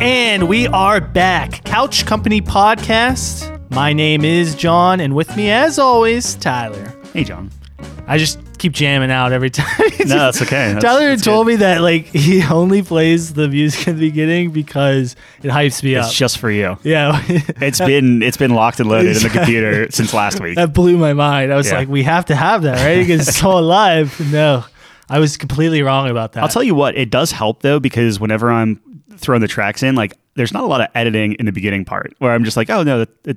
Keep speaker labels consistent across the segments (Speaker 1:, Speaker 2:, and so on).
Speaker 1: And we are back. Couch Company Podcast. My name is John, and with me, as always, Tyler.
Speaker 2: Hey, John.
Speaker 1: I just keep jamming out every time. It's
Speaker 2: No,
Speaker 1: just-
Speaker 2: that's okay. That's-
Speaker 1: Tyler
Speaker 2: that's
Speaker 1: told me that like he only plays the music at the beginning because it hypes me
Speaker 2: It's
Speaker 1: up.
Speaker 2: just for you.
Speaker 1: yeah,
Speaker 2: It's been it's been locked and loaded in the computer since last week.
Speaker 1: that blew my mind. I was
Speaker 2: Yeah.
Speaker 1: like, we have to have that, right? Because it's so alive. No, I was completely wrong about that.
Speaker 2: I'll tell you what, it does help though because whenever I'm throwing the tracks in, like there's not a lot of editing in the beginning part where I'm just like, oh no, the, the,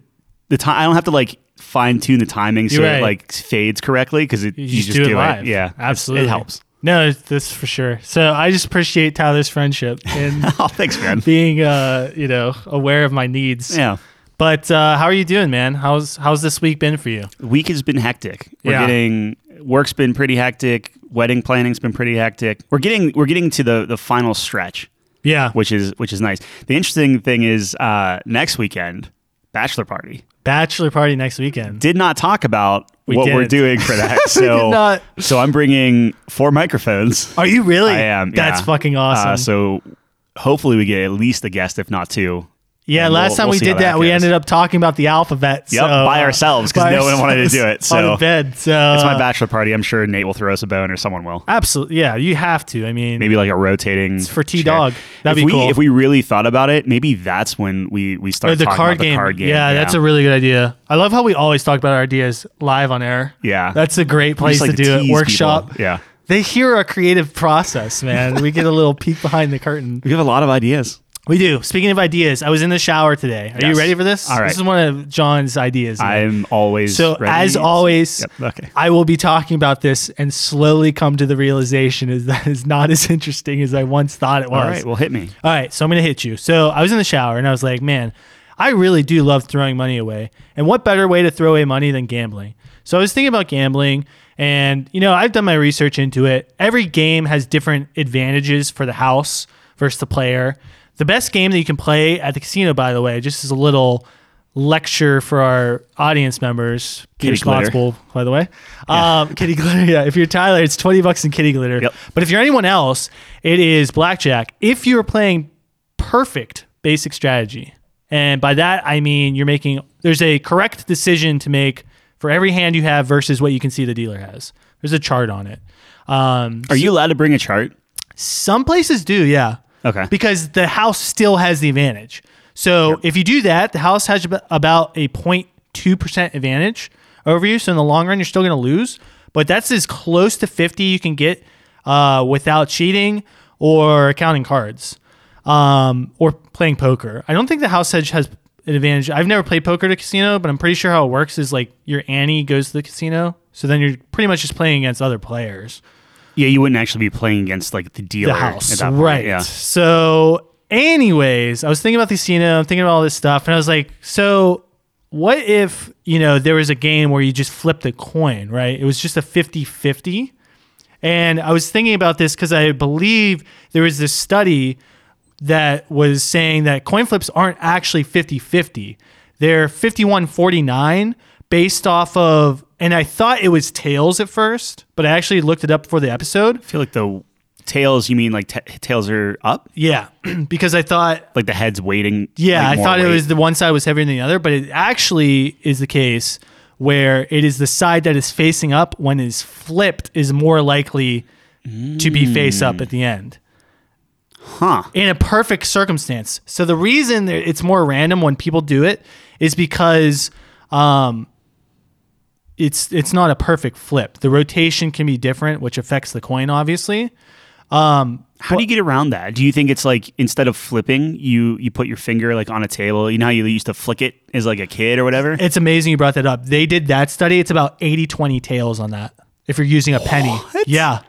Speaker 2: the time I don't have to like fine tune the timing so
Speaker 1: You're
Speaker 2: it
Speaker 1: right.
Speaker 2: like fades correctly because it you,
Speaker 1: you, just, do it live.
Speaker 2: Yeah, It's-
Speaker 1: absolutely.
Speaker 2: it helps.
Speaker 1: No, it's- that's for sure. So I just appreciate Tyler's friendship and
Speaker 2: Oh, thanks, man.
Speaker 1: being, uh, you know, aware of my needs.
Speaker 2: yeah,
Speaker 1: But uh, how are you doing, man? How's how's this week been for you?
Speaker 2: week has been hectic. We're
Speaker 1: Yeah.
Speaker 2: getting work's been pretty hectic. Wedding planning's been pretty hectic. We're getting we're getting to the the final stretch.
Speaker 1: Yeah,
Speaker 2: which is which is nice. The interesting thing is uh, next weekend, bachelor party.
Speaker 1: bachelor party next weekend.
Speaker 2: Did not talk about what we're
Speaker 1: didn't.
Speaker 2: doing for that. So
Speaker 1: not.
Speaker 2: so I'm bringing four microphones.
Speaker 1: Are you really?
Speaker 2: I am.
Speaker 1: That's
Speaker 2: yeah.
Speaker 1: fucking awesome.
Speaker 2: Uh, so hopefully we get at least a guest, if not two.
Speaker 1: yeah,
Speaker 2: and
Speaker 1: last
Speaker 2: we'll-
Speaker 1: time
Speaker 2: we'll
Speaker 1: we
Speaker 2: see
Speaker 1: did
Speaker 2: how
Speaker 1: that,
Speaker 2: that
Speaker 1: we
Speaker 2: goes.
Speaker 1: ended up talking about the alphabet.
Speaker 2: Yep,
Speaker 1: so,
Speaker 2: by
Speaker 1: uh,
Speaker 2: ourselves, 'cause
Speaker 1: by
Speaker 2: no one wanted to
Speaker 1: ourselves
Speaker 2: do it,
Speaker 1: on the
Speaker 2: so-
Speaker 1: bed. So
Speaker 2: It's my bachelor party. I'm sure Nate will throw us a bone or someone will.
Speaker 1: Absolutely. Yeah, you have to. I mean,
Speaker 2: Maybe like a rotating
Speaker 1: for
Speaker 2: chair.
Speaker 1: T-Dog. That'd
Speaker 2: if
Speaker 1: be
Speaker 2: we,
Speaker 1: cool.
Speaker 2: If we really thought about it, maybe that's when we we start
Speaker 1: Oh, the
Speaker 2: talking
Speaker 1: card,
Speaker 2: about
Speaker 1: game.
Speaker 2: the card game.
Speaker 1: Yeah, that's a really good idea. I love how we always talk about our ideas live on air.
Speaker 2: Yeah.
Speaker 1: That's a great
Speaker 2: We
Speaker 1: place
Speaker 2: just like
Speaker 1: to do it.
Speaker 2: tease
Speaker 1: Workshop.
Speaker 2: people. Yeah,
Speaker 1: They hear our creative process, man. we get a little peek behind the curtain.
Speaker 2: we have a lot of ideas.
Speaker 1: We do. Speaking of ideas, I was in the shower today. Are you
Speaker 2: Yes.
Speaker 1: ready for this?
Speaker 2: All right.
Speaker 1: This is one of John's ideas. man.
Speaker 2: I'm always
Speaker 1: so
Speaker 2: ready.
Speaker 1: as always,
Speaker 2: Yep, okay.
Speaker 1: I will be talking about this and slowly come to the realization is that is not as interesting as I once thought it was.
Speaker 2: All right, well, hit me.
Speaker 1: All right, so I'm gonna hit you. So I was in the shower and I was like, man, I really do love throwing money away. And what better way to throw away money than gambling? So I was thinking about gambling and you know, I've done my research into it. Every game has different advantages for the house versus the player. The best game that you can play at the casino, by the way, just as a little lecture for our audience members, be
Speaker 2: Kitty glitter.
Speaker 1: responsible, by the way. Um, kitty glitter, yeah. If you're Tyler, it's 20 bucks in kitty glitter.
Speaker 2: Yep.
Speaker 1: But if you're anyone else, it is blackjack. If you're playing perfect basic strategy, and by that I mean you're making there's a correct decision to make for every hand you have versus what you can see the dealer has. There's a chart on it. Um,
Speaker 2: Are you allowed to bring a chart?
Speaker 1: some places do, yeah.
Speaker 2: Okay.
Speaker 1: Because the house still has the advantage. So if you do that, the house has ab- about a 0.2% advantage over you. So in the long run, you're still going to lose. But that's as close to 50 you can get uh, without cheating or counting cards um, or playing poker. I don't think the house edge has an advantage. I've never played poker at a casino, but I'm pretty sure how it works is like your Annie goes to the casino. So then you're pretty much just playing against other players
Speaker 2: Yeah, you wouldn't actually be playing against like the dealer.
Speaker 1: the house,
Speaker 2: at that point,
Speaker 1: right?
Speaker 2: Yeah.
Speaker 1: So, anyways, I was thinking about the casino, I'm thinking about all this stuff, and I was like, so what if you know there was a game where you just flipped a coin, right? It was just a 50-50. and I was thinking about this because I believe there was this study that was saying that coin flips aren't actually 50 50. They're 51 49 based off of, and I thought it was tails at first, but I actually looked it up for the episode.
Speaker 2: I feel like the tails. You mean like t- tails are up?
Speaker 1: Yeah, because I thought
Speaker 2: Like the head's waiting?
Speaker 1: yeah,
Speaker 2: like,
Speaker 1: I
Speaker 2: more
Speaker 1: thought it
Speaker 2: weight?
Speaker 1: was the one side was heavier than the other, but it actually is the case where it is the side that is facing up when is flipped is more likely to be face up at the end
Speaker 2: huh?
Speaker 1: in a perfect circumstance. So the reason that it's more random when people do it is because um, it's it's not a perfect flip. The rotation can be different, which affects the coin, obviously.
Speaker 2: How do you get around that? Do you think it's like instead of flipping, you you put your finger like on a table? You know how you used to flick it as like a kid or whatever?
Speaker 1: It's amazing you brought that up. They did that study. It's about 80 20 tails on that. If you're using a penny. Yeah.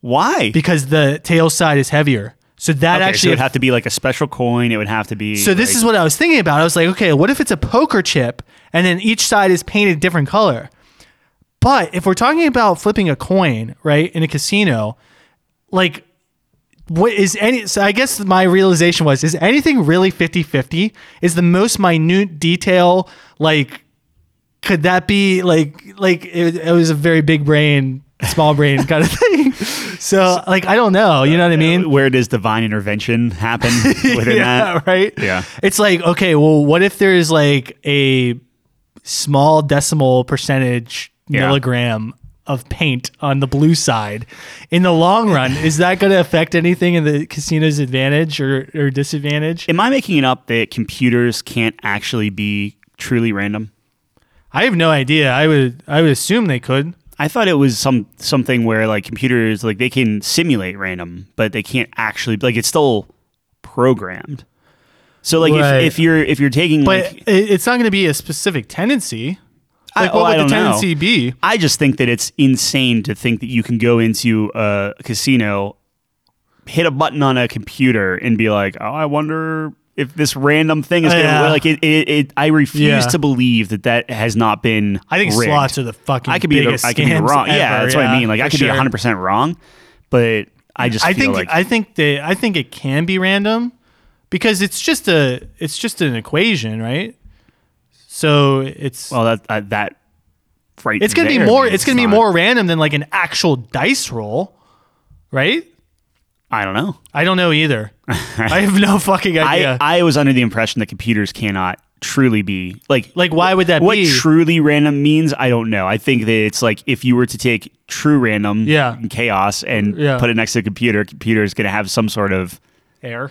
Speaker 2: Why?
Speaker 1: Because the tail side is heavier. So that
Speaker 2: Okay, so
Speaker 1: actually
Speaker 2: it would have to be like a special coin. It would have to be.
Speaker 1: So this is what I was thinking about. I was like, okay, what if it's a poker chip and then each side is painted a different color? But if we're talking about flipping a coin, right, in a casino, like what is any so I guess my realization was is anything really 50-50? Is the most minute detail like could that be like like it, it was a very big brain small brain kind of thing. So, like, I don't know. You know what I mean?
Speaker 2: Where does divine intervention happen within
Speaker 1: yeah,
Speaker 2: that?
Speaker 1: right?
Speaker 2: Yeah.
Speaker 1: It's like, okay, well, what if there's like a small decimal percentage
Speaker 2: Yeah.
Speaker 1: milligram of paint on the blue side? In the long run, is that going to affect anything in the casino's advantage or, or disadvantage?
Speaker 2: Am I making it up that computers can't actually be truly random?
Speaker 1: I have no idea. I would I would assume they could.
Speaker 2: I thought it was some something where like computers like they can simulate random, but they can't actually like it's still programmed. So like
Speaker 1: Right.
Speaker 2: if, if you're if you're taking
Speaker 1: But
Speaker 2: like
Speaker 1: it, it's not going to be a specific tendency.
Speaker 2: I-
Speaker 1: Like,
Speaker 2: oh,
Speaker 1: what would
Speaker 2: I
Speaker 1: the
Speaker 2: don't know.
Speaker 1: tendency be?
Speaker 2: I just think that it's insane to think that you can go into a casino, hit a button on a computer, and be like, "Oh, I wonder if this random thing is
Speaker 1: Yeah.
Speaker 2: gonna work." like it." it, it I refuse
Speaker 1: Yeah.
Speaker 2: to believe that that has not been.
Speaker 1: I think
Speaker 2: rigged.
Speaker 1: slots are the fucking.
Speaker 2: I could be. the-
Speaker 1: biggest
Speaker 2: I could be
Speaker 1: scams
Speaker 2: wrong. yeah,
Speaker 1: ever.
Speaker 2: that's what I mean. Like I
Speaker 1: for
Speaker 2: could be
Speaker 1: sure. Mm.
Speaker 2: 100 percent wrong, but I just.
Speaker 1: I think
Speaker 2: feel like,
Speaker 1: I think they I think it can be random because it's just a it's just an equation, right? So it's
Speaker 2: well, that uh, that. Right
Speaker 1: it's gonna be
Speaker 2: there
Speaker 1: more
Speaker 2: means
Speaker 1: it's gonna be
Speaker 2: not-
Speaker 1: more random than like an actual dice roll, right?
Speaker 2: I don't know.
Speaker 1: I don't know either. I have no fucking idea.
Speaker 2: I I was under the impression that computers cannot truly be like
Speaker 1: like why would that
Speaker 2: what
Speaker 1: be?
Speaker 2: truly random means i don't know i think that it's like if you were to take true random
Speaker 1: Yeah.
Speaker 2: and chaos and
Speaker 1: Yeah.
Speaker 2: put it next to a computer computer is going to have some sort of
Speaker 1: Air.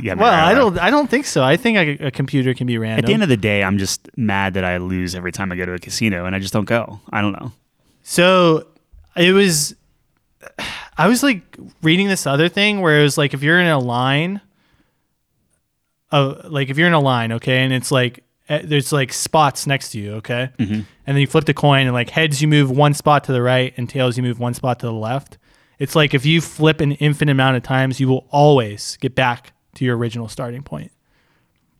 Speaker 2: yeah,
Speaker 1: Well, I don't I don't think so. I think a, a computer can be
Speaker 2: at the
Speaker 1: random.
Speaker 2: end of the day i'm just mad that i lose every time i go to a casino and i just don't go i don't know
Speaker 1: So it was, I was like reading this other thing where it was like if you're in a line, of like if you're in a line, okay, and it's like eh, there's like spots next to you, okay, and then you flip the coin and like heads you move one spot to the right and tails you move one spot to the left. It's like if you flip an infinite amount of times, you will always get back to your original starting point.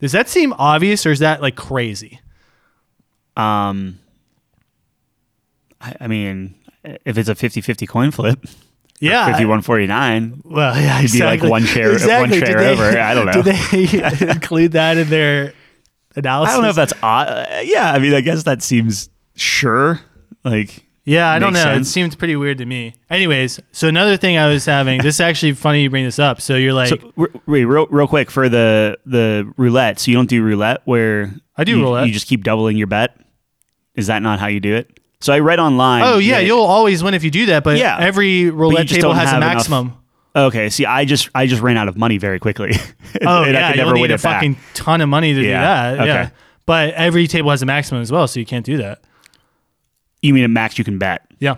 Speaker 1: Does that seem obvious or is that like crazy?
Speaker 2: um i, I mean if it's a 50-50 coin flip
Speaker 1: Yeah, I-
Speaker 2: 5149
Speaker 1: Well, yeah,
Speaker 2: be like
Speaker 1: exactly.
Speaker 2: one chair- one chair
Speaker 1: Did
Speaker 2: over. I don't know.
Speaker 1: Did they include that in their analysis?
Speaker 2: i don't know if that's odd uh, yeah i mean i guess that seems sure like
Speaker 1: Yeah, I don't know.
Speaker 2: makes
Speaker 1: It
Speaker 2: sense.
Speaker 1: seemed pretty weird to me. Anyways, so another thing I was having. This is actually funny you bring this up. So you're like,
Speaker 2: So, re- wait, real, real quick for the the roulette. So you don't do roulette where
Speaker 1: I do
Speaker 2: you,
Speaker 1: roulette.
Speaker 2: You just keep doubling your bet. Is that not how you do it? So I read online.
Speaker 1: oh yeah,
Speaker 2: that-
Speaker 1: you'll always win if you do that. But
Speaker 2: Yeah.
Speaker 1: every
Speaker 2: But you
Speaker 1: roulette
Speaker 2: just
Speaker 1: table
Speaker 2: don't
Speaker 1: has a
Speaker 2: have enough-
Speaker 1: maximum.
Speaker 2: Okay. See, I just I just ran out of money very quickly.
Speaker 1: Oh
Speaker 2: And
Speaker 1: yeah,
Speaker 2: I could
Speaker 1: you'll
Speaker 2: never
Speaker 1: need
Speaker 2: win
Speaker 1: a
Speaker 2: it back.
Speaker 1: fucking ton of money to
Speaker 2: Yeah,
Speaker 1: do that. Yeah.
Speaker 2: okay.
Speaker 1: But every table has a maximum as well, so you can't do that.
Speaker 2: You mean a max you can bet?
Speaker 1: Yeah.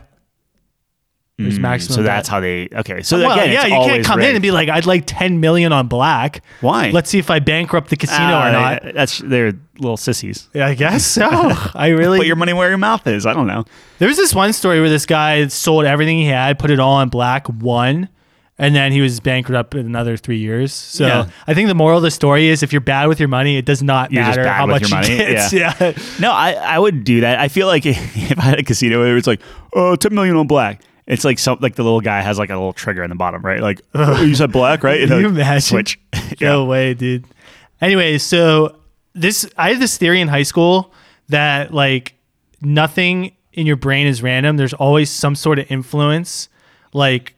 Speaker 1: There's maximum.
Speaker 2: Hmm. So
Speaker 1: bet.
Speaker 2: that's how they. Okay. So
Speaker 1: Well,
Speaker 2: again,
Speaker 1: yeah,
Speaker 2: it's
Speaker 1: you can't
Speaker 2: always
Speaker 1: come in
Speaker 2: rigged.
Speaker 1: and be like, "I'd like ten million on black."
Speaker 2: Why?
Speaker 1: Let's see if I bankrupt the casino
Speaker 2: Ah,
Speaker 1: or not.
Speaker 2: That's they're little sissies.
Speaker 1: Yeah, I guess so. I really.
Speaker 2: Put your money where your mouth is. I don't know.
Speaker 1: there was this one story where this guy sold everything he had, put it all on black, won, and then he was bankrupt in another three years. So
Speaker 2: Yeah.
Speaker 1: I think the moral of the story is, if you're bad with your money, it does not
Speaker 2: You're just
Speaker 1: matter
Speaker 2: bad
Speaker 1: how
Speaker 2: with
Speaker 1: much
Speaker 2: your
Speaker 1: you
Speaker 2: money,
Speaker 1: get. Yeah.
Speaker 2: No, I, I would do that. I feel like if I had a casino where it's like, oh, 10 million on black. It's like some like the little guy has like a little trigger in the bottom, right? Like oh, you said black, right? And
Speaker 1: Can
Speaker 2: then
Speaker 1: you imagine?
Speaker 2: Switch.
Speaker 1: No way, dude. Anyway, so this I had this theory in high school that like nothing in your brain is random. There's always some sort of influence. Like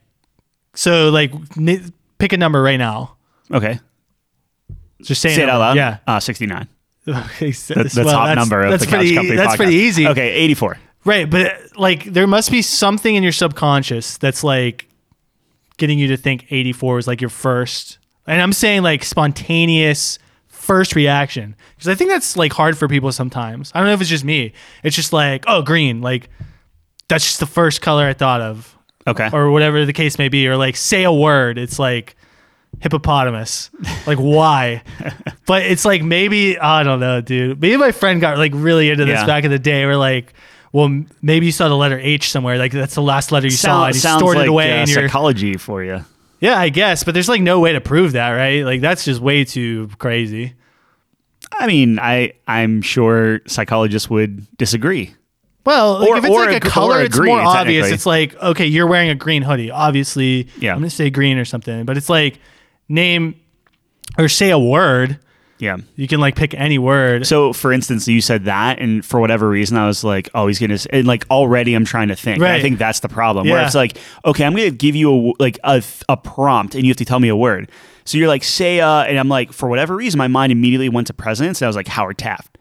Speaker 1: so like n- pick a number right now.
Speaker 2: Okay.
Speaker 1: Just saying
Speaker 2: Say it out loud.
Speaker 1: Yeah.
Speaker 2: Uh, 69.
Speaker 1: Okay, so-
Speaker 2: That's e-, the
Speaker 1: well,
Speaker 2: top number of
Speaker 1: that's
Speaker 2: the Couch
Speaker 1: pretty,
Speaker 2: Company
Speaker 1: That's
Speaker 2: podcast.
Speaker 1: pretty easy.
Speaker 2: Okay, 84.
Speaker 1: Right, but like there must be something in your subconscious that's like getting you to think 84 is like your first. And I'm saying like spontaneous first reaction because I think that's like hard for people sometimes. I don't know if it's just me. It's just like, oh, green, like that's just the first color I thought of
Speaker 2: Okay.
Speaker 1: or whatever the case may be or like say a word. It's like hippopotamus. Like why? but it's like maybe I don't know, dude. Me and my friend got like really into this
Speaker 2: Yeah.
Speaker 1: back in the day. We're like, well, m- maybe you saw the letter H somewhere. Like that's the last letter you saw, and you
Speaker 2: sounds
Speaker 1: stored
Speaker 2: like,
Speaker 1: it away
Speaker 2: uh,
Speaker 1: in your.
Speaker 2: psychology for you.
Speaker 1: yeah, I guess. But there's like no way to prove that, right? Like that's just way too crazy.
Speaker 2: I mean, I I'm sure psychologists would disagree.
Speaker 1: Well, like
Speaker 2: Or-
Speaker 1: if it's
Speaker 2: or
Speaker 1: like a
Speaker 2: ag-
Speaker 1: color,
Speaker 2: or
Speaker 1: it's
Speaker 2: agree,
Speaker 1: more obvious.
Speaker 2: technically.
Speaker 1: It's like, okay, you're wearing a green hoodie. Obviously,
Speaker 2: Yeah.
Speaker 1: I'm going to say green or something. But it's like, name or say a word.
Speaker 2: Yeah.
Speaker 1: You can like pick any word.
Speaker 2: So, for instance, you said that, and for whatever reason, I was like, "Oh, he's gonna," s- and like already, I'm trying to think. And I
Speaker 1: Right.
Speaker 2: think that's the problem. Where
Speaker 1: Yeah.
Speaker 2: it's like, okay, I'm gonna give you a w- like a, th- a prompt, and you have to tell me a word. So you're like, say, uh, and I'm like, for whatever reason, my mind immediately went to presidents, and I was like, Howard Taft,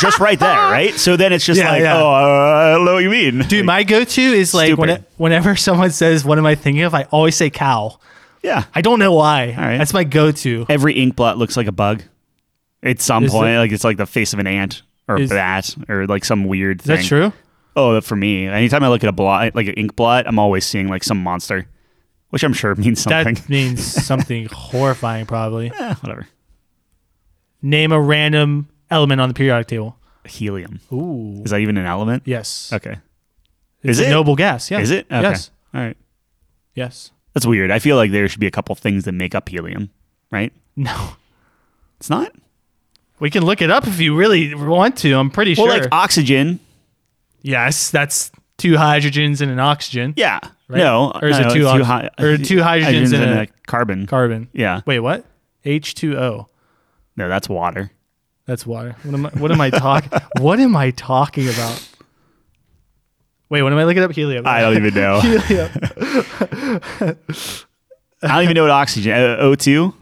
Speaker 2: just right there, right? So then it's just
Speaker 1: Yeah,
Speaker 2: like,
Speaker 1: yeah.
Speaker 2: oh, uh, I don't know what you mean,
Speaker 1: Dude, my go-to is like when,
Speaker 2: Stupid.
Speaker 1: whenever someone says, "What am I thinking of?" I always say "cow."
Speaker 2: yeah,
Speaker 1: I don't know why.
Speaker 2: right.
Speaker 1: That's my go-to.
Speaker 2: every ink blot looks like a bug at some
Speaker 1: Is
Speaker 2: point.
Speaker 1: it-
Speaker 2: like it's like the face of an ant or a
Speaker 1: Is-
Speaker 2: bat or like some weird
Speaker 1: Is
Speaker 2: thing.
Speaker 1: that true?
Speaker 2: Oh, for me, anytime I look at a blot, like an ink blot, I'm always seeing like some monster, which I'm sure means something.
Speaker 1: That means something horrifying, probably.
Speaker 2: Eh, whatever.
Speaker 1: Name a random element on the periodic table.
Speaker 2: Helium.
Speaker 1: Ooh.
Speaker 2: Is that even an element?
Speaker 1: Yes.
Speaker 2: Okay. Is
Speaker 1: It's a
Speaker 2: it?
Speaker 1: noble gas? Yeah.
Speaker 2: Is it? Okay.
Speaker 1: Yes.
Speaker 2: All right.
Speaker 1: Yes.
Speaker 2: That's weird. I feel like there should be a couple things that make up helium, right?
Speaker 1: No.
Speaker 2: It's not.
Speaker 1: We can look it up if you really want to. I'm pretty
Speaker 2: Well,
Speaker 1: sure.
Speaker 2: like uh, oxygen.
Speaker 1: yes, that's two hydrogens and an oxygen.
Speaker 2: Yeah.
Speaker 1: Right?
Speaker 2: No.
Speaker 1: Or is it
Speaker 2: no,
Speaker 1: two
Speaker 2: it's
Speaker 1: ox- or two hydrogens and a
Speaker 2: carbon.
Speaker 1: Carbon.
Speaker 2: yeah.
Speaker 1: Wait, what? H2O.
Speaker 2: No, that's water.
Speaker 1: That's water. What am I what am I talking what am I talking about? Wait, what am I looking up? Helium.
Speaker 2: I don't even know.
Speaker 1: Helium.
Speaker 2: I don't even know what oxygen. Uh, O2.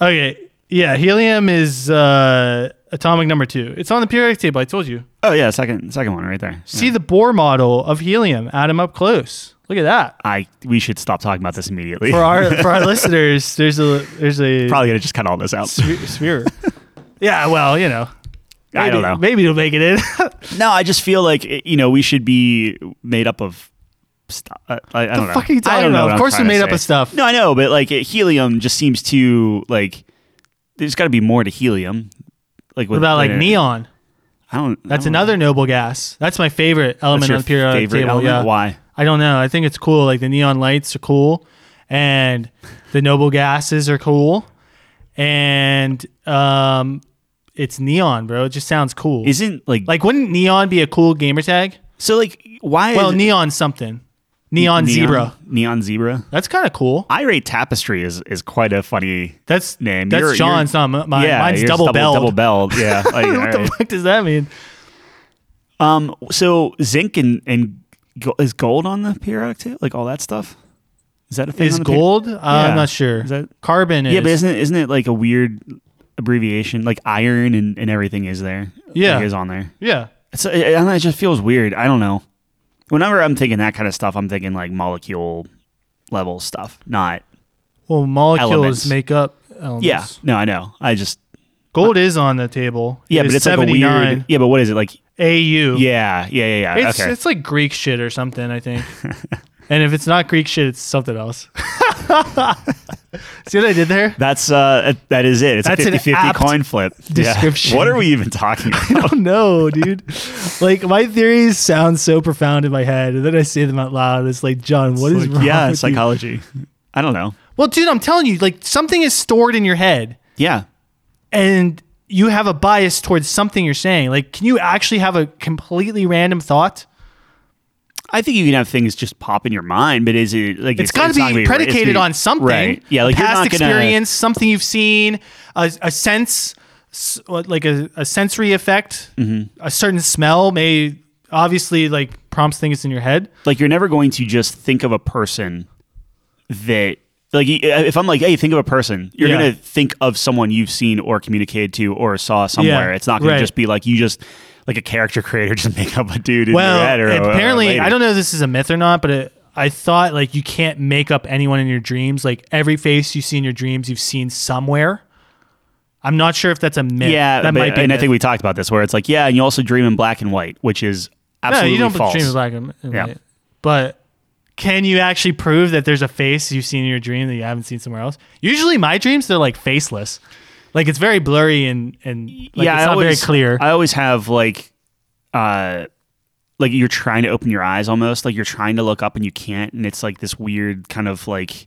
Speaker 1: Okay. Yeah, helium is uh, atomic number two. It's on the periodic table. I told you.
Speaker 2: Oh yeah, second second one right there.
Speaker 1: See the Bohr model of helium, atom up close. Look at that.
Speaker 2: I we should stop talking about this immediately.
Speaker 1: For our for our listeners, there's a there's a
Speaker 2: Probably gonna just cut all this out.
Speaker 1: sphere. sphere. yeah, well, you know,
Speaker 2: I
Speaker 1: maybe-
Speaker 2: don't know.
Speaker 1: Maybe it'll make it in.
Speaker 2: No, I just feel like it- you know we should be made up of. Stuff. I, I don't know.
Speaker 1: fuck are you
Speaker 2: I don't
Speaker 1: talking about?
Speaker 2: know what
Speaker 1: Of
Speaker 2: I'm
Speaker 1: course we
Speaker 2: trying to
Speaker 1: made up
Speaker 2: say.
Speaker 1: of stuff.
Speaker 2: No, I know, but like it- helium just seems to like. There's got to be more to helium. Like eh,
Speaker 1: what about like neon?
Speaker 2: I don't. I
Speaker 1: That's
Speaker 2: don't know.
Speaker 1: another noble gas. That's my favorite element
Speaker 2: That's your
Speaker 1: on the periodic
Speaker 2: favorite
Speaker 1: table.
Speaker 2: element?
Speaker 1: Yeah.
Speaker 2: Why?
Speaker 1: I don't know. I think it's cool. Like the neon lights are cool, and the noble gases are cool, and um, it's neon, bro. It just sounds cool.
Speaker 2: Isn't like
Speaker 1: like wouldn't neon be a cool gamer tag?
Speaker 2: so like why?
Speaker 1: Well,
Speaker 2: is it-
Speaker 1: neon something, neon, zebra.
Speaker 2: Neon zebra.
Speaker 1: That's kind of cool.
Speaker 2: I rate tapestry is is quite a funny
Speaker 1: That's
Speaker 2: name.
Speaker 1: That's
Speaker 2: You're- you're-
Speaker 1: John's, not mi- mine.
Speaker 2: yeah,
Speaker 1: Mine's
Speaker 2: yours is
Speaker 1: double belled.
Speaker 2: Double belled. Yeah. Like, all
Speaker 1: what the
Speaker 2: right.
Speaker 1: fuck does that mean?
Speaker 2: Um. So zinc and and go- is gold on the periodic table? Like all that stuff. Is that a thing?
Speaker 1: Is
Speaker 2: on the peri-
Speaker 1: gold? Uh,
Speaker 2: Yeah.
Speaker 1: I'm not sure.
Speaker 2: Is that-
Speaker 1: Carbon is.
Speaker 2: yeah, but isn't it, isn't it like a weird abbreviation? Like iron and, and everything is there.
Speaker 1: Yeah.
Speaker 2: like, is on there.
Speaker 1: yeah.
Speaker 2: It's I don't know, it just feels weird. I don't know. Whenever I'm thinking that kind of stuff, I'm thinking like molecule level stuff. Not.
Speaker 1: Well, molecules
Speaker 2: Elements.
Speaker 1: make up elements.
Speaker 2: Yeah. No, I know. I just.
Speaker 1: Gold is on the table.
Speaker 2: Yeah,
Speaker 1: It
Speaker 2: but
Speaker 1: is
Speaker 2: it's like a weird. Yeah, but what is it like?
Speaker 1: AU.
Speaker 2: Yeah, yeah, yeah, yeah.
Speaker 1: It's
Speaker 2: okay.
Speaker 1: it's like Greek shit or something, I think. and if it's not Greek shit, it's something else. See what I did there?
Speaker 2: That's uh, that is it. It's
Speaker 1: That's
Speaker 2: a
Speaker 1: an
Speaker 2: 50-50
Speaker 1: apt
Speaker 2: coin flip. Yeah.
Speaker 1: description.
Speaker 2: What are we even talking about?
Speaker 1: I don't know, dude. like my theories sound so profound in my head, and then I say them out loud. It's like, John, what is
Speaker 2: Like,
Speaker 1: wrong?
Speaker 2: yeah,
Speaker 1: with you?
Speaker 2: psychology. I don't know.
Speaker 1: Well, dude, I'm telling you, like something is stored in your head,
Speaker 2: Yeah,
Speaker 1: and you have a bias towards something you're saying. Like, can you actually have a completely random thought?
Speaker 2: I think you can have things just pop in your mind, but is it like
Speaker 1: it's got to
Speaker 2: not
Speaker 1: be
Speaker 2: gonna it's
Speaker 1: predicated
Speaker 2: gonna be-
Speaker 1: on something.
Speaker 2: Right. Yeah, like you're
Speaker 1: past
Speaker 2: not gonna-
Speaker 1: experience, something you've seen, a, a sense, s- what- like a, a sensory effect,
Speaker 2: Mm-hmm.
Speaker 1: a certain smell may obviously like prompts things in your head.
Speaker 2: like you're never going to just think of a person that like you- if I'm like, hey, think of a person, you're
Speaker 1: Yeah.
Speaker 2: gonna think of someone you've seen or communicated to or saw somewhere. It's not gonna
Speaker 1: right.
Speaker 2: just be like you just like a character creator just make up a dude in your head or
Speaker 1: Well,
Speaker 2: a- or a
Speaker 1: apparently,
Speaker 2: lady.
Speaker 1: I don't know if this is a myth or not, but it, I thought like you can't make up anyone in your dreams. Like every face you see in your dreams, you've seen somewhere. I'm not sure if that's a myth.
Speaker 2: Yeah,
Speaker 1: that
Speaker 2: but-
Speaker 1: might be. a
Speaker 2: And I
Speaker 1: myth.
Speaker 2: think we talked about this, where it's like, yeah, and you also dream in black and white, which is absolutely
Speaker 1: no, you don't
Speaker 2: false.
Speaker 1: dream of black and and
Speaker 2: Yeah.
Speaker 1: white. But can you actually prove that there's a face you've seen in your dream that you haven't seen somewhere else? Usually, my dreams they're like faceless, like it's very blurry and and like,
Speaker 2: yeah,
Speaker 1: it's
Speaker 2: I
Speaker 1: not
Speaker 2: always,
Speaker 1: very clear.
Speaker 2: I always have like, uh, like you're trying to open your eyes almost, like you're trying to look up and you can't, and it's like this weird kind of like.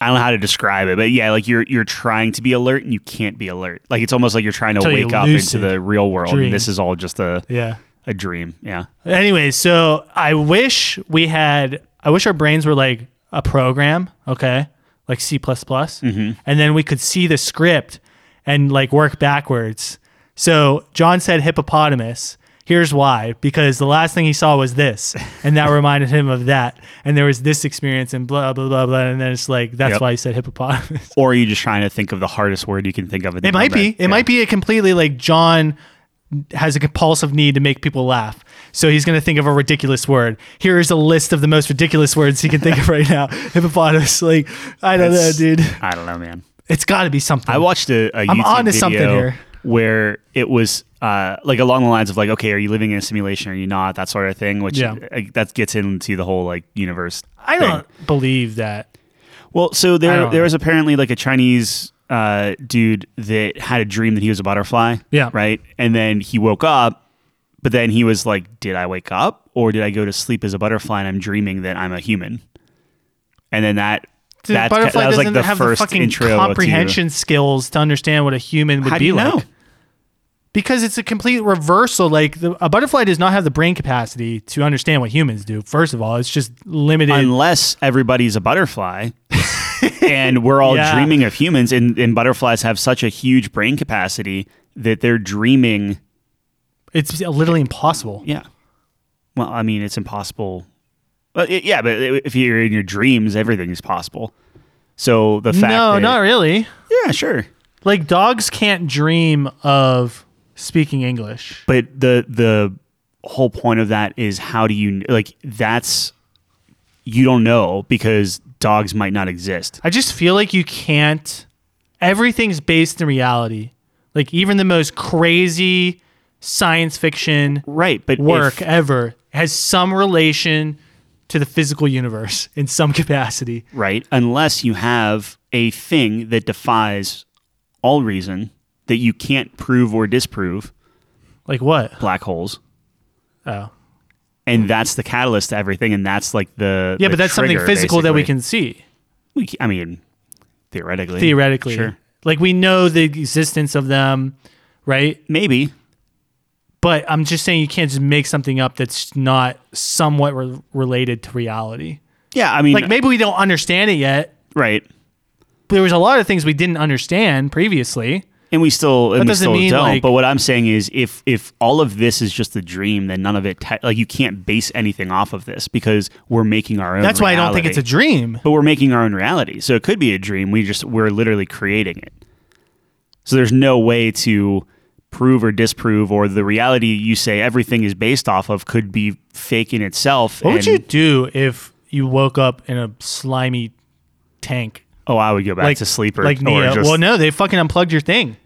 Speaker 2: I don't know how to describe it, but yeah, like you're you're trying to be alert and you can't be alert. Like it's almost like you're trying to
Speaker 1: Till you
Speaker 2: wake up into
Speaker 1: lucid
Speaker 2: the real world.
Speaker 1: dream.
Speaker 2: And this is all just a
Speaker 1: yeah.
Speaker 2: a dream. Yeah.
Speaker 1: Anyway, so I wish we had. I wish our brains were like a program, okay, like C plus plus, and then we could see the script and like work backwards. So John said hippopotamus. Here's why because the last thing he saw was this, and that reminded him of that. And there was this experience, and blah, blah, blah, blah. And then it's like, that's
Speaker 2: Yep.
Speaker 1: why he said hippopotamus.
Speaker 2: Or are you just trying to think of the hardest word you can think of?
Speaker 1: It might be. It might be a completely like John has a compulsive need to make people laugh. So he's going to think of a ridiculous word. Here is a list of the most ridiculous words he can think of right now. Hippopotamus. Like, I don't know, dude.
Speaker 2: I don't know, man.
Speaker 1: It's got to be something.
Speaker 2: I watched a, a YouTube
Speaker 1: onto
Speaker 2: video
Speaker 1: something here.
Speaker 2: where it was uh, like along the lines of like, okay, are you living in a simulation? Are you not? That sort of thing. Which
Speaker 1: Yeah.
Speaker 2: uh, that gets into the whole like universe.
Speaker 1: I
Speaker 2: thing.
Speaker 1: don't believe that.
Speaker 2: Well, so
Speaker 1: I
Speaker 2: there
Speaker 1: don't
Speaker 2: there
Speaker 1: know.
Speaker 2: was apparently like a Chinese uh, dude that had a dream that he was a butterfly.
Speaker 1: Yeah.
Speaker 2: Right. And then he woke up, but then he was like, "Did I wake up, or did I go to sleep as a butterfly and I'm dreaming that I'm a human?" And then that
Speaker 1: The
Speaker 2: that's,
Speaker 1: butterfly
Speaker 2: that was like
Speaker 1: doesn't
Speaker 2: the
Speaker 1: have the
Speaker 2: first
Speaker 1: fucking
Speaker 2: intro
Speaker 1: comprehension skills to understand what a human
Speaker 2: To,
Speaker 1: would
Speaker 2: how do
Speaker 1: be
Speaker 2: you
Speaker 1: like.
Speaker 2: know?
Speaker 1: Because it's a complete reversal. Like the, a butterfly does not have the brain capacity to understand what humans do. First of all, it's just limited.
Speaker 2: Unless everybody's a butterfly. and we're all
Speaker 1: Yeah.
Speaker 2: dreaming of humans and, and butterflies have such a huge brain capacity that they're dreaming
Speaker 1: it's literally impossible.
Speaker 2: Yeah. Well, I mean, it's impossible. Well, i yeah, but i- if you're in your dreams, everything is possible. So the fact
Speaker 1: No,
Speaker 2: that,
Speaker 1: not really.
Speaker 2: yeah, sure,
Speaker 1: Like dogs can't dream of speaking English.
Speaker 2: but the the whole point of that is how do you like that's you don't know because dogs might not exist.
Speaker 1: I just feel like you can't. Everything's based in reality. Like even the most crazy science fiction
Speaker 2: Right, but
Speaker 1: work
Speaker 2: if-
Speaker 1: ever has some relation to the physical universe in some capacity.
Speaker 2: right? Unless you have a thing that defies all reason that you can't prove or disprove,
Speaker 1: Like what?
Speaker 2: black holes.
Speaker 1: Oh.
Speaker 2: And that's the catalyst to everything, and that's like the
Speaker 1: Yeah,
Speaker 2: the
Speaker 1: but that's
Speaker 2: trigger,
Speaker 1: something physical that we
Speaker 2: basically.
Speaker 1: can see.
Speaker 2: We, c- I mean, theoretically.
Speaker 1: Theoretically.
Speaker 2: Sure.
Speaker 1: Like we know the existence of them, right?
Speaker 2: Maybe.
Speaker 1: But I'm just saying you can't just make something up that's not somewhat re- related to reality.
Speaker 2: Yeah, I mean,
Speaker 1: Like maybe we don't understand it yet.
Speaker 2: right.
Speaker 1: There was a lot of things we didn't understand previously.
Speaker 2: And we still, and we
Speaker 1: doesn't
Speaker 2: still
Speaker 1: mean,
Speaker 2: don't.
Speaker 1: like-
Speaker 2: but what I'm saying is, if if all of this is just a dream, then none of it, te- like, you can't base anything off of this because we're making our own.
Speaker 1: That's why I don't think it's a
Speaker 2: reality.
Speaker 1: dream.
Speaker 2: But we're making our own reality, so it could be a dream. We just we're literally creating it. So there's no way to prove or disprove, or the reality you say everything is based off of could be fake in itself.
Speaker 1: What would
Speaker 2: and-
Speaker 1: you do if you woke up in a slimy tank?
Speaker 2: Oh, I would go back to sleep or
Speaker 1: like
Speaker 2: or
Speaker 1: Neo.
Speaker 2: just-
Speaker 1: well, no, they fucking unplugged your thing.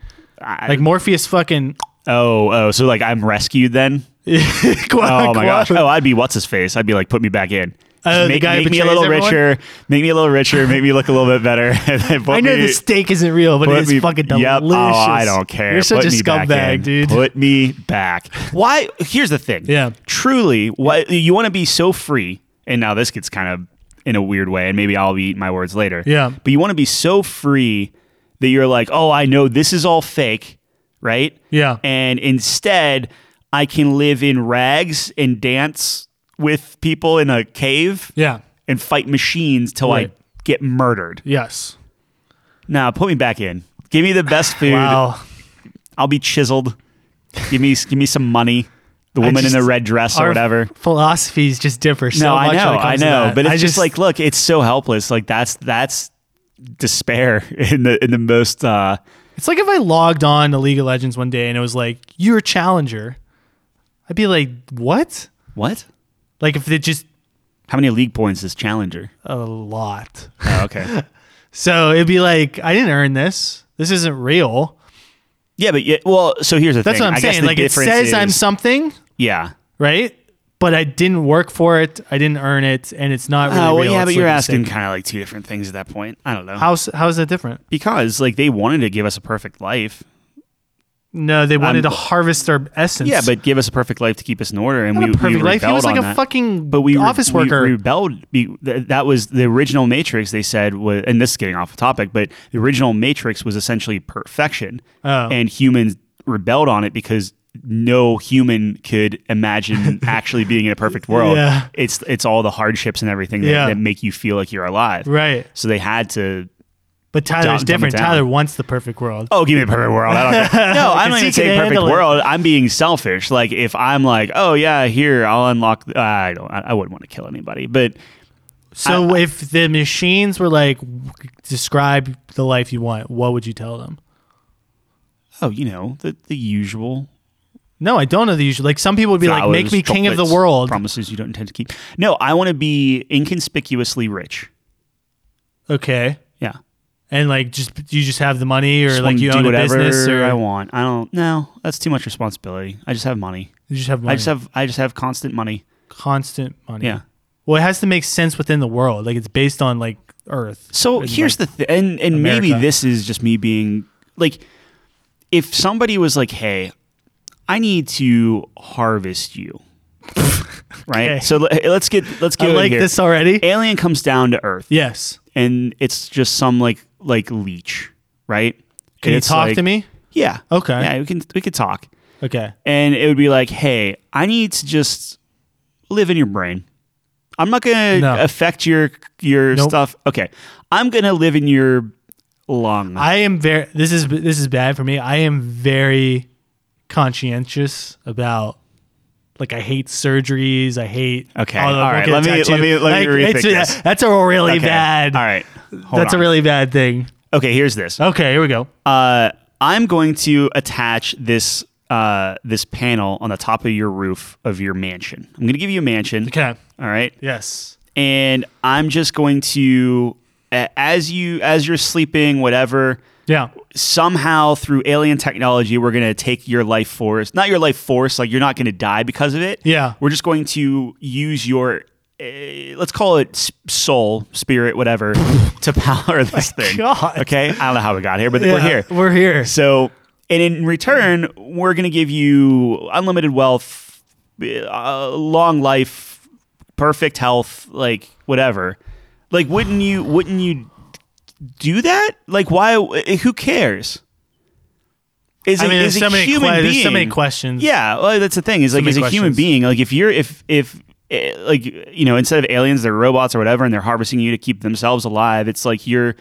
Speaker 2: I-
Speaker 1: Like Morpheus fucking.
Speaker 2: Oh, oh, so like I'm rescued then? Oh my gosh. Oh, I'd be what's his face? I'd be like, put me back in.
Speaker 1: Oh, the
Speaker 2: make
Speaker 1: guy who
Speaker 2: make me a
Speaker 1: betrays
Speaker 2: little
Speaker 1: everyone?
Speaker 2: richer. Make me a little richer. Make me look a little bit better. and then put
Speaker 1: I know
Speaker 2: me-
Speaker 1: the steak isn't real, but
Speaker 2: put
Speaker 1: it's
Speaker 2: me-
Speaker 1: fucking delicious.
Speaker 2: Yep. Oh, I don't care.
Speaker 1: You're such
Speaker 2: Put
Speaker 1: a
Speaker 2: me back in.
Speaker 1: scumbag, dude.
Speaker 2: Put me back. Why? Here's the thing.
Speaker 1: Yeah.
Speaker 2: Truly, why you want to be so free? And now this gets kind of in a weird way, and maybe I'll be eating my words later.
Speaker 1: Yeah.
Speaker 2: But you want to be so free that you're like, oh, I know this is all fake, right?
Speaker 1: Yeah.
Speaker 2: And instead, I can live in rags and dance with people in a cave
Speaker 1: yeah.
Speaker 2: and fight machines till
Speaker 1: Right.
Speaker 2: I get murdered.
Speaker 1: Yes.
Speaker 2: Now put me back in. Give me the best food.
Speaker 1: Wow.
Speaker 2: I'll be chiseled. Give me give me some money. The woman in
Speaker 1: just-
Speaker 2: the red dress or
Speaker 1: Our
Speaker 2: whatever.
Speaker 1: Philosophies just differ so
Speaker 2: No, I
Speaker 1: much.
Speaker 2: know,
Speaker 1: when it
Speaker 2: I
Speaker 1: comes to
Speaker 2: know,
Speaker 1: that.
Speaker 2: but it's
Speaker 1: I
Speaker 2: just, like, look, it's so helpless. Like that's that's despair in the in the most. uh
Speaker 1: it's like if I logged on to League of Legends one day and it was like you're a challenger, I'd be like, what?
Speaker 2: What?
Speaker 1: Like if it just
Speaker 2: How many league points is Challenger?
Speaker 1: a lot.
Speaker 2: Oh, okay.
Speaker 1: So it'd be like I didn't earn this. This isn't real.
Speaker 2: yeah, but yeah, well, so here's the
Speaker 1: That's
Speaker 2: thing.
Speaker 1: what I'm
Speaker 2: I guess
Speaker 1: saying.
Speaker 2: the
Speaker 1: Like it
Speaker 2: difference
Speaker 1: says I'm
Speaker 2: is-
Speaker 1: something,
Speaker 2: Yeah.
Speaker 1: right? But I didn't work for it. I didn't earn it, and it's not really
Speaker 2: Oh well,
Speaker 1: real.
Speaker 2: yeah,
Speaker 1: It's
Speaker 2: but you're
Speaker 1: like a
Speaker 2: asking
Speaker 1: sick-
Speaker 2: kind of like two different things at that point. I don't know
Speaker 1: How's how is that different?
Speaker 2: because like they wanted to give us a perfect life.
Speaker 1: No, they wanted
Speaker 2: I'm-
Speaker 1: to harvest our essence.
Speaker 2: Yeah, but give us a perfect life to keep us in order, and
Speaker 1: Not
Speaker 2: we
Speaker 1: a perfect
Speaker 2: we
Speaker 1: life. He
Speaker 2: rebelled
Speaker 1: was like
Speaker 2: on
Speaker 1: a
Speaker 2: that.
Speaker 1: fucking
Speaker 2: but we
Speaker 1: office
Speaker 2: we
Speaker 1: worker.
Speaker 2: rebelled. Be- th- That was the original Matrix. They said, wa- and this is getting off the topic, but the original Matrix was essentially perfection,
Speaker 1: Oh.
Speaker 2: and humans rebelled on it because no human could imagine actually being in a perfect world.
Speaker 1: Yeah.
Speaker 2: It's it's all the hardships and everything that,
Speaker 1: Yeah.
Speaker 2: that make you feel like you're alive.
Speaker 1: right.
Speaker 2: So they had to
Speaker 1: But Tyler's
Speaker 2: Dumb- dumb it
Speaker 1: different.
Speaker 2: down.
Speaker 1: Tyler wants the perfect world.
Speaker 2: Oh, give me a perfect world. I don't care. No, I'm
Speaker 1: Because he
Speaker 2: not even
Speaker 1: can
Speaker 2: saying perfect
Speaker 1: handle it.
Speaker 2: world. I'm being selfish. Like if I'm like, oh yeah, here I'll unlock. Uh, I don't. I, I wouldn't want to kill anybody, but
Speaker 1: so if the machines were like, describe the life you want, what would you tell them?
Speaker 2: oh, you know the the usual.
Speaker 1: No, I don't know the usual. Like some people would be like, make
Speaker 2: flowers,
Speaker 1: me king of the
Speaker 2: chocolates,
Speaker 1: world.
Speaker 2: Promises you don't intend to keep. No, I want to be inconspicuously rich.
Speaker 1: okay.
Speaker 2: Yeah,
Speaker 1: And like, just you just have the money, or
Speaker 2: Just
Speaker 1: like
Speaker 2: wanna
Speaker 1: you
Speaker 2: do
Speaker 1: own a
Speaker 2: whatever
Speaker 1: business, or
Speaker 2: I want. I don't. No, that's too much responsibility. I just have money.
Speaker 1: you just have money.
Speaker 2: I just have. I just have constant money.
Speaker 1: constant money.
Speaker 2: Yeah.
Speaker 1: Well, it has to make sense within the world. Like it's based on like Earth.
Speaker 2: So
Speaker 1: It's
Speaker 2: here's
Speaker 1: like-
Speaker 2: the thing, and and maybe
Speaker 1: America.
Speaker 2: this is just me being like, if somebody was like, "Hey, I need to harvest you,"
Speaker 1: Okay.
Speaker 2: right? So le- let's get let's get
Speaker 1: I like
Speaker 2: here.
Speaker 1: this already.
Speaker 2: Alien comes down to Earth,
Speaker 1: yes.
Speaker 2: and it's just some like like leech, right?
Speaker 1: Can
Speaker 2: And
Speaker 1: you
Speaker 2: it's
Speaker 1: talk
Speaker 2: like-
Speaker 1: to me?
Speaker 2: Yeah.
Speaker 1: Okay.
Speaker 2: Yeah, we can we could talk,
Speaker 1: Okay.
Speaker 2: and it would be like, "Hey, I need to just live in your brain." I'm not gonna
Speaker 1: No.
Speaker 2: affect your your
Speaker 1: Nope.
Speaker 2: stuff. Okay, I'm gonna live in your lung.
Speaker 1: I am very. This is this is bad for me. I am very conscientious about. Like I hate surgeries. I hate.
Speaker 2: Okay,
Speaker 1: the-
Speaker 2: all
Speaker 1: I won't
Speaker 2: right,
Speaker 1: get a
Speaker 2: let me- let
Speaker 1: tattoo.
Speaker 2: me- let me
Speaker 1: it's-
Speaker 2: rethink this.
Speaker 1: That's a really
Speaker 2: Okay,
Speaker 1: bad.
Speaker 2: All right, Hold
Speaker 1: that's
Speaker 2: on.
Speaker 1: a Oh. really bad thing.
Speaker 2: okay. Here's this.
Speaker 1: Okay, here we go.
Speaker 2: Uh, I'm going to attach this uh, this panel on the top of your roof of your mansion. I'm going to give you a mansion.
Speaker 1: Okay.
Speaker 2: All right.
Speaker 1: Yes.
Speaker 2: and I'm just going to a- as you as you're sleeping whatever
Speaker 1: Yeah.
Speaker 2: somehow through alien technology we're going to take your life force not your life force like you're not going to die because of it
Speaker 1: Yeah.
Speaker 2: we're just going to use your uh, let's call it s- soul spirit whatever to power this thing
Speaker 1: God.
Speaker 2: okay i don't know how we got here but we're
Speaker 1: Yeah,
Speaker 2: here
Speaker 1: We're here.
Speaker 2: so, and in return, we're going to give you unlimited wealth, uh, long life, perfect health, like whatever. Like, wouldn't you? Wouldn't you do that? Like, why? eh, Who cares? Is
Speaker 1: I
Speaker 2: it-
Speaker 1: mean,
Speaker 2: is
Speaker 1: there's
Speaker 2: a
Speaker 1: so many.
Speaker 2: human
Speaker 1: que- there's so many
Speaker 2: being-
Speaker 1: questions.
Speaker 2: yeah, well, that's the thing. Is like,
Speaker 1: many
Speaker 2: as a human
Speaker 1: questions.
Speaker 2: being, like if you're if if eh, like you know, instead of aliens, they're robots or whatever, and they're harvesting you to keep themselves alive. It's like you're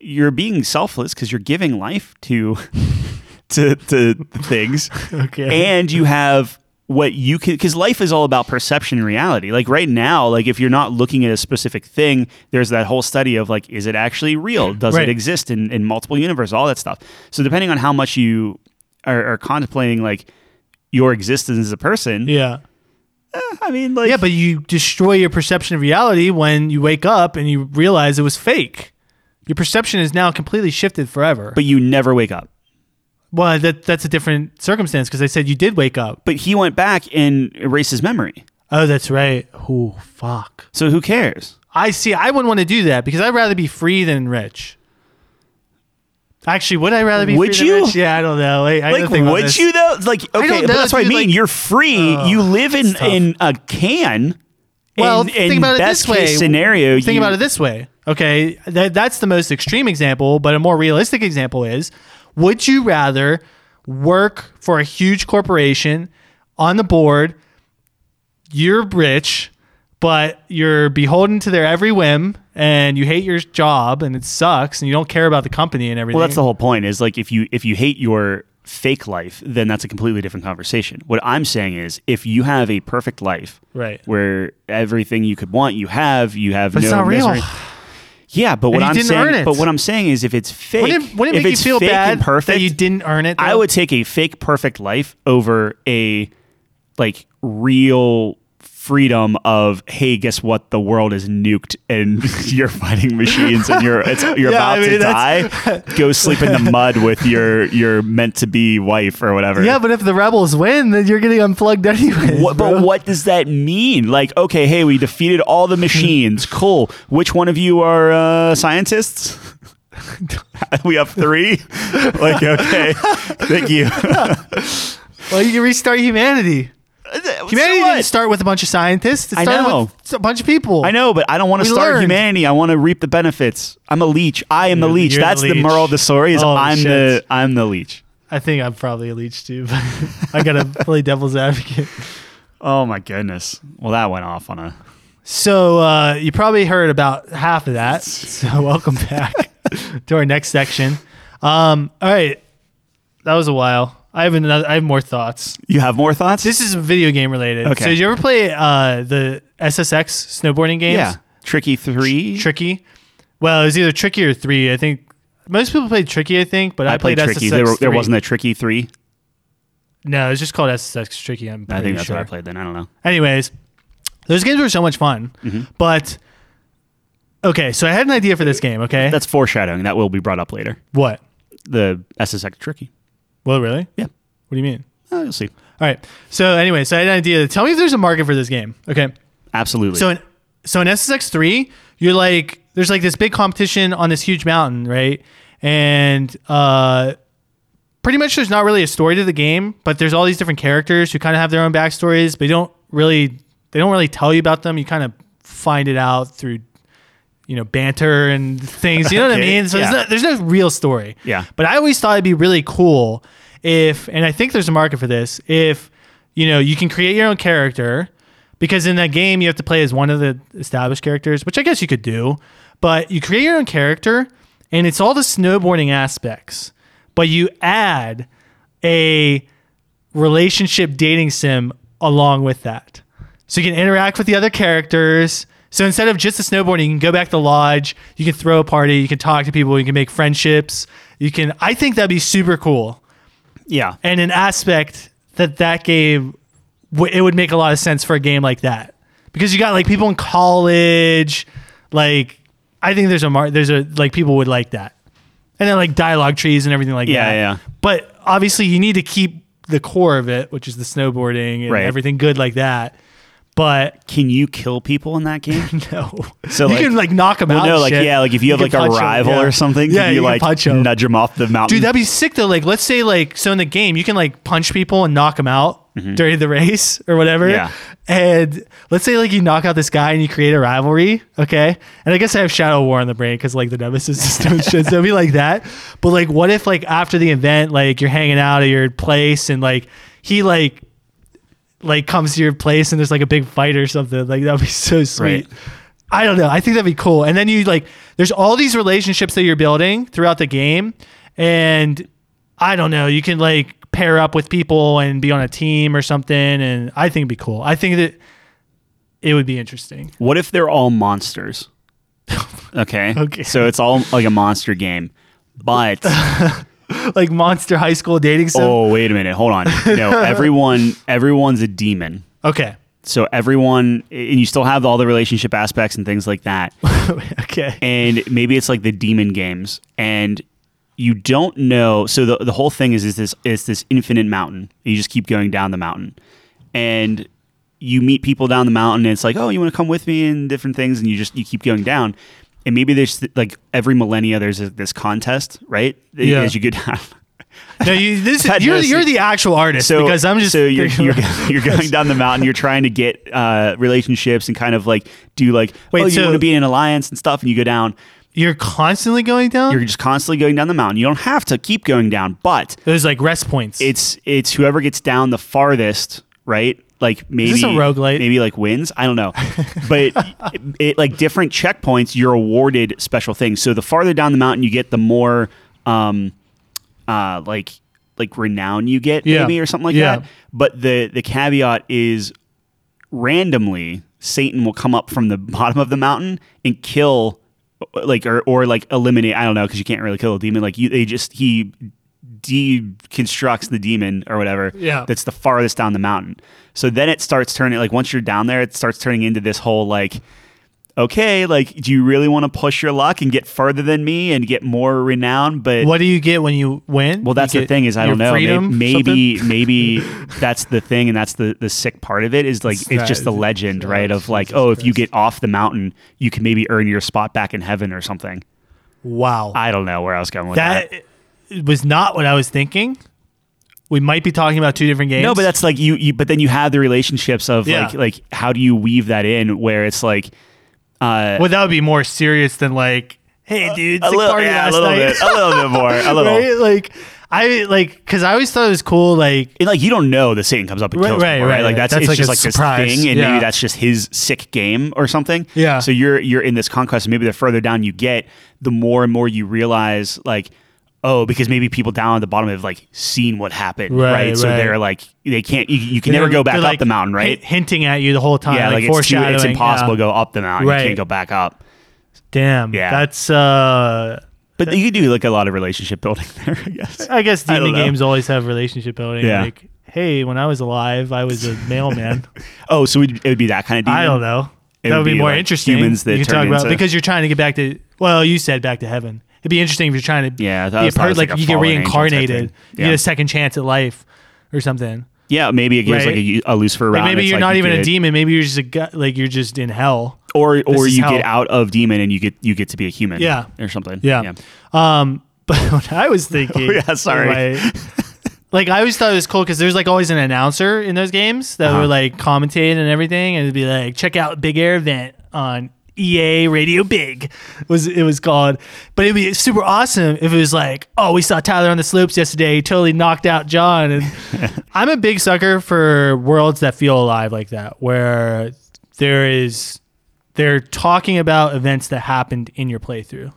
Speaker 2: you're being selfless because you're giving life to to to things,
Speaker 1: Okay.
Speaker 2: and you have what you can because life is all about perception and reality like right now like if you're not looking at a specific thing there's that whole study of like is it actually real does
Speaker 1: Right.
Speaker 2: it exist in, in multiple universes all that stuff so depending on how much you are, are contemplating like your existence as a person
Speaker 1: yeah.
Speaker 2: i mean like
Speaker 1: Yeah, but you destroy your perception of reality when you wake up and you realize it was fake. Your perception is now completely shifted forever.
Speaker 2: but you never wake up
Speaker 1: well, that that's a different circumstance because I said you did wake up.
Speaker 2: but he went back and erased his memory
Speaker 1: Oh, that's right. Oh, fuck.
Speaker 2: so who cares
Speaker 1: I see. I wouldn't want to do that because I'd rather be free than rich. Actually, would I rather be
Speaker 2: Would
Speaker 1: free
Speaker 2: you?
Speaker 1: Than rich? Yeah, I don't know. I, I
Speaker 2: like
Speaker 1: didn't think about
Speaker 2: would
Speaker 1: this.
Speaker 2: you though like okay
Speaker 1: don't
Speaker 2: but
Speaker 1: know,
Speaker 2: that's what i
Speaker 1: dude,
Speaker 2: mean
Speaker 1: like- uh,
Speaker 2: you're free you live in
Speaker 1: tough.
Speaker 2: in a can
Speaker 1: Well,
Speaker 2: and,
Speaker 1: think
Speaker 2: and
Speaker 1: about it
Speaker 2: best
Speaker 1: this way.
Speaker 2: case scenario
Speaker 1: Think
Speaker 2: you-
Speaker 1: about it this way. Okay, that, that's the most extreme example, but a more realistic example is: Would you rather work for a huge corporation on the board? You're rich, but you're beholden to their every whim, and you hate your job, and it sucks, and you don't care about the company and everything.
Speaker 2: well that's the whole point is like if you if you hate your fake life then that's a completely different conversation what i'm saying is if you have a perfect life
Speaker 1: Right.
Speaker 2: where everything you could want you have you have
Speaker 1: But
Speaker 2: no
Speaker 1: it's not real.
Speaker 2: misery yeah but what
Speaker 1: you
Speaker 2: i'm
Speaker 1: didn't
Speaker 2: saying
Speaker 1: earn it.
Speaker 2: but what i'm saying is if it's fake
Speaker 1: Wouldn't it, wouldn't it
Speaker 2: if
Speaker 1: make you
Speaker 2: it's
Speaker 1: feel
Speaker 2: fake
Speaker 1: bad
Speaker 2: and perfect
Speaker 1: that you didn't earn it?
Speaker 2: I
Speaker 1: though?
Speaker 2: would take a fake perfect life over a like real freedom of hey guess what the world is nuked and you're fighting machines and you're it's, you're
Speaker 1: Yeah,
Speaker 2: about
Speaker 1: I
Speaker 2: to
Speaker 1: mean,
Speaker 2: die go sleep in the mud with your your meant to be wife or whatever
Speaker 1: Yeah, but if the rebels win, then you're getting unplugged anyway.
Speaker 2: what, but what does that mean? Like, okay, hey, we defeated all the machines. Cool. Which one of you are uh, scientists? we have three. like, okay, thank you.
Speaker 1: Well, you can restart humanity. Humanity
Speaker 2: So what?
Speaker 1: didn't start with a bunch of scientists. It
Speaker 2: I
Speaker 1: started
Speaker 2: know.
Speaker 1: with a bunch of people.
Speaker 2: I know, but I don't want to
Speaker 1: We
Speaker 2: start
Speaker 1: learned.
Speaker 2: humanity. I want to reap the benefits. I'm a leech. I am the
Speaker 1: You're-
Speaker 2: leech.
Speaker 1: you're the
Speaker 2: That's the,
Speaker 1: leech.
Speaker 2: moral of the story. Is
Speaker 1: Oh,
Speaker 2: I'm
Speaker 1: shit.
Speaker 2: the I'm the leech.
Speaker 1: I think I'm probably a leech too, but I gotta play devil's advocate.
Speaker 2: Oh my goodness. Well, that went off on a.
Speaker 1: So uh, you probably heard about half of that. So welcome back. to our next section. Um, all right, that was a while. I have another. I have more thoughts.
Speaker 2: You have more thoughts?
Speaker 1: This is video game related.
Speaker 2: Okay.
Speaker 1: So did you ever play uh, the SSX snowboarding games?
Speaker 2: yeah. Tricky three.
Speaker 1: Tricky. Well, it was either Tricky or Three. I think most people played Tricky. I think, but I,
Speaker 2: I played tricky.
Speaker 1: SSX.
Speaker 2: There,
Speaker 1: 3.
Speaker 2: there wasn't a tricky three.
Speaker 1: No, it's just called SSX Tricky. I'm
Speaker 2: I
Speaker 1: pretty
Speaker 2: think that's
Speaker 1: sure.
Speaker 2: what I played then. I don't know.
Speaker 1: Anyways, those games were so much fun.
Speaker 2: Mm-hmm.
Speaker 1: But okay, so I had an idea for this game. Okay,
Speaker 2: That's foreshadowing. That will be brought up later.
Speaker 1: what?
Speaker 2: The SSX tricky.
Speaker 1: Well, really?
Speaker 2: Yeah.
Speaker 1: What do you mean?
Speaker 2: Oh, you'll see.
Speaker 1: All right. So anyway, so I had an idea. Tell me if there's a market for this game. Okay.
Speaker 2: Absolutely.
Speaker 1: So in so in SSX three, you're like there's like this big competition on this huge mountain, right? And uh pretty much there's not really a story to the game, but there's all these different characters who kind of have their own backstories, but you don't really they don't really tell you about them. You kind of find it out through you know banter and things. You know what I
Speaker 2: Okay,
Speaker 1: mean? So
Speaker 2: yeah.
Speaker 1: there's, no, there's no real story.
Speaker 2: Yeah.
Speaker 1: But I always thought it'd be really cool if, and I think there's a market for this, if you know you can create your own character, because in that game you have to play as one of the established characters, which I guess you could do, but you create your own character, and it's all the snowboarding aspects, but you add a relationship dating sim along with that. So you can interact with the other characters. So instead of just the snowboarding, you can go back to the lodge, you can throw a party, you can talk to people, you can make friendships. You can I think that'd be super cool.
Speaker 2: yeah.
Speaker 1: And an aspect that that game w- it would make a lot of sense for a game like that. Because you got like people in college, like I think there's a mar- there's a like people would like that. And then like dialogue trees and everything like
Speaker 2: Yeah,
Speaker 1: that.
Speaker 2: yeah.
Speaker 1: But obviously, you need to keep the core of it, which is the snowboarding and
Speaker 2: Right.
Speaker 1: everything good like that. But
Speaker 2: Can you kill people in that game?
Speaker 1: no,
Speaker 2: So,
Speaker 1: you
Speaker 2: like-
Speaker 1: can like knock them
Speaker 2: well,
Speaker 1: out.
Speaker 2: no,
Speaker 1: and
Speaker 2: like
Speaker 1: Oh, shit.
Speaker 2: yeah, like if you, have
Speaker 1: can
Speaker 2: like a
Speaker 1: punch 'em,
Speaker 2: rival
Speaker 1: yeah.
Speaker 2: or something,
Speaker 1: yeah,
Speaker 2: can you,
Speaker 1: can
Speaker 2: like
Speaker 1: punch 'em.
Speaker 2: nudge them off the mountain.
Speaker 1: Dude, that'd be sick though. Like, let's say like so in the game, you can like punch people and knock them out during the race or whatever.
Speaker 2: Yeah.
Speaker 1: And let's say like you knock out this guy and you create a rivalry. Okay. And I guess I have Shadow War on the brain because like the Nemesis system and shit. So it'd be like that. But like, what if like after the event, like you're hanging out at your place and like he like like comes to your place and there's like a big fight or something. Like that'd be so sweet.
Speaker 2: Right.
Speaker 1: I don't know. I think that'd be cool. And then you like there's all these relationships that you're building throughout the game and I don't know, you can like pair up with people and be on a team or something and I think it'd be cool. I think that it would be interesting.
Speaker 2: What if they're all monsters? Okay.
Speaker 1: Okay.
Speaker 2: So it's all like a monster game. But
Speaker 1: Like monster high school dating sim.
Speaker 2: oh, wait a minute. Hold on. No, everyone everyone's a demon.
Speaker 1: Okay.
Speaker 2: So everyone and you still have all the relationship aspects and things like that.
Speaker 1: okay.
Speaker 2: and maybe it's like the demon games and you don't know so the, the whole thing is is this is this infinite mountain you just keep going down the mountain and you meet people down the mountain and it's like oh you want to come with me and different things and you just you keep going down and maybe there's like every millennia there's this contest right
Speaker 1: Yeah.
Speaker 2: as you go down
Speaker 1: No, you this
Speaker 2: That
Speaker 1: you're
Speaker 2: does-
Speaker 1: you're the actual artist
Speaker 2: so
Speaker 1: because I'm just
Speaker 2: so you're,
Speaker 1: thinking
Speaker 2: you're,
Speaker 1: about-
Speaker 2: you're going down the mountain. You're trying to get uh, relationships and kind of like do like
Speaker 1: Wait,
Speaker 2: oh you
Speaker 1: so-
Speaker 2: want to be in an alliance and stuff, and you go down.
Speaker 1: you're constantly going down.
Speaker 2: You're just constantly going down the mountain. You don't have to keep going down, but
Speaker 1: There's like rest points.
Speaker 2: it's it's whoever gets down the farthest, right? Like maybe
Speaker 1: this a roguelite?
Speaker 2: maybe like wins. I don't know, but it, it, like different checkpoints, you're awarded special things. So the farther down the mountain you get, the more um, uh, like like renown you get,
Speaker 1: Yeah.
Speaker 2: maybe or something like
Speaker 1: Yeah.
Speaker 2: that. But the the caveat is randomly Satan will come up from the bottom of the mountain and kill like or, or like eliminate I don't know because you can't really kill a demon like you they just he deconstructs the demon or whatever
Speaker 1: Yeah.
Speaker 2: that's the farthest down the mountain so then it starts turning like once you're down there it starts turning into this whole like okay like do you really want to push your luck and get farther than me and get more renown but
Speaker 1: What do you get when you win?
Speaker 2: well, that's the thing is I don't know. May- maybe maybe that's the thing, and that's the the sick part of it is like it's, just the
Speaker 1: that-
Speaker 2: legend, right? Of like, oh, if you get off the mountain, you can maybe earn your spot back in heaven or something.
Speaker 1: Wow,
Speaker 2: I don't know where I was going with that.
Speaker 1: that was not what I was thinking. We might be talking about two different games.
Speaker 2: No, but that's like you, you. But then you have the relationships of
Speaker 1: Yeah.
Speaker 2: like like how do you weave that in where it's like. Uh,
Speaker 1: well, that would be more serious than like, hey, dude,
Speaker 2: a
Speaker 1: sick
Speaker 2: little,
Speaker 1: party
Speaker 2: yeah, a
Speaker 1: last
Speaker 2: little
Speaker 1: night.
Speaker 2: bit, a little bit more, a little.
Speaker 1: right? Like, I like because I always thought it was cool. Like
Speaker 2: And like you don't know that Satan comes up and
Speaker 1: Right,
Speaker 2: kills
Speaker 1: right,
Speaker 2: people, right?
Speaker 1: right,
Speaker 2: Like
Speaker 1: right.
Speaker 2: that's,
Speaker 1: That's
Speaker 2: it's
Speaker 1: like
Speaker 2: just
Speaker 1: a
Speaker 2: like this
Speaker 1: surprise,
Speaker 2: thing, and
Speaker 1: yeah.
Speaker 2: maybe that's just his sick game or something.
Speaker 1: Yeah.
Speaker 2: So you're you're in this conquest, and maybe the further down you get, the more and more you realize like, oh, because maybe people down at the bottom have like seen what happened,
Speaker 1: Right,
Speaker 2: right? So
Speaker 1: right.
Speaker 2: they're like they can't you, you can never
Speaker 1: they're-
Speaker 2: go back
Speaker 1: they're,
Speaker 2: up
Speaker 1: like,
Speaker 2: the mountain, right?
Speaker 1: hint- hinting at you the whole time.
Speaker 2: yeah, like,
Speaker 1: like,
Speaker 2: it's, too,
Speaker 1: foreshadowing.
Speaker 2: it's impossible
Speaker 1: yeah.
Speaker 2: to go up the mountain.
Speaker 1: Right.
Speaker 2: You can't go back up.
Speaker 1: Damn.
Speaker 2: Yeah.
Speaker 1: That's uh.
Speaker 2: But you do like a lot of relationship building there, I guess.
Speaker 1: I guess
Speaker 2: I
Speaker 1: D&D
Speaker 2: don't know.
Speaker 1: games always have relationship building.
Speaker 2: Yeah.
Speaker 1: Like, hey, when I was alive, I was a mailman.
Speaker 2: Oh, so it would be that kind of demon.
Speaker 1: I don't know.
Speaker 2: It
Speaker 1: that
Speaker 2: would
Speaker 1: would be,
Speaker 2: be
Speaker 1: more
Speaker 2: like
Speaker 1: interesting.
Speaker 2: humans that
Speaker 1: you
Speaker 2: turn into-
Speaker 1: because you're trying to get back to. Well, you said back to heaven. It'd be interesting if you're trying to.
Speaker 2: Yeah, I
Speaker 1: be a part,
Speaker 2: thought it was- was
Speaker 1: like,
Speaker 2: like a
Speaker 1: you get
Speaker 2: fallen angel type
Speaker 1: reincarnated.
Speaker 2: thing.
Speaker 1: You
Speaker 2: Yeah.
Speaker 1: get a second chance at life, or something.
Speaker 2: Yeah, maybe it gives
Speaker 1: Right.
Speaker 2: like a, a Lucifer
Speaker 1: Like
Speaker 2: round.
Speaker 1: maybe
Speaker 2: It's
Speaker 1: you're
Speaker 2: like
Speaker 1: not
Speaker 2: you
Speaker 1: even a
Speaker 2: could-
Speaker 1: demon. Maybe you're just a guy, like you're just in hell.
Speaker 2: or or
Speaker 1: is
Speaker 2: you
Speaker 1: how-
Speaker 2: get out of demon and you get you get to be a human
Speaker 1: Yeah.
Speaker 2: or something yeah,
Speaker 1: Um, but what I was thinking.
Speaker 2: Oh, yeah, sorry.
Speaker 1: like- like, I always thought it was cool because there's like always an announcer in those games that
Speaker 2: Uh-huh.
Speaker 1: were like commentating and everything, and it'd be like, check out Big Air Event on EA Radio Big was it was called. But it'd be super awesome if it was like, oh, we saw Tyler on the slopes yesterday, he totally knocked out John. And I'm a big sucker for worlds that feel alive like that, where there is they're talking about events that happened in your playthrough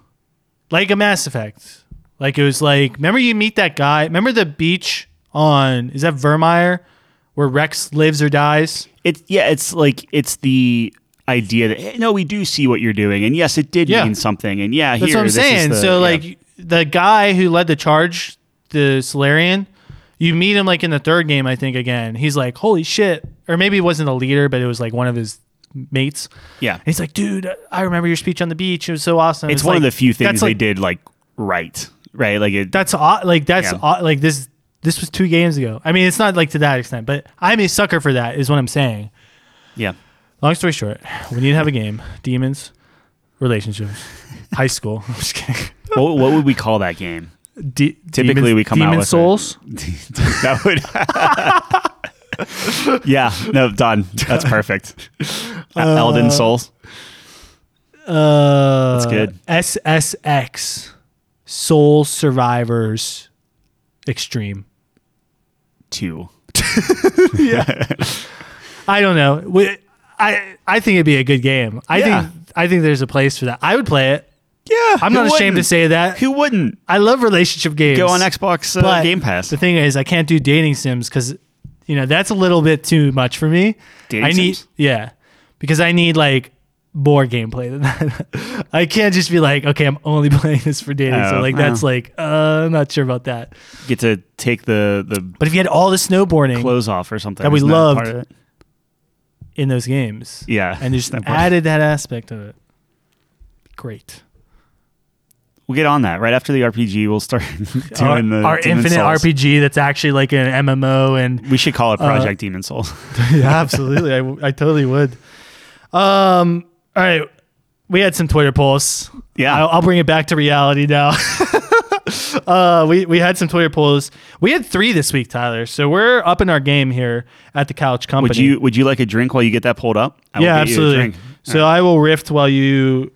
Speaker 1: like a Mass Effect. Like it was like, remember you meet that guy? Remember the beach on is that Vermeer, where Rex lives or dies?
Speaker 2: it's yeah it's like it's the idea that hey, no we do see what you're doing and yes it did
Speaker 1: Yeah.
Speaker 2: mean something and yeah
Speaker 1: That's
Speaker 2: here,
Speaker 1: what I'm
Speaker 2: this is
Speaker 1: saying.
Speaker 2: the-
Speaker 1: so
Speaker 2: yeah.
Speaker 1: like the guy who led the charge, the Solarian, you meet him like in the third game, I think. Again, he's like, holy shit, or maybe he wasn't the leader, but it was like one of his mates.
Speaker 2: yeah
Speaker 1: And he's like, dude, I remember your speech on the beach. It was so awesome.
Speaker 2: it's, one of the
Speaker 1: like-
Speaker 2: few things
Speaker 1: that's
Speaker 2: they
Speaker 1: like-
Speaker 2: did like right right like it
Speaker 1: that's aw- like that's
Speaker 2: Yeah.
Speaker 1: aw- like this this was two games ago i mean it's not like to that extent but i'm a sucker for that is what i'm saying
Speaker 2: yeah
Speaker 1: long story short we need to have a game demons relationships high school i'm just kidding
Speaker 2: what, what would we call that game
Speaker 1: De-
Speaker 2: Typically,
Speaker 1: demons,
Speaker 2: we come out
Speaker 1: demon
Speaker 2: with
Speaker 1: souls
Speaker 2: that would yeah no done that's perfect Elden Souls
Speaker 1: uh that's
Speaker 2: good.
Speaker 1: ssx soul survivors extreme
Speaker 2: two
Speaker 1: i don't know we, i i think it'd be a good game i
Speaker 2: Yeah.
Speaker 1: think i think there's a place for that i would play it
Speaker 2: yeah
Speaker 1: i'm not ashamed to say that
Speaker 2: who wouldn't
Speaker 1: I love relationship games.
Speaker 2: go on Xbox uh,
Speaker 1: but
Speaker 2: Game Pass
Speaker 1: The thing is, I can't do dating sims because, you know, that's a little bit too much for me.
Speaker 2: Dating
Speaker 1: I need,
Speaker 2: sims?
Speaker 1: yeah, because I need like more gameplay than that. I can't just be like, okay, I'm only playing this for dating. so
Speaker 2: Oh,
Speaker 1: like,
Speaker 2: oh.
Speaker 1: that's like, uh, I'm not sure about that.
Speaker 2: get to take the the
Speaker 1: But if you had all the snowboarding
Speaker 2: clothes off or something
Speaker 1: that we
Speaker 2: Isn't
Speaker 1: loved
Speaker 2: part of it?
Speaker 1: in those games,
Speaker 2: Yeah,
Speaker 1: and just
Speaker 2: that part.
Speaker 1: added that aspect of it, great.
Speaker 2: We'll get on that right after the RPG. We'll start
Speaker 1: Our,
Speaker 2: doing the
Speaker 1: our
Speaker 2: Demon
Speaker 1: infinite
Speaker 2: Souls.
Speaker 1: RPG that's actually like an MMO and
Speaker 2: We should call it
Speaker 1: Uh,
Speaker 2: Project Demon Souls.
Speaker 1: yeah, absolutely. I, w- I totally would. Um, all right. We had some Twitter polls.
Speaker 2: Yeah.
Speaker 1: I'll, I'll bring it back to reality now. uh, we, we had some Twitter polls. We had three this week, Tyler. So we're up in our game here at the Couch Company.
Speaker 2: Would you Would you like a drink while you get that pulled up? I will
Speaker 1: yeah,
Speaker 2: get you a
Speaker 1: absolutely.
Speaker 2: drink.
Speaker 1: So I will rift while you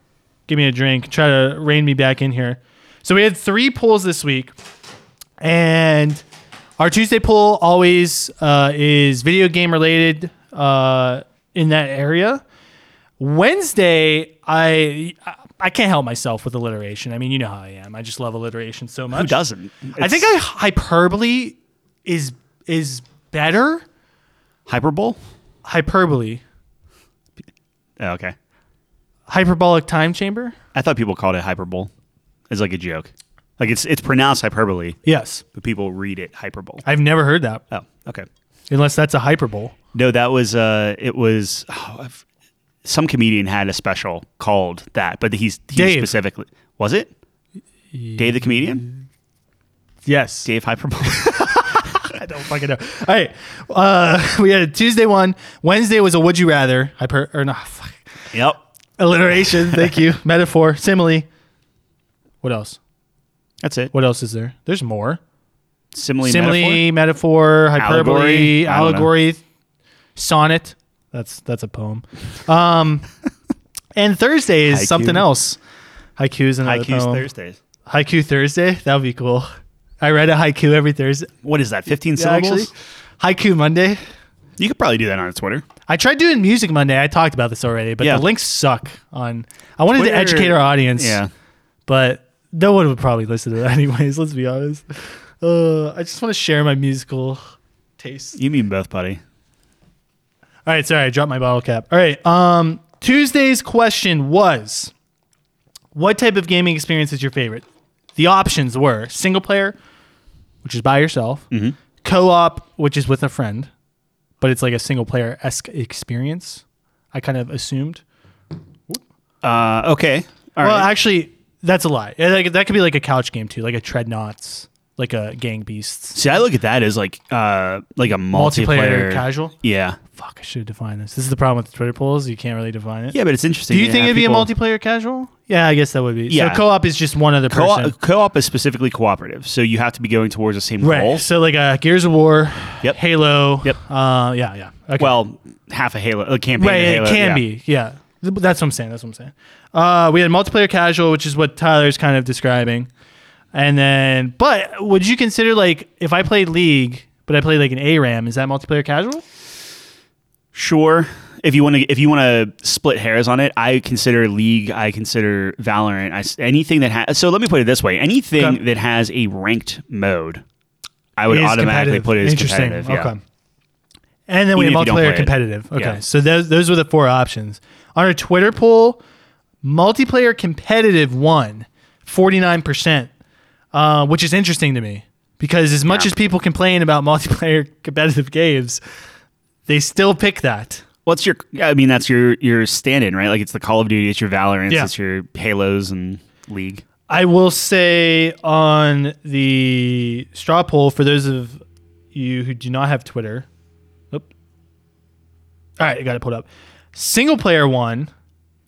Speaker 1: give me a drink, try to rein me back in here. So we had three polls this week, and our Tuesday poll always uh, is video game related uh, in that area. Wednesday, I I can't help myself with alliteration. I mean, you know how I am. I just love alliteration so much.
Speaker 2: Who doesn't?
Speaker 1: I think I, hyperbole is is better.
Speaker 2: hyperbole.
Speaker 1: Hyperbole,
Speaker 2: Oh, okay,
Speaker 1: hyperbolic time chamber.
Speaker 2: I thought people called it hyperbole. It's like a joke. Like it's it's pronounced hyperbole,
Speaker 1: Yes.
Speaker 2: but people read it hyperbole.
Speaker 1: I've never heard that
Speaker 2: Oh, okay.
Speaker 1: unless that's a hyperbole.
Speaker 2: No, that was uh, it was oh, I've, some comedian had a special called that, but he's he
Speaker 1: Dave.
Speaker 2: specifically was it Dave the comedian,
Speaker 1: Yes.
Speaker 2: Dave Hyperbole.
Speaker 1: I don't fucking know. All right. Uh, we had a Tuesday one. Wednesday was a would you rather hyper or not fuck.
Speaker 2: yep,
Speaker 1: alliteration. Thank you. Metaphor, simile. What else?
Speaker 2: that's it.
Speaker 1: What else is there? There's more.
Speaker 2: Simile, metaphor?
Speaker 1: Simile, metaphor, hyperbole,
Speaker 2: Allegory? I don't know.
Speaker 1: allegory, sonnet. That's that's a poem. Um, and Thursday is
Speaker 2: Haiku.
Speaker 1: something else. Haiku is another
Speaker 2: Haikus
Speaker 1: poem.
Speaker 2: Thursdays.
Speaker 1: Haiku Thursday. That would be cool. I read a haiku every Thursday.
Speaker 2: What is that? Fifteen
Speaker 1: Yeah, actually,
Speaker 2: syllables.
Speaker 1: haiku Monday.
Speaker 2: You could probably do that on Twitter.
Speaker 1: I tried doing music Monday. I talked about this already, but
Speaker 2: Yeah.
Speaker 1: the links suck. On I wanted
Speaker 2: Twitter-
Speaker 1: to educate our audience.
Speaker 2: Yeah.
Speaker 1: but no one would probably listen to that anyways. Let's be honest. Uh, I just want to share my musical taste.
Speaker 2: You mean both, buddy.
Speaker 1: All right, sorry, I dropped my bottle cap. All right, um, Tuesday's question was, what type of gaming experience is your favorite? The options were single player, which is by yourself,
Speaker 2: Mm-hmm.
Speaker 1: co-op, which is with a friend, but it's like a single player esque experience. I kind of assumed.
Speaker 2: Uh, okay. All right.
Speaker 1: well, actually, that's a lie. Yeah, Like, that could be like a couch game too, like a Treadnoughts, like a Gang Beasts.
Speaker 2: See, I look at that as like uh like a
Speaker 1: Multiplayer
Speaker 2: multiplayer,
Speaker 1: casual?
Speaker 2: Yeah.
Speaker 1: Fuck, I should have defined this. This is the problem with Twitter polls. You can't really define it.
Speaker 2: Yeah, but it's interesting.
Speaker 1: Do you think
Speaker 2: have
Speaker 1: it'd be a
Speaker 2: people-
Speaker 1: multiplayer casual? Yeah, I guess that would be.
Speaker 2: Yeah.
Speaker 1: So co-op is just one other person.
Speaker 2: Co-op, co-op is specifically cooperative, so you have to be going towards the same
Speaker 1: Right.
Speaker 2: goal.
Speaker 1: So like uh, Gears of War,
Speaker 2: Yep.
Speaker 1: Halo.
Speaker 2: Yep.
Speaker 1: Uh, yeah, yeah. Okay.
Speaker 2: Well, half a Halo a campaign.
Speaker 1: right,
Speaker 2: of Halo,
Speaker 1: it can
Speaker 2: yeah.
Speaker 1: be. Yeah. Th- That's what I'm saying. That's what I'm saying. Uh, we had multiplayer casual, which is what Tyler's kind of describing. And then, but would you consider like if I played League, but I played like an ARAM, is that multiplayer casual?
Speaker 2: Sure. If you want to, if you want to split hairs on it, I consider League. I consider Valorant. I s anything that has. So let me put it this way: anything
Speaker 1: Okay.
Speaker 2: that has a ranked mode, I would
Speaker 1: It is
Speaker 2: automatically
Speaker 1: competitive.
Speaker 2: put it as
Speaker 1: Interesting.
Speaker 2: competitive. Yeah.
Speaker 1: Okay. And then we
Speaker 2: Even
Speaker 1: have
Speaker 2: if you don't play
Speaker 1: multiplayer
Speaker 2: it.
Speaker 1: competitive. Okay.
Speaker 2: Yeah.
Speaker 1: So those those were the four options. On our Twitter poll, multiplayer competitive won 49%, uh, which is interesting to me because as much
Speaker 2: Yeah.
Speaker 1: as people complain about multiplayer competitive games, they still pick that.
Speaker 2: What's your? I mean, that's your your stand-in, right? Like it's the Call of Duty, it's your Valorant,
Speaker 1: Yeah.
Speaker 2: it's your Halos and League.
Speaker 1: I will say on the straw poll for those of you who do not have Twitter. Oop. All right, I got it pulled up. Single player one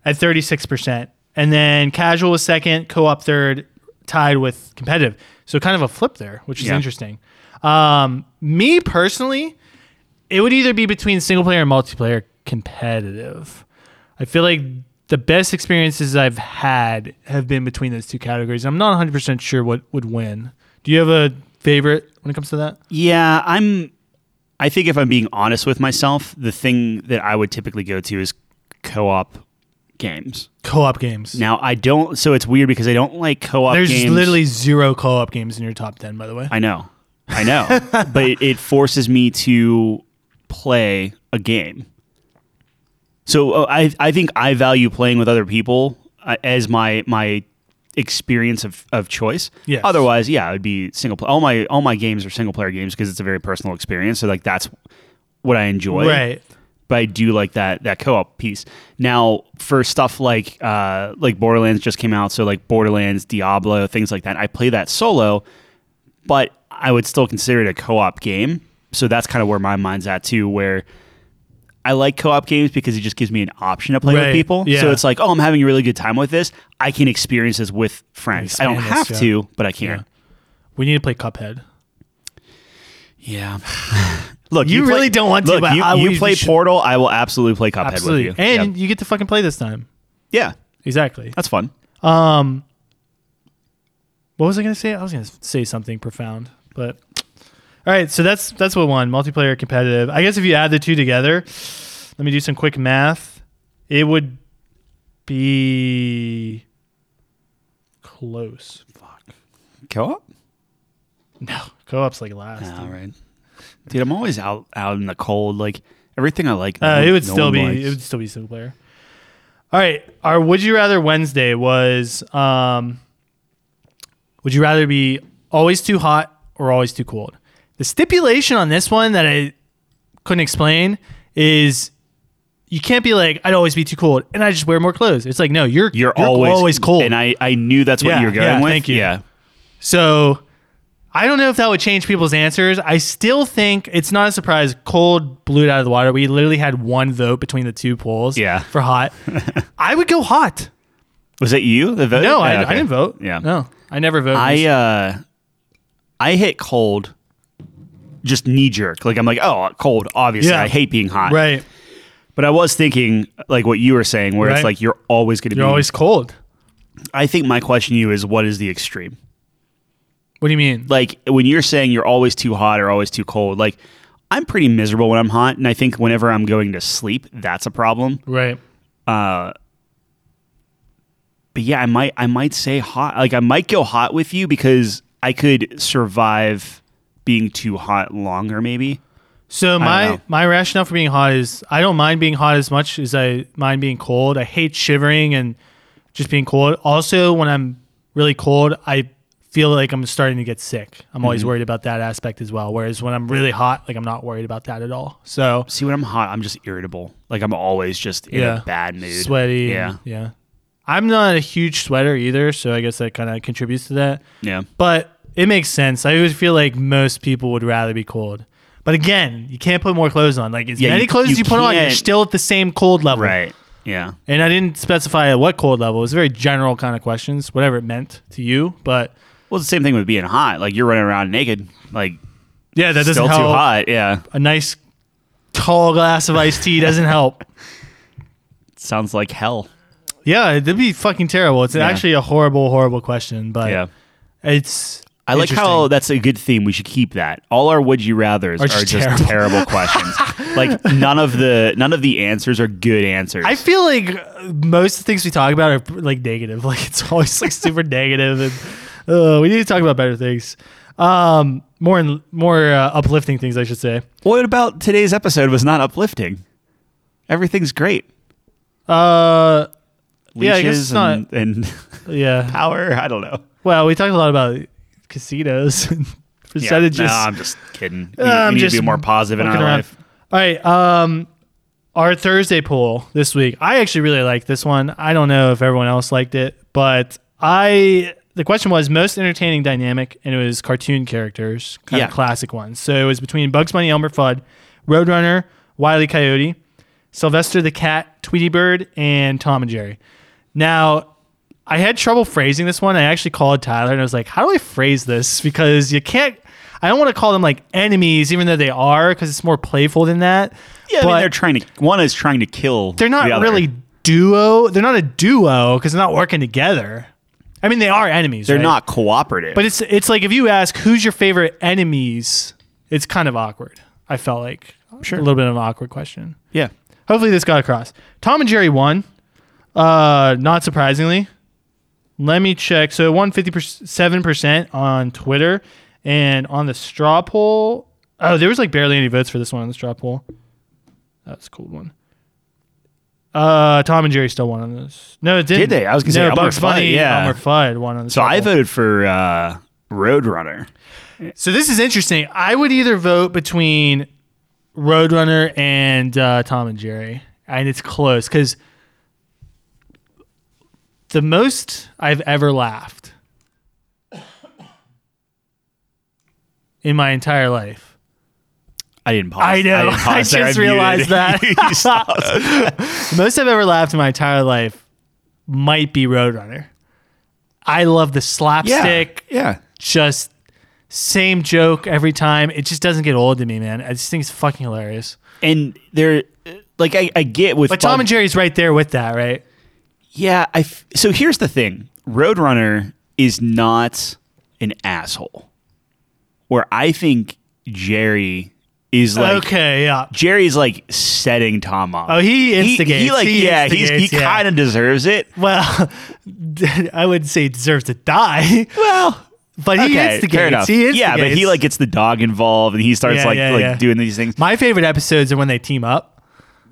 Speaker 1: at 36%, and then casual was second, co op third, tied with competitive. So kind of a flip there, which is
Speaker 2: Yeah.
Speaker 1: interesting. Um, me personally, it would either be between single player and multiplayer competitive. I feel like the best experiences I've had have been between those two categories. I'm not 100% sure what would win. Do you have a favorite when it comes to that?
Speaker 2: Yeah, I'm. I think if I'm being honest with myself, the thing that I would typically go to is co-op games.
Speaker 1: Co-op games.
Speaker 2: Now I don't. So it's weird because I don't like co-op.
Speaker 1: There's
Speaker 2: games.
Speaker 1: literally zero co-op games in your top 10, by the way.
Speaker 2: I know, I know, but it, it forces me to play a game. So uh, I I think I value playing with other people uh, as my my experience of, of choice.
Speaker 1: Yes.
Speaker 2: Otherwise, yeah, it would be single player. All my all my games are single player games because it's a very personal experience. So like that's what I enjoy
Speaker 1: right.
Speaker 2: but I do like that that co-op piece. Now, for stuff like uh, like Borderlands just came out, so like Borderlands, Diablo, things like that, I play that solo, but I would still consider it a co-op game. So that's kind of where my mind's at too, where I like co-op games because it just gives me an option to play
Speaker 1: Right,
Speaker 2: with people.
Speaker 1: yeah.
Speaker 2: So it's like, oh, I'm having a really good time with this. I can experience this with friends. I don't
Speaker 1: Experience,
Speaker 2: have
Speaker 1: yeah.
Speaker 2: to, but I can.
Speaker 1: We need to play Cuphead.
Speaker 2: Yeah. look,
Speaker 1: You
Speaker 2: play-
Speaker 1: really don't want to,
Speaker 2: look,
Speaker 1: but
Speaker 2: you,
Speaker 1: I-
Speaker 2: you
Speaker 1: we-
Speaker 2: play
Speaker 1: we should-
Speaker 2: Portal. I will absolutely play Cuphead
Speaker 1: Absolutely.
Speaker 2: with you.
Speaker 1: And
Speaker 2: Yep.
Speaker 1: you get to fucking play this time.
Speaker 2: yeah,
Speaker 1: Exactly.
Speaker 2: that's fun.
Speaker 1: Um What was I going to say? I was going to say something profound, but All right, so that's that's what won, multiplayer competitive. I guess if you add the two together, let me do some quick math. It would be close. Fuck.
Speaker 2: Co-op?
Speaker 1: No, co-op's like last.
Speaker 2: All right, dude. I'm always out out in the cold. Like everything I like,
Speaker 1: Uh,
Speaker 2: no-
Speaker 1: it would
Speaker 2: no
Speaker 1: still
Speaker 2: one
Speaker 1: be
Speaker 2: likes.
Speaker 1: it would still be single player. All right, our would you rather Wednesday was um, would you rather be always too hot or always too cold? The stipulation on this one that I couldn't explain is you can't be like I'd always be too cold and I just wear more clothes. It's like no, you're
Speaker 2: you're, always
Speaker 1: cold.
Speaker 2: and I I knew that's what
Speaker 1: Yeah,
Speaker 2: you were going
Speaker 1: yeah,
Speaker 2: with.
Speaker 1: thank you.
Speaker 2: Yeah,
Speaker 1: So I don't know if that would change people's answers. I still think it's not a surprise. Cold blew it out of the water. We literally had one vote between the two polls
Speaker 2: Yeah.
Speaker 1: for hot. I would go hot.
Speaker 2: was that you? The vote?
Speaker 1: No, I,
Speaker 2: Yeah,
Speaker 1: I
Speaker 2: okay.
Speaker 1: didn't vote.
Speaker 2: Yeah,
Speaker 1: No, I never vote.
Speaker 2: I uh, I hit cold, just knee jerk. Like I'm like, oh, cold. Obviously,
Speaker 1: Yeah.
Speaker 2: I hate being hot.
Speaker 1: right.
Speaker 2: But I was thinking like what you were saying, where
Speaker 1: Right.
Speaker 2: it's like you're always going to be.
Speaker 1: You're always cold.
Speaker 2: I think my question to you is, what is the extreme?
Speaker 1: What do you mean?
Speaker 2: like when you're saying you're always too hot or always too cold, like I'm pretty miserable when I'm hot, and I think whenever I'm going to sleep, that's a problem.
Speaker 1: right.
Speaker 2: But yeah, I might I might say hot, like I might go hot with you because I could survive being too hot longer, maybe.
Speaker 1: So my
Speaker 2: know.
Speaker 1: my rationale for being hot is I don't mind being hot as much as I mind being cold. I hate shivering and just being cold. Also, when I'm really cold, I feel like I'm starting to get sick. I'm always worried about that aspect as well. Whereas when I'm really hot, like I'm not worried about that at all. So
Speaker 2: See, when I'm hot, I'm just irritable. Like I'm always just in
Speaker 1: yeah,
Speaker 2: a bad mood,
Speaker 1: sweaty.
Speaker 2: Yeah,
Speaker 1: Yeah, yeah. I'm not a huge sweater either, so I guess that kind of contributes to that.
Speaker 2: yeah.
Speaker 1: But it makes sense. I always feel like most people would rather be cold. But again, you can't put more clothes on. Like as
Speaker 2: Yeah,
Speaker 1: many
Speaker 2: you-
Speaker 1: clothes
Speaker 2: you
Speaker 1: as you put on, you're
Speaker 2: can't-
Speaker 1: still at the same cold level.
Speaker 2: Right. Yeah.
Speaker 1: And I didn't specify at what cold level. It was very general kind of questions, whatever it meant to you. But
Speaker 2: Well, it's the same thing with being hot. Like you're running around naked. Like
Speaker 1: yeah, that doesn't
Speaker 2: still too
Speaker 1: help.
Speaker 2: hot. Yeah.
Speaker 1: A nice tall glass of iced tea doesn't help.
Speaker 2: Sounds like hell.
Speaker 1: Yeah, it'd be fucking terrible. It's actually a horrible, horrible question. But
Speaker 2: Yeah.
Speaker 1: it's
Speaker 2: I like how
Speaker 1: interesting.
Speaker 2: that's a good theme. We should keep that. All our would you rather's are
Speaker 1: just
Speaker 2: just,
Speaker 1: terrible.
Speaker 2: terrible. questions. Like none of the none of the answers are good answers.
Speaker 1: I feel like uh, most of the things we talk about are like negative. Like it's always like super negative, and uh, we need to talk about better things. Um, more and more uh, uplifting things, I should say.
Speaker 2: what about today's episode was not uplifting? Everything's great.
Speaker 1: Uh, Yeah, I guess
Speaker 2: Leashes
Speaker 1: it's not-
Speaker 2: and, and
Speaker 1: yeah.
Speaker 2: power. I don't know.
Speaker 1: Well, we talked a lot about casinos and
Speaker 2: Yeah.
Speaker 1: percentages.
Speaker 2: No, I'm just kidding. We, we
Speaker 1: Uh, I'm
Speaker 2: need
Speaker 1: just
Speaker 2: to be more positive in our
Speaker 1: fucking around.
Speaker 2: life.
Speaker 1: All right. Um, our Thursday poll this week. I actually really liked this one. I don't know if everyone else liked it, but I the question was most entertaining dynamic, and it was cartoon characters, kind
Speaker 2: Yeah.
Speaker 1: of classic ones. So it was between Bugs Bunny, Elmer Fudd, Roadrunner, Wile E. Coyote, Sylvester the Cat, Tweety Bird, and Tom and Jerry. Now, I had trouble phrasing this one. I actually called Tyler and I was like, how do I phrase this? Because you can't, I don't want to call them like enemies, even though they are, because it's more playful than that.
Speaker 2: Yeah, I
Speaker 1: but
Speaker 2: mean, they're trying to. One is trying to kill.
Speaker 1: they're not
Speaker 2: the other.
Speaker 1: really duo. They're not a duo because they're not working together. I mean, they are enemies.
Speaker 2: They're not cooperative.
Speaker 1: But it's it's like if you ask who's your favorite enemies, it's kind of awkward. I felt like
Speaker 2: Sure.
Speaker 1: a little bit of an awkward question.
Speaker 2: yeah,
Speaker 1: Hopefully this got across. Tom and Jerry won. Uh, not surprisingly. Let me check. So it won 57% on Twitter and on the straw poll. Oh, there was like barely any votes for this one on the straw poll. That's a cool one. Uh, Tom and Jerry still won on this. No, it didn't.
Speaker 2: Did they? I was gonna say
Speaker 1: no,
Speaker 2: Elmer
Speaker 1: Bugs
Speaker 2: Fudd,
Speaker 1: Bunny,
Speaker 2: yeah.
Speaker 1: Elmer Fudd won on the
Speaker 2: so
Speaker 1: straw
Speaker 2: I
Speaker 1: poll.
Speaker 2: voted for uh, Roadrunner.
Speaker 1: So this is interesting. I would either vote between Roadrunner and uh, Tom and Jerry, and it's close because the most I've ever laughed in my entire life.
Speaker 2: I didn't pause.
Speaker 1: I know.
Speaker 2: didn't
Speaker 1: I
Speaker 2: pause there.
Speaker 1: just
Speaker 2: muted.
Speaker 1: realized that.
Speaker 2: You stopped.
Speaker 1: The most I've ever laughed in my entire life might be Roadrunner. I love the slapstick,
Speaker 2: Yeah.
Speaker 1: just same joke every time. It just doesn't get old to me, man. I just think it's fucking hilarious.
Speaker 2: And they're like, I, I get with.
Speaker 1: But Tom
Speaker 2: Bug-
Speaker 1: and Jerry's right there with that, right?
Speaker 2: Yeah. I f- so here's the thing Roadrunner is not an asshole. Where I think Jerry is like.
Speaker 1: okay, yeah.
Speaker 2: Jerry's like setting Tom up.
Speaker 1: Oh, he instigates.
Speaker 2: He, like,
Speaker 1: He
Speaker 2: yeah, he's,
Speaker 1: instigates,
Speaker 2: he
Speaker 1: yeah.
Speaker 2: kind of deserves it.
Speaker 1: Well, I wouldn't say he deserves to die,
Speaker 2: Well,
Speaker 1: but he
Speaker 2: okay,
Speaker 1: instigates.
Speaker 2: fair enough.
Speaker 1: He instigates.
Speaker 2: Yeah, but he like gets the dog involved, and he starts
Speaker 1: Yeah,
Speaker 2: like
Speaker 1: yeah,
Speaker 2: like
Speaker 1: yeah.
Speaker 2: doing these things.
Speaker 1: My favorite episodes are when they team up.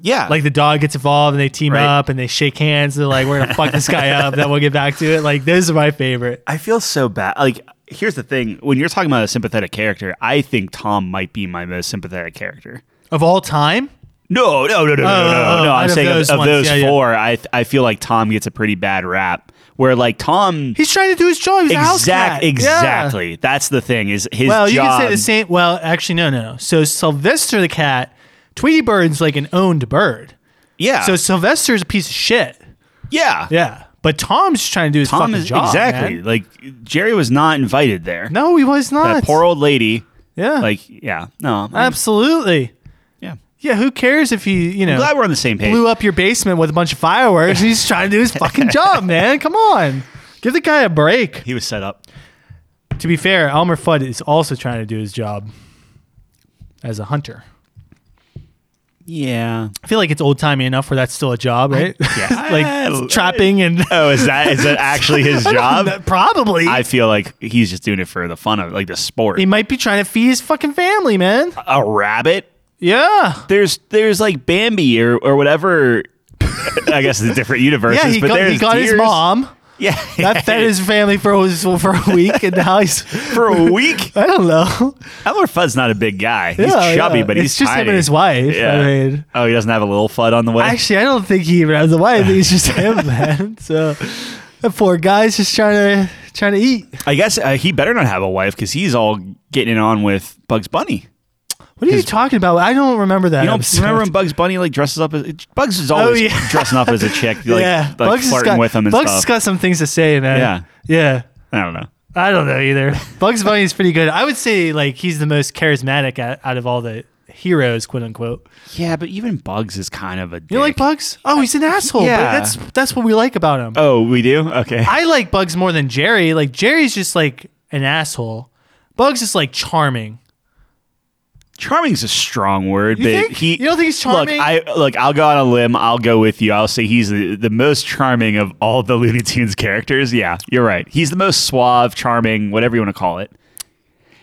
Speaker 2: Yeah,
Speaker 1: Like the dog gets involved and they team
Speaker 2: Right.
Speaker 1: up and they shake hands. They're like, "We're gonna fuck this guy up." Then we'll get back to it. Like those are my favorite.
Speaker 2: I feel so bad. Like, here's the thing: when you're talking about a sympathetic character, I think Tom might be my most sympathetic character.
Speaker 1: Of all time,
Speaker 2: No, no, no,
Speaker 1: oh,
Speaker 2: no, no, no,
Speaker 1: oh,
Speaker 2: no.
Speaker 1: out
Speaker 2: I'm
Speaker 1: of
Speaker 2: saying
Speaker 1: those
Speaker 2: of, of
Speaker 1: ones.
Speaker 2: those
Speaker 1: Yeah, yeah.
Speaker 2: four, I I feel like Tom gets a pretty bad rap. Where like Tom,
Speaker 1: he's trying to do his job. He's a house cat.
Speaker 2: exact,
Speaker 1: Yeah.
Speaker 2: exactly. That's the thing is his
Speaker 1: Well,
Speaker 2: job.
Speaker 1: you can say the same. Well, actually, no, no. no. So Sylvester the cat, Tweety Bird's like an owned bird.
Speaker 2: Yeah,
Speaker 1: So Sylvester's a piece of shit.
Speaker 2: yeah,
Speaker 1: Yeah, but Tom's just trying to do his
Speaker 2: Tom
Speaker 1: fucking
Speaker 2: is
Speaker 1: job.
Speaker 2: exactly
Speaker 1: man.
Speaker 2: like Jerry was not invited there.
Speaker 1: No, he was not.
Speaker 2: that poor old lady.
Speaker 1: yeah,
Speaker 2: Like, yeah, no, I'm-
Speaker 1: Um, absolutely.
Speaker 2: yeah.
Speaker 1: Yeah, who cares if he, you know,
Speaker 2: Glad we're on the same page.
Speaker 1: blew up your basement with a bunch of fireworks? He's trying to do his fucking job, man. Come on, give the guy a break.
Speaker 2: He was set up.
Speaker 1: To be fair, Elmer Fudd is also trying to do his job as a hunter.
Speaker 2: Yeah.
Speaker 1: I feel like it's old timey enough where that's still a job, right?
Speaker 2: Yeah.
Speaker 1: like trapping and
Speaker 2: Oh, is that is that actually his job?
Speaker 1: probably.
Speaker 2: I feel like he's just doing it for the fun of it, like the sport.
Speaker 1: he might be trying to feed his fucking family, man.
Speaker 2: A rabbit?
Speaker 1: Yeah.
Speaker 2: There's there's like Bambi or, or whatever. I guess it's a different universe.
Speaker 1: Yeah, he
Speaker 2: but
Speaker 1: got,
Speaker 2: there's
Speaker 1: he got his
Speaker 2: deers.
Speaker 1: mom.
Speaker 2: Yeah,
Speaker 1: That fed his family for his, for a week, and now he's
Speaker 2: for a week.
Speaker 1: I don't know.
Speaker 2: Elmer Fudd's not a big guy. He's
Speaker 1: Yeah,
Speaker 2: chubby,
Speaker 1: yeah.
Speaker 2: but
Speaker 1: It's
Speaker 2: he's
Speaker 1: just him
Speaker 2: tiny.
Speaker 1: and his wife. I mean-
Speaker 2: oh, he doesn't have a little Fudd on the way.
Speaker 1: Actually, I don't think he even has a wife. I think it's just him, man. So that poor guy's just trying to trying to eat.
Speaker 2: I guess uh, he better not have a wife because he's all getting it on with Bugs Bunny.
Speaker 1: What are you talking about? I don't remember that.
Speaker 2: You don't
Speaker 1: episode.
Speaker 2: remember when Bugs Bunny like dresses up as Bugs is always
Speaker 1: Oh, yeah.
Speaker 2: dressing up as a chick, like, like
Speaker 1: has
Speaker 2: flirting
Speaker 1: got,
Speaker 2: with him and
Speaker 1: Bugs has
Speaker 2: stuff.
Speaker 1: got some things to say, man. Yeah, yeah.
Speaker 2: I don't know.
Speaker 1: I don't know either. Bugs Bunny is pretty good. I would say like he's the most charismatic out, out of all the heroes, quote unquote.
Speaker 2: Yeah, but even Bugs is kind of a.
Speaker 1: You like Bugs? Oh, he's an asshole.
Speaker 2: Yeah.
Speaker 1: But that's that's what we like about him.
Speaker 2: Oh, we do. Okay.
Speaker 1: I like Bugs more than Jerry. Like Jerry's just like an asshole. Bugs is like charming.
Speaker 2: Charming's a strong word,
Speaker 1: You
Speaker 2: but
Speaker 1: think?
Speaker 2: he.
Speaker 1: You don't think he's charming?
Speaker 2: Look, I look. I'll go on a limb. I'll go with you. I'll say he's the, the most charming of all the Looney Tunes characters. Yeah, you're right. He's the most suave, charming, whatever you want to call it.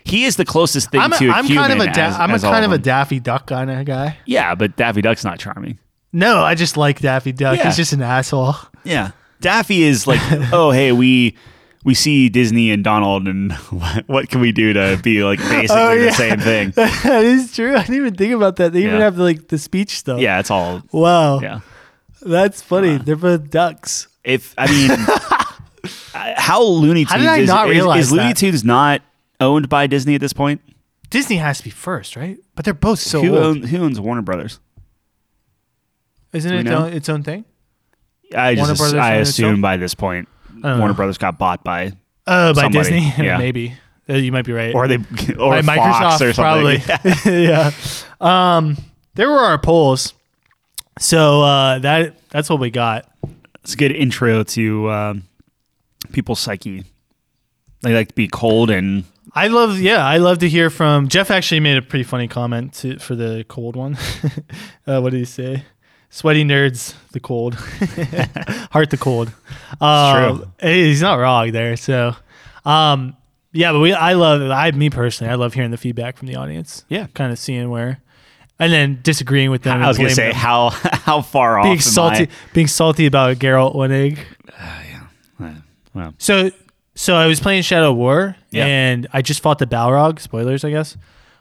Speaker 2: He is the closest thing
Speaker 1: I'm, a,
Speaker 2: to a
Speaker 1: I'm
Speaker 2: human.
Speaker 1: kind of a da-
Speaker 2: as-
Speaker 1: I'm
Speaker 2: as
Speaker 1: a
Speaker 2: all
Speaker 1: kind
Speaker 2: of
Speaker 1: of a
Speaker 2: them.
Speaker 1: Daffy Duck kind of guy.
Speaker 2: yeah, but Daffy Duck's not charming.
Speaker 1: No, I just like Daffy Duck.
Speaker 2: Yeah.
Speaker 1: He's just an asshole.
Speaker 2: Yeah, Daffy is like, oh hey, we we see Disney and Donald, and what, what can we do to be like basically
Speaker 1: Oh, yeah.
Speaker 2: the same thing?
Speaker 1: that is true. I didn't even think about that. They even
Speaker 2: Yeah.
Speaker 1: have like the speech stuff.
Speaker 2: Yeah, it's all.
Speaker 1: Wow.
Speaker 2: Yeah. Uh-huh.
Speaker 1: That's funny. They're both ducks.
Speaker 2: If I mean, I- how Looney Tunes
Speaker 1: How did I
Speaker 2: is,
Speaker 1: not
Speaker 2: is-
Speaker 1: realize
Speaker 2: is Looney
Speaker 1: that?
Speaker 2: Tunes not owned by Disney at this point?
Speaker 1: Disney has to be first, right? But they're both so
Speaker 2: Who,
Speaker 1: old.
Speaker 2: own, who owns Warner Brothers?
Speaker 1: Isn't it
Speaker 2: we know?
Speaker 1: own- its own thing?
Speaker 2: I just
Speaker 1: Warner Brothers
Speaker 2: I
Speaker 1: own its
Speaker 2: assume
Speaker 1: own?
Speaker 2: by this point
Speaker 1: don't
Speaker 2: Warner
Speaker 1: know.
Speaker 2: Brothers got bought by
Speaker 1: Oh, by
Speaker 2: Somebody.
Speaker 1: Disney.
Speaker 2: Yeah.
Speaker 1: Maybe Uh, you might be right.
Speaker 2: or they or
Speaker 1: by
Speaker 2: Fox or something.
Speaker 1: probably. yeah. Um, there were our polls, so uh, that that's what we got.
Speaker 2: It's a good intro to um, people's psyche. They like to be cold and
Speaker 1: I love, yeah, I love to hear from Jeff. Actually, made a pretty funny comment to, for the cold one. uh, what did he say? Sweaty nerds, the cold, heart the cold. Uh,
Speaker 2: true.
Speaker 1: hey, He's not wrong there. So, um, yeah, but we, I love, I, me personally, I love hearing the feedback from the audience.
Speaker 2: Yeah.
Speaker 1: kind of seeing where, and then disagreeing with them.
Speaker 2: I was
Speaker 1: and
Speaker 2: gonna say
Speaker 1: blaming them.
Speaker 2: how how far off am
Speaker 1: being salty, being salty about Geralt Winnig.
Speaker 2: I? Well,
Speaker 1: So, so I was playing Shadow War,
Speaker 2: Yeah.
Speaker 1: and I just fought the Balrog. Spoilers, I guess.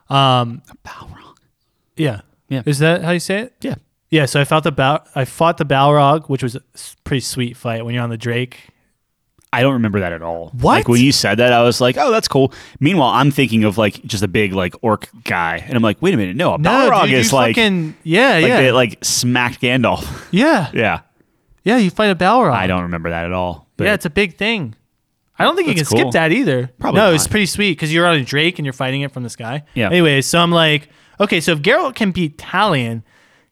Speaker 1: Um,
Speaker 2: Balrog.
Speaker 1: yeah,
Speaker 2: Yeah.
Speaker 1: Is that how you say it?
Speaker 2: Yeah.
Speaker 1: Yeah. So I fought the Bal- I fought the Balrog, which was a s- pretty sweet fight when you're on the Drake.
Speaker 2: I don't remember that at all.
Speaker 1: What?
Speaker 2: Like when you said that, I was like, "Oh, that's cool." Meanwhile, I'm thinking of like just a big like orc guy, and I'm like, "Wait a minute, no, a Balrog
Speaker 1: dude, you
Speaker 2: is like
Speaker 1: fucking, yeah,
Speaker 2: like
Speaker 1: yeah,
Speaker 2: they like smacked Gandalf."
Speaker 1: yeah,
Speaker 2: yeah,
Speaker 1: yeah. You fight a Balrog.
Speaker 2: I don't remember that at all. But
Speaker 1: yeah, it's a big thing. I don't think you can
Speaker 2: That's cool.
Speaker 1: skip that either.
Speaker 2: Probably
Speaker 1: no, it's
Speaker 2: not.
Speaker 1: pretty sweet because you're on a Drake and you're fighting it from the sky.
Speaker 2: Yeah.
Speaker 1: Anyway, so I'm like, okay, so if Geralt can beat Talion,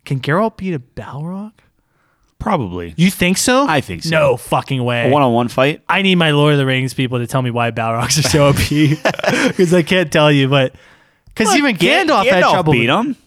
Speaker 1: can Geralt beat a Balrog?
Speaker 2: probably
Speaker 1: You think so?
Speaker 2: I think so.
Speaker 1: No fucking way.
Speaker 2: a one-on-one fight.
Speaker 1: I need my Lord of the Rings people to tell me why Balrogs are so OP because I can't tell you, but because even
Speaker 2: Gan-
Speaker 1: Gandalf, had trouble
Speaker 2: beat him.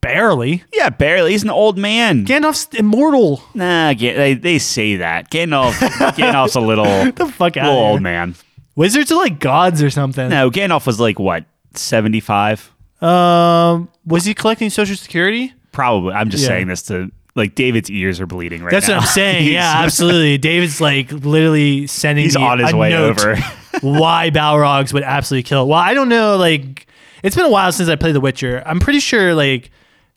Speaker 1: barely.
Speaker 2: Yeah, barely. He's an old man.
Speaker 1: Gandalf's immortal.
Speaker 2: nah, Gan- they, they say that Gandalf. Gandalf's a little,
Speaker 1: The fuck out.
Speaker 2: little old man.
Speaker 1: Wizards are like gods or something.
Speaker 2: No, Gandalf was like what seventy-five.
Speaker 1: Um, was he collecting Social Security?
Speaker 2: Probably. I'm just
Speaker 1: Yeah.
Speaker 2: saying this to like David's ears are bleeding right
Speaker 1: That's
Speaker 2: now.
Speaker 1: what I'm saying.
Speaker 2: He's-
Speaker 1: yeah, absolutely. David's like literally sending.
Speaker 2: He's
Speaker 1: me
Speaker 2: on his
Speaker 1: a
Speaker 2: way
Speaker 1: note
Speaker 2: over.
Speaker 1: why Balrogs would absolutely kill. Well, I don't know. Like, it's been a while since I played The Witcher. I'm pretty sure like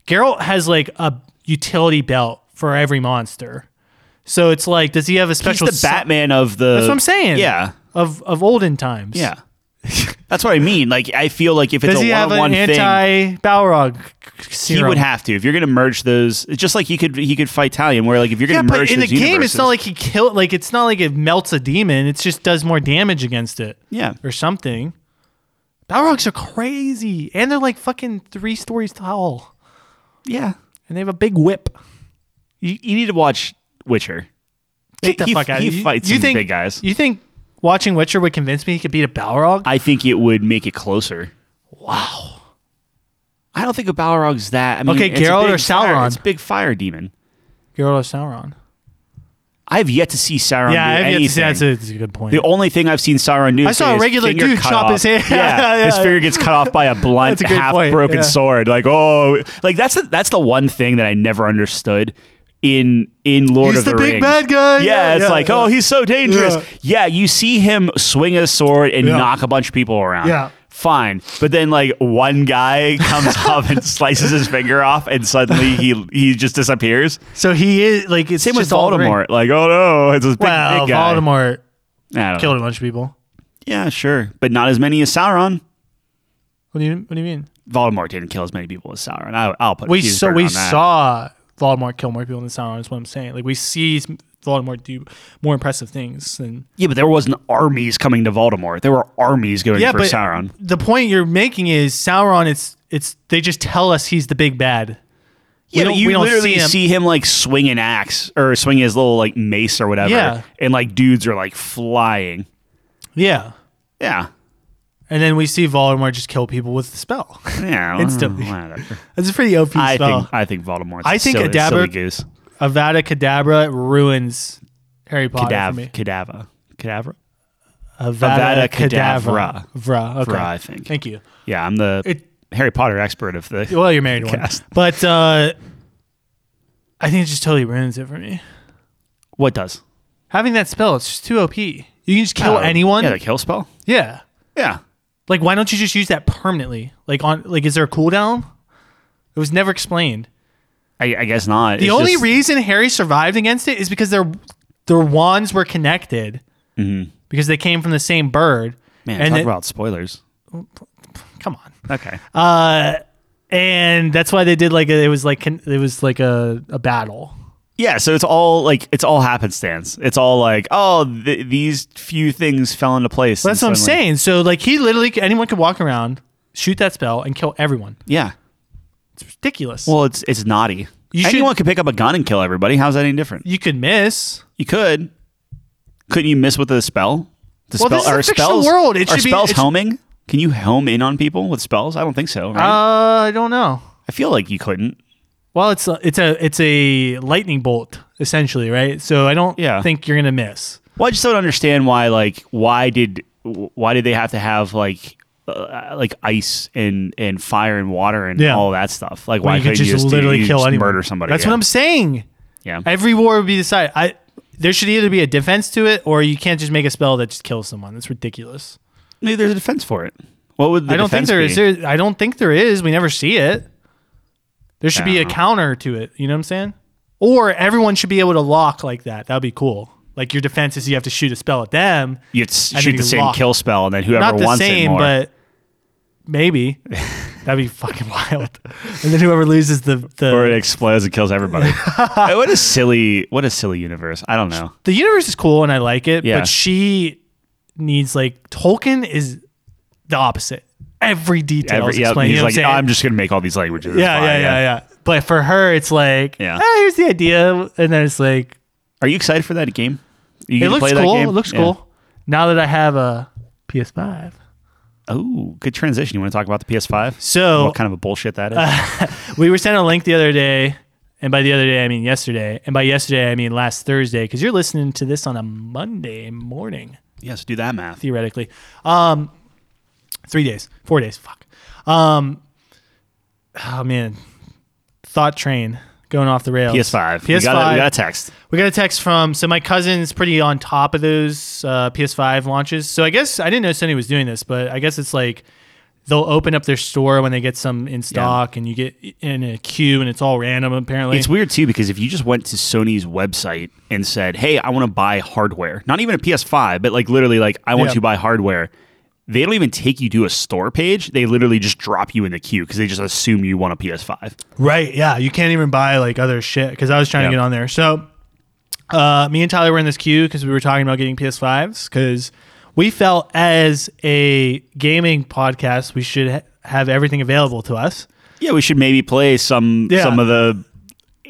Speaker 1: Geralt has like a utility belt for every monster. So it's like, does he have a
Speaker 2: He's
Speaker 1: special
Speaker 2: the Batman of the.
Speaker 1: That's what I'm saying.
Speaker 2: Yeah.
Speaker 1: of of olden times?
Speaker 2: Yeah. That's what I mean. Like, I feel like if it's
Speaker 1: Does he
Speaker 2: a
Speaker 1: have
Speaker 2: one-on-one
Speaker 1: an
Speaker 2: thing,
Speaker 1: anti Balrog?
Speaker 2: he would have to. If you're going to merge those, it's just like he could he could fight Talion. Where like if you're
Speaker 1: Yeah,
Speaker 2: going to
Speaker 1: but
Speaker 2: merge
Speaker 1: in the
Speaker 2: those
Speaker 1: game, it's
Speaker 2: universes-
Speaker 1: not like he killed. Like it's not like it melts a demon. It just does more damage against it.
Speaker 2: yeah.
Speaker 1: or something. Balrogs are crazy, and they're like fucking three stories tall,
Speaker 2: Yeah.
Speaker 1: and they have a big whip.
Speaker 2: You, you need to watch Witcher.
Speaker 1: Get the
Speaker 2: he,
Speaker 1: fuck out!
Speaker 2: He fights some big guys.
Speaker 1: You think watching Witcher would convince me he could beat a Balrog?
Speaker 2: I think it would make it closer.
Speaker 1: wow.
Speaker 2: I don't think a Balrog's that. I mean,
Speaker 1: Okay,
Speaker 2: it's a
Speaker 1: Geralt
Speaker 2: big
Speaker 1: or
Speaker 2: fire-
Speaker 1: Sauron?
Speaker 2: It's a big fire demon.
Speaker 1: Geralt of Sauron.
Speaker 2: I've yet to see Sauron.
Speaker 1: Yeah, I
Speaker 2: do
Speaker 1: have yet
Speaker 2: anything.
Speaker 1: to see- that's a, that's a good point.
Speaker 2: The only thing I've seen Sauron do.
Speaker 1: I saw a
Speaker 2: is his
Speaker 1: regular
Speaker 2: finger
Speaker 1: dude
Speaker 2: cut
Speaker 1: chop
Speaker 2: off.
Speaker 1: his hand.
Speaker 2: Yeah,
Speaker 1: Yeah,
Speaker 2: his
Speaker 1: yeah.
Speaker 2: finger gets cut off by a blunt,
Speaker 1: That's a good
Speaker 2: half
Speaker 1: point,
Speaker 2: broken
Speaker 1: yeah.
Speaker 2: sword. Like oh, like that's the, that's the one thing that I never understood in in Lord
Speaker 1: He's
Speaker 2: of
Speaker 1: the
Speaker 2: the,
Speaker 1: big
Speaker 2: Rings.
Speaker 1: bad guy.
Speaker 2: Yeah,
Speaker 1: Yeah,
Speaker 2: it's
Speaker 1: yeah,
Speaker 2: like
Speaker 1: yeah.
Speaker 2: oh, he's so dangerous. Yeah. you see him swing a sword and
Speaker 1: Yeah.
Speaker 2: knock a bunch of people around.
Speaker 1: Yeah.
Speaker 2: Fine, but then like one guy comes up and slices his finger off, and suddenly he he just disappears.
Speaker 1: so he is like it's
Speaker 2: Same with
Speaker 1: just all the ring.
Speaker 2: Voldemort. Like, oh no, it's this big,
Speaker 1: Well,
Speaker 2: big guy.
Speaker 1: Voldemort
Speaker 2: I don't know.
Speaker 1: killed a bunch of people.
Speaker 2: Yeah, sure, but not as many as Sauron.
Speaker 1: What do you What do you mean?
Speaker 2: Voldemort didn't kill as many people as Sauron. I, I'll put. a
Speaker 1: We
Speaker 2: huge
Speaker 1: so
Speaker 2: burden
Speaker 1: we
Speaker 2: on that.
Speaker 1: saw Voldemort kill more people than Sauron. Is what I'm saying. Like we see Voldemort do more impressive things than
Speaker 2: Yeah, but there wasn't armies coming to Voldemort. There were armies going
Speaker 1: yeah.
Speaker 2: for
Speaker 1: But
Speaker 2: Sauron.
Speaker 1: the point you're making is Sauron. It's it's they just tell us he's the big bad.
Speaker 2: Yeah,
Speaker 1: don't-
Speaker 2: but you
Speaker 1: we don't
Speaker 2: literally
Speaker 1: see him.
Speaker 2: like swing an axe or swing his little like mace or whatever,
Speaker 1: Yeah.
Speaker 2: and like dudes are like flying.
Speaker 1: Yeah,
Speaker 2: Yeah,
Speaker 1: and then we see Voldemort just kill people with the spell.
Speaker 2: yeah, well,
Speaker 1: Instantly.
Speaker 2: whatever.
Speaker 1: That's a pretty OP
Speaker 2: I
Speaker 1: spell.
Speaker 2: think I think Voldemort's.
Speaker 1: I think
Speaker 2: silly,
Speaker 1: Adaber-
Speaker 2: silly goose.
Speaker 1: Avada Kedavra ruins Harry Potter for
Speaker 2: Cadav-
Speaker 1: me.
Speaker 2: cadaver, cadaver.
Speaker 1: Avada,
Speaker 2: Avada
Speaker 1: Kedavra.
Speaker 2: Kedavra.
Speaker 1: Vra. Okay.
Speaker 2: Vra, I think.
Speaker 1: Thank you.
Speaker 2: Yeah, I'm the
Speaker 1: It-
Speaker 2: Harry Potter expert of the.
Speaker 1: Well, you're married to one.
Speaker 2: Cast.
Speaker 1: But uh, I think it just totally ruins it for me.
Speaker 2: What does
Speaker 1: Having that spell, it's just too OP. You can just kill
Speaker 2: Oh,
Speaker 1: anyone.
Speaker 2: Yeah,
Speaker 1: Yeah,
Speaker 2: the kill spell. Yeah,
Speaker 1: Like, why don't you just use that permanently? Like, on like, is there a cooldown? It was never explained.
Speaker 2: I, I guess not.
Speaker 1: The
Speaker 2: It's
Speaker 1: only
Speaker 2: just-
Speaker 1: reason Harry survived against it is because their their wands were connected because they came from the same bird.
Speaker 2: Mm-hmm. man,
Speaker 1: and
Speaker 2: talk
Speaker 1: it-
Speaker 2: about spoilers.
Speaker 1: come on.
Speaker 2: Okay.
Speaker 1: Uh, and that's why they did like a, it was like con- it was like a, a battle.
Speaker 2: Yeah, so it's all like it's all happenstance. It's all like oh, th- these few things fell into place.
Speaker 1: That's
Speaker 2: and
Speaker 1: what I'm
Speaker 2: suddenly-
Speaker 1: saying. So like he literally anyone could walk around, shoot that spell, and kill everyone.
Speaker 2: Yeah.
Speaker 1: It's ridiculous.
Speaker 2: Well, it's it's naughty.
Speaker 1: You should-
Speaker 2: Anyone could pick up a gun and kill everybody. How's that any different?
Speaker 1: you could miss.
Speaker 2: You could. Couldn't you miss with a spell? The
Speaker 1: Well, this is a
Speaker 2: are
Speaker 1: fictional world. It
Speaker 2: are
Speaker 1: should be-
Speaker 2: spells
Speaker 1: it should-
Speaker 2: homing? Can you home in on people with spells? I don't think so. Right?
Speaker 1: Uh, I don't know.
Speaker 2: I feel like you couldn't.
Speaker 1: Well, it's a, it's a it's a lightning bolt essentially, right? So I don't
Speaker 2: Yeah.
Speaker 1: think you're gonna miss.
Speaker 2: Well, I just don't understand why. Like, why did why did they have to have like uh, like ice and and fire and water and
Speaker 1: Yeah.
Speaker 2: all that stuff? Like,
Speaker 1: Well,
Speaker 2: why
Speaker 1: you could
Speaker 2: couldn't
Speaker 1: just
Speaker 2: you do-
Speaker 1: literally
Speaker 2: you
Speaker 1: kill
Speaker 2: just
Speaker 1: anyone.
Speaker 2: murder somebody?
Speaker 1: That's
Speaker 2: yeah.
Speaker 1: what I'm saying.
Speaker 2: Yeah.
Speaker 1: Every war would be decided. I there should either be a defense to it, or you can't just make a spell that just kills someone. That's ridiculous.
Speaker 2: Maybe there's a defense for it. What would the
Speaker 1: I don't think
Speaker 2: defense
Speaker 1: there
Speaker 2: be?
Speaker 1: is. There, I don't think there is. We never see it. There should be a
Speaker 2: Yeah.
Speaker 1: counter to it. You know what I'm saying? Or everyone should be able to lock like that. That'd be cool. Like your defense is you have to shoot a spell at them.
Speaker 2: You s-
Speaker 1: I
Speaker 2: shoot
Speaker 1: think
Speaker 2: the
Speaker 1: it's
Speaker 2: same
Speaker 1: locked.
Speaker 2: kill spell, and then whoever
Speaker 1: Not the
Speaker 2: wants it
Speaker 1: same,
Speaker 2: more.
Speaker 1: but maybe that'd be fucking wild. And then whoever loses the
Speaker 2: or it
Speaker 1: the
Speaker 2: explodes and kills everybody. Uh, what a silly, what a silly universe. I don't know.
Speaker 1: the universe is cool and I like it,
Speaker 2: Yeah.
Speaker 1: but she needs like Tolkien is the opposite. Every detail
Speaker 2: Every,
Speaker 1: is
Speaker 2: yeah,
Speaker 1: explained.
Speaker 2: he's
Speaker 1: you know
Speaker 2: like,
Speaker 1: what I'm
Speaker 2: "Oh,
Speaker 1: saying?
Speaker 2: I'm just gonna make all these languages. It's
Speaker 1: yeah,
Speaker 2: fine,
Speaker 1: yeah, yeah, yeah. But for her, it's like,
Speaker 2: Yeah.
Speaker 1: "Ah, here's the idea, and then it's like,
Speaker 2: Are you excited for that game? Are you
Speaker 1: it
Speaker 2: gonna
Speaker 1: looks
Speaker 2: play that
Speaker 1: cool.
Speaker 2: game?
Speaker 1: It looks
Speaker 2: Yeah.
Speaker 1: cool. Now that I have a PS5,
Speaker 2: Oh, good transition. You want to talk about the PS5?
Speaker 1: So-
Speaker 2: what kind of a bullshit that is?
Speaker 1: we were sent a link the other day, and by the other day I mean yesterday, and by yesterday I mean last Thursday, because you're listening to this on a Monday morning.
Speaker 2: yes, do that math.
Speaker 1: theoretically. Um, three days, four days. Fuck. Um, oh man, thought train going off the rails.
Speaker 2: PS5.
Speaker 1: PS5.
Speaker 2: We got, a, we got a text.
Speaker 1: We got a text from so my cousin's pretty on top of those uh, PS5 launches. So I guess I didn't know Sony was doing this, but I guess it's like they'll open up their store when they get some in stock, and you get in a queue, and it's all random apparently.
Speaker 2: It's weird too because if you just went to Sony's website and said, "Hey, I want to buy hardware," not even a PS5, but like literally, like I want
Speaker 1: Yeah.
Speaker 2: to buy hardware. They don't even take you to a store page. They literally just drop you in the queue because they just assume you want a PS5.
Speaker 1: Right. Yeah. You can't even buy like other shit because I was trying to
Speaker 2: Yeah.
Speaker 1: get on there. So, uh, me and Tyler were in this queue because we were talking about getting PS5s because we felt as a gaming podcast, we should ha- have everything available to us.
Speaker 2: Yeah, we should maybe play some
Speaker 1: Yeah.
Speaker 2: some of the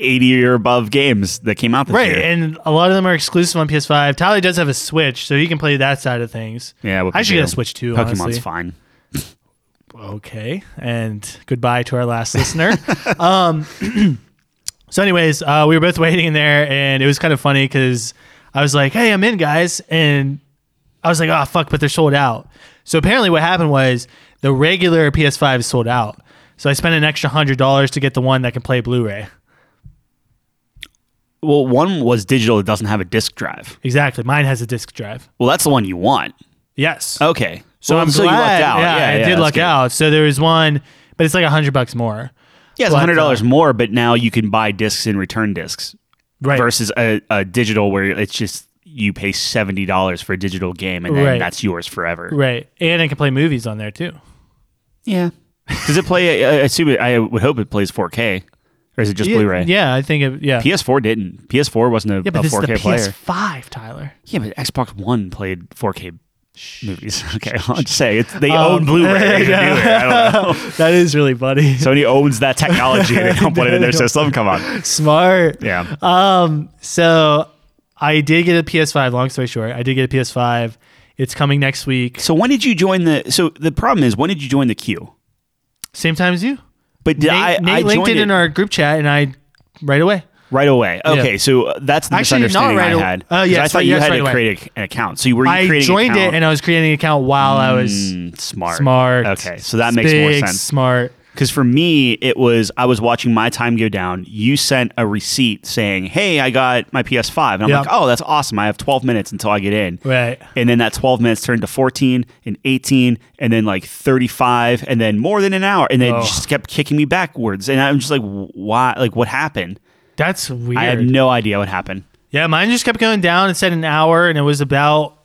Speaker 2: 80 or above games that came out this
Speaker 1: Right,
Speaker 2: year.
Speaker 1: and a lot of them are exclusive on PS5. Tyler does have a Switch, so he can play that side of things.
Speaker 2: yeah, what
Speaker 1: I
Speaker 2: we
Speaker 1: should
Speaker 2: do.
Speaker 1: get a Switch too.
Speaker 2: Pokemon's
Speaker 1: honestly.
Speaker 2: fine.
Speaker 1: Okay, and goodbye to our last listener. um, so, anyways, uh, we were both waiting in there, and it was kind of funny because I was like, "Hey, I'm in, guys," and I was like, "Oh fuck," but they're sold out. So apparently, what happened was the regular PS5 is sold out. So I spent an extra hundred dollars to get the one that can play Blu-ray.
Speaker 2: Well, one was digital that doesn't have a disc drive.
Speaker 1: Exactly, mine has a disc drive.
Speaker 2: Well, that's the one you want.
Speaker 1: Yes.
Speaker 2: Okay.
Speaker 1: So
Speaker 2: Well,
Speaker 1: I'm glad.
Speaker 2: you lucked out.
Speaker 1: Yeah, I
Speaker 2: yeah,
Speaker 1: did
Speaker 2: that's
Speaker 1: luck
Speaker 2: good.
Speaker 1: out. So there was one, but it's like a hundred bucks more.
Speaker 2: Yeah, it's
Speaker 1: But, uh,
Speaker 2: hundred dollars more, but now you can buy discs and return discs
Speaker 1: Right.
Speaker 2: versus a, a digital where it's just you pay seventy dollars for a digital game and then
Speaker 1: Right.
Speaker 2: that's yours forever.
Speaker 1: Right. And it can play movies on there too.
Speaker 2: Yeah. Does it play? I I assume it, I would hope it plays 4K, or is it just Blu-ray?
Speaker 1: Yeah, I think it, yeah.
Speaker 2: PS4 didn't. PS4 wasn't a,
Speaker 1: yeah, but
Speaker 2: a
Speaker 1: this
Speaker 2: 4K
Speaker 1: is the
Speaker 2: player.
Speaker 1: PS5, Tyler.
Speaker 2: Yeah, but Xbox One played 4K movies. Okay, I'll just say it's, they
Speaker 1: Um,
Speaker 2: own Blu-ray. They can do it. I don't know.
Speaker 1: that is really funny.
Speaker 2: Sony owns that technology. They don't put it in their system. Come on.
Speaker 1: Smart.
Speaker 2: Yeah.
Speaker 1: Um, so I did get a PS5, long story short. I did get a PS5. It's coming next week.
Speaker 2: So when did you join the? So the problem is, when did you join the queue?
Speaker 1: Same time as you.
Speaker 2: But did
Speaker 1: Nate,
Speaker 2: I,
Speaker 1: Nate
Speaker 2: I
Speaker 1: linked
Speaker 2: joined
Speaker 1: it in our group chat and I right away.
Speaker 2: right away. Okay, so uh, that's the
Speaker 1: Actually, not
Speaker 2: misunderstanding
Speaker 1: right
Speaker 2: I
Speaker 1: away.
Speaker 2: had.
Speaker 1: Oh,
Speaker 2: 'Cause
Speaker 1: yes,
Speaker 2: I thought
Speaker 1: right-
Speaker 2: you
Speaker 1: yes,
Speaker 2: had
Speaker 1: right
Speaker 2: to
Speaker 1: away.
Speaker 2: create a- an account. So you were you
Speaker 1: I
Speaker 2: creating
Speaker 1: joined
Speaker 2: an
Speaker 1: it
Speaker 2: account?
Speaker 1: and I was creating an account while I was
Speaker 2: Mm, smart.
Speaker 1: smart.
Speaker 2: Okay, so that makes more
Speaker 1: big,
Speaker 2: sense.
Speaker 1: Smart.
Speaker 2: Because for me, it was I was watching my time go down. You sent a receipt saying, "Hey, I got my PS5," and I'm
Speaker 1: Yeah.
Speaker 2: like, "Oh, that's awesome! I have 12 minutes until I get in."
Speaker 1: Right.
Speaker 2: And then that 12 minutes turned to 14 and 18 and then like 35 and then more than an hour and then it
Speaker 1: Oh.
Speaker 2: just kept kicking me backwards. And I'm just like, why? Like, what happened?
Speaker 1: That's weird.
Speaker 2: I had no idea what happened.
Speaker 1: Yeah, mine just kept going down. It said an hour, and it was about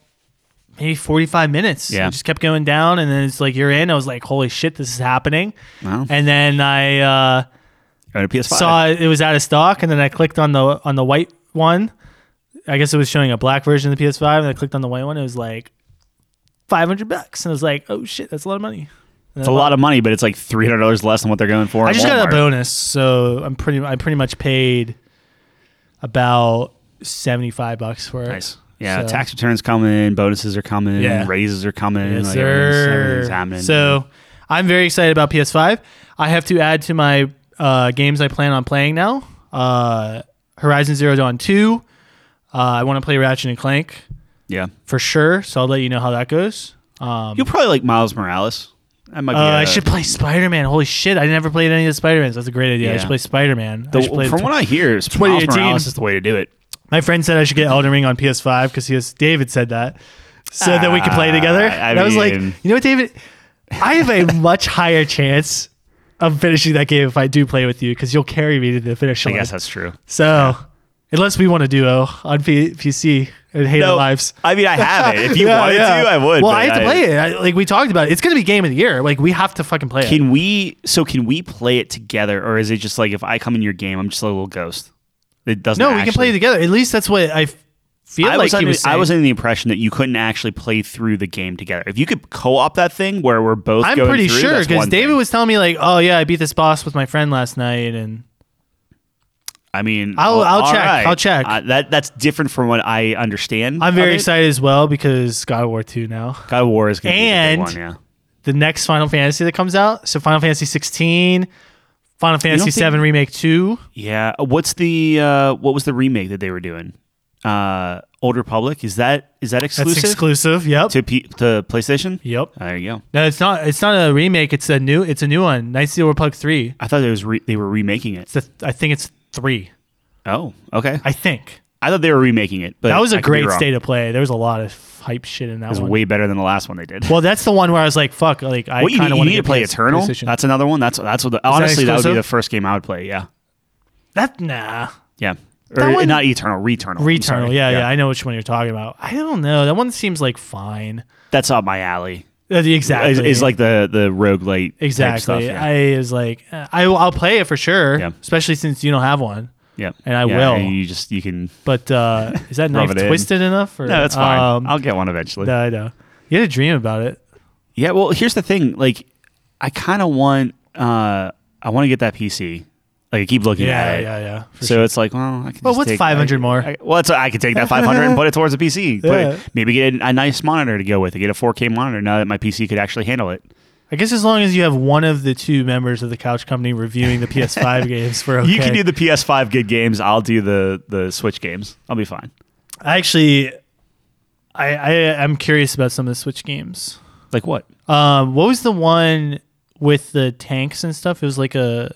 Speaker 1: maybe forty-five minutes.
Speaker 2: Yeah.
Speaker 1: it just kept going down, and then it's like you're in. I was like, "Holy shit, this is happening!"
Speaker 2: Wow.
Speaker 1: And then I uh,
Speaker 2: I had a PS5.
Speaker 1: saw it, it was out of stock, and then I clicked on the on the white one. I guess it was showing a black version of the PS5, and I clicked on the white one. It was like five hundred bucks, and I was like, "Oh shit, that's a lot of money."
Speaker 2: It's a lot of money, but it's like three hundred dollars less than what they're going for.
Speaker 1: I
Speaker 2: at
Speaker 1: just got a
Speaker 2: Walmart.
Speaker 1: bonus, so I'm pretty. I pretty much paid about seventy-five bucks for it.
Speaker 2: Nice. Yeah,
Speaker 1: So-
Speaker 2: tax returns coming, bonuses are coming,
Speaker 1: Yeah.
Speaker 2: raises are coming.
Speaker 1: Yes,
Speaker 2: like, everything's-
Speaker 1: sir.
Speaker 2: everything's happening.
Speaker 1: So I'm very excited about PS5. I have to add to my uh, games I plan on playing now uh, Horizon Zero Dawn 2. Uh, I want to play Ratchet and Clank
Speaker 2: yeah,
Speaker 1: for sure, so I'll let you know how that goes. Um,
Speaker 2: you'll probably like Miles Morales. That might be.
Speaker 1: uh,
Speaker 2: a-
Speaker 1: I should play Spider Man. Holy shit, I never played any of the Spider Mans. That's a great idea. I
Speaker 2: Yeah.
Speaker 1: should play Spider Man.
Speaker 2: the- from what I hear, is Miles
Speaker 1: 2018.
Speaker 2: Morales is the way to do it.
Speaker 1: My friend said I
Speaker 2: Mm-hmm.
Speaker 1: should get Elden Ring on PS5 because he has David said that, so that we could play together.
Speaker 2: Ah, I
Speaker 1: and I was like, you
Speaker 2: mean-
Speaker 1: know what, David, I have a much higher chance of finishing that game if I do play with you because you'll carry me to the finish
Speaker 2: I
Speaker 1: line.
Speaker 2: guess that's true.
Speaker 1: so, unless we want a duo on P- PC and hate our lives.
Speaker 2: I mean, I have it. If you
Speaker 1: Yeah,
Speaker 2: wanted
Speaker 1: yeah.
Speaker 2: to, I would.
Speaker 1: Well,
Speaker 2: but
Speaker 1: I have to play it. I, like we talked about, it. it's going to be game of the year. Like we have to fucking play it.
Speaker 2: Can we? So can we play it together, or is it just like if I come in your game, I'm just a little ghost? It doesn't.
Speaker 1: No, we can
Speaker 2: actually-
Speaker 1: play together. At least that's what I f- feel
Speaker 2: I
Speaker 1: like
Speaker 2: was,
Speaker 1: he
Speaker 2: under,
Speaker 1: was.
Speaker 2: I
Speaker 1: saying.
Speaker 2: was under the impression that you couldn't actually play through the game together. If you could co-op that thing where we're both,
Speaker 1: I'm
Speaker 2: going
Speaker 1: pretty
Speaker 2: through,
Speaker 1: sure
Speaker 2: that's
Speaker 1: because
Speaker 2: one
Speaker 1: David
Speaker 2: thing.
Speaker 1: was telling me like, oh yeah, I beat this boss with my friend last night, and
Speaker 2: I mean,
Speaker 1: I'll- I'll
Speaker 2: all
Speaker 1: check. I'll check.
Speaker 2: Uh, that that's different from what I understand.
Speaker 1: I'm
Speaker 2: of
Speaker 1: very
Speaker 2: it.
Speaker 1: excited as well because God of War two now,
Speaker 2: God of War is going to be a
Speaker 1: And-
Speaker 2: big one. Yeah,
Speaker 1: the next Final Fantasy that comes out. So Final Fantasy 16, Final Fantasy
Speaker 2: think-
Speaker 1: 7 remake two.
Speaker 2: yeah. What's the uh, what was the remake that they were doing? Uh, Old Republic is that is that
Speaker 1: That's
Speaker 2: exclusive,
Speaker 1: exclusive. Yep.
Speaker 2: to P- to PlayStation?
Speaker 1: Yep.
Speaker 2: There you go.
Speaker 1: No, it's not. It's not a remake. It's a new. It's a new one. Knights of the Old Republic three.
Speaker 2: I thought it was re- they were remaking
Speaker 1: It's
Speaker 2: it.
Speaker 1: the, I think it's three.
Speaker 2: Oh, okay.
Speaker 1: I think
Speaker 2: I thought they were remaking it, but
Speaker 1: that was
Speaker 2: a
Speaker 1: a great state of play. There was a lot of hype shit in that
Speaker 2: It was
Speaker 1: one.
Speaker 2: way better than the last one they did.
Speaker 1: well, that's the one where I was like, fuck. Like I
Speaker 2: what you
Speaker 1: kind
Speaker 2: need,
Speaker 1: of
Speaker 2: you
Speaker 1: want
Speaker 2: need to play Eternal. That's another one. That's that's what the, honestly that would
Speaker 1: exclusive?
Speaker 2: be the first game I would play. Yeah,
Speaker 1: That nah.
Speaker 2: yeah.
Speaker 1: That
Speaker 2: Or,
Speaker 1: one-
Speaker 2: not Eternal, Returnal. I'm
Speaker 1: Returnal.
Speaker 2: sorry.
Speaker 1: Yeah, yeah, I know which one you're talking about. I don't know. That one seems like fine.
Speaker 2: That's up my alley.
Speaker 1: Uh, the- Exactly.
Speaker 2: Is, is like the the roguelite type
Speaker 1: exactly.
Speaker 2: stuff, yeah.
Speaker 1: I was like, uh, I will- I'll play it for sure.
Speaker 2: Yeah.
Speaker 1: Especially since you don't have one.
Speaker 2: yeah,
Speaker 1: and I
Speaker 2: Yeah,
Speaker 1: will.
Speaker 2: You just you can.
Speaker 1: But uh, is that
Speaker 2: Rub
Speaker 1: knife
Speaker 2: it in.
Speaker 1: twisted enough? Or,
Speaker 2: No, that's fine.
Speaker 1: Um,
Speaker 2: I'll get one eventually.
Speaker 1: no, I know. You had a dream about it.
Speaker 2: Yeah. Well, here's the thing. Like, I kind of want. uh I want to get that PC. Like I keep looking
Speaker 1: Yeah,
Speaker 2: at it.
Speaker 1: yeah, yeah. for
Speaker 2: so
Speaker 1: sure.
Speaker 2: it's like, well, I can.
Speaker 1: Well,
Speaker 2: just
Speaker 1: what's
Speaker 2: take-
Speaker 1: 500
Speaker 2: I-
Speaker 1: more?
Speaker 2: I, well, it's, I could take that 500 and put it towards a PC. Put
Speaker 1: Yeah.
Speaker 2: it, maybe get a, a nice monitor to go with it. Get a 4K monitor now that my PC could actually handle it.
Speaker 1: I guess as long as you have one of the two members of the couch company reviewing the PS5 games, we're okay.
Speaker 2: You can do the PS5 good games. I'll do the the Switch games. I'll be fine.
Speaker 1: I actually, I, I I'm curious about some of the Switch games.
Speaker 2: Like what?
Speaker 1: Um, what was the one with the tanks and stuff? It was like a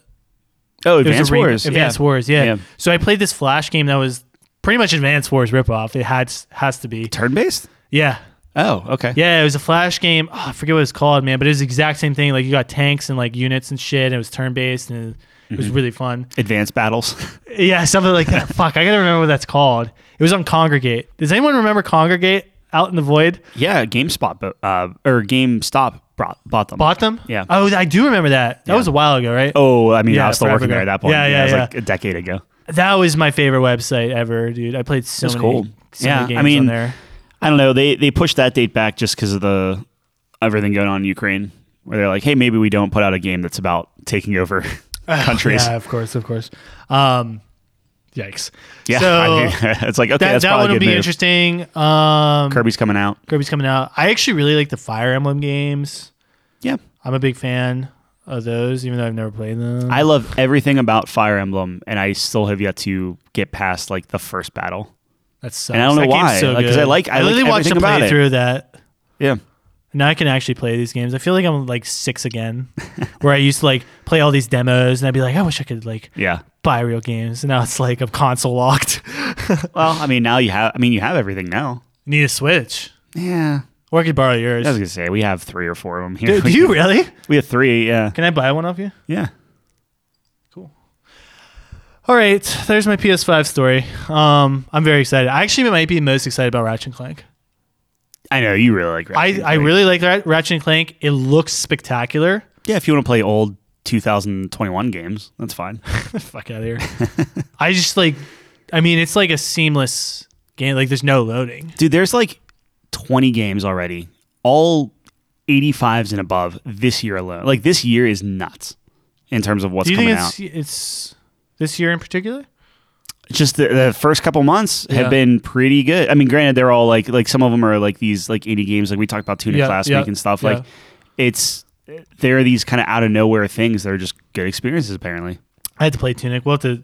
Speaker 1: it
Speaker 2: Oh,
Speaker 1: was a
Speaker 2: Advanced
Speaker 1: re-
Speaker 2: Wars.
Speaker 1: Advanced
Speaker 2: yeah.
Speaker 1: Wars, yeah.
Speaker 2: Yeah.
Speaker 1: So I played this Flash game that was pretty much Advanced Wars ripoff. It has has to be,
Speaker 2: Turn based.
Speaker 1: yeah.
Speaker 2: Oh, okay.
Speaker 1: Yeah, it was a flash game. Oh, I forget what it's called, man, but it was the exact same thing. Like you got tanks and like units and shit. And it was turn based and it
Speaker 2: Mm-hmm.
Speaker 1: was really fun.
Speaker 2: Advanced battles.
Speaker 1: Yeah, something like that. Fuck, I gotta remember what that's called. It was on Congregate. Does anyone remember Congregate out in the void?
Speaker 2: yeah, GameSpot bo- uh, or GameStop brought, bought them.
Speaker 1: Bought them?
Speaker 2: Yeah.
Speaker 1: Oh, I do remember that. That
Speaker 2: Yeah.
Speaker 1: was a while ago, right?
Speaker 2: Oh, I mean,
Speaker 1: Yeah,
Speaker 2: I was still
Speaker 1: forever
Speaker 2: working there at
Speaker 1: ago.
Speaker 2: that point.
Speaker 1: Yeah, yeah,
Speaker 2: it was
Speaker 1: yeah.
Speaker 2: like a decade ago.
Speaker 1: That was my favorite website ever, dude. I played so
Speaker 2: That's
Speaker 1: many,
Speaker 2: cool.
Speaker 1: so many
Speaker 2: Yeah, I
Speaker 1: games
Speaker 2: mean,
Speaker 1: on there.
Speaker 2: I don't know. They they pushed that date back just because of the everything going on in Ukraine, where they're like, hey, maybe we don't put out a game that's about taking over countries.
Speaker 1: Yeah, of course, of course. Um, yikes.
Speaker 2: Yeah,
Speaker 1: So
Speaker 2: I mean, it's like okay,
Speaker 1: that,
Speaker 2: that's
Speaker 1: that
Speaker 2: probably
Speaker 1: one
Speaker 2: a
Speaker 1: will
Speaker 2: good
Speaker 1: be
Speaker 2: move.
Speaker 1: interesting. Um,
Speaker 2: Kirby's coming out.
Speaker 1: Kirby's coming out. I actually really like the Fire Emblem games.
Speaker 2: Yeah,
Speaker 1: I'm a big fan of those, even though I've never played them.
Speaker 2: I love everything about Fire Emblem, and I still have yet to get past like the first battle.
Speaker 1: that sucks.
Speaker 2: and I don't know
Speaker 1: That game's
Speaker 2: why, like, 'cause I
Speaker 1: good.
Speaker 2: like- I like
Speaker 1: literally watched a
Speaker 2: everything about it.
Speaker 1: playthrough of that.
Speaker 2: Yeah,
Speaker 1: Now I can actually play these games. I feel like I'm like six again, where I used to like play all these demos, and I'd be like, I wish I could like
Speaker 2: yeah.
Speaker 1: buy real games. And now it's like I'm console locked.
Speaker 2: Well, I mean, now you have. I mean, you have everything now.
Speaker 1: Need a Switch,
Speaker 2: Yeah,
Speaker 1: or I could borrow
Speaker 2: I was
Speaker 1: yours.
Speaker 2: gonna say we have three or four of them here.
Speaker 1: Dude, do you really?
Speaker 2: We have three. Yeah,
Speaker 1: Can I buy one off you?
Speaker 2: yeah.
Speaker 1: All right, there's my PS5 story. Um, I'm very excited. I actually might be the most excited about Ratchet and Clank.
Speaker 2: I know you really like.
Speaker 1: I,
Speaker 2: Ratchet and
Speaker 1: I
Speaker 2: Clank.
Speaker 1: really like Ra- Ratchet and Clank. It looks spectacular.
Speaker 2: Yeah, if you want to play old 2021 games, that's fine.
Speaker 1: Fuck out of here. I just like, I mean, it's like a seamless game. Like, there's no loading.
Speaker 2: Dude, there's like 20 games already, all 85s and above this year alone. Like this year is nuts in terms of what's
Speaker 1: Do you
Speaker 2: coming
Speaker 1: think
Speaker 2: out.
Speaker 1: it's it's this year in particular?
Speaker 2: Just the, the first couple months
Speaker 1: Yeah.
Speaker 2: have been pretty good. I mean, granted, they're all like like some of them are like these like indie games, like we talked about Tunic
Speaker 1: Yeah,
Speaker 2: last
Speaker 1: yeah,
Speaker 2: week and stuff.
Speaker 1: yeah.
Speaker 2: Like it's there are these kind of out of nowhere things that are just good experiences apparently.
Speaker 1: I had to play Tunic. We'll have to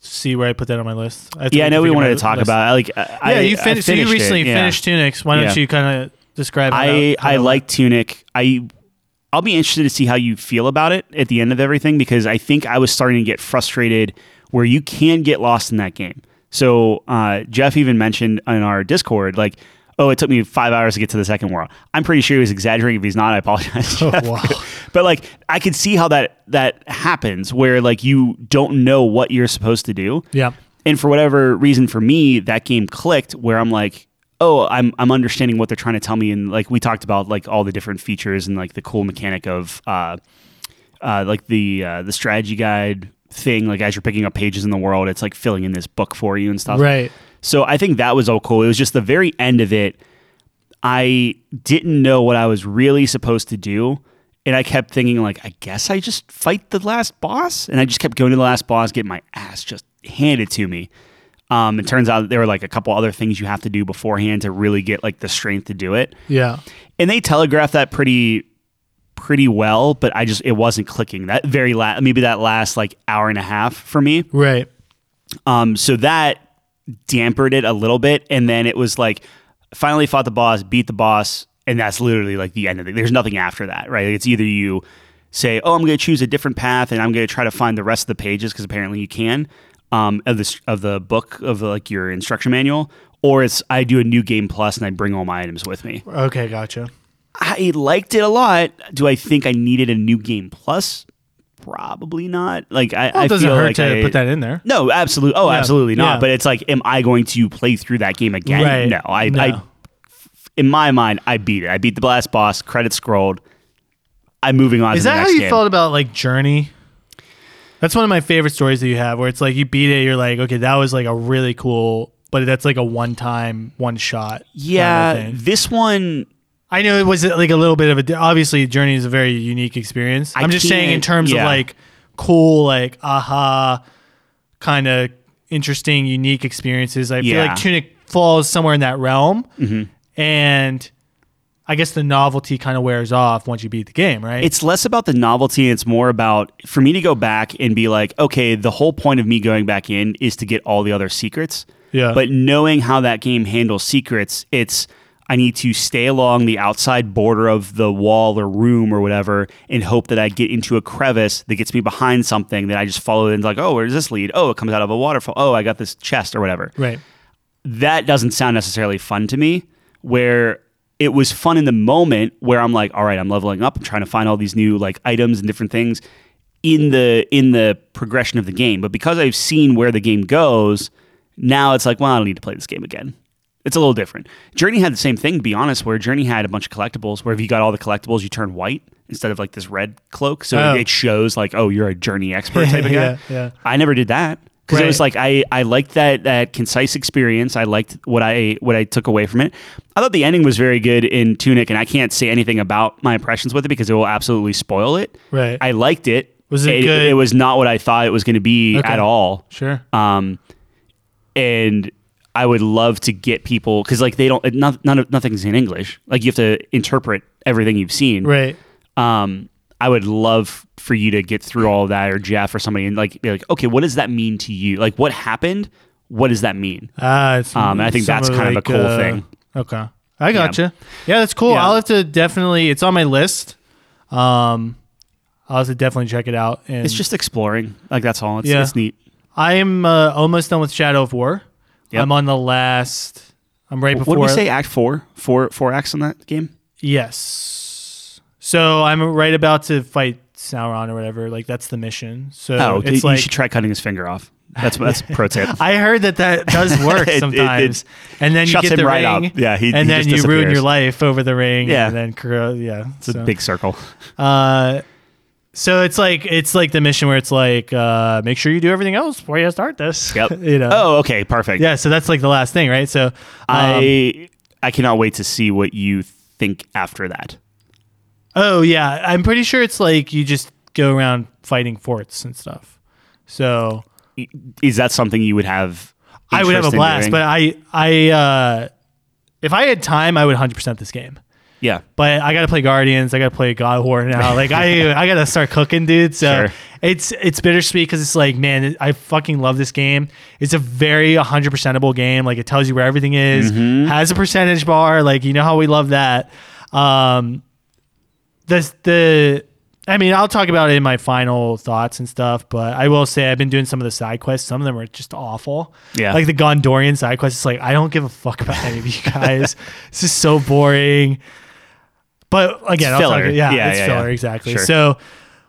Speaker 1: see where I put that on my list. I have
Speaker 2: Yeah, I know we
Speaker 1: figure
Speaker 2: wanted
Speaker 1: my
Speaker 2: to talk
Speaker 1: list.
Speaker 2: about like I,
Speaker 1: yeah, you
Speaker 2: I
Speaker 1: finished. so you
Speaker 2: finished it,
Speaker 1: recently
Speaker 2: yeah.
Speaker 1: finished Tunics. Why don't
Speaker 2: Yeah.
Speaker 1: you kind of describe? how
Speaker 2: I
Speaker 1: that- how
Speaker 2: I
Speaker 1: that
Speaker 2: like Tunic. I I'll be interested to see how you feel about it at the end of everything because I think I was starting to get frustrated where you can get lost in that game. So uh, Jeff even mentioned in our Discord like. Oh, it took me five hours to get to the second world. I'm pretty sure he was exaggerating. If he's not, I apologize.
Speaker 1: Oh,
Speaker 2: Jeff.
Speaker 1: wow.
Speaker 2: But like, I could see how that that happens, where like you don't know what you're supposed to do.
Speaker 1: Yeah.
Speaker 2: And for whatever reason, for me, that game clicked where I'm like, oh, I'm I'm understanding what they're trying to tell me. And like we talked about, like all the different features and like the cool mechanic of uh, uh, like the uh, the strategy guide thing. Like as you're picking up pages in the world, it's like filling in this book for you and stuff.
Speaker 1: Right.
Speaker 2: So I think that was all cool. It was just the very end of it. I didn't know what I was really supposed to do. And I kept thinking, like, I guess I just fight the last boss. And I just kept going to the last boss, getting my ass just handed to me. Um, it turns out there were like a couple other things you have to do beforehand to really get like the strength to do it.
Speaker 1: Yeah.
Speaker 2: And they telegraphed that pretty pretty well, but I just it wasn't clicking. That very last maybe that last like hour and a half for me.
Speaker 1: Right.
Speaker 2: Um, so that dampered it a little bit, and then it was like finally fought the boss, beat the boss, and that's literally like the end of it. There's nothing after that, right? It's either you say, "Oh, I'm going to choose a different path, and I'm going to try to find the rest of the pages because apparently you can um, of this of the book of like your instruction manual." Or it's I do a new game plus and I bring all my items with me.
Speaker 1: Okay. Gotcha.
Speaker 2: I liked it a lot. Do I think I needed a new game plus? Probably not. Like I,
Speaker 1: Well,
Speaker 2: I
Speaker 1: it doesn't
Speaker 2: feel
Speaker 1: hurt
Speaker 2: like
Speaker 1: to
Speaker 2: I-
Speaker 1: put that in there.
Speaker 2: no, absolutely. Oh,
Speaker 1: Yeah,
Speaker 2: absolutely not.
Speaker 1: yeah.
Speaker 2: But it's like, am I going to play through that game again?
Speaker 1: Right,
Speaker 2: No, I,
Speaker 1: no.
Speaker 2: I, in my mind, I beat it. I beat the last boss. Credit scrolled. I'm moving on.
Speaker 1: Is
Speaker 2: to the
Speaker 1: that how
Speaker 2: next
Speaker 1: you
Speaker 2: game.
Speaker 1: felt about like Journey? That's one of my favorite stories that you have, where it's like you beat it, you're like, okay, that was like a really cool, but that's like a one time, one shot.
Speaker 2: Yeah, this one.
Speaker 1: I know it was like a little bit of a. Obviously, Journey is a very unique experience. I am just saying in
Speaker 2: can't-
Speaker 1: terms of
Speaker 2: yeah.
Speaker 1: like cool, like aha, kind of interesting, unique experiences. I feel
Speaker 2: Yeah. Mm-hmm.
Speaker 1: like Tunic falls somewhere in that realm, and I guess the novelty kind of wears off once you beat the game, right?
Speaker 2: It's less about the novelty. It's more about for me to go back and be like, okay, the whole point of me going back in is to get all the other secrets.
Speaker 1: Yeah.
Speaker 2: But knowing how that game handles secrets, it's I need to stay along the outside border of the wall or room or whatever and hope that I get into a crevice that gets me behind something that I just follow and like, oh, where does this lead? Oh, it comes out of a waterfall. Oh, I got this chest or whatever
Speaker 1: right.
Speaker 2: that doesn't sound necessarily fun to me. Where it was fun in the moment where I'm like, all right, I'm leveling up, I'm trying to find all these new like items and different things in the in the progression of the game. But because I've seen where the game goes, now it's like, well, I don't need to play this game again. It's a little different. Journey had the same thing, to be honest, where Journey had a bunch of collectibles where if you got all the collectibles, you turn white instead of like this red cloak. So
Speaker 1: Oh.
Speaker 2: it shows like, oh, you're a Journey expert type of guy.
Speaker 1: Yeah, yeah.
Speaker 2: I never did that because
Speaker 1: Right.
Speaker 2: it was like I I liked that that concise experience. I liked what I what I took away from it. I thought the ending was very good in Tunic, and I can't say anything about my impressions with it because it will absolutely spoil it.
Speaker 1: Right.
Speaker 2: I liked it.
Speaker 1: Was it good?
Speaker 2: It was not what I thought it was going to be
Speaker 1: Okay.
Speaker 2: at all.
Speaker 1: Sure.
Speaker 2: Um, and I would love to get people because like they don't none, none of nothing's in English. Like you have to interpret everything you've seen
Speaker 1: Right.
Speaker 2: um, I would love for you to get through all that or Jeff or somebody and like be like, okay, what does that mean to you? Like what happened? What does that mean?
Speaker 1: Ah, it's
Speaker 2: Um, and I think
Speaker 1: some uh,
Speaker 2: that's kind of a cool thing.
Speaker 1: Okay, I gotcha. Yeah, that's cool.
Speaker 2: Yeah.
Speaker 1: I'll have to definitely. It's on my list. Um, I'll have to definitely check it out. And
Speaker 2: It's just exploring. Like that's all. It's,
Speaker 1: Yeah.
Speaker 2: it's neat.
Speaker 1: I am uh, almost done with Shadow of War.
Speaker 2: Yep.
Speaker 1: I'm on the last. I'm right
Speaker 2: What
Speaker 1: before.
Speaker 2: did we say? Act four, four, four acts on that game.
Speaker 1: Yes. So I'm right about to fight Sauron or whatever. Like that's the mission. So
Speaker 2: Oh,
Speaker 1: Uh, it's
Speaker 2: you
Speaker 1: like
Speaker 2: should try cutting his finger off. That's that's a pro tip.
Speaker 1: I heard that that does work
Speaker 2: It- it- it
Speaker 1: sometimes, and then you
Speaker 2: shuts
Speaker 1: get the
Speaker 2: him right up.
Speaker 1: ring,
Speaker 2: Yeah, he-
Speaker 1: and
Speaker 2: he
Speaker 1: then
Speaker 2: just
Speaker 1: you ruin
Speaker 2: disappears.
Speaker 1: your life over the ring,
Speaker 2: Yeah.
Speaker 1: and then cor- yeah,
Speaker 2: It's a big circle.
Speaker 1: Uh, so it's like it's like the mission where it's like uh, make sure you do everything else before you start this.
Speaker 2: Yep.
Speaker 1: you know.
Speaker 2: Oh, Uh, okay, perfect.
Speaker 1: Yeah. um, So that's like the last thing, right? So um,
Speaker 2: I I cannot wait to see what you think after that.
Speaker 1: Oh yeah, I'm pretty sure it's like you just go around fighting forts and stuff. So
Speaker 2: Is that something you would have?
Speaker 1: I would have a
Speaker 2: interest in
Speaker 1: blast,
Speaker 2: doing?
Speaker 1: but I I uh, if I had time, I would 100% this game.
Speaker 2: yeah,
Speaker 1: But I gotta play Guardians. I gotta play God of War now. Like I, I gotta start cooking, dude. So
Speaker 2: Sure.
Speaker 1: it's it's bittersweet because it's like, man, I fucking love this game. It's a very 100 percentable game. Like it tells you where everything is,
Speaker 2: Mm-hmm.
Speaker 1: has a percentage bar. Like you know how we love that. Um, the the I mean, I'll talk about it in my final thoughts and stuff, but I will say I've been doing some of the side quests. Some of them are just awful.
Speaker 2: Yeah.
Speaker 1: Like the Gondorian side quest, it's like, I don't give a fuck about any of you guys. this is so boring. But again, I'll
Speaker 2: filler.
Speaker 1: talk, yeah,
Speaker 2: Yeah,
Speaker 1: it's
Speaker 2: yeah,
Speaker 1: filler,
Speaker 2: yeah.
Speaker 1: exactly.
Speaker 2: Sure.
Speaker 1: So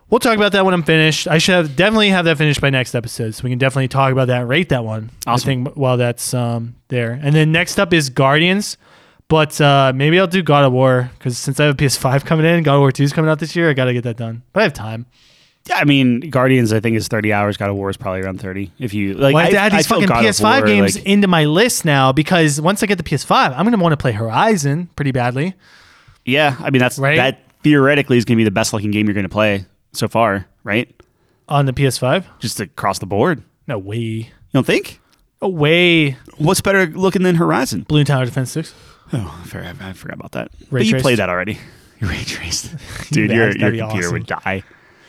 Speaker 1: we'll talk about that when I'm finished. I should have definitely have that finished by next episode. So we can definitely talk about that and rate that one.
Speaker 2: Awesome.
Speaker 1: I think while that's um, there. And then next up is Guardians. But uh, maybe I'll do God of War because since I have a PS5 coming in, God of War 2 is coming out this year. I got to get that done. But I have time.
Speaker 2: Yeah, I mean, Guardians, I think is thirty hours. God of War is probably around thirty. If you like,
Speaker 1: Well, I, have to
Speaker 2: I-
Speaker 1: add
Speaker 2: I
Speaker 1: these
Speaker 2: feel
Speaker 1: fucking
Speaker 2: God of
Speaker 1: PS5
Speaker 2: War,
Speaker 1: games
Speaker 2: like-
Speaker 1: into my list now because once I get the PS5, I'm gonna want to play Horizon pretty badly.
Speaker 2: yeah, I mean that's
Speaker 1: Right?
Speaker 2: that theoretically is going to be the best looking game you're going to play so far, right?
Speaker 1: on the PS5?
Speaker 2: Just across the board. You
Speaker 1: No way.
Speaker 2: don't think?
Speaker 1: No way.
Speaker 2: What's better looking than Horizon?
Speaker 1: Balloon Tower Defense 6.
Speaker 2: Oh, fair, I, I forgot about that.
Speaker 1: Ray
Speaker 2: but you
Speaker 1: traced.
Speaker 2: played that already. You ray traced, dude.
Speaker 1: Yeah,
Speaker 2: your
Speaker 1: that'd
Speaker 2: your
Speaker 1: be
Speaker 2: computer
Speaker 1: awesome.
Speaker 2: would die. Are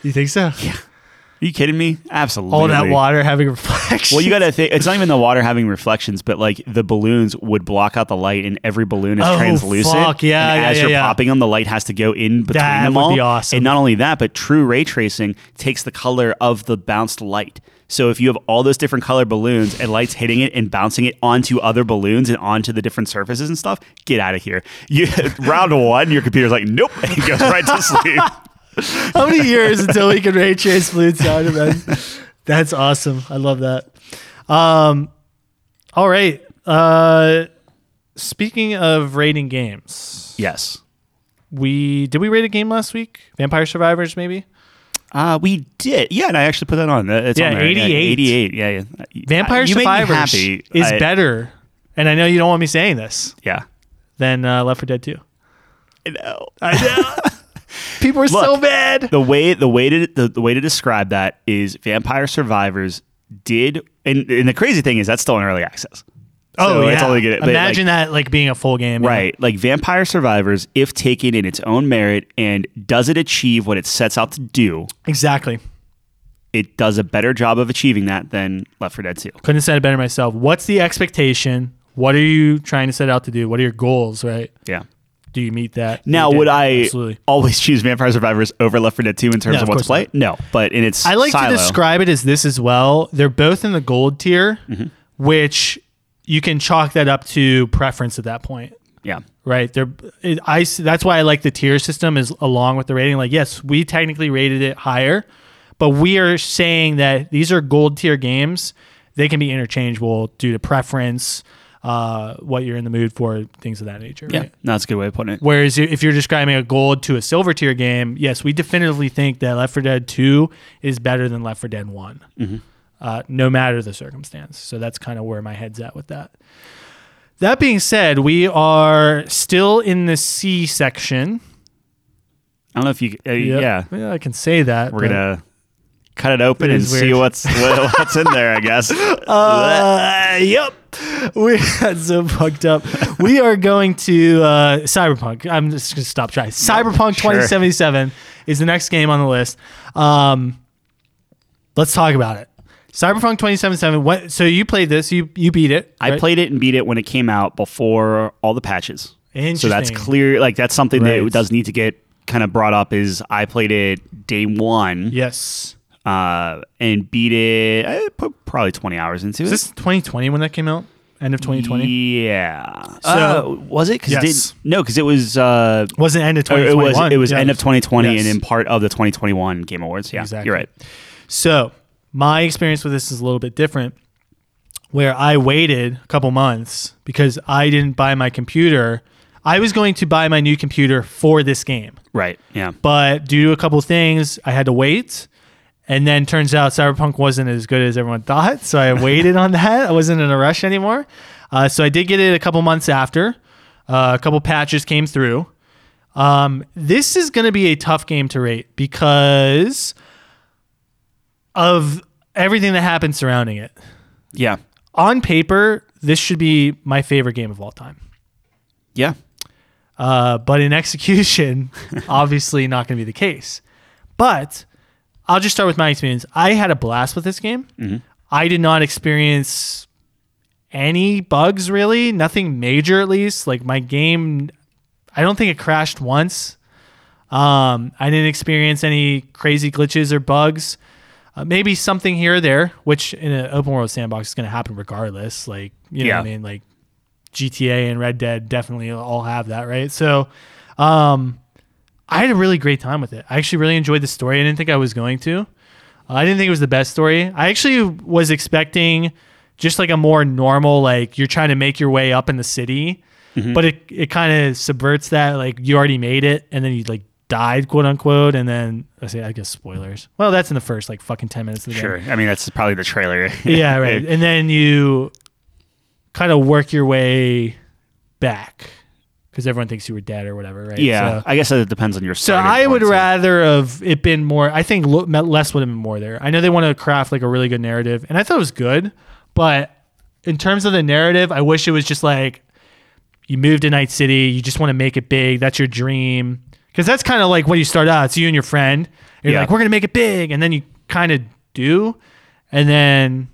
Speaker 1: You think so?
Speaker 2: you kidding me? Absolutely.
Speaker 1: All that water having reflection.
Speaker 2: Well, you got to think. It's not even the water having reflections, but like the balloons would block out the light, and every balloon is
Speaker 1: Oh,
Speaker 2: translucent.
Speaker 1: fuck, yeah,
Speaker 2: and
Speaker 1: yeah,
Speaker 2: as
Speaker 1: yeah,
Speaker 2: you're
Speaker 1: yeah.
Speaker 2: popping them, the light has to go in between
Speaker 1: That
Speaker 2: them
Speaker 1: would
Speaker 2: all.
Speaker 1: be awesome.
Speaker 2: And not only that, but true ray tracing takes the color of the bounced light. So if you have all those different color balloons and lights hitting it and bouncing it onto other balloons and onto the different surfaces and stuff, get out of here. You round one, your computer's like, nope, and it goes right to sleep.
Speaker 1: How many years until we can ray trace Balloon Tower Defense? That's awesome. I love that. Um, all right. Uh, speaking of rating games,
Speaker 2: Yes.
Speaker 1: we did we rate a game last week? Vampire Survivors, maybe.
Speaker 2: Uh, we did. Yeah, and I actually put that on. Uh, It's
Speaker 1: Yeah,
Speaker 2: on there.
Speaker 1: 88.
Speaker 2: 88. Yeah, yeah.
Speaker 1: Vampire
Speaker 2: Uh, you made me
Speaker 1: Survivors
Speaker 2: happy.
Speaker 1: is
Speaker 2: I-
Speaker 1: better, and I know you don't want me saying this,
Speaker 2: Yeah.
Speaker 1: than uh, Left 4 Dead 2.
Speaker 2: I know. I know.
Speaker 1: People are so
Speaker 2: Look.
Speaker 1: bad.
Speaker 2: the way the way to the, the way to describe that is Vampire Survivors did, and, and the crazy thing is that's still in early access.
Speaker 1: Oh,
Speaker 2: So
Speaker 1: yeah.
Speaker 2: that's all they get. But,
Speaker 1: Imagine that like being a full game. yeah.
Speaker 2: Right. Like Vampire Survivors, if taken in its own merit and does it achieve what it sets out to do,
Speaker 1: Exactly.
Speaker 2: it does a better job of achieving that than Left 4 Dead 2.
Speaker 1: Couldn't have said it better myself. What's the expectation? What are you trying to set out to do? What are your goals, right?
Speaker 2: Yeah.
Speaker 1: Do you meet that?
Speaker 2: Now,
Speaker 1: You
Speaker 2: would
Speaker 1: did.
Speaker 2: I
Speaker 1: Absolutely.
Speaker 2: always choose Vampire Survivors over Left 4 Dead 2 in terms
Speaker 1: No,
Speaker 2: of
Speaker 1: of
Speaker 2: what's
Speaker 1: course
Speaker 2: play? No, but in its
Speaker 1: I like
Speaker 2: silo,
Speaker 1: to describe it as this as well. They're both in the gold tier,
Speaker 2: Mm-hmm.
Speaker 1: which you can chalk that up to preference at that point,
Speaker 2: Yeah.
Speaker 1: right? They're it, I s- that's why I like the tier system is along with the rating. Like, yes, we technically rated it higher, but we are saying that these are gold tier games. They can be interchangeable due to preference, uh, what you're in the mood for, things of that nature.
Speaker 2: Yeah.
Speaker 1: Right?
Speaker 2: No, that's a good way of putting it.
Speaker 1: Whereas i- if you're describing a gold to a silver tier game, yes, we definitively think that Left 4 Dead 2 is better than Left 4 Dead one
Speaker 2: Mm-hmm.
Speaker 1: uh, no matter the circumstance. So that's kind of where my head's at with that. That being said, we are still in the C section.
Speaker 2: I don't know if you, uh,
Speaker 1: Yep.
Speaker 2: yeah,
Speaker 1: yeah, I can say that.
Speaker 2: we're
Speaker 1: but-
Speaker 2: going to cut it open
Speaker 1: It
Speaker 2: and
Speaker 1: is
Speaker 2: see
Speaker 1: weird.
Speaker 2: what's what, what's in there, I guess.
Speaker 1: Uh, yep. We got so fucked up. We are going to uh, Cyberpunk. I'm just going to stop trying. Cyberpunk
Speaker 2: sure.
Speaker 1: 2077 is the next game on the list. Um, let's talk about it. Cyberpunk 2077. What, so you played this. You you beat it.
Speaker 2: I
Speaker 1: right?
Speaker 2: played it and beat it when it came out before all the patches. So that's
Speaker 1: Interesting.
Speaker 2: clear. Like that's something
Speaker 1: Right.
Speaker 2: that does need to get kind of brought up. Is I played it day one
Speaker 1: Yes.
Speaker 2: uh, and beat it. I put probably twenty hours into
Speaker 1: Is
Speaker 2: it.
Speaker 1: this 2020 when that came out? End of 2020.
Speaker 2: Yeah.
Speaker 1: So-
Speaker 2: uh, was it? Cause
Speaker 1: Yes.
Speaker 2: it didn't- no, because it was. Uh,
Speaker 1: Wasn't end of
Speaker 2: or it
Speaker 1: 2021.
Speaker 2: was. It was
Speaker 1: Yeah.
Speaker 2: end of 2020
Speaker 1: Yes.
Speaker 2: and in part of the 2021 Game Awards. Yeah,
Speaker 1: Exactly.
Speaker 2: you're right.
Speaker 1: So my experience with this is a little bit different, where I waited a couple months because I didn't buy my computer. I was going to buy my new computer for this game,
Speaker 2: Right. Yeah.
Speaker 1: but due to a couple things, I had to wait. And then turns out Cyberpunk wasn't as good as everyone thought, so I waited on that. I wasn't in a rush anymore, uh, so I did get it a couple months after. Uh, a couple patches came through. Um, this is going to be a tough game to rate because of everything that happened surrounding it.
Speaker 2: Yeah.
Speaker 1: On paper, this should be my favorite game of all time.
Speaker 2: Yeah.
Speaker 1: Uh, but in execution, obviously not going to be the case. But I'll just start with my experience. I had a blast with this game. I did not experience any bugs really, nothing major at least. Like my game, I don't think it crashed once. Um, I didn't experience any crazy glitches or bugs. Uh, maybe something here or there, which in an open world sandbox is going to happen regardless. Like, you know what I
Speaker 2: Yeah.
Speaker 1: mean? Like, GTA and Red Dead definitely all have that, right? So, um, I had a really great time with it. I actually really enjoyed the story. I didn't think I was going to. I didn't think it was the best story. I actually was expecting just like a more normal, like you're trying to make your way up in the city,
Speaker 2: Mm-hmm.
Speaker 1: but it it kind of subverts that. Like you already made it, and then you like died, quote unquote, and then I say I guess spoilers. Well, that's in the first like fucking ten minutes of the game
Speaker 2: Sure. I mean, that's probably the trailer.
Speaker 1: yeah, right. And then you kind of work your way back because everyone thinks you were dead or whatever, right?
Speaker 2: yeah.
Speaker 1: So,
Speaker 2: I guess it depends on your.
Speaker 1: so
Speaker 2: starting
Speaker 1: I would
Speaker 2: point, so-
Speaker 1: rather have it been more. I think lo- me- less would have been more there. I know they want to craft like a really good narrative, and I thought it was good, but in terms of the narrative, I wish it was just like you moved to Night City, you just want to make it big. That's your dream. Because that's kind of like when you start out. It's you and your friend. You're
Speaker 2: Yeah.
Speaker 1: like, we're going to make it big. And then you kind of do. And then,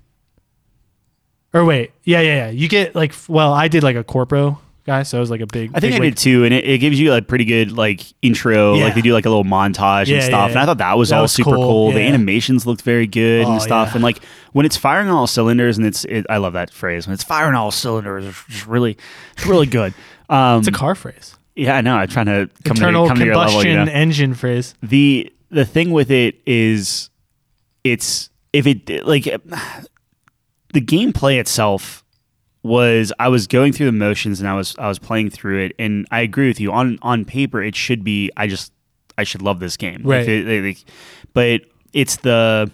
Speaker 1: or wait. Yeah, yeah, yeah. You get like, f- well, I did like a corpo guy. So it was like a big.
Speaker 2: I think
Speaker 1: big
Speaker 2: I
Speaker 1: wake-
Speaker 2: did too, and it, it gives you a pretty good like intro.
Speaker 1: Yeah.
Speaker 2: Like they do like a little montage
Speaker 1: Yeah,
Speaker 2: and stuff,
Speaker 1: yeah,
Speaker 2: and I thought that was
Speaker 1: That
Speaker 2: all
Speaker 1: was
Speaker 2: super
Speaker 1: cool,
Speaker 2: cool. The
Speaker 1: yeah.
Speaker 2: animations looked very good
Speaker 1: Oh,
Speaker 2: and stuff,
Speaker 1: yeah.
Speaker 2: and like when it's firing on all cylinders, and it's it, I love that phrase when it's firing on all cylinders. It's just really, it's really good. Um,
Speaker 1: It's a car phrase.
Speaker 2: yeah, I know. I'm trying to come, to,
Speaker 1: Internal
Speaker 2: come to your
Speaker 1: combustion
Speaker 2: level. You know?
Speaker 1: engine phrase.
Speaker 2: the the thing with it is it's if it like the gameplay itself was I was going through the motions and I was I was playing through it and I agree with you on on paper it should be I just I should love this game Like,
Speaker 1: Right.
Speaker 2: they- they- they- but it's the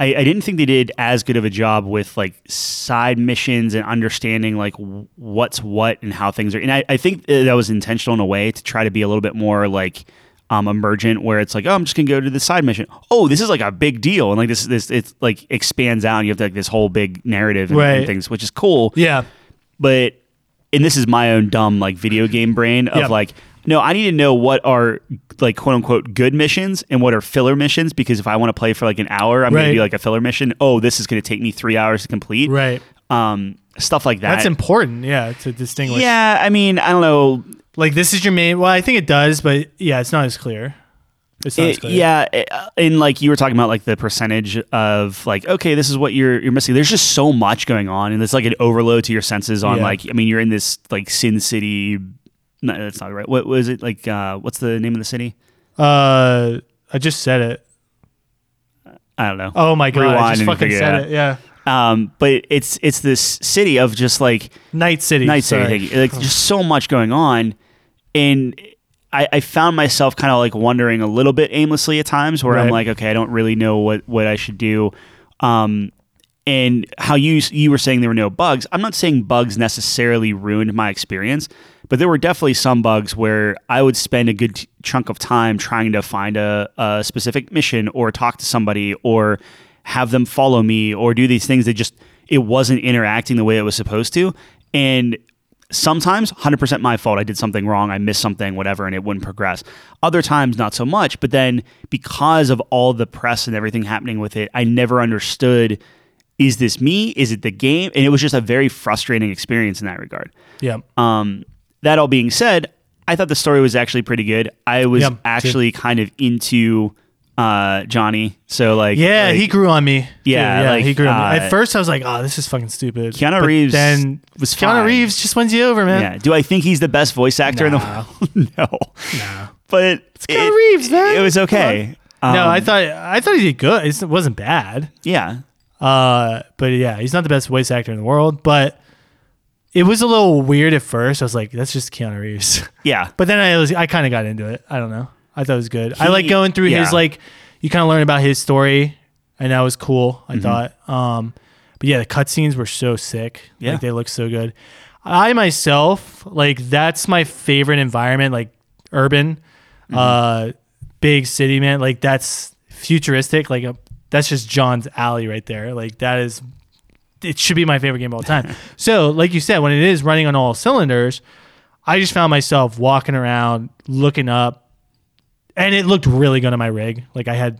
Speaker 2: I, I didn't think they did as good of a job with like side missions and understanding like w- what's what and how things are. And I, I think uh, that was intentional in a way to try to be a little bit more like um, emergent where it's like, oh, I'm just gonna go to this side mission. Oh, this is like a big deal, and like this this it's like expands out, and you have like this whole big narrative and, and
Speaker 1: Right.
Speaker 2: things, which is cool.
Speaker 1: Yeah.
Speaker 2: But and this is my own dumb like video game brain of
Speaker 1: Yeah.
Speaker 2: like, no, I need to know what are like quote unquote good missions and what are filler missions because if I want to play for like an hour, I'm gonna
Speaker 1: Right.
Speaker 2: do like a filler mission. Oh, this is gonna take me three hours to complete.
Speaker 1: Right.
Speaker 2: Um, stuff like that.
Speaker 1: That's important. Yeah. To distinguish.
Speaker 2: yeah, I mean, I don't know.
Speaker 1: Like this is your main. Well, I think it does, but yeah, it's not as clear. It's not as
Speaker 2: It-
Speaker 1: clear.
Speaker 2: yeah, it- uh, and like you were talking about, like the percentage of like, okay, this is what you're you're missing. There's just so much going on, and it's like an overload to your senses on
Speaker 1: Yeah.
Speaker 2: like, I mean, you're in this like Sin City. No, that's not right. What was it like? Uh, what's the name of the city?
Speaker 1: Uh, I just said it.
Speaker 2: I don't know.
Speaker 1: Oh my god! I
Speaker 2: Rewind
Speaker 1: just
Speaker 2: and
Speaker 1: fucking
Speaker 2: figure it
Speaker 1: said
Speaker 2: out.
Speaker 1: it. Yeah.
Speaker 2: Um, but it's it's this city of just like
Speaker 1: Night City.
Speaker 2: Night
Speaker 1: sorry.
Speaker 2: City thing. Like just so much going on, and I, I found myself kind of like wondering a little bit aimlessly at times, where I'm
Speaker 1: Right.
Speaker 2: like, okay, I don't really know what what I should do. Um, and how you you were saying there were no bugs. I'm not saying bugs necessarily ruined my experience, but there were definitely some bugs where I would spend a good t- chunk of time trying to find a, a specific mission or talk to somebody or have them follow me or do these things that just it wasn't interacting the way it was supposed to. And sometimes 100% my fault. I did something wrong. I missed something, whatever, and it wouldn't progress. Other times, not so much. But then because of all the press and everything happening with it, I never understood is this me? Is it the game? And it was just a very frustrating experience in that regard.
Speaker 1: Yeah.
Speaker 2: Um, that all being said, I thought the story was actually pretty good. I was
Speaker 1: Yeah, me too.
Speaker 2: actually kind of into uh, Johnny. So, like,
Speaker 1: Yeah,
Speaker 2: like,
Speaker 1: he grew on me. too.
Speaker 2: Yeah,
Speaker 1: yeah,
Speaker 2: like,
Speaker 1: he grew on me.
Speaker 2: uh,
Speaker 1: At first, I was like, "Oh, this is fucking stupid."
Speaker 2: Keanu
Speaker 1: But
Speaker 2: Reeves
Speaker 1: then
Speaker 2: was
Speaker 1: Keanu
Speaker 2: fine.
Speaker 1: Reeves just wins you over, man.
Speaker 2: Yeah. Do I think he's the best voice actor in the world? no. No. But it's
Speaker 1: Keanu Reeves, man.
Speaker 2: It was
Speaker 1: Come
Speaker 2: okay.
Speaker 1: no,
Speaker 2: Um,
Speaker 1: I thought I thought he did good. It's- It wasn't bad.
Speaker 2: yeah.
Speaker 1: Uh, but yeah, he's not the best voice actor in the world. But it was a little weird at first. I was like, "That's just Keanu Reeves."
Speaker 2: Yeah.
Speaker 1: but then I was I kind of got into it. I don't know. I thought it was good. I
Speaker 2: He-
Speaker 1: like going through
Speaker 2: yeah.
Speaker 1: his like you kind of learn about his story, and that was cool.
Speaker 2: Mm-hmm.
Speaker 1: I thought. Um, but yeah, the cutscenes were so sick.
Speaker 2: Yeah.
Speaker 1: like, they look so good. I myself like that's my favorite environment, like urban,
Speaker 2: Mm-hmm.
Speaker 1: uh, big city man. Like that's futuristic. Like a, that's just John's alley right there. Like that is it should be my favorite game of all time. so, like you said, when it is running on all cylinders, I just found myself walking around, looking up, and it looked really good on my rig. Like I had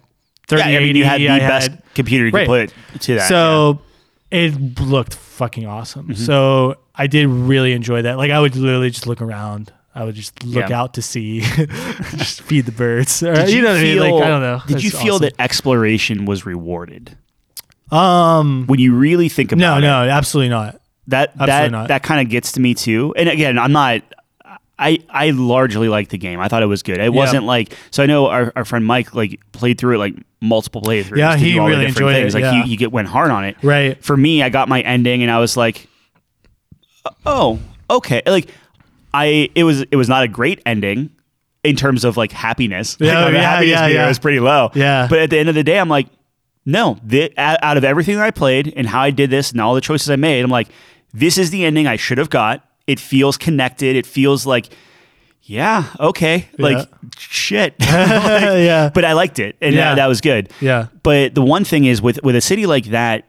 Speaker 2: Yeah,
Speaker 1: thirty
Speaker 2: I mean, you had the
Speaker 1: I
Speaker 2: best
Speaker 1: had-
Speaker 2: computer you could
Speaker 1: Right.
Speaker 2: put to that.
Speaker 1: so it looked fucking awesome.
Speaker 2: Mm-hmm.
Speaker 1: So I did really enjoy that. Like I would literally just look around. I would just look
Speaker 2: Yeah.
Speaker 1: out to sea, just feed the birds. Or,
Speaker 2: Did
Speaker 1: you, know what I mean?
Speaker 2: feel-
Speaker 1: Like I don't know.
Speaker 2: Did you
Speaker 1: It's
Speaker 2: feel
Speaker 1: awesome.
Speaker 2: that exploration was rewarded? Um, when you really think about
Speaker 1: No,
Speaker 2: it,
Speaker 1: no, absolutely not.
Speaker 2: that that
Speaker 1: Absolutely not.
Speaker 2: that kind of gets to me too. And again, I'm not. I I largely liked the game. I thought it was good. It wasn't like so. I know our, our friend Mike like played through it like multiple playthroughs.
Speaker 1: Yeah,
Speaker 2: to
Speaker 1: he
Speaker 2: do all the
Speaker 1: really
Speaker 2: different
Speaker 1: enjoyed it,
Speaker 2: things. Like
Speaker 1: yeah.
Speaker 2: he, he get, went hard on it.
Speaker 1: Right.
Speaker 2: For me, I got my ending and I was like, oh okay like i it was it was not a great ending in terms of like happiness
Speaker 1: Yeah,
Speaker 2: like, on the
Speaker 1: yeah,
Speaker 2: happiness
Speaker 1: yeah,
Speaker 2: meter, it
Speaker 1: yeah.
Speaker 2: was pretty low
Speaker 1: Yeah.
Speaker 2: but at the end of the day i'm like no thi- out out of everything that i played and how i did this and all the choices i made i'm like this is the ending i should have got it feels connected it feels like yeah okay like shit
Speaker 1: yeah.
Speaker 2: but I liked it, and
Speaker 1: Yeah.
Speaker 2: that, that was good.
Speaker 1: Yeah.
Speaker 2: But the one thing is with with a city like that,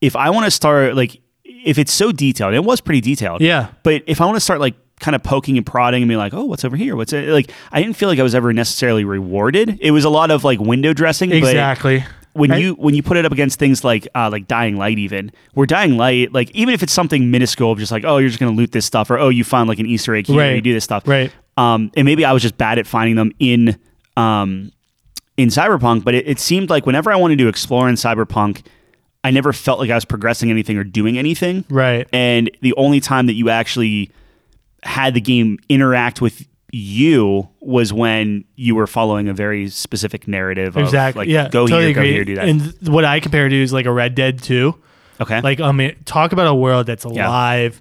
Speaker 2: if I want to start like if it's so detailed, it was pretty detailed.
Speaker 1: Yeah.
Speaker 2: But if I want to start like kind of poking and prodding and be like, oh, what's over here? What's it? like? I didn't feel like I was ever necessarily rewarded. It was a lot of like window dressing. but
Speaker 1: Exactly.
Speaker 2: when
Speaker 1: Right?
Speaker 2: you when you put it up against things like uh, like Dying Light, even where Dying Light, like even if it's something minuscule, of just like oh you're just gonna loot this stuff, or oh you found like an Easter egg here,
Speaker 1: Right.
Speaker 2: you do this stuff,
Speaker 1: Right.
Speaker 2: Um, and maybe I was just bad at finding them in um in Cyberpunk, but it, it seemed like whenever I wanted to explore in Cyberpunk, I never felt like I was progressing anything or doing anything,
Speaker 1: Right.
Speaker 2: and the only time that you actually had the game interact with you was when you were following a very specific narrative of
Speaker 1: Exactly.
Speaker 2: like
Speaker 1: yeah.
Speaker 2: go
Speaker 1: totally
Speaker 2: here,
Speaker 1: agree.
Speaker 2: go here, do that.
Speaker 1: And th- what I compare to is like a Red Dead 2.
Speaker 2: okay.
Speaker 1: Like, I mean, talk about a world that's
Speaker 2: Yeah.
Speaker 1: alive.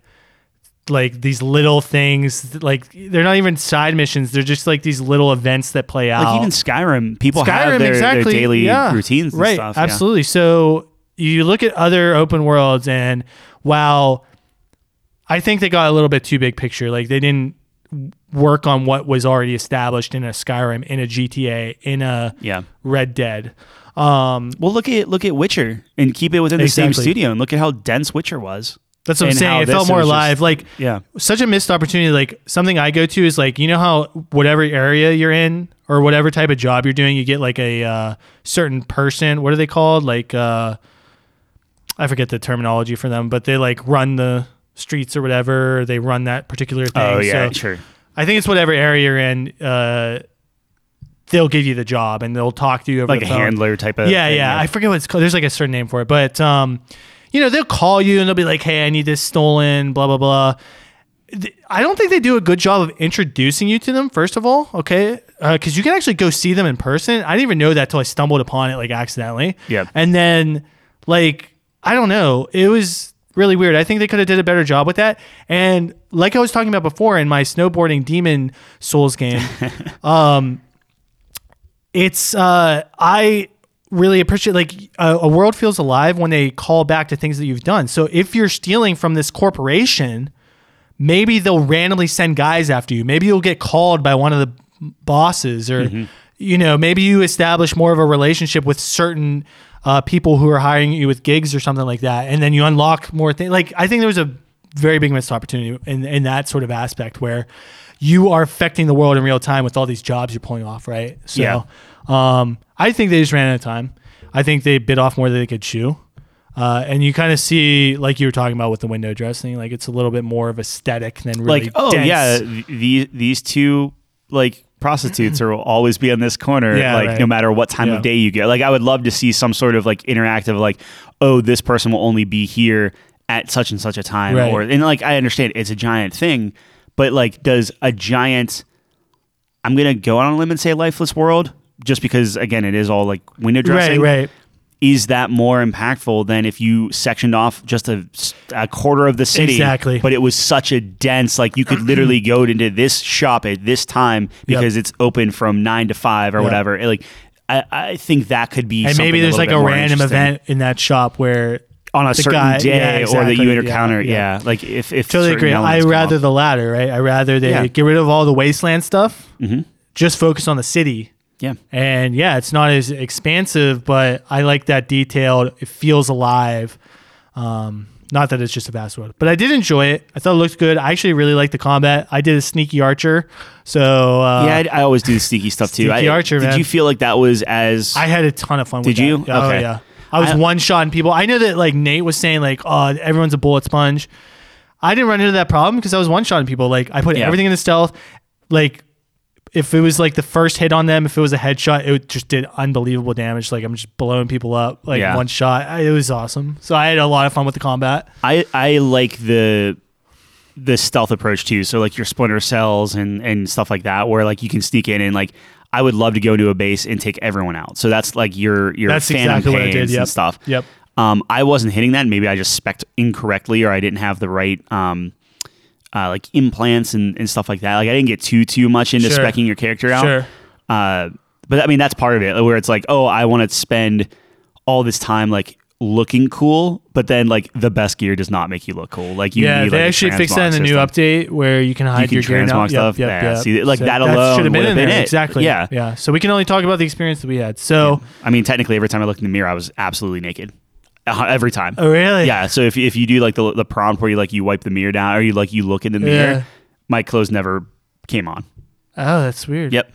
Speaker 1: Like these little things, like they're not even side missions. They're just like these little events that play out.
Speaker 2: like even Skyrim, people have their, their daily routines and
Speaker 1: right,
Speaker 2: stuff. yeah.
Speaker 1: Absolutely. So you look at other open worlds, and while I think they got a little bit too big picture, like they didn't work on what was already established in a Skyrim, in a GTA, in a
Speaker 2: Yeah.
Speaker 1: Red Dead. Um,
Speaker 2: Well, look at look at Witcher and keep it within the same
Speaker 1: Exactly.
Speaker 2: studio and look at how dense Witcher was.
Speaker 1: that's what I'm
Speaker 2: And how
Speaker 1: saying. It
Speaker 2: this
Speaker 1: felt more
Speaker 2: was just-
Speaker 1: alive. like
Speaker 2: Yeah.
Speaker 1: such a missed opportunity. Like something I go to is like you know how whatever area you're in or whatever type of job you're doing, you get like a uh, certain person. What are they called? Like uh, I forget the terminology for them, but they like run the streets or whatever. They run that particular thing.
Speaker 2: Oh yeah,
Speaker 1: So
Speaker 2: sure.
Speaker 1: I think it's whatever area you're in. Uh, they'll give you the job and they'll talk to you over
Speaker 2: Like
Speaker 1: the
Speaker 2: a
Speaker 1: phone.
Speaker 2: handler type of
Speaker 1: Yeah,
Speaker 2: thing,
Speaker 1: yeah. I forget what it's called. There's like a certain name for it, but um, you know, they'll call you and they'll be like, "Hey, I need this stolen." Blah blah blah. Th- I don't think they do a good job of introducing you to them. First of all, okay, because you can actually go see them in person. I didn't even know that till I stumbled upon it like accidentally.
Speaker 2: Yeah.
Speaker 1: And then, like, I don't know. It was really weird. I think they could have did a better job with that. And like I was talking about before in my snowboarding demon souls game, um, it's uh i really appreciate like a, a world feels alive when they call back to things that you've done so if you're stealing from this corporation maybe they'll randomly send guys after you maybe you'll get called by one of the bosses or you know maybe you establish more of a relationship with certain uh, people who are hiring you with gigs or something like that and then you unlock more things like i think there was a very big missed opportunity in, in that sort of aspect where you are affecting the world in real time with all these jobs you're pulling off right so
Speaker 2: Yeah.
Speaker 1: um, I think they just ran out of time. I think they bit off more than they could chew. Uh, and you kind of see, like you were talking about with the window dressing, like it's a little bit more of aesthetic than really
Speaker 2: like oh
Speaker 1: dense.
Speaker 2: yeah, th- these these two like prostitutes are will always be on this corner
Speaker 1: Yeah,
Speaker 2: like
Speaker 1: right.
Speaker 2: no matter what time
Speaker 1: Yeah.
Speaker 2: of day you get. Like I would love to see some sort of like interactive like oh this person will only be here at such and such a time
Speaker 1: Right.
Speaker 2: or and like I understand it's a giant thing, but like does a giant I'm going to go out on a limb and say lifeless world just because again it is all like window
Speaker 1: Right,
Speaker 2: dressing.
Speaker 1: right.
Speaker 2: is that more impactful than if you sectioned off just a, a quarter of the city?
Speaker 1: Exactly.
Speaker 2: But it was such a dense, like you could literally go into this shop at this time because it's open from nine to five or whatever. It, like, I, I think that could be.
Speaker 1: And
Speaker 2: something
Speaker 1: maybe
Speaker 2: a
Speaker 1: there's
Speaker 2: little
Speaker 1: like
Speaker 2: bit
Speaker 1: a
Speaker 2: more
Speaker 1: random
Speaker 2: interesting.
Speaker 1: event in that shop where
Speaker 2: on a
Speaker 1: the
Speaker 2: certain
Speaker 1: guy-
Speaker 2: day
Speaker 1: yeah,
Speaker 2: or that
Speaker 1: exactly.
Speaker 2: you
Speaker 1: Yeah,
Speaker 2: encounter.
Speaker 1: yeah.
Speaker 2: Yeah, like if if
Speaker 1: totally
Speaker 2: certain
Speaker 1: agree. I
Speaker 2: elements come
Speaker 1: rather
Speaker 2: up.
Speaker 1: the latter, right? I rather they
Speaker 2: Yeah. Mm-hmm.
Speaker 1: get rid of all the wasteland stuff, just focus on the city.
Speaker 2: yeah.
Speaker 1: And yeah, it's not as expansive, but I like that detailed. It feels alive. Um, not that it's just a vast world, but I did enjoy it. I thought it looked good. I actually really liked the combat. I did a sneaky archer, so uh,
Speaker 2: yeah, I, I always do sneaky stuff too.
Speaker 1: Sneaky
Speaker 2: I,
Speaker 1: Archer,
Speaker 2: did
Speaker 1: man.
Speaker 2: you feel like that was as
Speaker 1: I had a ton of fun. with
Speaker 2: Did you?
Speaker 1: that. Oh
Speaker 2: Okay.
Speaker 1: yeah, I was
Speaker 2: I-
Speaker 1: one shotting people. I know that like Nate was saying like, oh, everyone's a bullet sponge. I didn't run into that problem because I was one shotting people. Like I put
Speaker 2: Yeah.
Speaker 1: everything in the stealth. Like if it was like the first hit on them, if it was a headshot, it just did unbelievable damage. Like I'm just blowing people up like
Speaker 2: Yeah.
Speaker 1: one shot. I- It was awesome. So I had a lot of fun with the combat.
Speaker 2: I I like the the stealth approach too. So like your splinter cells and and stuff like that, where like you can sneak in and like I would love to go into a base and take everyone out. So that's like your your
Speaker 1: That's
Speaker 2: phantom
Speaker 1: exactly what I
Speaker 2: pains
Speaker 1: did. Yep.
Speaker 2: and stuff.
Speaker 1: Yep.
Speaker 2: Um, I wasn't hitting that. Maybe I just specced incorrectly, or I didn't have the right um, uh, like implants and, and stuff like that. Like I didn't get too too much into
Speaker 1: Sure.
Speaker 2: specking your character out.
Speaker 1: Sure.
Speaker 2: Uh, but I mean that's part of it, where it's like, oh, I want to spend all this time like looking cool, but then like the best gear does not make you look cool. Like you
Speaker 1: yeah,
Speaker 2: need,
Speaker 1: they
Speaker 2: like, a
Speaker 1: actually fixed that in the
Speaker 2: transmog
Speaker 1: new
Speaker 2: system.
Speaker 1: update where you can hide
Speaker 2: can
Speaker 1: your gear now.
Speaker 2: transmog stuff. Yeah, see, like, that
Speaker 1: that
Speaker 2: alone
Speaker 1: should have been
Speaker 2: would've
Speaker 1: in
Speaker 2: been
Speaker 1: there.
Speaker 2: it.
Speaker 1: Exactly.
Speaker 2: Yeah.
Speaker 1: yeah. So we can only talk about the experience that we had. So
Speaker 2: I mean, technically, every time I looked in the mirror, I was absolutely naked. Uh, Every time.
Speaker 1: Oh, really?
Speaker 2: Yeah. So if if you do like the the prompt where you like you wipe the mirror down or you like you look in the mirror,
Speaker 1: Yeah.
Speaker 2: my clothes never came on.
Speaker 1: Oh, that's weird.
Speaker 2: Yep.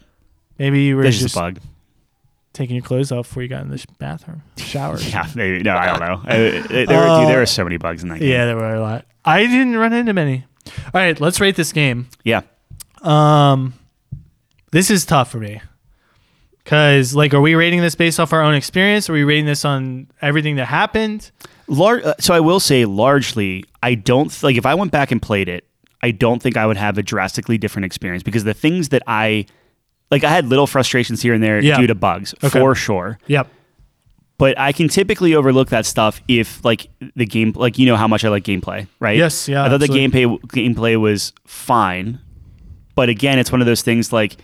Speaker 1: Maybe you were
Speaker 2: That's
Speaker 1: just,
Speaker 2: just a bug.
Speaker 1: taking your clothes off before you got in the sh- bathroom shower.
Speaker 2: Yeah. Maybe. No, I don't know. I, I- there, were, dude, there were so many bugs in that game.
Speaker 1: yeah, there were a lot. I didn't run into many. All right, let's rate this game.
Speaker 2: Yeah.
Speaker 1: Um, this is tough for me. Cause like, are we rating this based off our own experience? Are we rating this on everything that happened?
Speaker 2: Lar- uh, so I will say, largely, I don't th- like if I went back and played it, I don't think I would have a drastically different experience because the things that I like, I had little frustrations here and there
Speaker 1: Yeah.
Speaker 2: due to bugs
Speaker 1: Okay.
Speaker 2: for sure.
Speaker 1: Yep.
Speaker 2: But I can typically overlook that stuff if like the game, like you know how much I like gameplay, right?
Speaker 1: Yes, yeah,
Speaker 2: I thought
Speaker 1: absolutely.
Speaker 2: the gameplay gameplay was fine, but again, it's one of those things like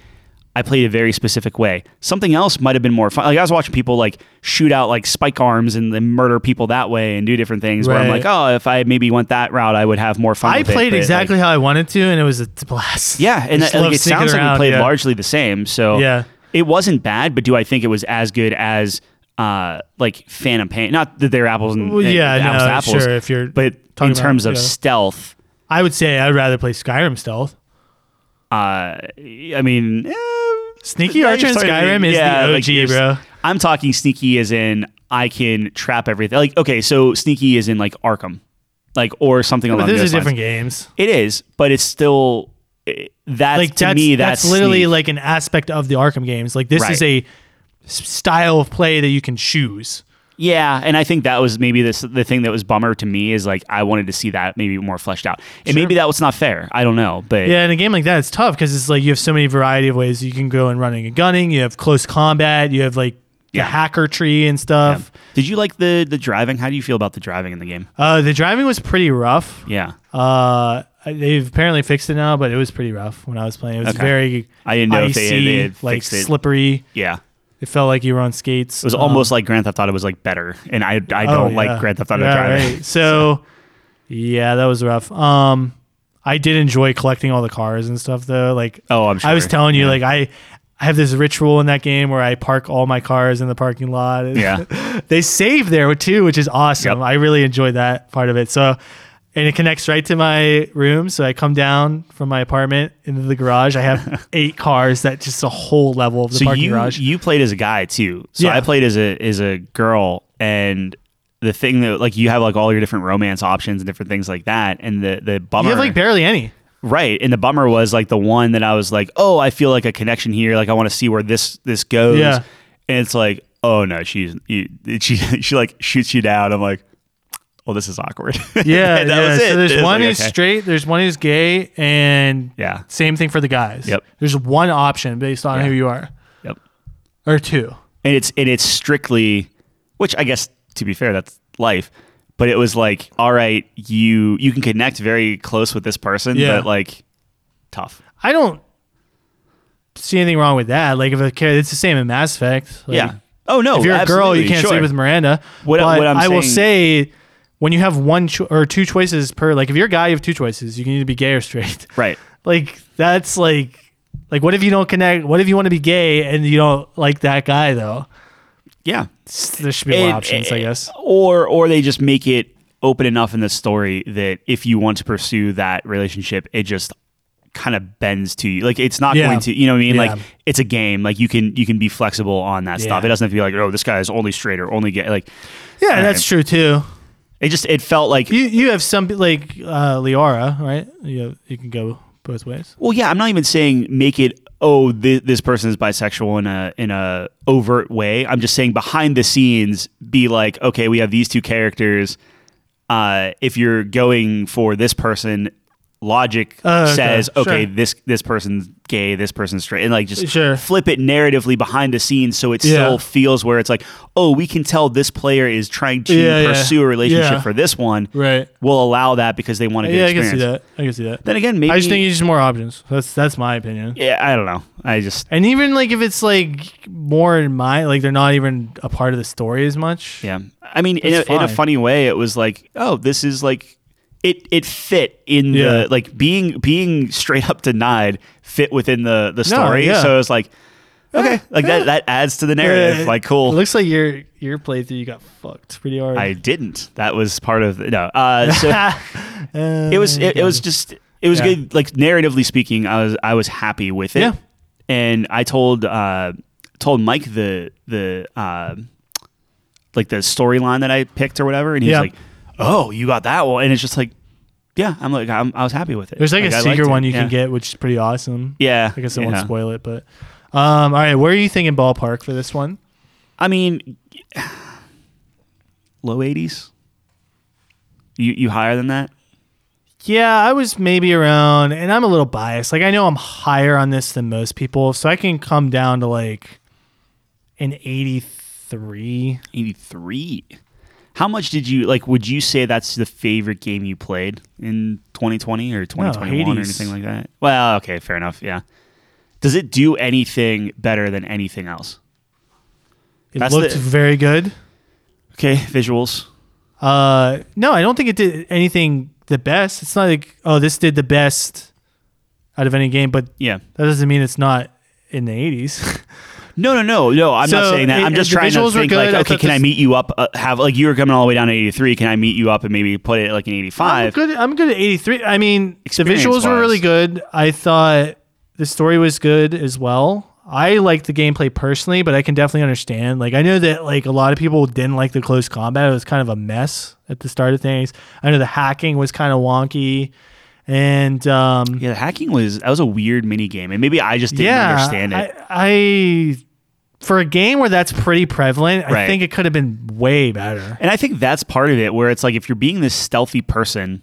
Speaker 2: I played a very specific way. Something else might have been more fun. Like I was watching people like shoot out like spike arms and then murder people that way and do different things. Where I'm
Speaker 1: Right.
Speaker 2: like, oh, if I maybe went that route, I would have more fun.
Speaker 1: I
Speaker 2: with it,"
Speaker 1: played
Speaker 2: but, like,
Speaker 1: exactly how I wanted to, and it was a blast.
Speaker 2: yeah, and
Speaker 1: Just
Speaker 2: that- like,
Speaker 1: love
Speaker 2: it
Speaker 1: sneaking
Speaker 2: sounds like
Speaker 1: around,
Speaker 2: we played
Speaker 1: yeah.
Speaker 2: largely the same. So
Speaker 1: Yeah.
Speaker 2: it wasn't bad, but do I think it was as good as uh like Phantom Pain? Not that they're apples and
Speaker 1: Well,
Speaker 2: and
Speaker 1: yeah,
Speaker 2: apples,
Speaker 1: no,
Speaker 2: to apples,
Speaker 1: sure, if you're
Speaker 2: but
Speaker 1: talking
Speaker 2: in
Speaker 1: about-
Speaker 2: terms of
Speaker 1: yeah.
Speaker 2: stealth,
Speaker 1: I would say I'd rather play Skyrim Stealth.
Speaker 2: uh I mean, eh,
Speaker 1: Sneaky
Speaker 2: Now
Speaker 1: Archer
Speaker 2: you're
Speaker 1: in
Speaker 2: starting
Speaker 1: Skyrim
Speaker 2: to-
Speaker 1: is
Speaker 2: yeah,
Speaker 1: the
Speaker 2: like
Speaker 1: OG,
Speaker 2: you're-
Speaker 1: bro.
Speaker 2: I'm talking sneaky as in I can trap everything. Like okay, so sneaky is in like Arkham, like or something
Speaker 1: But
Speaker 2: along
Speaker 1: those
Speaker 2: those
Speaker 1: are
Speaker 2: lines.
Speaker 1: different games.
Speaker 2: It is, but it's still eh, that's
Speaker 1: Like
Speaker 2: to
Speaker 1: that's,
Speaker 2: me
Speaker 1: that's,
Speaker 2: that's,
Speaker 1: literally
Speaker 2: sneak.
Speaker 1: like an aspect of the Arkham games. Like this is a s- style of play that you can choose.
Speaker 2: yeah, and I think that was maybe this the thing that was bummer to me is like I wanted to see that maybe more fleshed out, and maybe that was not fair. I don't know, but
Speaker 1: Yeah, in a game like that, it's tough because it's like you have so many variety of ways you can go in running and gunning. You have close combat. You have like the
Speaker 2: Yeah.
Speaker 1: hacker tree and stuff.
Speaker 2: Did you like the the driving? How do you feel about the driving in the game?
Speaker 1: Uh, the driving was pretty rough.
Speaker 2: Yeah,
Speaker 1: Uh, they've apparently fixed it now, but it was pretty rough when I was playing. It was
Speaker 2: Okay.
Speaker 1: very
Speaker 2: I didn't know if they-
Speaker 1: icy,
Speaker 2: they had
Speaker 1: like
Speaker 2: fixed it.
Speaker 1: slippery.
Speaker 2: yeah.
Speaker 1: It felt like you were on skates.
Speaker 2: It was almost
Speaker 1: Um,
Speaker 2: like Grand Theft Auto was like better, and I I
Speaker 1: Oh,
Speaker 2: don't like Grand Theft Auto driving.
Speaker 1: So, yeah, that was rough. Um, I did enjoy collecting all the cars and stuff though. Like,
Speaker 2: Oh, I'm sure.
Speaker 1: I was telling you, like I, I have this ritual in that game where I park all my cars in the parking lot.
Speaker 2: Yeah.
Speaker 1: they save there too, which is awesome.
Speaker 2: Yep.
Speaker 1: I really enjoyed that part of it. So, and it connects right to my room. So I come down from my apartment into the garage. I have eight cars. That just a whole level of the
Speaker 2: so
Speaker 1: parking
Speaker 2: you
Speaker 1: garage.
Speaker 2: you played as a guy too. So
Speaker 1: Yeah.
Speaker 2: I played as a as a girl, and the thing that like you have like all your different romance options and different things like that, and the the bummer
Speaker 1: you have like barely any.
Speaker 2: right, and the bummer was like the one that I was like, oh, I feel like a connection here, like I want to see where this this goes,
Speaker 1: Yeah.
Speaker 2: and it's like, oh no, she's you, she she like shoots you down. I'm like, well, this is awkward.
Speaker 1: Yeah,
Speaker 2: And that
Speaker 1: yeah.
Speaker 2: was it.
Speaker 1: So there's
Speaker 2: It's
Speaker 1: one
Speaker 2: like,
Speaker 1: who's
Speaker 2: okay.
Speaker 1: straight, there's one who's gay, and
Speaker 2: Yeah.
Speaker 1: same thing for the guys.
Speaker 2: Yep.
Speaker 1: There's one option based on who you are,
Speaker 2: Yep.
Speaker 1: or two.
Speaker 2: and it's and it's strictly which i guess to be fair that's life but it was like all right you you can connect very close with this person
Speaker 1: Yeah.
Speaker 2: but like tough
Speaker 1: I don't see anything wrong with that. Like if a character, it's the same in Mass Effect. Like,
Speaker 2: yeah oh no
Speaker 1: If you're a girl, you
Speaker 2: absolutely,
Speaker 1: can't
Speaker 2: sure.
Speaker 1: sleep with Miranda.
Speaker 2: What-
Speaker 1: but
Speaker 2: what I'm
Speaker 1: I will
Speaker 2: saying-
Speaker 1: say. When you have one cho- or two choices per, like if you're a guy, you have two choices. You can either be gay or straight.
Speaker 2: right
Speaker 1: Like that's like, like what if you don't connect? What if you want to be gay and you don't like that guy though?
Speaker 2: yeah
Speaker 1: There should be more
Speaker 2: And- eh,
Speaker 1: options, I guess.
Speaker 2: or or they just make it open enough in the story that if you want to pursue that relationship it just kind of bends to you like it's not
Speaker 1: Yeah.
Speaker 2: going to you know what i mean
Speaker 1: Yeah.
Speaker 2: like it's a game like you can you can be flexible on that stuff
Speaker 1: Yeah.
Speaker 2: it doesn't have to be like oh this guy is only straight or only gay like
Speaker 1: Yeah, that's
Speaker 2: right.
Speaker 1: true too.
Speaker 2: it just it felt like
Speaker 1: You you have some like uh, Liara, right? You you can go both ways.
Speaker 2: Well, yeah, I'm not even saying make it. Oh, th- this person is bisexual in a in a overt way. I'm just saying behind the scenes, be like, okay, we have these two characters. Uh, if you're going for this person, logic
Speaker 1: Uh, okay,
Speaker 2: says,
Speaker 1: sure.
Speaker 2: okay, this this person's gay, this person's straight, and like just
Speaker 1: Sure.
Speaker 2: flip it narratively behind the scenes, so it
Speaker 1: Yeah.
Speaker 2: still feels where it's like, oh, we can tell this player is trying to
Speaker 1: Yeah, yeah.
Speaker 2: pursue a relationship
Speaker 1: Yeah.
Speaker 2: for this one.
Speaker 1: Right.
Speaker 2: We'll allow that because they want a good
Speaker 1: Yeah, I can
Speaker 2: experience.
Speaker 1: see that. I can see that.
Speaker 2: Then again, maybe
Speaker 1: I just think you just more options. That's that's my opinion.
Speaker 2: yeah, I don't know. I just
Speaker 1: And even like if it's like more in my like they're not even a part of the story as much.
Speaker 2: Yeah, I mean, in a,
Speaker 1: That's
Speaker 2: in a
Speaker 1: fine.
Speaker 2: funny way, it was like, oh, this is like, it it fit in
Speaker 1: Yeah.
Speaker 2: the like being being straight up denied fit within the the story.
Speaker 1: yeah.
Speaker 2: So it was like, okay, like that that adds to the narrative.
Speaker 1: Yeah.
Speaker 2: Like,
Speaker 1: Uh, It
Speaker 2: cool.
Speaker 1: looks like your your playthrough you got fucked pretty hard.
Speaker 2: I didn't. That was part of the, no. Uh, so
Speaker 1: Uh,
Speaker 2: it was it, it was just it was
Speaker 1: Yeah.
Speaker 2: good. Like narratively speaking, I was I was happy with it.
Speaker 1: Yeah.
Speaker 2: And I told uh told Mike the the uh like the storyline that I picked or whatever, and he's
Speaker 1: Yeah.
Speaker 2: like, "Oh, you got that one," and it's just like, yeah, I'm like I'm, I was happy with it.
Speaker 1: there's like, a
Speaker 2: I liked
Speaker 1: secret
Speaker 2: it.
Speaker 1: one you
Speaker 2: yeah.
Speaker 1: can get, which is pretty awesome.
Speaker 2: Yeah,
Speaker 1: I guess I won't
Speaker 2: yeah.
Speaker 1: spoil it, but um, all right. Where are you thinking ballpark for this one?
Speaker 2: I mean, low 80s. You you higher than that?
Speaker 1: Yeah, I was maybe around, and I'm a little biased. Like, I know I'm higher on this than most people, so I can come down to like an 83.
Speaker 2: 83. How much did you like? Would you say that's the favorite game you played in 2020 or 2021 or
Speaker 1: Hades.
Speaker 2: anything like that? Well, okay, fair enough. Yeah. Does it do anything better than anything else?
Speaker 1: It
Speaker 2: That's
Speaker 1: looked
Speaker 2: the-
Speaker 1: very good.
Speaker 2: Okay, visuals.
Speaker 1: Uh, no, I don't think it did anything the best. It's not like oh, this did the best out of any game, but
Speaker 2: Yeah.
Speaker 1: that doesn't mean it's not in the 80s.
Speaker 2: No, no, no, no. I'm not
Speaker 1: So,
Speaker 2: saying that.
Speaker 1: it-
Speaker 2: I'm just
Speaker 1: the
Speaker 2: trying to
Speaker 1: visuals were
Speaker 2: think
Speaker 1: good.
Speaker 2: like,
Speaker 1: I
Speaker 2: okay,
Speaker 1: thought
Speaker 2: can I
Speaker 1: this-
Speaker 2: meet you up? Uh, have like you were coming all the way down to 83. Can I meet you up and maybe put it like in 85?
Speaker 1: I'm good. I'm good at 83. I mean, the
Speaker 2: Experience
Speaker 1: visuals were
Speaker 2: wise.
Speaker 1: really good. I thought the story was good as well. I like the gameplay personally, but I can definitely understand. Like I know that like a lot of people didn't like the close combat. It was kind of a mess at the start of things. I know the hacking was kind of wonky, and um,
Speaker 2: Yeah, the hacking was that was a weird mini game, and maybe I just didn't understand it.
Speaker 1: I, I for a game where that's pretty prevalent, I
Speaker 2: Right.
Speaker 1: think it could have been way better.
Speaker 2: and I think that's part of it, where it's like if you're being this stealthy person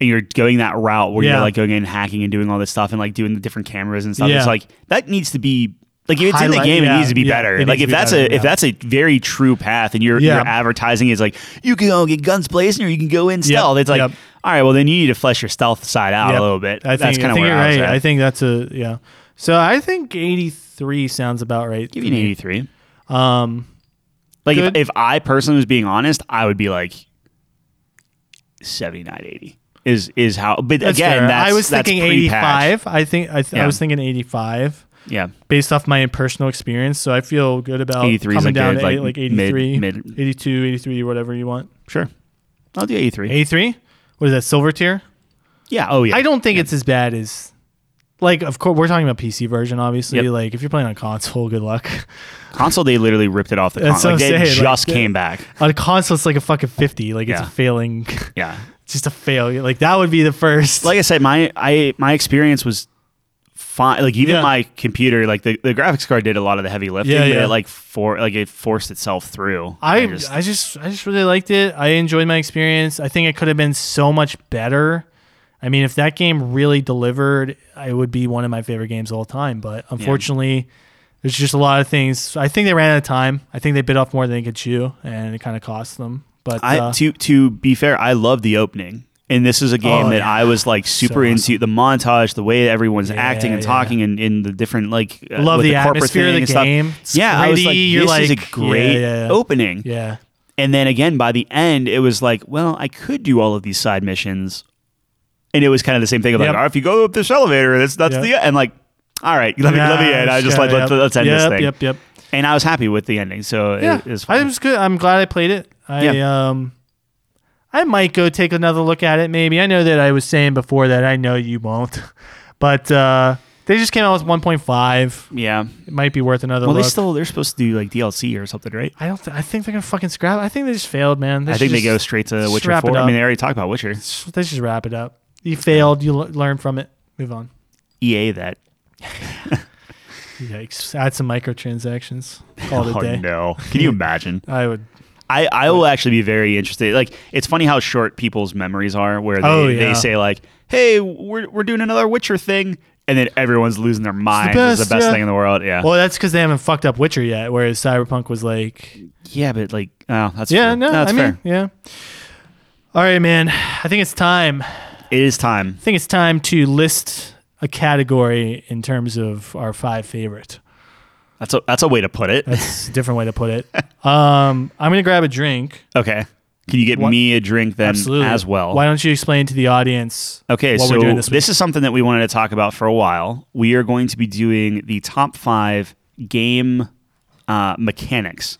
Speaker 2: and you're going that route where
Speaker 1: Yeah.
Speaker 2: you're like going in hacking and doing all this stuff and like doing the different cameras and stuff,
Speaker 1: Yeah.
Speaker 2: it's like that needs to be like if it's in
Speaker 1: Highlight-
Speaker 2: the game,
Speaker 1: yeah,
Speaker 2: it needs to be
Speaker 1: yeah, it
Speaker 2: better.
Speaker 1: needs
Speaker 2: Like
Speaker 1: to
Speaker 2: if
Speaker 1: be
Speaker 2: that's
Speaker 1: better,
Speaker 2: a
Speaker 1: yeah.
Speaker 2: if that's a very true path, and your
Speaker 1: Yeah.
Speaker 2: your advertising is like you can go get guns blazing or you can go in stealth. It's like
Speaker 1: yep.
Speaker 2: all right, well then you need to flesh your stealth side out
Speaker 1: Yep.
Speaker 2: a little bit.
Speaker 1: I think,
Speaker 2: that's kind
Speaker 1: I
Speaker 2: of
Speaker 1: think
Speaker 2: where
Speaker 1: you're
Speaker 2: I was
Speaker 1: right.
Speaker 2: at.
Speaker 1: I think that's a yeah. So I think 83 sounds about right.
Speaker 2: Give you an 83.
Speaker 1: Um,
Speaker 2: Like if,
Speaker 1: Good.
Speaker 2: if I personally was being honest, I would be like 79, 80 is is how. But
Speaker 1: that's
Speaker 2: again,
Speaker 1: fair.
Speaker 2: that's
Speaker 1: I was
Speaker 2: that's
Speaker 1: thinking
Speaker 2: pre-patch.
Speaker 1: 85. I think I, th- I
Speaker 2: Yeah.
Speaker 1: was thinking 85
Speaker 2: Yeah,
Speaker 1: based off my personal experience. So I feel good about
Speaker 2: 83
Speaker 1: coming
Speaker 2: is like
Speaker 1: down
Speaker 2: good,
Speaker 1: to
Speaker 2: like,
Speaker 1: eight- like
Speaker 2: mid-
Speaker 1: 83,
Speaker 2: mid-
Speaker 1: 82, 83, whatever you want.
Speaker 2: sure. I'll do 83.
Speaker 1: 83. What is that? Silver tier?
Speaker 2: Yeah. Oh yeah.
Speaker 1: I don't think it's as bad as like of course we're talking about PC version obviously
Speaker 2: Yep.
Speaker 1: like if you're playing on console good luck
Speaker 2: console. They literally ripped it off the
Speaker 1: That's
Speaker 2: console. Like,
Speaker 1: what I'm
Speaker 2: they
Speaker 1: saying, like,
Speaker 2: just
Speaker 1: they-
Speaker 2: came back.
Speaker 1: on a console it's like a fucking 50 like it's
Speaker 2: Yeah.
Speaker 1: a failing
Speaker 2: Yeah.
Speaker 1: just a failure like that would be the first
Speaker 2: Like I said, my I my experience was fine. Like even
Speaker 1: Yeah.
Speaker 2: my computer, like the, the graphics card did a lot of the heavy lifting,
Speaker 1: Yeah,
Speaker 2: but
Speaker 1: yeah.
Speaker 2: it like for like it forced itself through.
Speaker 1: I, I
Speaker 2: just-
Speaker 1: just, I just really liked it. I enjoyed my experience. I think it could have been so much better. I mean, if that game really delivered, it would be one of my favorite games of all time. But unfortunately, there's just a lot of things. I think they ran out of time. I think they bit off more than they could chew, and it kind of cost them. But
Speaker 2: I
Speaker 1: uh,
Speaker 2: to to be fair, I love the opening. And this is a game
Speaker 1: Oh,
Speaker 2: that
Speaker 1: yeah.
Speaker 2: I was like super
Speaker 1: awesome.
Speaker 2: into the montage, the way everyone's acting and
Speaker 1: yeah.
Speaker 2: talking, and in the different like uh,
Speaker 1: Love
Speaker 2: with
Speaker 1: the
Speaker 2: corporate
Speaker 1: atmosphere of
Speaker 2: thing
Speaker 1: the
Speaker 2: and stuff.
Speaker 1: game. It's
Speaker 2: yeah, I was like,
Speaker 1: gritty,
Speaker 2: this
Speaker 1: you're
Speaker 2: is a
Speaker 1: like-
Speaker 2: great
Speaker 1: yeah, yeah, yeah.
Speaker 2: opening.
Speaker 1: yeah,
Speaker 2: And then again, by the end, it was like, well, I could do all of these side missions, and it was kind of the same thing. Of like,
Speaker 1: Yep.
Speaker 2: all right, if you go up this elevator, that's that's
Speaker 1: Yep.
Speaker 2: the and like, all right, let me let me
Speaker 1: Yeah,
Speaker 2: end. I just like
Speaker 1: yeah,
Speaker 2: let, let's end
Speaker 1: yep,
Speaker 2: this thing.
Speaker 1: Yep, yep.
Speaker 2: And I was happy with the ending, so it-
Speaker 1: Yeah,
Speaker 2: it, was
Speaker 1: I
Speaker 2: fine.
Speaker 1: was good. I'm glad I played it. I um, I might go take another look at it. Maybe I know that I was saying before that I know you won't, but uh, they just came out with 1.5.
Speaker 2: yeah.
Speaker 1: It might be worth another
Speaker 2: Well,
Speaker 1: look.
Speaker 2: they still they're supposed to do like DLC or something, right?
Speaker 1: I don't. Th- I think they're gonna fucking scrap. I think they just failed, man. They
Speaker 2: I
Speaker 1: should
Speaker 2: think they go
Speaker 1: just-
Speaker 2: straight to
Speaker 1: just
Speaker 2: Witcher
Speaker 1: wrap it
Speaker 2: Four. I mean,
Speaker 1: up.
Speaker 2: they already talked about Witcher.
Speaker 1: They should wrap it up. You failed. You l- learn from it. Move on. E
Speaker 2: EA that.
Speaker 1: Yikes! Add some microtransactions. Call it a day.
Speaker 2: no! Can you imagine?
Speaker 1: I would.
Speaker 2: Oh, I I will actually be very interested. Like it's funny how short people's memories are, where they,
Speaker 1: Oh, yeah.
Speaker 2: they say like, "Hey, we're we're doing another Witcher thing," and then everyone's losing their mind. It's the
Speaker 1: best,
Speaker 2: best
Speaker 1: yeah.
Speaker 2: thing in the world. Yeah.
Speaker 1: Well, that's because they haven't fucked up Witcher yet. Whereas Cyberpunk was like,
Speaker 2: yeah, but like, oh, that's
Speaker 1: Yeah,
Speaker 2: fair.
Speaker 1: no,
Speaker 2: that's
Speaker 1: I
Speaker 2: fair.
Speaker 1: mean, yeah. All right, man. I think it's time. I
Speaker 2: It is time.
Speaker 1: think it's time to list a category in terms of our five favorite.
Speaker 2: That's a that's a way to put it.
Speaker 1: That's a different way to put it. Um, I'm gonna grab a drink.
Speaker 2: okay. Can you get
Speaker 1: What-
Speaker 2: me a drink then
Speaker 1: Absolutely.
Speaker 2: as well?
Speaker 1: Why don't you explain to the audience?
Speaker 2: Okay,
Speaker 1: what
Speaker 2: so
Speaker 1: we're doing
Speaker 2: this,
Speaker 1: this, week?
Speaker 2: is something that we wanted to talk about for a while. We are going to be doing the top five game uh, mechanics.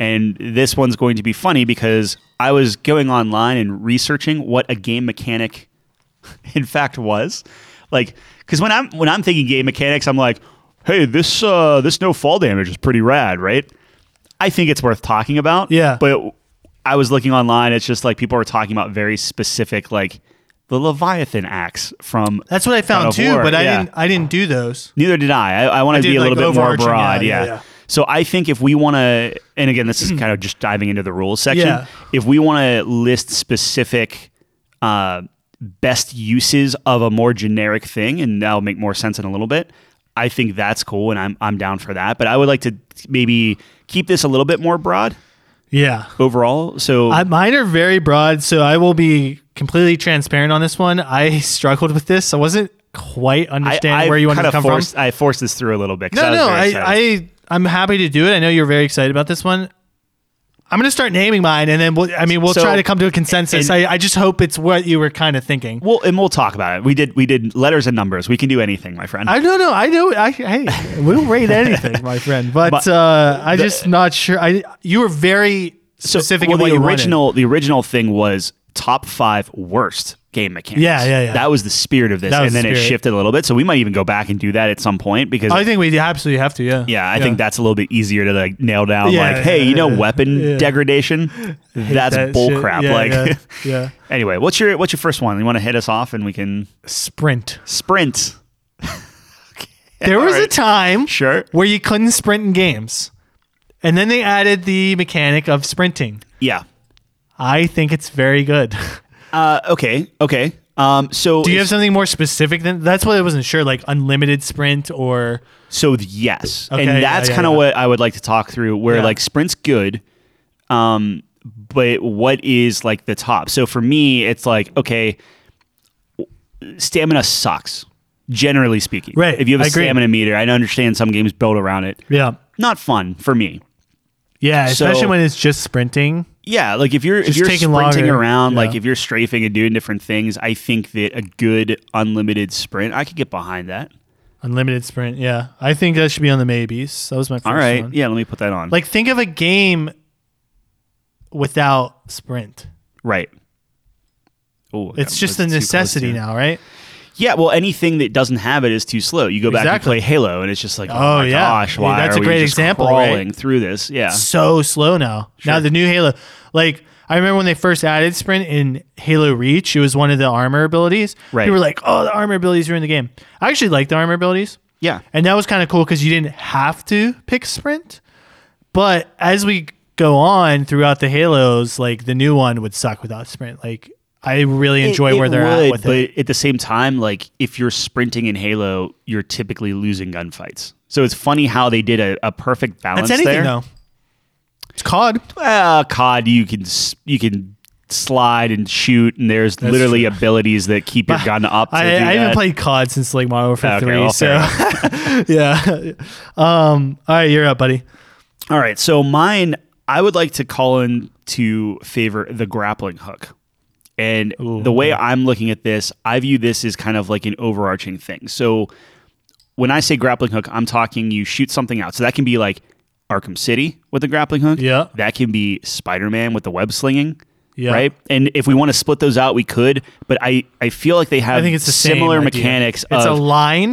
Speaker 2: And this one's going to be funny because I was going online and researching what a game mechanic in fact was. Like cuz when I'm when I'm thinking game mechanics, I'm like, "Hey, this uh this no fall damage is pretty rad, right?" I think it's worth talking about.
Speaker 1: Yeah.
Speaker 2: But I was looking online, it's just like people are talking about very specific like the Leviathan axe from
Speaker 1: That's what I
Speaker 2: God
Speaker 1: found
Speaker 2: of
Speaker 1: too,
Speaker 2: War,
Speaker 1: but I
Speaker 2: yeah.
Speaker 1: didn't. I didn't do those.
Speaker 2: Neither did I. I, I want
Speaker 1: I
Speaker 2: to
Speaker 1: did,
Speaker 2: be a
Speaker 1: like,
Speaker 2: little
Speaker 1: the
Speaker 2: bit more
Speaker 1: overarching,
Speaker 2: broad.
Speaker 1: yeah,
Speaker 2: Yeah,
Speaker 1: yeah, yeah.
Speaker 2: So I think if we want to, and again, this is kind of just diving into the rules section.
Speaker 1: Yeah.
Speaker 2: If we want to list specific uh, best uses of a more generic thing, and that'll make more sense in a little bit. I think that's cool, and I'm I'm down for that. But I would like to maybe keep this a little bit more broad
Speaker 1: Yeah.
Speaker 2: overall. So
Speaker 1: I, mine are very broad, so I will be completely transparent on this one. I struggled with this. I wasn't quite understand
Speaker 2: I,
Speaker 1: where you want
Speaker 2: kind
Speaker 1: to
Speaker 2: of
Speaker 1: come from.
Speaker 2: forced, I forced this through a little bit. 'cause
Speaker 1: No,
Speaker 2: was
Speaker 1: no,
Speaker 2: very
Speaker 1: I,
Speaker 2: excited.
Speaker 1: I, I'm happy to do it. I know you're very excited about this one. I'm gonna start naming mine, and then we'll, I mean, we'll
Speaker 2: So-
Speaker 1: try to come to a consensus. I, I just hope it's what you were kind of thinking.
Speaker 2: Well, and we'll talk about it. We did we did letters and numbers. We can do anything, my friend.
Speaker 1: I don't know. I know. I hey, we'll rate anything, my friend. But,
Speaker 2: But
Speaker 1: uh, I just not sure. I you were very specific
Speaker 2: well,
Speaker 1: in what
Speaker 2: the
Speaker 1: you wanted.
Speaker 2: original the original thing was top five worst game mechanics.
Speaker 1: Yeah, yeah, yeah.
Speaker 2: That was the spirit of this,
Speaker 1: That was
Speaker 2: and
Speaker 1: the
Speaker 2: then it
Speaker 1: spirit.
Speaker 2: shifted a little bit. So we might even go back and do that at some point because
Speaker 1: I think we absolutely have to. Yeah.
Speaker 2: yeah, I think that's a little bit easier to like nail down.
Speaker 1: Yeah,
Speaker 2: like, hey,
Speaker 1: yeah,
Speaker 2: you know,
Speaker 1: yeah,
Speaker 2: weapon
Speaker 1: yeah.
Speaker 2: degradation. That's
Speaker 1: That
Speaker 2: bull
Speaker 1: shit.
Speaker 2: crap.
Speaker 1: Yeah,
Speaker 2: like,
Speaker 1: yeah, yeah.
Speaker 2: anyway, what's your what's your first one? You want to hit us off, and we can
Speaker 1: Sprint.
Speaker 2: sprint.
Speaker 1: There was a
Speaker 2: Alright.
Speaker 1: time
Speaker 2: Sure.
Speaker 1: where you couldn't sprint in games, and then they added the mechanic of sprinting.
Speaker 2: Yeah.
Speaker 1: I think it's very good.
Speaker 2: Uh, okay. Okay. Um, so
Speaker 1: Do you
Speaker 2: if-
Speaker 1: have something more specific than that's what I wasn't sure, like unlimited sprint or
Speaker 2: So th- yes,
Speaker 1: Okay, yeah,
Speaker 2: and that's
Speaker 1: yeah,
Speaker 2: kind of
Speaker 1: yeah.
Speaker 2: what I would like to talk through. Where
Speaker 1: Yeah.
Speaker 2: like sprint's good, um, but what is like the top? So for me, it's like okay, w- stamina sucks. Generally speaking,
Speaker 1: Right,
Speaker 2: If you have a
Speaker 1: I agree.
Speaker 2: stamina meter, I understand some games build around it.
Speaker 1: yeah,
Speaker 2: Not fun for me.
Speaker 1: yeah,
Speaker 2: So-
Speaker 1: especially when it's just sprinting.
Speaker 2: Yeah, like if you're
Speaker 1: Just
Speaker 2: if you're
Speaker 1: taking
Speaker 2: sprinting
Speaker 1: longer,
Speaker 2: around, like
Speaker 1: yeah.
Speaker 2: if you're strafing and doing different things, I think that a good unlimited sprint, I could get behind that.
Speaker 1: Unlimited sprint, yeah. I think that should be on the maybes. That was my first
Speaker 2: All right,
Speaker 1: one.
Speaker 2: yeah, let me put that on.
Speaker 1: Like think of a game without sprint.
Speaker 2: right. Oh,
Speaker 1: It's just a necessity now, right?
Speaker 2: Yeah, well, anything that doesn't have it is too slow. You go back
Speaker 1: Exactly.
Speaker 2: and play Halo, and it's just like, oh,
Speaker 1: Oh,
Speaker 2: my
Speaker 1: yeah.
Speaker 2: gosh,
Speaker 1: Yeah,
Speaker 2: why
Speaker 1: that's
Speaker 2: are
Speaker 1: a
Speaker 2: we
Speaker 1: great
Speaker 2: just
Speaker 1: example,
Speaker 2: crawling through this? Yeah,
Speaker 1: So slow now. Now
Speaker 2: Sure.
Speaker 1: the new Halo, like I remember when they first added sprint in Halo Reach, it was one of the armor abilities.
Speaker 2: Right.
Speaker 1: People were like, "Oh, the armor abilities are in the game." I actually like the armor abilities.
Speaker 2: yeah,
Speaker 1: And that was kind of cool because you didn't have to pick sprint. But as we go on throughout the Halos, like the new one would suck without sprint. Like I really enjoy
Speaker 2: It- it
Speaker 1: where they're
Speaker 2: would,
Speaker 1: at with
Speaker 2: but
Speaker 1: it.
Speaker 2: at the same time, like if you're sprinting in Halo, you're typically losing gunfights. So it's funny how they did a, a perfect balance.
Speaker 1: That's anything
Speaker 2: there.
Speaker 1: though. It's COD.
Speaker 2: Uh, COD, you can s- you can slide and shoot, and there's literally abilities that keep your gun up. To
Speaker 1: I,
Speaker 2: do
Speaker 1: I haven't
Speaker 2: that.
Speaker 1: played COD since like Modern Warfare
Speaker 2: Okay,
Speaker 1: Three.
Speaker 2: well,
Speaker 1: so
Speaker 2: fair
Speaker 1: yeah. Um, all right, you're up, buddy.
Speaker 2: All right, so mine, I would like to call in to favor the grappling hook. And the way I'm looking at this, I view this as kind of like an overarching thing. So when I say grappling hook, I'm talking you shoot something out. So that can be like Arkham City with the grappling hook.
Speaker 1: Yeah.
Speaker 2: That can be Spider Man with the web slinging.
Speaker 1: Yeah.
Speaker 2: Right. And if we want to split those out, we could. But I, I feel like they have
Speaker 1: I think it's the same
Speaker 2: similar
Speaker 1: idea.
Speaker 2: mechanics
Speaker 1: It's a
Speaker 2: of
Speaker 1: line.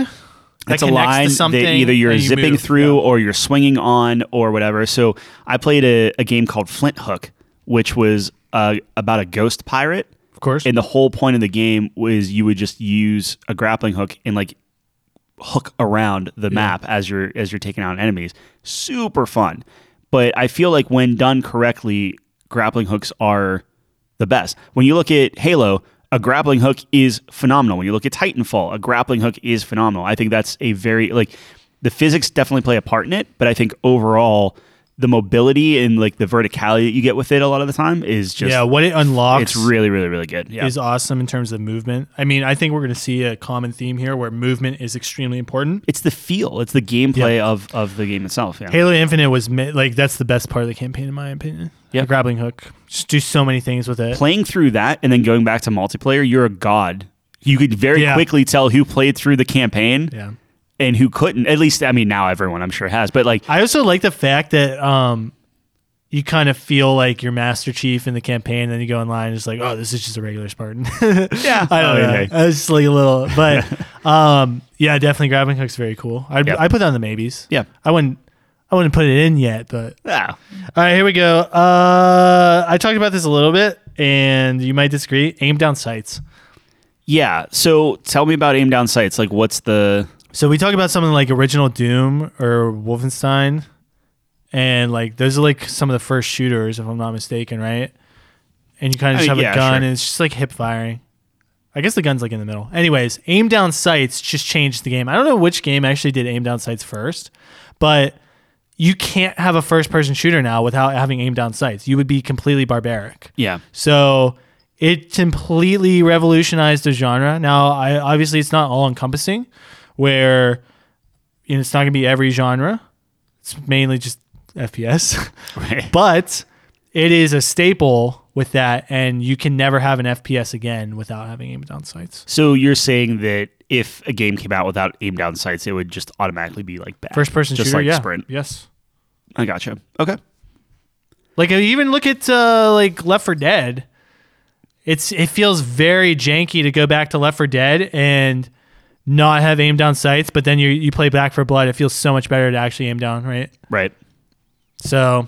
Speaker 1: That
Speaker 2: it's a
Speaker 1: connects
Speaker 2: line
Speaker 1: to something
Speaker 2: that either you're
Speaker 1: and you
Speaker 2: zipping
Speaker 1: move.
Speaker 2: through or you're swinging on or whatever. So I played a, a game called Flint Hook, which was uh, about a ghost pirate.
Speaker 1: Of course.
Speaker 2: And the whole point of the game was you would just use a grappling hook and like hook around the map as you're as you're taking out enemies. Super fun. But I feel like when done correctly, grappling hooks are the best. When you look at Halo, a grappling hook is phenomenal. When you look at Titanfall, a grappling hook is phenomenal. I think that's a very like the physics definitely play a part in it, but I think overall the mobility and like the verticality that you get with it a lot of the time is just
Speaker 1: yeah, what it unlocks.
Speaker 2: it's really really really good. Yeah.
Speaker 1: is awesome in terms of movement. I mean, I think we're going to see a common theme here where movement is extremely important.
Speaker 2: it's the feel. It's the gameplay of of the game itself. Yeah.
Speaker 1: Halo Infinite was mi- like that's the best part of the campaign in my opinion.
Speaker 2: Yeah.
Speaker 1: The grappling hook. Just do so many things with it.
Speaker 2: playing through that and then going back to multiplayer, you're a god. You could very
Speaker 1: Yeah.
Speaker 2: quickly tell who played through the campaign
Speaker 1: Yeah.
Speaker 2: and who couldn't. At least, I mean, now everyone I'm sure has, but like,
Speaker 1: I also like the fact that um you kind of feel like you're Master Chief in the campaign, and then you go online and it's like, oh, this is just a regular Spartan.
Speaker 2: yeah,
Speaker 1: I don't know. It's just like a little, but um, yeah, definitely grappling hook's very cool. I
Speaker 2: Yeah.
Speaker 1: I put that on the maybes.
Speaker 2: Yeah.
Speaker 1: I wouldn't I wouldn't put it in yet, but
Speaker 2: Yeah.
Speaker 1: All right, here we go. Uh, I talked about this a little bit, and you might disagree. Aim down sights.
Speaker 2: Yeah. So tell me about aim down sights. Like, what's the
Speaker 1: So we talk about something like original Doom or Wolfenstein, and like those are like some of the first shooters, if I'm not mistaken, right? And you kind of
Speaker 2: I
Speaker 1: just have
Speaker 2: mean, Uh, yeah,
Speaker 1: a gun,
Speaker 2: sure.
Speaker 1: and it's just like hip firing. I guess the gun's like in the middle. Anyways, aim down sights just changed the game. I don't know which game actually did aim down sights first, but you can't have a first person shooter now without having aim down sights. You would be completely barbaric.
Speaker 2: yeah?
Speaker 1: So it completely revolutionized the genre. Now, I obviously it's not all encompassing, where you know, it's not gonna be every genre. It's mainly just FPS,
Speaker 2: Right.
Speaker 1: but it is a staple with that, and you can never have an FPS again without having aim down sights.
Speaker 2: So you're saying that if a game came out without aim down sights, it would just automatically be like bad.
Speaker 1: First person
Speaker 2: just
Speaker 1: shooter,
Speaker 2: like
Speaker 1: yeah,
Speaker 2: sprint.
Speaker 1: yes.
Speaker 2: I gotcha. Okay.
Speaker 1: Like I even look at uh, like Left for Dead. It's it feels very janky to go back to Left for Dead and not have aim down sights, but then you you play Back for Blood. It feels so much better to actually aim down, right?
Speaker 2: Right.
Speaker 1: So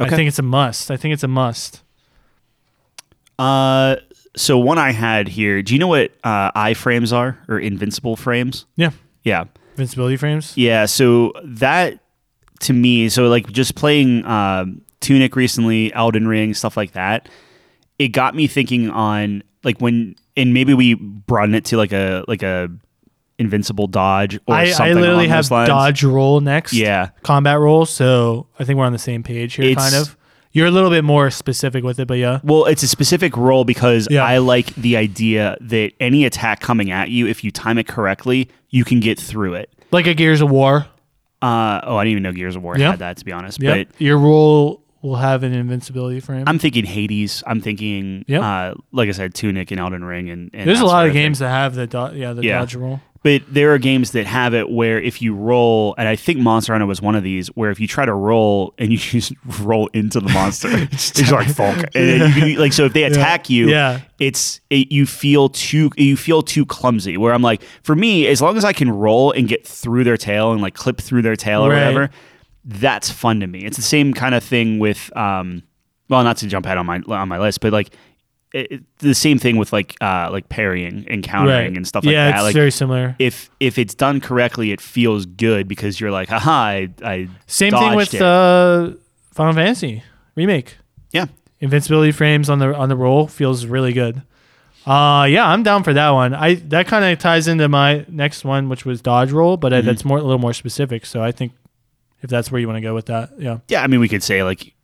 Speaker 2: Okay.
Speaker 1: I think it's a must. I think it's a must.
Speaker 2: Uh, so one I had here. Do you know what uh, iframes are or invincible frames?
Speaker 1: Yeah,
Speaker 2: Yeah.
Speaker 1: invincibility frames.
Speaker 2: Yeah, so that to me, so like just playing um, Tunic recently, Elden Ring, stuff like that, it got me thinking on like when, and maybe we broaden it to like a like a invincible dodge or
Speaker 1: I, I
Speaker 2: something.
Speaker 1: literally
Speaker 2: along
Speaker 1: have
Speaker 2: those lines.
Speaker 1: dodge roll next.
Speaker 2: Yeah,
Speaker 1: combat roll. So I think we're on the same page here,
Speaker 2: It's-
Speaker 1: kind of. You're a little bit more specific with it, but yeah,
Speaker 2: well, it's a specific role because
Speaker 1: Yeah.
Speaker 2: I like the idea that any attack coming at you, if you time it correctly, you can get through it.
Speaker 1: like a Gears of War.
Speaker 2: Uh, oh, I didn't even know Gears of War
Speaker 1: Yeah.
Speaker 2: had that to be honest,
Speaker 1: Yeah,
Speaker 2: but
Speaker 1: your roll will have an invincibility frame.
Speaker 2: I'm thinking Hades. I'm thinking,
Speaker 1: Yep.
Speaker 2: uh, like I said, Tunic and Elden Ring. And, and
Speaker 1: There's a
Speaker 2: that
Speaker 1: lot
Speaker 2: sort
Speaker 1: of
Speaker 2: thing.
Speaker 1: games that have the do- yeah the
Speaker 2: Yeah.
Speaker 1: dodge roll.
Speaker 2: but there are games that have it where if you roll, and I think Monster Hunter was one of these, where if you try to roll and you just roll into the monster, it's just like fuck. And then you, you- like so, if they attack you,
Speaker 1: Yeah.
Speaker 2: it's it, you feel too you feel too clumsy. Where I'm like, for me, as long as I can roll and get through their tail and like clip through their tail or
Speaker 1: Right.
Speaker 2: whatever, that's fun to me. It's the same kind of thing with um, well, not to jump ahead on my on my list, but like. It, it- the same thing with like uh like parrying and countering and stuff like
Speaker 1: yeah,
Speaker 2: that.
Speaker 1: it's
Speaker 2: like
Speaker 1: very similar.
Speaker 2: if if it's done correctly, it feels good because you're like, haha, I, I
Speaker 1: Same thing
Speaker 2: dodged
Speaker 1: with
Speaker 2: it.
Speaker 1: uh, Final Fantasy remake.
Speaker 2: yeah.
Speaker 1: Invincibility frames on the on the roll feels really good. Uh, yeah, I'm down for that one. I that kind of ties into my next one, which was dodge roll, but uh
Speaker 2: Mm-hmm.
Speaker 1: that's more a little more specific. So I think if that's where you want to go with that, yeah,
Speaker 2: Yeah, I mean, we could say like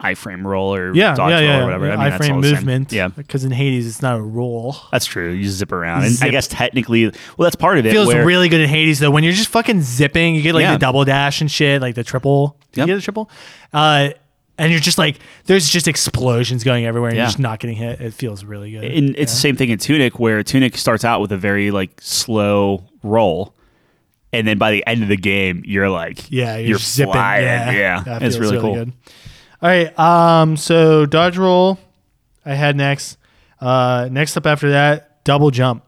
Speaker 2: iframe roll or
Speaker 1: yeah,
Speaker 2: dodge
Speaker 1: yeah,
Speaker 2: roll
Speaker 1: yeah.
Speaker 2: or whatever. I mean, that's all
Speaker 1: iframe
Speaker 2: the same.
Speaker 1: movement.
Speaker 2: Yeah,
Speaker 1: because in Hades it's not a roll.
Speaker 2: that's true. You zip around, and I
Speaker 1: Zip.
Speaker 2: guess technically, well, that's part of it.
Speaker 1: feels
Speaker 2: where-
Speaker 1: really good in Hades though. When you're just fucking zipping, you get like
Speaker 2: Yeah.
Speaker 1: the double dash and shit, like the triple. Did
Speaker 2: Yep.
Speaker 1: you get the triple? Uh, and you're just like, there's just explosions going everywhere, and
Speaker 2: Yeah.
Speaker 1: you're just not getting hit. It feels really good.
Speaker 2: and it's the same thing in Tunic, where Tunic starts out with a very like slow roll, and then by the end of the game, you're like,
Speaker 1: yeah, you're,
Speaker 2: you're
Speaker 1: zipping.
Speaker 2: flying.
Speaker 1: Yeah,
Speaker 2: Yeah,
Speaker 1: That
Speaker 2: it's
Speaker 1: feels
Speaker 2: really, cool.
Speaker 1: All right, um, so dodge roll, I had next. Uh, next up after that, double jump,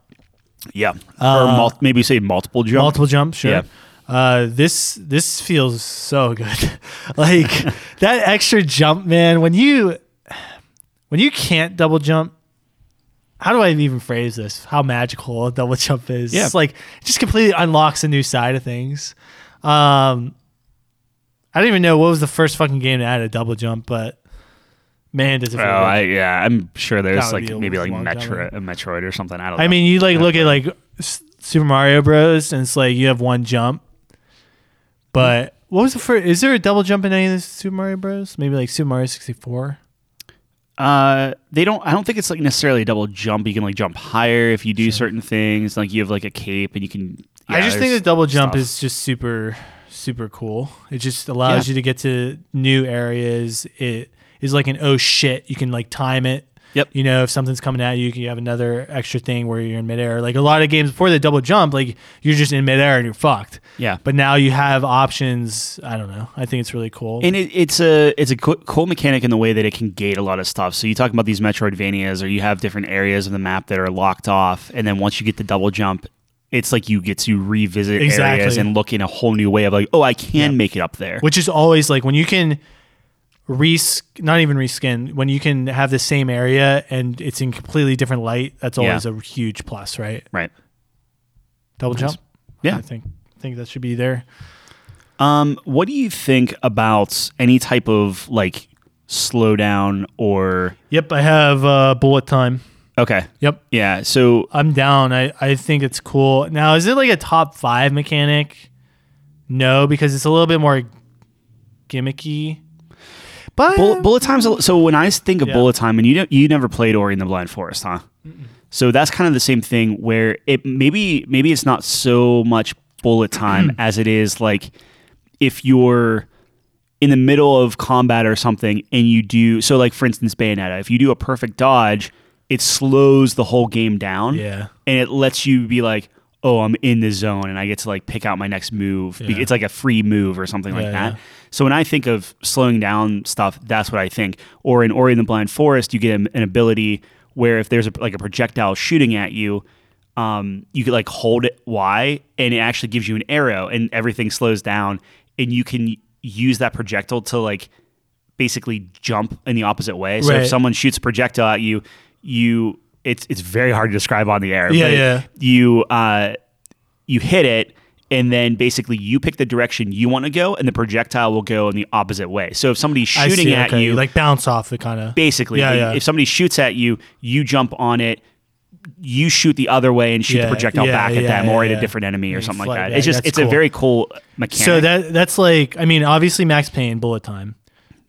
Speaker 2: Yeah, or mul- maybe say multiple jump.
Speaker 1: Uh, multiple jump. Sure.
Speaker 2: Yeah.
Speaker 1: Uh, this this feels so good, like that extra jump, man. When you when you can't double jump, how do I even phrase this? How magical a double jump is.
Speaker 2: Yeah.
Speaker 1: It's like it just completely unlocks a new side of things. Um I don't even know what was the first fucking game to add a double jump, but man, does it feel
Speaker 2: Oh,
Speaker 1: good.
Speaker 2: I, yeah, I'm sure there's
Speaker 1: That would
Speaker 2: like
Speaker 1: be a
Speaker 2: maybe like
Speaker 1: long time.
Speaker 2: Metro, a Metroid or something. I don't.
Speaker 1: I
Speaker 2: know.
Speaker 1: mean, you like look at like S- Super Mario Bros. and it's like you have one jump. But what was the first? Is there a double jump in any of the Super Mario Bros? Maybe like Super Mario sixty four.
Speaker 2: uh, they don't. I don't think it's like necessarily a double jump. You can like jump higher if you do certain things. Like you have like a cape and you can.
Speaker 1: I
Speaker 2: yeah,
Speaker 1: just think
Speaker 2: there's
Speaker 1: the double jump
Speaker 2: stuff.
Speaker 1: is just super, super cool. It just allows
Speaker 2: Yeah.
Speaker 1: you to get to new areas. It is like an oh shit. You can like time it.
Speaker 2: Yep.
Speaker 1: You know, if something's coming at you, you have another extra thing where you're in midair. Like a lot of games before the double jump, like you're just in midair and you're fucked.
Speaker 2: Yeah.
Speaker 1: But now you have options. I don't know. I think it's really cool.
Speaker 2: And it, it's a it's a co- cool mechanic in the way that it can gate a lot of stuff. So you talk about these Metroidvanias, or you have different areas of the map that are locked off, and then once you get the double jump, it's like you get to revisit areas
Speaker 1: Exactly.
Speaker 2: and look in a whole new way of like, oh, I can make it up there.
Speaker 1: which is always like when you can res not even reskin when you can have the same area and it's in completely different light that's
Speaker 2: Yeah.
Speaker 1: always a huge plus right
Speaker 2: right.
Speaker 1: double jump
Speaker 2: Yeah.
Speaker 1: i think i think that should be there
Speaker 2: Um, what do you think about any type of like slowdown or
Speaker 1: yep i have uh bullet time
Speaker 2: okay?
Speaker 1: yep
Speaker 2: Yeah. So
Speaker 1: i'm down i i think it's cool now is it like a top five mechanic no because it's a little bit more gimmicky But
Speaker 2: Bullet, bullet time's a, so when I think of
Speaker 1: Yeah.
Speaker 2: bullet time, and you don't- you never played Ori in the Blind Forest, huh? So that's kind of the same thing where it maybe maybe it's not so much bullet time as it is like if you're in the middle of combat or something and you do so like for instance Bayonetta, if you do a perfect dodge, it slows the whole game down.
Speaker 1: Yeah.
Speaker 2: And it lets you be like, "Oh, I'm in the zone and I get to like pick out my next move." Be-
Speaker 1: Yeah.
Speaker 2: It's like a free move or something like
Speaker 1: Yeah,
Speaker 2: that.
Speaker 1: yeah.
Speaker 2: So when I think of slowing down stuff, that's what I think. Or in Ori and the Blind Forest, you get an an ability where if there's a, like a projectile shooting at you, um, you could like hold it Y, and it actually gives you an arrow, and everything slows down, and you can use that projectile to like basically jump in the opposite way. So
Speaker 1: Right.
Speaker 2: if someone shoots a projectile at you, you it's it's very hard to describe on the air.
Speaker 1: Yeah,
Speaker 2: but
Speaker 1: yeah.
Speaker 2: You uh, you hit it and then basically you pick the direction you want to go and the projectile will go in the opposite way so if somebody's
Speaker 1: I
Speaker 2: shooting
Speaker 1: see,
Speaker 2: at
Speaker 1: okay,
Speaker 2: you
Speaker 1: like bounce off the kind of
Speaker 2: basically
Speaker 1: Yeah,
Speaker 2: if-
Speaker 1: yeah.
Speaker 2: if somebody shoots at you you jump on it you shoot the other way and shoot
Speaker 1: Yeah,
Speaker 2: the projectile
Speaker 1: yeah,
Speaker 2: back at
Speaker 1: yeah,
Speaker 2: them or
Speaker 1: yeah,
Speaker 2: at
Speaker 1: yeah.
Speaker 2: a different enemy or
Speaker 1: You
Speaker 2: something
Speaker 1: fly
Speaker 2: like that
Speaker 1: back,
Speaker 2: it's just
Speaker 1: that's
Speaker 2: it's
Speaker 1: cool.
Speaker 2: a very cool mechanic
Speaker 1: So that that's like I mean, obviously Max Payne, Bullet Time.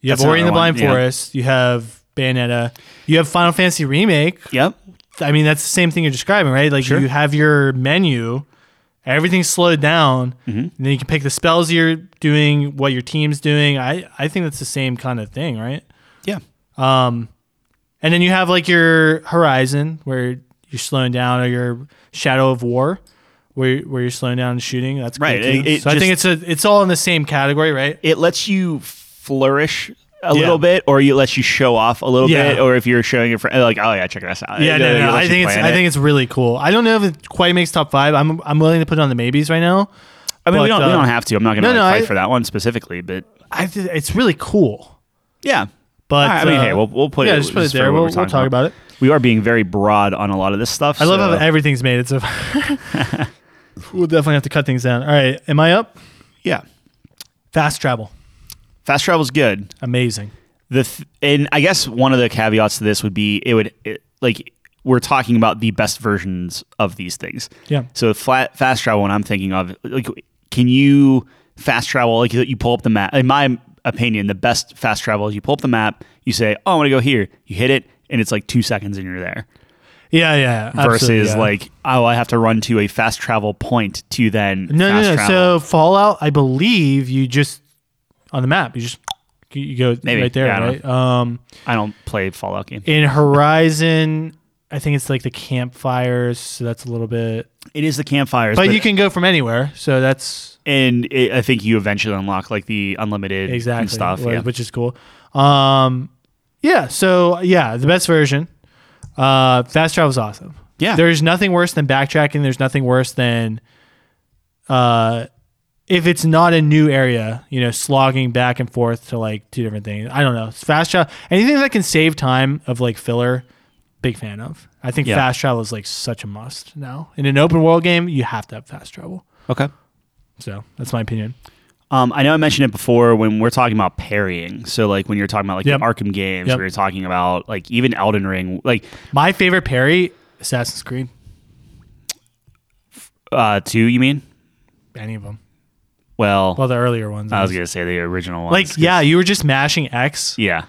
Speaker 1: You have
Speaker 2: That's
Speaker 1: Ori and the
Speaker 2: another one,
Speaker 1: Blind
Speaker 2: yeah.
Speaker 1: Forest. You have Bayonetta. You have Final Fantasy Remake.
Speaker 2: yep
Speaker 1: I mean, that's the same thing you're describing, right? Like you have your menu, everything's slowed down,
Speaker 2: Mm-hmm.
Speaker 1: and then you can pick the spells you're doing, what your team's doing. I I think that's the same kind of thing, right?
Speaker 2: yeah
Speaker 1: And then you have like your Horizon, where you're slowing down, or your Shadow of War, where where you're slowing down and shooting. That's cool
Speaker 2: Right,
Speaker 1: too.
Speaker 2: it- it
Speaker 1: so I think it's a it's all in the same category, right?
Speaker 2: it lets you flourish a
Speaker 1: Yeah.
Speaker 2: little bit or it lets you show off a little
Speaker 1: Yeah.
Speaker 2: bit or if you're showing your friend like oh yeah check this out
Speaker 1: Yeah,
Speaker 2: It-
Speaker 1: no,
Speaker 2: it
Speaker 1: no,
Speaker 2: lets
Speaker 1: I
Speaker 2: you
Speaker 1: think it's
Speaker 2: plan
Speaker 1: I
Speaker 2: it.
Speaker 1: think it's really cool. I don't know if it quite makes top five. I'm I'm willing to put it on the maybes right now.
Speaker 2: I mean, we
Speaker 1: but,
Speaker 2: don't, we
Speaker 1: uh,
Speaker 2: don't have to. I'm not going to
Speaker 1: no, no,
Speaker 2: fight
Speaker 1: I-
Speaker 2: for that one specifically, but
Speaker 1: I th- it's really cool.
Speaker 2: yeah.
Speaker 1: But
Speaker 2: I, I mean,
Speaker 1: uh,
Speaker 2: hey, we'll, we'll put
Speaker 1: yeah,
Speaker 2: it.
Speaker 1: just put it
Speaker 2: for
Speaker 1: there.
Speaker 2: what
Speaker 1: We'll,
Speaker 2: we're
Speaker 1: we'll
Speaker 2: talking
Speaker 1: talk about it.
Speaker 2: We are being very broad on a lot of this stuff.
Speaker 1: I love how
Speaker 2: so-
Speaker 1: everything's made. It's a we'll definitely have to cut things down. All right, am I up?
Speaker 2: yeah,
Speaker 1: Fast travel,
Speaker 2: fast travel's good.
Speaker 1: amazing.
Speaker 2: The th- and I guess one of the caveats to this would be it would it, like we're talking about the best versions of these things.
Speaker 1: Yeah.
Speaker 2: So flat fast travel, when I'm thinking of, like, can you fast travel? Like you pull up the map. In my opinion, the best fast travel is you pull up the map, you say, "Oh, I want to go here." You hit it, and it's like two seconds, and you're there.
Speaker 1: Yeah, yeah.
Speaker 2: versus
Speaker 1: absolutely, yeah.
Speaker 2: like oh I have to run to a fast travel point to then
Speaker 1: no, no,
Speaker 2: fast
Speaker 1: no.
Speaker 2: travel.
Speaker 1: So Fallout, I believe you just on the map. You just you go
Speaker 2: Maybe.
Speaker 1: right there,
Speaker 2: Yeah, I don't
Speaker 1: right? Um,
Speaker 2: I don't play Fallout game.
Speaker 1: in Horizon, I think it's like the campfires, so that's a little bit.
Speaker 2: It is the campfires,
Speaker 1: But, you can go from anywhere, so that's
Speaker 2: and it, I think you eventually unlock like the unlimited
Speaker 1: exactly
Speaker 2: and stuff.
Speaker 1: what-
Speaker 2: Yeah.
Speaker 1: which is cool. Um, yeah. So yeah, the best version. Uh, fast travel is awesome.
Speaker 2: Yeah.
Speaker 1: There's nothing worse than backtracking. There's nothing worse than, uh, if it's not a new area, you know, slogging back and forth to like two different things. I don't know. It's fast travel. Anything that can save time of like filler, big fan of. I think
Speaker 2: Yeah.
Speaker 1: fast travel is like such a must now. In an open world game, you have to have fast travel.
Speaker 2: okay.
Speaker 1: So that's my opinion.
Speaker 2: Um, I know I mentioned it before when we're talking about parrying. So like when you're talking about like
Speaker 1: Yep.
Speaker 2: the Arkham games,
Speaker 1: Yep.
Speaker 2: we were talking about like even Elden Ring, like
Speaker 1: My favorite parry, Assassin's Creed.
Speaker 2: uh two. You mean?
Speaker 1: Any of them.
Speaker 2: Well,
Speaker 1: Well, the earlier ones.
Speaker 2: I was gonna say the original one.
Speaker 1: like, yeah, you were just mashing X,
Speaker 2: yeah.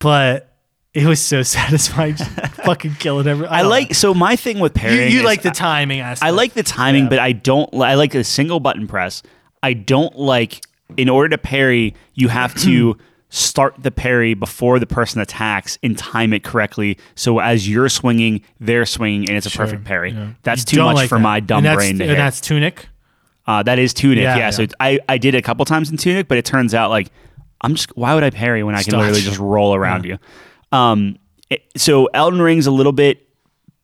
Speaker 1: but it was so satisfying. just fucking killing everyone.
Speaker 2: I
Speaker 1: don't
Speaker 2: like so my thing with
Speaker 1: know. you.
Speaker 2: parrying.
Speaker 1: You
Speaker 2: is
Speaker 1: like the
Speaker 2: I-
Speaker 1: timing aspect.
Speaker 2: I like the timing, but I don't. li- I like a single button press. I don't like. In order to parry, you have to start the parry before the person attacks and time it correctly. So as you're swinging, they're swinging, and it's a perfect parry. That's too
Speaker 1: Don't
Speaker 2: much
Speaker 1: like
Speaker 2: for
Speaker 1: that.
Speaker 2: my dumb
Speaker 1: and that's,
Speaker 2: brain to
Speaker 1: and
Speaker 2: hit.
Speaker 1: that's Tunic.
Speaker 2: Uh, that is tunic.
Speaker 1: Yeah,
Speaker 2: Yeah.
Speaker 1: yeah.
Speaker 2: So it's- I, I did it a couple times in tunic, but it turns out like I'm just why would I parry when I can
Speaker 1: Stop.
Speaker 2: literally just roll around you. Um, it- so Elden Ring's a little bit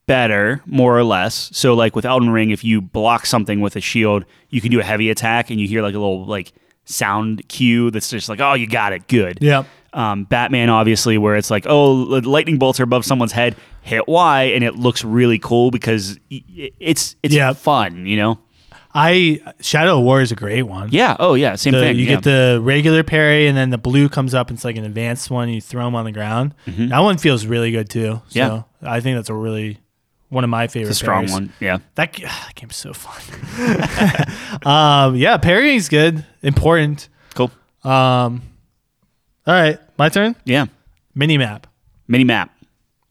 Speaker 2: better, more or less. So like with Elden Ring, if you block something with a shield, you can do a heavy attack, and you hear like a little like sound cue that's just like oh you got it good.
Speaker 1: Yep.
Speaker 2: Um, Batman, obviously, where it's like, oh, l- lightning bolts are above someone's head. Hit Y, and it looks really cool because y- y- it's it's
Speaker 1: Yeah.
Speaker 2: fun, you know.
Speaker 1: I Shadow of War is a great one.
Speaker 2: Yeah. Oh, yeah. Same
Speaker 1: The-
Speaker 2: thing.
Speaker 1: you
Speaker 2: yeah.
Speaker 1: get the regular parry, and then the blue comes up. and It's like an advanced one. You throw them on the ground. That one feels really good too. So
Speaker 2: Mm-hmm. Yeah.
Speaker 1: I think that's a really one of my favorite.
Speaker 2: It's a strong
Speaker 1: parries.
Speaker 2: one. Yeah.
Speaker 1: That, g- that game's so fun. um, yeah, parrying's good, important.
Speaker 2: Cool.
Speaker 1: Um, All right, my turn.
Speaker 2: Yeah.
Speaker 1: Mini map.
Speaker 2: Mini map.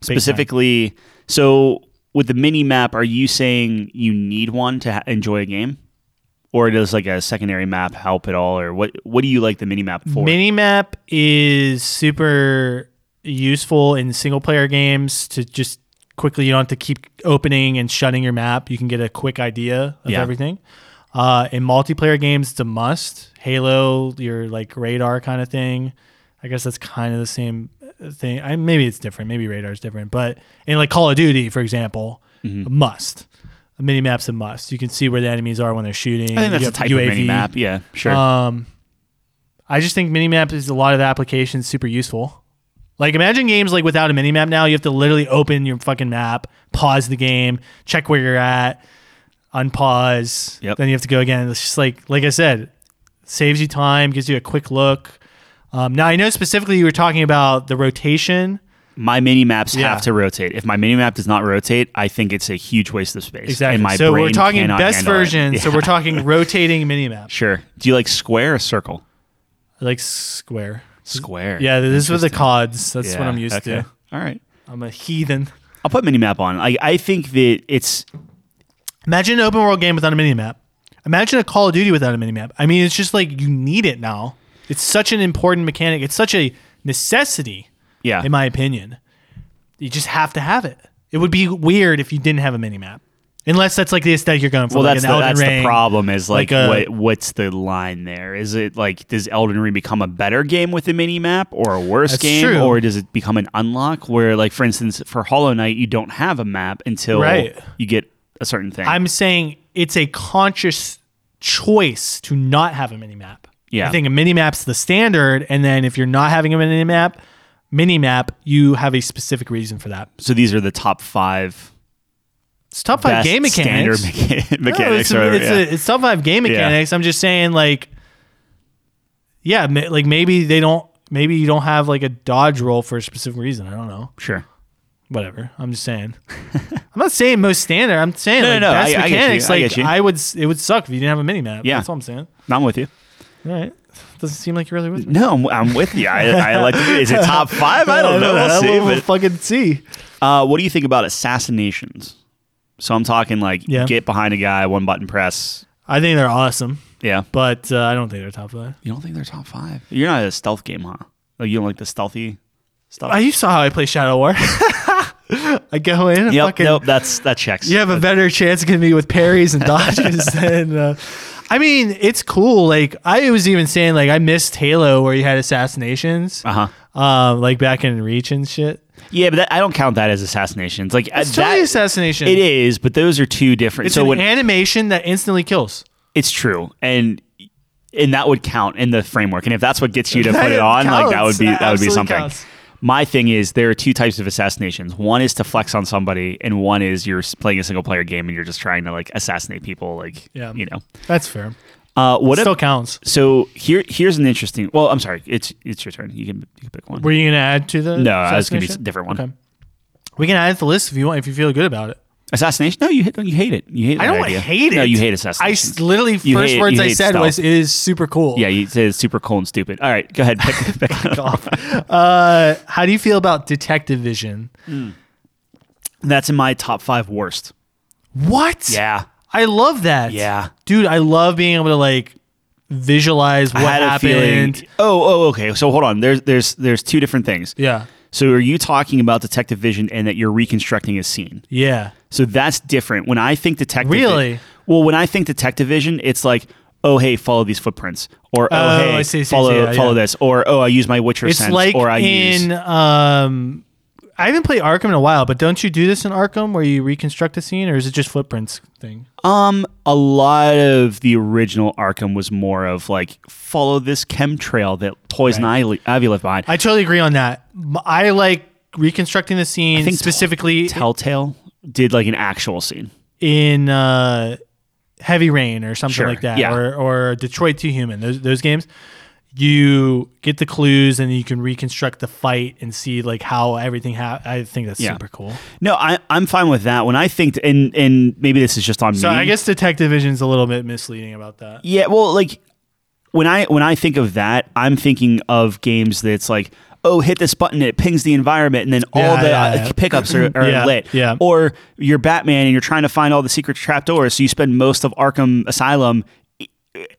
Speaker 2: Specifically, so with the mini map, are you saying you need one to ha- enjoy a game? Or does like a secondary map help at all? Or what what do you like the mini map for?
Speaker 1: Minimap is super useful in single player games to just quickly you don't have to keep opening and shutting your map. You can get a quick idea of
Speaker 2: Yeah.
Speaker 1: everything. Uh, in multiplayer games, it's a must. Halo, your like radar kind of thing. I guess that's kind of the same thing. I, maybe it's different. Maybe radar's different. But in like Call of Duty, for example, a
Speaker 2: Mm-hmm.
Speaker 1: must. A mini map's a must. You can see where the enemies are when they're shooting.
Speaker 2: I think that's
Speaker 1: You
Speaker 2: a
Speaker 1: have
Speaker 2: type of mini map. Yeah, sure.
Speaker 1: um, I just think minimap is a lot of the applications super useful. Like imagine games like without a minimap now, you have to literally open your fucking map, pause the game, check where you're at, unpause,
Speaker 2: Yep.
Speaker 1: then you have to go again. It's just like like I said, saves you time, gives you a quick look. Um, now I know specifically you were talking about the rotation.
Speaker 2: my mini maps
Speaker 1: Yeah.
Speaker 2: have to rotate. If my mini map does not rotate, I think it's a huge waste of space.
Speaker 1: Exactly.
Speaker 2: And my
Speaker 1: so we're
Speaker 2: brain
Speaker 1: talking
Speaker 2: cannot
Speaker 1: best
Speaker 2: handle it.
Speaker 1: version. So
Speaker 2: Yeah.
Speaker 1: we're talking rotating minimap,
Speaker 2: sure. Do you like square or circle?
Speaker 1: like square.
Speaker 2: Square.
Speaker 1: Mm, Yeah, this was the cods. That's what
Speaker 2: Yeah,
Speaker 1: I'm used
Speaker 2: okay.
Speaker 1: to.
Speaker 2: All right.
Speaker 1: I'm a heathen.
Speaker 2: I'll put minimap on. I I think that it's
Speaker 1: Imagine an open world game without a minimap. Imagine a Call of Duty without a minimap. I mean, it's just like you need it now. It's such an important mechanic. It's such a necessity,
Speaker 2: yeah.
Speaker 1: in my opinion. You just have to have it. It would be weird if you didn't have a minimap, unless that's like the aesthetic you're going for.
Speaker 2: well,
Speaker 1: like
Speaker 2: that's
Speaker 1: an
Speaker 2: the,
Speaker 1: Elden
Speaker 2: that's
Speaker 1: Ring.
Speaker 2: the problem. Is like,
Speaker 1: like uh, a-
Speaker 2: what what's the line there? Is it like does Elden Ring become a better game with the mini map or a worse
Speaker 1: That's
Speaker 2: game,
Speaker 1: true.
Speaker 2: or does it become an unlock? Where like for instance, for Hollow Knight, you don't have a map until
Speaker 1: Right.
Speaker 2: you get a certain thing.
Speaker 1: I'm saying it's a conscious choice to not have a minimap.
Speaker 2: Yeah.
Speaker 1: I think a minimap's the standard, and then if you're not having a minimap, minimap, you have a specific reason for that.
Speaker 2: so these are the top five
Speaker 1: It's top five
Speaker 2: best
Speaker 1: game mechanics.
Speaker 2: standard mecha-
Speaker 1: No,
Speaker 2: mechanics.
Speaker 1: it's, a-
Speaker 2: or whatever,
Speaker 1: it's, a-
Speaker 2: yeah.
Speaker 1: it's top five game mechanics. I'm just saying, like, yeah, ma- like maybe they don't. Maybe you don't have like a dodge roll for a specific reason. I don't know.
Speaker 2: sure.
Speaker 1: Whatever. I'm just saying. I'm not saying most standard. I'm saying
Speaker 2: No,
Speaker 1: like,
Speaker 2: no, no,
Speaker 1: best
Speaker 2: I- I get you,
Speaker 1: mechanics.
Speaker 2: I
Speaker 1: like
Speaker 2: get you.
Speaker 1: I would. s- It would suck if you didn't have a mini map.
Speaker 2: Yeah.
Speaker 1: that's all I'm saying.
Speaker 2: I'm with you.
Speaker 1: All right. Doesn't seem like you're really with me.
Speaker 2: No, I'm, I'm with you. I, I like. To, is it top five? I don't know. We'll see,
Speaker 1: We'll
Speaker 2: but-
Speaker 1: fucking see.
Speaker 2: Uh, what do you think about assassinations? So I'm talking like
Speaker 1: Yeah.
Speaker 2: get behind a guy, one button press.
Speaker 1: I think they're awesome,
Speaker 2: Yeah.
Speaker 1: but uh, I don't think they're top five.
Speaker 2: You don't think they're top five? You're not a stealth game, huh? Like you don't like the stealthy stuff.
Speaker 1: Oh, you saw how I play Shadow War. I go in. and
Speaker 2: yep,
Speaker 1: fucking,
Speaker 2: nope, that's that checks.
Speaker 1: You have a better chance of getting me with parries and dodges than. Uh, I mean, it's cool. Like I was even saying, like I missed Halo where you had assassinations,
Speaker 2: Uh huh.
Speaker 1: um, like back in Reach and shit.
Speaker 2: Yeah, but that, I don't count that as assassinations. Like uh,
Speaker 1: It's totally
Speaker 2: that-
Speaker 1: assassination.
Speaker 2: It is, but those are two different.
Speaker 1: It's
Speaker 2: so
Speaker 1: an
Speaker 2: when
Speaker 1: animation that instantly kills.
Speaker 2: it's true, and and that would count in the framework. And if that's what gets you to
Speaker 1: That
Speaker 2: put it on, like that
Speaker 1: counts.
Speaker 2: would be
Speaker 1: That
Speaker 2: that would be
Speaker 1: absolutely
Speaker 2: something.
Speaker 1: counts.
Speaker 2: My thing is there are two types of assassinations. One is to flex on somebody, and one is you're s- playing a single player game and you're just trying to like assassinate people. Like
Speaker 1: Yeah.
Speaker 2: you know.
Speaker 1: That's fair.
Speaker 2: Uh, what
Speaker 1: Still
Speaker 2: if,
Speaker 1: counts.
Speaker 2: so here here's an interesting. Well, I'm sorry, it's it's your turn. You can, you can pick one.
Speaker 1: Were you gonna add to the?
Speaker 2: No, that's gonna be
Speaker 1: assassination?
Speaker 2: a different one.
Speaker 1: Okay. We can add it to the list if you want, if you feel good about it.
Speaker 2: Assassination? No, you hate- you hate it. You hate.
Speaker 1: I
Speaker 2: that
Speaker 1: don't
Speaker 2: idea.
Speaker 1: hate it.
Speaker 2: No, you hate
Speaker 1: I
Speaker 2: assassination.
Speaker 1: s- literally
Speaker 2: You
Speaker 1: first
Speaker 2: hate-
Speaker 1: words
Speaker 2: you
Speaker 1: I
Speaker 2: hate
Speaker 1: said
Speaker 2: stealth.
Speaker 1: was "it is super cool."
Speaker 2: yeah, you say it's super cool and stupid. All right, go ahead. Pick, pick another one.
Speaker 1: Uh, how do you feel about Detective Vision?
Speaker 2: That's in my top five worst.
Speaker 1: What?
Speaker 2: Yeah.
Speaker 1: I love that.
Speaker 2: Yeah.
Speaker 1: Dude, I love being able to like visualize what
Speaker 2: I had
Speaker 1: happened.
Speaker 2: a feeling. Oh, oh, okay. So hold on. There's there's there's two different things.
Speaker 1: Yeah.
Speaker 2: So are you talking about detective vision and that you're reconstructing a scene?
Speaker 1: Yeah.
Speaker 2: So that's different. When I think detective,
Speaker 1: Really?
Speaker 2: well, when I think detective vision, it's like, oh hey, follow these footprints, or oh,
Speaker 1: Oh,
Speaker 2: hey,
Speaker 1: I see, I see, I see.
Speaker 2: follow
Speaker 1: Yeah,
Speaker 2: follow
Speaker 1: yeah.
Speaker 2: this, or oh I use my Witcher
Speaker 1: It's
Speaker 2: sense,
Speaker 1: like
Speaker 2: or I
Speaker 1: in
Speaker 2: use
Speaker 1: um I haven't played Arkham in a while, but don't you do this in Arkham where you reconstruct a scene or is it just footprints thing?
Speaker 2: um a lot of the original Arkham was more of like follow this chemtrail that Poison Ivy, Ivy left behind.
Speaker 1: I totally agree on that. M- I like reconstructing the scene
Speaker 2: think
Speaker 1: specifically
Speaker 2: Telltale did like an actual scene.
Speaker 1: in uh, Heavy Rain or something
Speaker 2: Sure,
Speaker 1: like that,
Speaker 2: yeah.
Speaker 1: or or Detroit Two Human. Those those games, you get the clues and you can reconstruct the fight and see like how everything happened. I think that's
Speaker 2: Yeah.
Speaker 1: super cool.
Speaker 2: No, I, I'm fine with that. When I think, and and maybe this is just on
Speaker 1: So
Speaker 2: me.
Speaker 1: I guess Detective Vision's a little bit misleading about that.
Speaker 2: yeah. Well, like when I when I think of that, I'm thinking of games that's like, oh, hit this button, it pings the environment, and then all
Speaker 1: Yeah,
Speaker 2: the
Speaker 1: yeah,
Speaker 2: uh,
Speaker 1: yeah.
Speaker 2: pickups are, are
Speaker 1: Yeah,
Speaker 2: lit.
Speaker 1: yeah.
Speaker 2: Or you're Batman and you're trying to find all the secret trapdoors, so you spend most of Arkham Asylum i-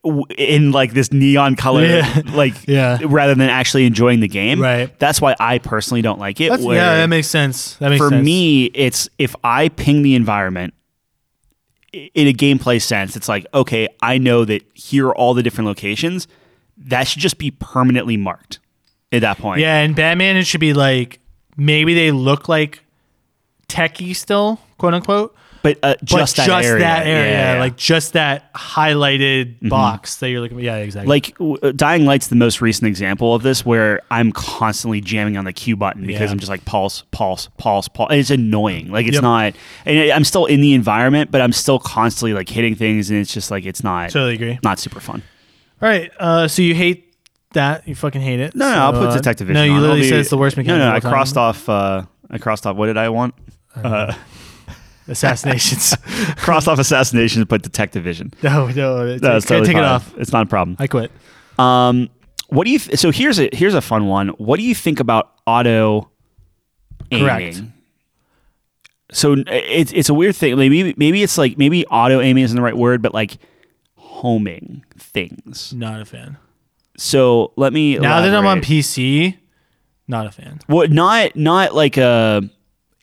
Speaker 2: w- in like this neon color,
Speaker 1: Yeah.
Speaker 2: like
Speaker 1: Yeah.
Speaker 2: rather than actually enjoying the game.
Speaker 1: Right.
Speaker 2: That's why I personally don't like it.
Speaker 1: That's,
Speaker 2: where-
Speaker 1: yeah, that makes sense. That makes
Speaker 2: for
Speaker 1: sense.
Speaker 2: me, it's if I ping the environment i- in a gameplay sense, it's like, okay, I know that here are all the different locations. That should just be permanently marked at that point.
Speaker 1: Yeah, and Batman, it should be like maybe they look like techie still, quote unquote,
Speaker 2: But uh,
Speaker 1: but
Speaker 2: just that area.
Speaker 1: that area,
Speaker 2: Yeah, yeah.
Speaker 1: like just that highlighted box that you're looking. Yeah, exactly.
Speaker 2: like w- uh, Dying Light's the most recent example of this, where I'm constantly jamming on the Q button because
Speaker 1: Yeah.
Speaker 2: I'm just like pulse, pulse, pulse, pulse. And it's annoying. Like it's
Speaker 1: Yep.
Speaker 2: not, and I- I'm still in the environment, but I'm still constantly like hitting things, and it's just like it's not,
Speaker 1: totally agree.
Speaker 2: not super fun.
Speaker 1: All right, uh, so you hate that? You fucking hate it?
Speaker 2: No, no,
Speaker 1: So,
Speaker 2: I'll put
Speaker 1: uh,
Speaker 2: Detective Vision.
Speaker 1: No, you
Speaker 2: on. It'll
Speaker 1: literally
Speaker 2: be-
Speaker 1: said it's the worst mechanic.
Speaker 2: No,
Speaker 1: of
Speaker 2: no,
Speaker 1: all
Speaker 2: I
Speaker 1: time.
Speaker 2: crossed off. Uh, I crossed off. What did I want? Uh,
Speaker 1: assassinations.
Speaker 2: crossed off assassinations, but Detective Vision.
Speaker 1: no, no, it's,
Speaker 2: No,
Speaker 1: no,
Speaker 2: it's totally
Speaker 1: take
Speaker 2: fine.
Speaker 1: it off.
Speaker 2: It's not a problem.
Speaker 1: I quit.
Speaker 2: Um, what do you? Th- so here's a here's a fun one. What do you think about auto aiming?
Speaker 1: Correct.
Speaker 2: So n- it's it's a weird thing. Like, Maybe maybe it's like maybe auto aiming isn't the right word, but like homing things.
Speaker 1: Not a fan.
Speaker 2: So let me
Speaker 1: Now that I'm on
Speaker 2: elaborate.
Speaker 1: PC, not a fan.
Speaker 2: Well, not not like a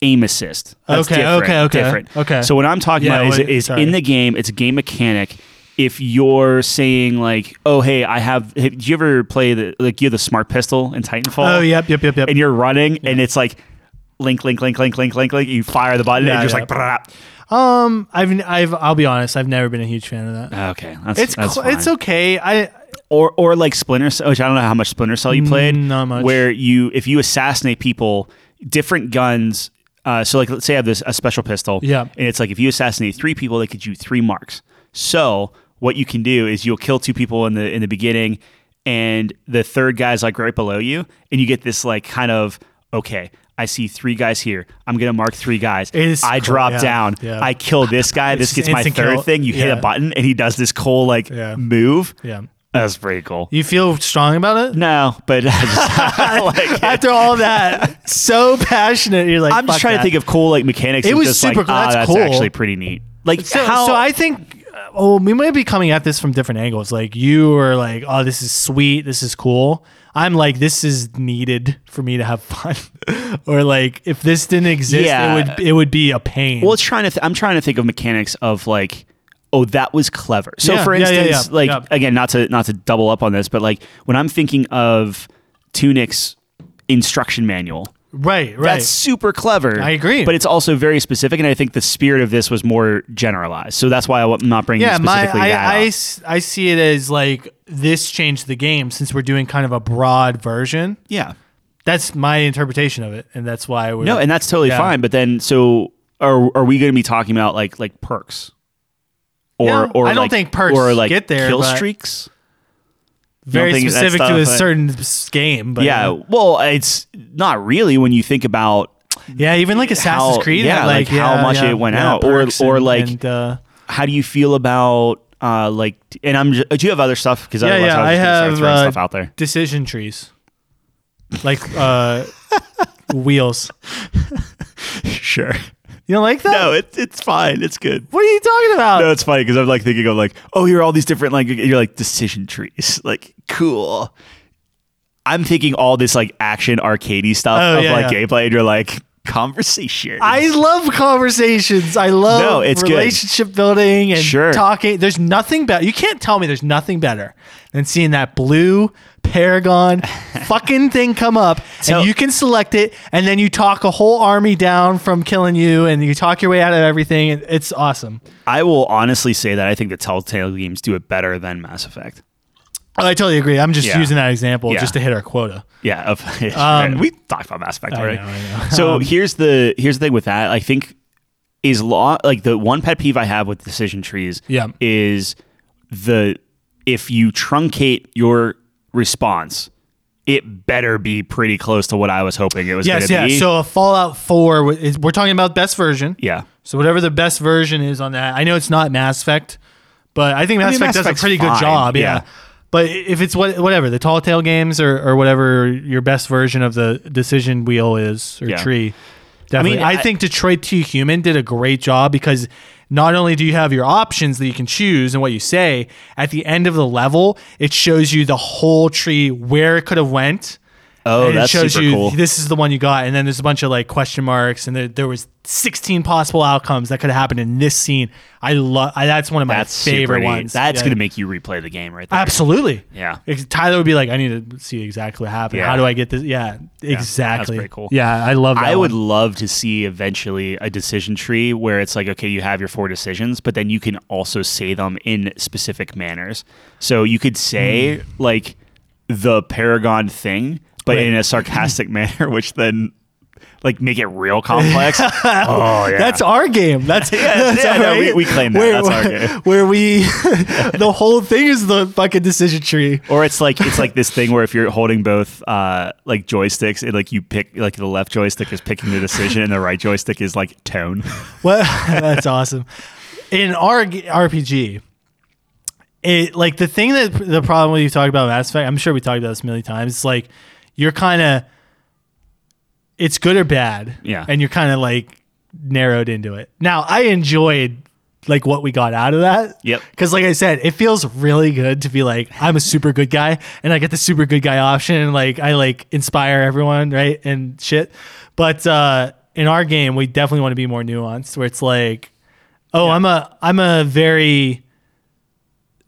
Speaker 2: aim assist. That's
Speaker 1: Okay,
Speaker 2: different,
Speaker 1: okay, okay,
Speaker 2: different.
Speaker 1: okay.
Speaker 2: So what I'm talking
Speaker 1: Yeah,
Speaker 2: about is,
Speaker 1: what-
Speaker 2: is
Speaker 1: sorry.
Speaker 2: in the game. It's a game mechanic. If you're saying like, oh hey, I have. Have do you ever play the like you have the smart pistol in Titanfall?
Speaker 1: Oh, yep, yep, yep, yep.
Speaker 2: And you're running, and it's like. Link, link, link, link, link, link, link. You fire the button,
Speaker 1: Yeah,
Speaker 2: and you're
Speaker 1: yeah.
Speaker 2: just like,
Speaker 1: Um, I've, I've, I'll be honest, I've never been a huge fan of that.
Speaker 2: "Brah." okay, that's,
Speaker 1: It's
Speaker 2: that's
Speaker 1: cl-
Speaker 2: fine.
Speaker 1: it's okay. I
Speaker 2: or or like Splinter Cell, which I don't know how much Splinter Cell you played.
Speaker 1: Mm, not much.
Speaker 2: Where you, if you assassinate people, different guns. Uh, so like, let's say I have this a special pistol.
Speaker 1: Yeah.
Speaker 2: And it's like if you assassinate three people, they could you three marks. So what you can do is you'll kill two people in the in the beginning, and the third guy's like right below you, and you get this like kind of okay. I see three guys here. I'm gonna mark three guys.
Speaker 1: It is
Speaker 2: I
Speaker 1: cool.
Speaker 2: drop
Speaker 1: Yeah.
Speaker 2: down.
Speaker 1: Yeah.
Speaker 2: I kill this guy.
Speaker 1: It's
Speaker 2: this gets
Speaker 1: just
Speaker 2: my
Speaker 1: instant
Speaker 2: third
Speaker 1: kill.
Speaker 2: thing. You hit
Speaker 1: Yeah.
Speaker 2: a button, and he does this cool like
Speaker 1: Yeah.
Speaker 2: move.
Speaker 1: yeah.
Speaker 2: That's pretty cool.
Speaker 1: You feel strong about it
Speaker 2: No, but I just, I like it.
Speaker 1: after all that. so passionate. You're like
Speaker 2: I'm just trying to think of cool like mechanics.
Speaker 1: It
Speaker 2: of
Speaker 1: was
Speaker 2: just
Speaker 1: super
Speaker 2: like,
Speaker 1: cool.
Speaker 2: ah,
Speaker 1: That's
Speaker 2: that's
Speaker 1: cool.
Speaker 2: actually pretty neat. Like
Speaker 1: So,
Speaker 2: how?
Speaker 1: so I think. uh, Oh, we might be coming at this from different angles. Like you are like, oh, this is sweet. This is cool. I'm like, this is needed for me to have fun. or like, if this didn't exist,
Speaker 2: Yeah.
Speaker 1: it would it would be a pain.
Speaker 2: well, it's trying to. Th- I'm trying to think of mechanics of like, oh, that was clever. So
Speaker 1: Yeah,
Speaker 2: for
Speaker 1: yeah, yeah,
Speaker 2: instance,
Speaker 1: yeah,
Speaker 2: like
Speaker 1: yeah.
Speaker 2: again, not to not to double up on this, but like when I'm thinking of Tunic's instruction manual,
Speaker 1: right, right.
Speaker 2: that's super clever.
Speaker 1: I agree.
Speaker 2: but it's also very specific, and I think the spirit of this was more generalized. So that's why I'm not bringing
Speaker 1: yeah, my
Speaker 2: specifically
Speaker 1: I,
Speaker 2: that.
Speaker 1: I
Speaker 2: up.
Speaker 1: s- I see it as like this changed the game since we're doing kind of a broad version.
Speaker 2: yeah.
Speaker 1: That's my interpretation of it, and that's why we're
Speaker 2: No, and that's totally
Speaker 1: Yeah.
Speaker 2: fine. But then, so are are we going to be talking about like like perks, or
Speaker 1: Yeah,
Speaker 2: or
Speaker 1: I don't
Speaker 2: like-
Speaker 1: think perks
Speaker 2: or like
Speaker 1: get there,
Speaker 2: kill
Speaker 1: but-
Speaker 2: streaks?
Speaker 1: very
Speaker 2: don't think that
Speaker 1: specific to
Speaker 2: stuff,
Speaker 1: a
Speaker 2: uh,
Speaker 1: certain s- game. But
Speaker 2: Yeah. Well, it's not really when you think about
Speaker 1: yeah, even like Assassin's
Speaker 2: How-
Speaker 1: Creed,
Speaker 2: yeah,
Speaker 1: had,
Speaker 2: like, how
Speaker 1: yeah,
Speaker 2: much
Speaker 1: yeah,
Speaker 2: it went
Speaker 1: yeah,
Speaker 2: out, or-
Speaker 1: perks
Speaker 2: or,
Speaker 1: and-
Speaker 2: like-
Speaker 1: and, uh,
Speaker 2: how do you feel about uh like and I'm just, do you have other stuff because
Speaker 1: yeah,
Speaker 2: otherwise
Speaker 1: yeah.
Speaker 2: I,
Speaker 1: I
Speaker 2: was just gonna
Speaker 1: have
Speaker 2: start throwing
Speaker 1: uh,
Speaker 2: stuff out there.
Speaker 1: decision trees, like uh, wheels.
Speaker 2: sure.
Speaker 1: You don't like that?
Speaker 2: No, it's it's fine. It's good.
Speaker 1: What are you talking about?
Speaker 2: No, it's funny because I'm like thinking of like, oh, you're all these different like you're like decision trees, like cool. I'm thinking all this like action arcadey stuff
Speaker 1: Oh,
Speaker 2: of
Speaker 1: yeah,
Speaker 2: like
Speaker 1: yeah.
Speaker 2: gameplay, and you're like conversation.
Speaker 1: I love conversations. I love
Speaker 2: No, it's good.
Speaker 1: relationship building and
Speaker 2: Sure.
Speaker 1: talking. There's nothing better. You can't tell me there's nothing better than seeing that blue paragon fucking thing come up
Speaker 2: So-
Speaker 1: and you can select it and then you talk a whole army down from killing you and you talk your way out of everything. and It's awesome.
Speaker 2: I will honestly say that I think the Telltale games do it better than Mass Effect.
Speaker 1: Oh, I totally agree. I'm just
Speaker 2: Yeah.
Speaker 1: using that example
Speaker 2: Yeah.
Speaker 1: just to hit our quota.
Speaker 2: Yeah, of,
Speaker 1: Um,
Speaker 2: we talked about Mass Effect already.
Speaker 1: know, I know.
Speaker 2: So here's the here's the thing with that. I think is law like the one pet peeve I have with decision trees.
Speaker 1: Yeah.
Speaker 2: is the if you truncate your response, it better be pretty close to what I was hoping it was.
Speaker 1: Yes,
Speaker 2: gonna
Speaker 1: yeah.
Speaker 2: be.
Speaker 1: So a Fallout 4, w- is- we're talking about best version.
Speaker 2: yeah.
Speaker 1: So whatever the best version is on that, I know it's not Mass Effect, but I think Mass
Speaker 2: mean,
Speaker 1: Effect
Speaker 2: Mass
Speaker 1: does a
Speaker 2: Effect's
Speaker 1: pretty good
Speaker 2: fine,
Speaker 1: job. Yeah.
Speaker 2: yeah.
Speaker 1: But if it's what whatever the tall tale games or, or whatever your best version of the decision wheel is or
Speaker 2: Yeah.
Speaker 1: tree, definitely. I,
Speaker 2: mean, I-
Speaker 1: think Detroit Two Human did a great job because not only do you have your options that you can choose and what you say at the end of the level, it shows you the whole tree where it could have went.
Speaker 2: Oh,
Speaker 1: and
Speaker 2: that's
Speaker 1: it shows
Speaker 2: super
Speaker 1: you
Speaker 2: cool.
Speaker 1: this is the one you got, and then there's a bunch of like question marks, and there, there was 16 possible outcomes that could have happened in this scene. I love. That's one of my
Speaker 2: that's super
Speaker 1: favorite
Speaker 2: neat.
Speaker 1: ones.
Speaker 2: That's
Speaker 1: Yeah.
Speaker 2: gonna make you replay the game right there.
Speaker 1: Absolutely.
Speaker 2: Yeah.
Speaker 1: Ex- Tyler would be like, I need to see exactly what happened.
Speaker 2: Yeah.
Speaker 1: How do I get this? Yeah, exactly.
Speaker 2: pretty cool.
Speaker 1: Yeah, I love that.
Speaker 2: I would
Speaker 1: one.
Speaker 2: love to see eventually a decision tree where it's like, okay, you have your four decisions, but then you can also say them in specific manners. So you could say like the Paragon thing, but
Speaker 1: Right.
Speaker 2: in a sarcastic manner, which then like make it real complex. oh yeah,
Speaker 1: That's our game. That's, that's
Speaker 2: yeah,
Speaker 1: our
Speaker 2: no, we- we claim that. That's our game.
Speaker 1: Where we, the whole thing is the fucking decision tree.
Speaker 2: or it's like it's like this thing where if you're holding both uh, like joysticks, it like you pick like the left joystick is picking the decision and the right joystick is like tone.
Speaker 1: Well, that's awesome. In our g- RPG, it like the thing that the problem you talk about Mass Effect. I'm sure we talked about this a million times. It's like you're kind of it's good or bad,
Speaker 2: Yeah.
Speaker 1: and you're kind of like narrowed into it. Now, I enjoyed like what we got out of that.
Speaker 2: Yep.
Speaker 1: Because like I said, it feels really good to be like I'm a super good guy, and I get the super good guy option, and like I like inspire everyone, right, and shit. But uh, in our game, we definitely want to be more nuanced, where it's like, oh, I'm a I'm a very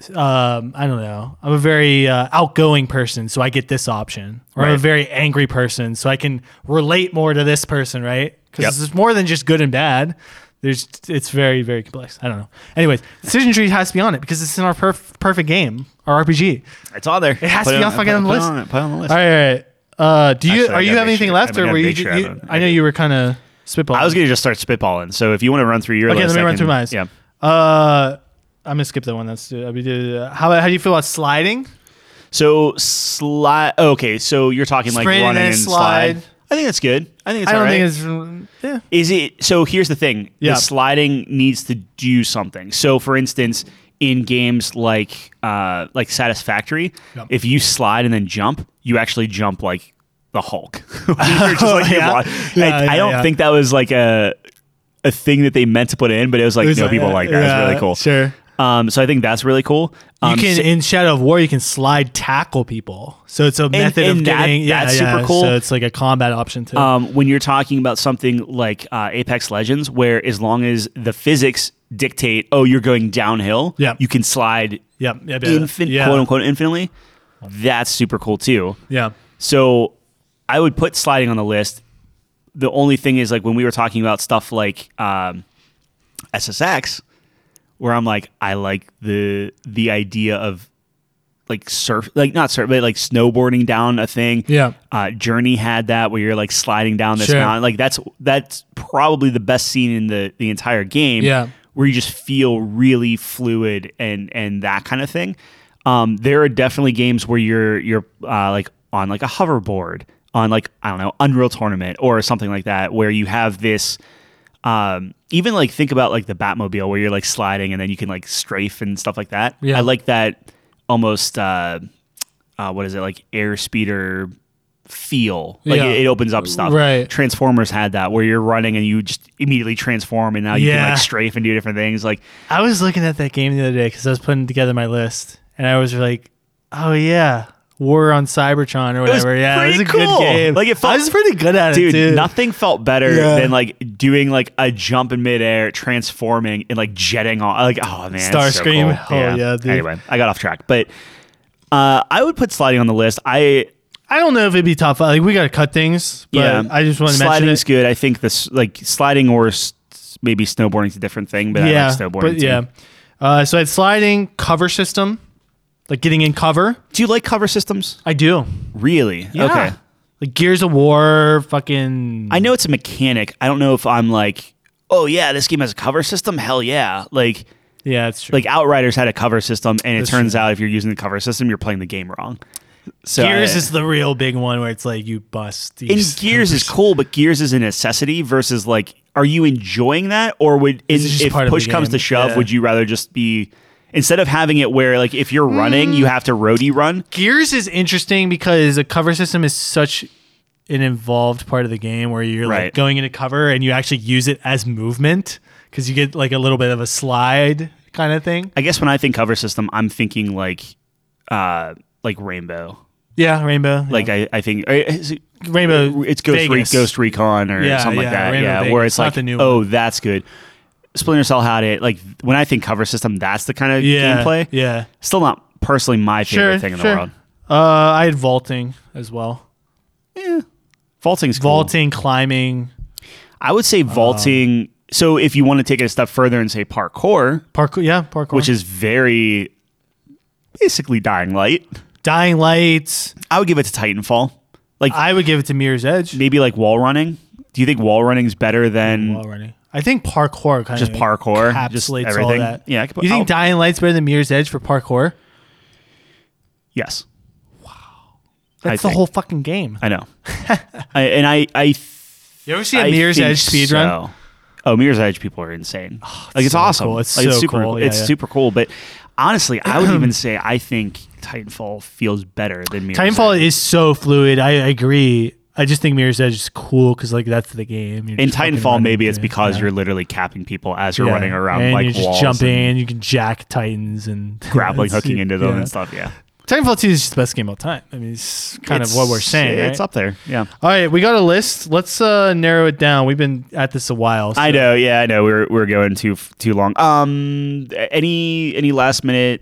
Speaker 1: um, I don't know. I'm a very uh, outgoing person, so I get this option. Or I'm a
Speaker 2: Right.
Speaker 1: very angry person, so I can relate more to this person, right?
Speaker 2: Yep.
Speaker 1: Because it's more than just good and bad. There's, it's very, very complex. I don't know. Anyways, decision tree has to be on it because it's in our perf- perfect game, our RPG.
Speaker 2: It's all there. It
Speaker 1: has to be on fucking the list.
Speaker 2: On, it, put it on the list.
Speaker 1: All right, all right. Uh, do you
Speaker 2: Actually, I
Speaker 1: are you
Speaker 2: gotta
Speaker 1: have
Speaker 2: make
Speaker 1: anything
Speaker 2: sure-
Speaker 1: left,
Speaker 2: I
Speaker 1: or
Speaker 2: gotta
Speaker 1: were you?
Speaker 2: make
Speaker 1: ju-
Speaker 2: sure I
Speaker 1: you-
Speaker 2: don't-
Speaker 1: I know you were kind of spitballing.
Speaker 2: I was gonna just start spitballing. So if you want to run through your
Speaker 1: okay.
Speaker 2: list,
Speaker 1: Let me
Speaker 2: I
Speaker 1: run
Speaker 2: can-
Speaker 1: through mine.
Speaker 2: Yeah.
Speaker 1: Uh, I'm gonna skip that one. That's I mean, uh, how about how do you feel about sliding?
Speaker 2: So slide. okay, so you're talking like
Speaker 1: Sprint and
Speaker 2: running
Speaker 1: then
Speaker 2: and slide.
Speaker 1: slide.
Speaker 2: I think that's good. I think it's.
Speaker 1: I don't
Speaker 2: alright.
Speaker 1: think it's mm, yeah.
Speaker 2: Is it so? Here's the thing:
Speaker 1: Yeah.
Speaker 2: the sliding needs to do something. So, for instance, in games like uh, like Satisfactory,
Speaker 1: Yep.
Speaker 2: if you slide and then jump, you actually jump like the Hulk. You're just like,
Speaker 1: Oh, Yeah.
Speaker 2: I,
Speaker 1: Yeah,
Speaker 2: I
Speaker 1: yeah,
Speaker 2: don't
Speaker 1: yeah.
Speaker 2: think that was like a a thing that they meant to put in, but it was like
Speaker 1: It was
Speaker 2: no people like that.
Speaker 1: yeah,
Speaker 2: it's really cool.
Speaker 1: Sure.
Speaker 2: Um, so I think that's really cool.
Speaker 1: You
Speaker 2: Um,
Speaker 1: can
Speaker 2: so-
Speaker 1: in Shadow of War you can slide tackle people, so it's a method of
Speaker 2: and that-
Speaker 1: getting. yeah,
Speaker 2: that's
Speaker 1: yeah,
Speaker 2: super cool.
Speaker 1: So it's like a combat option too.
Speaker 2: um, when you're talking about something like uh, Apex Legends, where as long as the physics dictate, oh, you're going downhill,
Speaker 1: Yeah.
Speaker 2: you can slide
Speaker 1: yep. Yep. yep
Speaker 2: infin-
Speaker 1: yeah.
Speaker 2: quote unquote infinitely. That's super cool too.
Speaker 1: Yeah.
Speaker 2: So I would put sliding on the list. The only thing is like when we were talking about stuff like um, SSX, where I'm like, I like the the idea of like surf, like not surf, but like snowboarding down a thing.
Speaker 1: Yeah.
Speaker 2: uh, Journey had that where you're like sliding down this
Speaker 1: Sure.
Speaker 2: mountain. Like that's that's probably the best scene in the the entire game.
Speaker 1: Yeah.
Speaker 2: where you just feel really fluid and and that kind of thing. Um, there are definitely games where you're you're uh, like on like a hoverboard on like I don't know Unreal Tournament or something like that where you have this um, even like think about like the Batmobile where you're like sliding and then you can like strafe and stuff like that.
Speaker 1: Yeah.
Speaker 2: I like that almost uh, uh, what is it like air speeder feel like
Speaker 1: Yeah.
Speaker 2: it, it opens up stuff.
Speaker 1: Right.
Speaker 2: Transformers had that where you're running and you just immediately transform and now you can
Speaker 1: Yeah.
Speaker 2: like strafe and do different things like
Speaker 1: I was looking at that game the other day because I was putting together my list, and I was like, "Oh yeah, War on Cybertron or
Speaker 2: was
Speaker 1: whatever." yeah, it was a
Speaker 2: pretty
Speaker 1: good
Speaker 2: cool.
Speaker 1: game.
Speaker 2: Like, it felt-
Speaker 1: I was pretty good at
Speaker 2: dude,
Speaker 1: it, Uh, dude.
Speaker 2: nothing felt better
Speaker 1: Yeah.
Speaker 2: than like doing like a jump in midair, transforming and like jetting off. Like, oh man, it's so
Speaker 1: Starscream.
Speaker 2: cool.
Speaker 1: Oh, yeah, dude.
Speaker 2: Anyway, I got off track, but uh, I would put sliding on the list. I
Speaker 1: I don't know if it'd be top five. Like we gotta cut things, but
Speaker 2: yeah,
Speaker 1: I just want to mention
Speaker 2: sliding's
Speaker 1: it.
Speaker 2: good. I think this like sliding or s- maybe snowboarding's a different thing, but I
Speaker 1: yeah,
Speaker 2: like snowboarding.
Speaker 1: but
Speaker 2: too.
Speaker 1: yeah. Uh, so I had sliding cover system, like getting in cover.
Speaker 2: do you like cover systems?
Speaker 1: I do.
Speaker 2: Really?
Speaker 1: Yeah.
Speaker 2: Okay.
Speaker 1: Like Gears of War, fucking.
Speaker 2: I know it's a mechanic. I don't know if I'm like, oh yeah, this game has a cover system. Hell yeah! Like
Speaker 1: yeah, it's true.
Speaker 2: like Outriders had a cover system, and it turns out if you're using the cover system, you're playing the game wrong. So
Speaker 1: Gears
Speaker 2: I-
Speaker 1: is the real big one where it's like you bust.
Speaker 2: and
Speaker 1: these-
Speaker 2: Gears is cool, but Gears is a necessity versus like, are you enjoying that, or would in,
Speaker 1: is just
Speaker 2: if
Speaker 1: part of the
Speaker 2: push comes
Speaker 1: game.
Speaker 2: to shove,
Speaker 1: Yeah.
Speaker 2: would you rather just be? instead of having it where like if you're running, you have to roadie run.
Speaker 1: Gears is interesting because a cover system is such an involved part of the game where you're like
Speaker 2: Right.
Speaker 1: going into cover and you actually use it as movement because you get like a little bit of a slide kind of thing.
Speaker 2: I guess when I think cover system, I'm thinking like, uh, like Rainbow.
Speaker 1: Yeah, Rainbow. yeah.
Speaker 2: Like I, I think I- is it-
Speaker 1: Rainbow.
Speaker 2: it's Ghost, Re-
Speaker 1: Vegas.
Speaker 2: Ghost Recon or
Speaker 1: Yeah,
Speaker 2: something
Speaker 1: yeah,
Speaker 2: like that.
Speaker 1: Rainbow
Speaker 2: yeah,
Speaker 1: Vegas.
Speaker 2: where it's
Speaker 1: Not
Speaker 2: like,
Speaker 1: the new
Speaker 2: oh, that's good. Splinter Cell had it. Like when I think cover system, that's the kind of
Speaker 1: yeah,
Speaker 2: gameplay.
Speaker 1: Yeah,
Speaker 2: Still not personally my favorite
Speaker 1: sure.
Speaker 2: thing in
Speaker 1: sure.
Speaker 2: the world.
Speaker 1: Uh, I had vaulting as well.
Speaker 2: Vaulting's cool.
Speaker 1: Vaulting, climbing,
Speaker 2: I would say vaulting. so if you want to take it a step further and say parkour,
Speaker 1: parkour. Yeah, parkour.
Speaker 2: which is very basically Dying Light,
Speaker 1: Dying Lights.
Speaker 2: I would give it to Titanfall. Like
Speaker 1: I would give it to Mirror's Edge.
Speaker 2: maybe like wall running. Do you think wall running is better than
Speaker 1: Wall running. I think parkour kind
Speaker 2: just
Speaker 1: of
Speaker 2: parkour? Just
Speaker 1: encapsulates
Speaker 2: everything.
Speaker 1: all that.
Speaker 2: Yeah. I could put-
Speaker 1: you think
Speaker 2: I'll-
Speaker 1: Dying Light's better than Mirror's Edge for parkour?
Speaker 2: yes.
Speaker 1: That's the
Speaker 2: think.
Speaker 1: whole fucking game.
Speaker 2: I know. I, and I, I,
Speaker 1: You ever see a
Speaker 2: I
Speaker 1: Mirror's
Speaker 2: think
Speaker 1: Edge speed run?
Speaker 2: so. Oh, Mirror's Edge people are insane. like it's
Speaker 1: so
Speaker 2: awesome.
Speaker 1: cool. It's
Speaker 2: like,
Speaker 1: so
Speaker 2: super
Speaker 1: cool. Yeah,
Speaker 2: it's
Speaker 1: yeah.
Speaker 2: super cool. But honestly, I would even say I think Titanfall feels better than Mirror's
Speaker 1: Titanfall
Speaker 2: Edge.
Speaker 1: is so fluid. I, I agree. I just think Mirror's Edge is cool because like that's the game. You're
Speaker 2: In
Speaker 1: just fucking
Speaker 2: Titanfall,
Speaker 1: running,
Speaker 2: maybe it's
Speaker 1: yeah,
Speaker 2: because
Speaker 1: yeah.
Speaker 2: you're literally capping people as you're
Speaker 1: Yeah.
Speaker 2: running around
Speaker 1: and
Speaker 2: like
Speaker 1: you're just
Speaker 2: walls
Speaker 1: jumping.
Speaker 2: and
Speaker 1: you can jack Titans and
Speaker 2: grappling,
Speaker 1: it's-
Speaker 2: hooking into them
Speaker 1: yeah.
Speaker 2: and stuff. Yeah,
Speaker 1: Titanfall Two is just the best game of all time. I mean, it's kind of what we're
Speaker 2: It's-
Speaker 1: saying.
Speaker 2: It's
Speaker 1: right?
Speaker 2: up there. Yeah,
Speaker 1: All right, we got a list. Let's uh, narrow it down. We've been at this a while. so-
Speaker 2: I know. Yeah, I know. We're we're going too f- too long. Um, any any last minute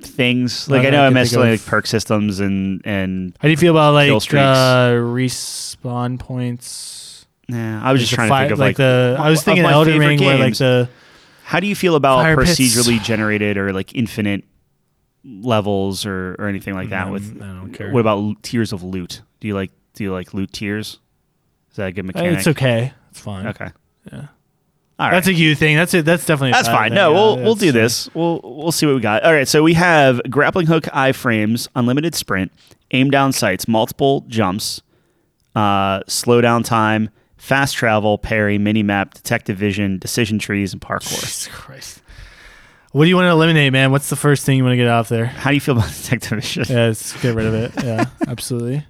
Speaker 2: things? Like
Speaker 1: Not
Speaker 2: I
Speaker 1: that I
Speaker 2: know I
Speaker 1: can
Speaker 2: missed
Speaker 1: think
Speaker 2: like,
Speaker 1: of.
Speaker 2: perk systems and and
Speaker 1: How do you feel about like uh,
Speaker 2: Kill streaks.
Speaker 1: respawn points?
Speaker 2: nah, I was just
Speaker 1: The
Speaker 2: trying
Speaker 1: fi-
Speaker 2: to think of
Speaker 1: like,
Speaker 2: like,
Speaker 1: the. I was
Speaker 2: of
Speaker 1: thinking
Speaker 2: my
Speaker 1: Elden
Speaker 2: favorite
Speaker 1: Ring, where like
Speaker 2: games.
Speaker 1: the
Speaker 2: how do you feel about
Speaker 1: Fire pits.
Speaker 2: procedurally generated or like infinite levels or or anything like that?
Speaker 1: Mm,
Speaker 2: with
Speaker 1: I don't care.
Speaker 2: What about l- tiers of loot? Do you like do you like loot tiers? Is that a good
Speaker 1: Uh,
Speaker 2: mechanic?
Speaker 1: it's okay. It's fine.
Speaker 2: Okay. Yeah. All right.
Speaker 1: That's a you thing. That's it. That's definitely. a
Speaker 2: That's
Speaker 1: side
Speaker 2: fine.
Speaker 1: thing.
Speaker 2: No,
Speaker 1: Yeah,
Speaker 2: we'll we'll
Speaker 1: that's-
Speaker 2: do this. We'll we'll see what we got. All right, so we have grappling hook iframes, unlimited sprint, aim down sights, multiple jumps, uh, slow down time, fast travel, parry, mini map, detective vision, decision trees, and parkour.
Speaker 1: Jesus Christ. What do you want to eliminate, man? What's the first thing you want to get off there?
Speaker 2: How do you feel about detective vision?
Speaker 1: Yeah, let's get rid of it. Yeah, absolutely.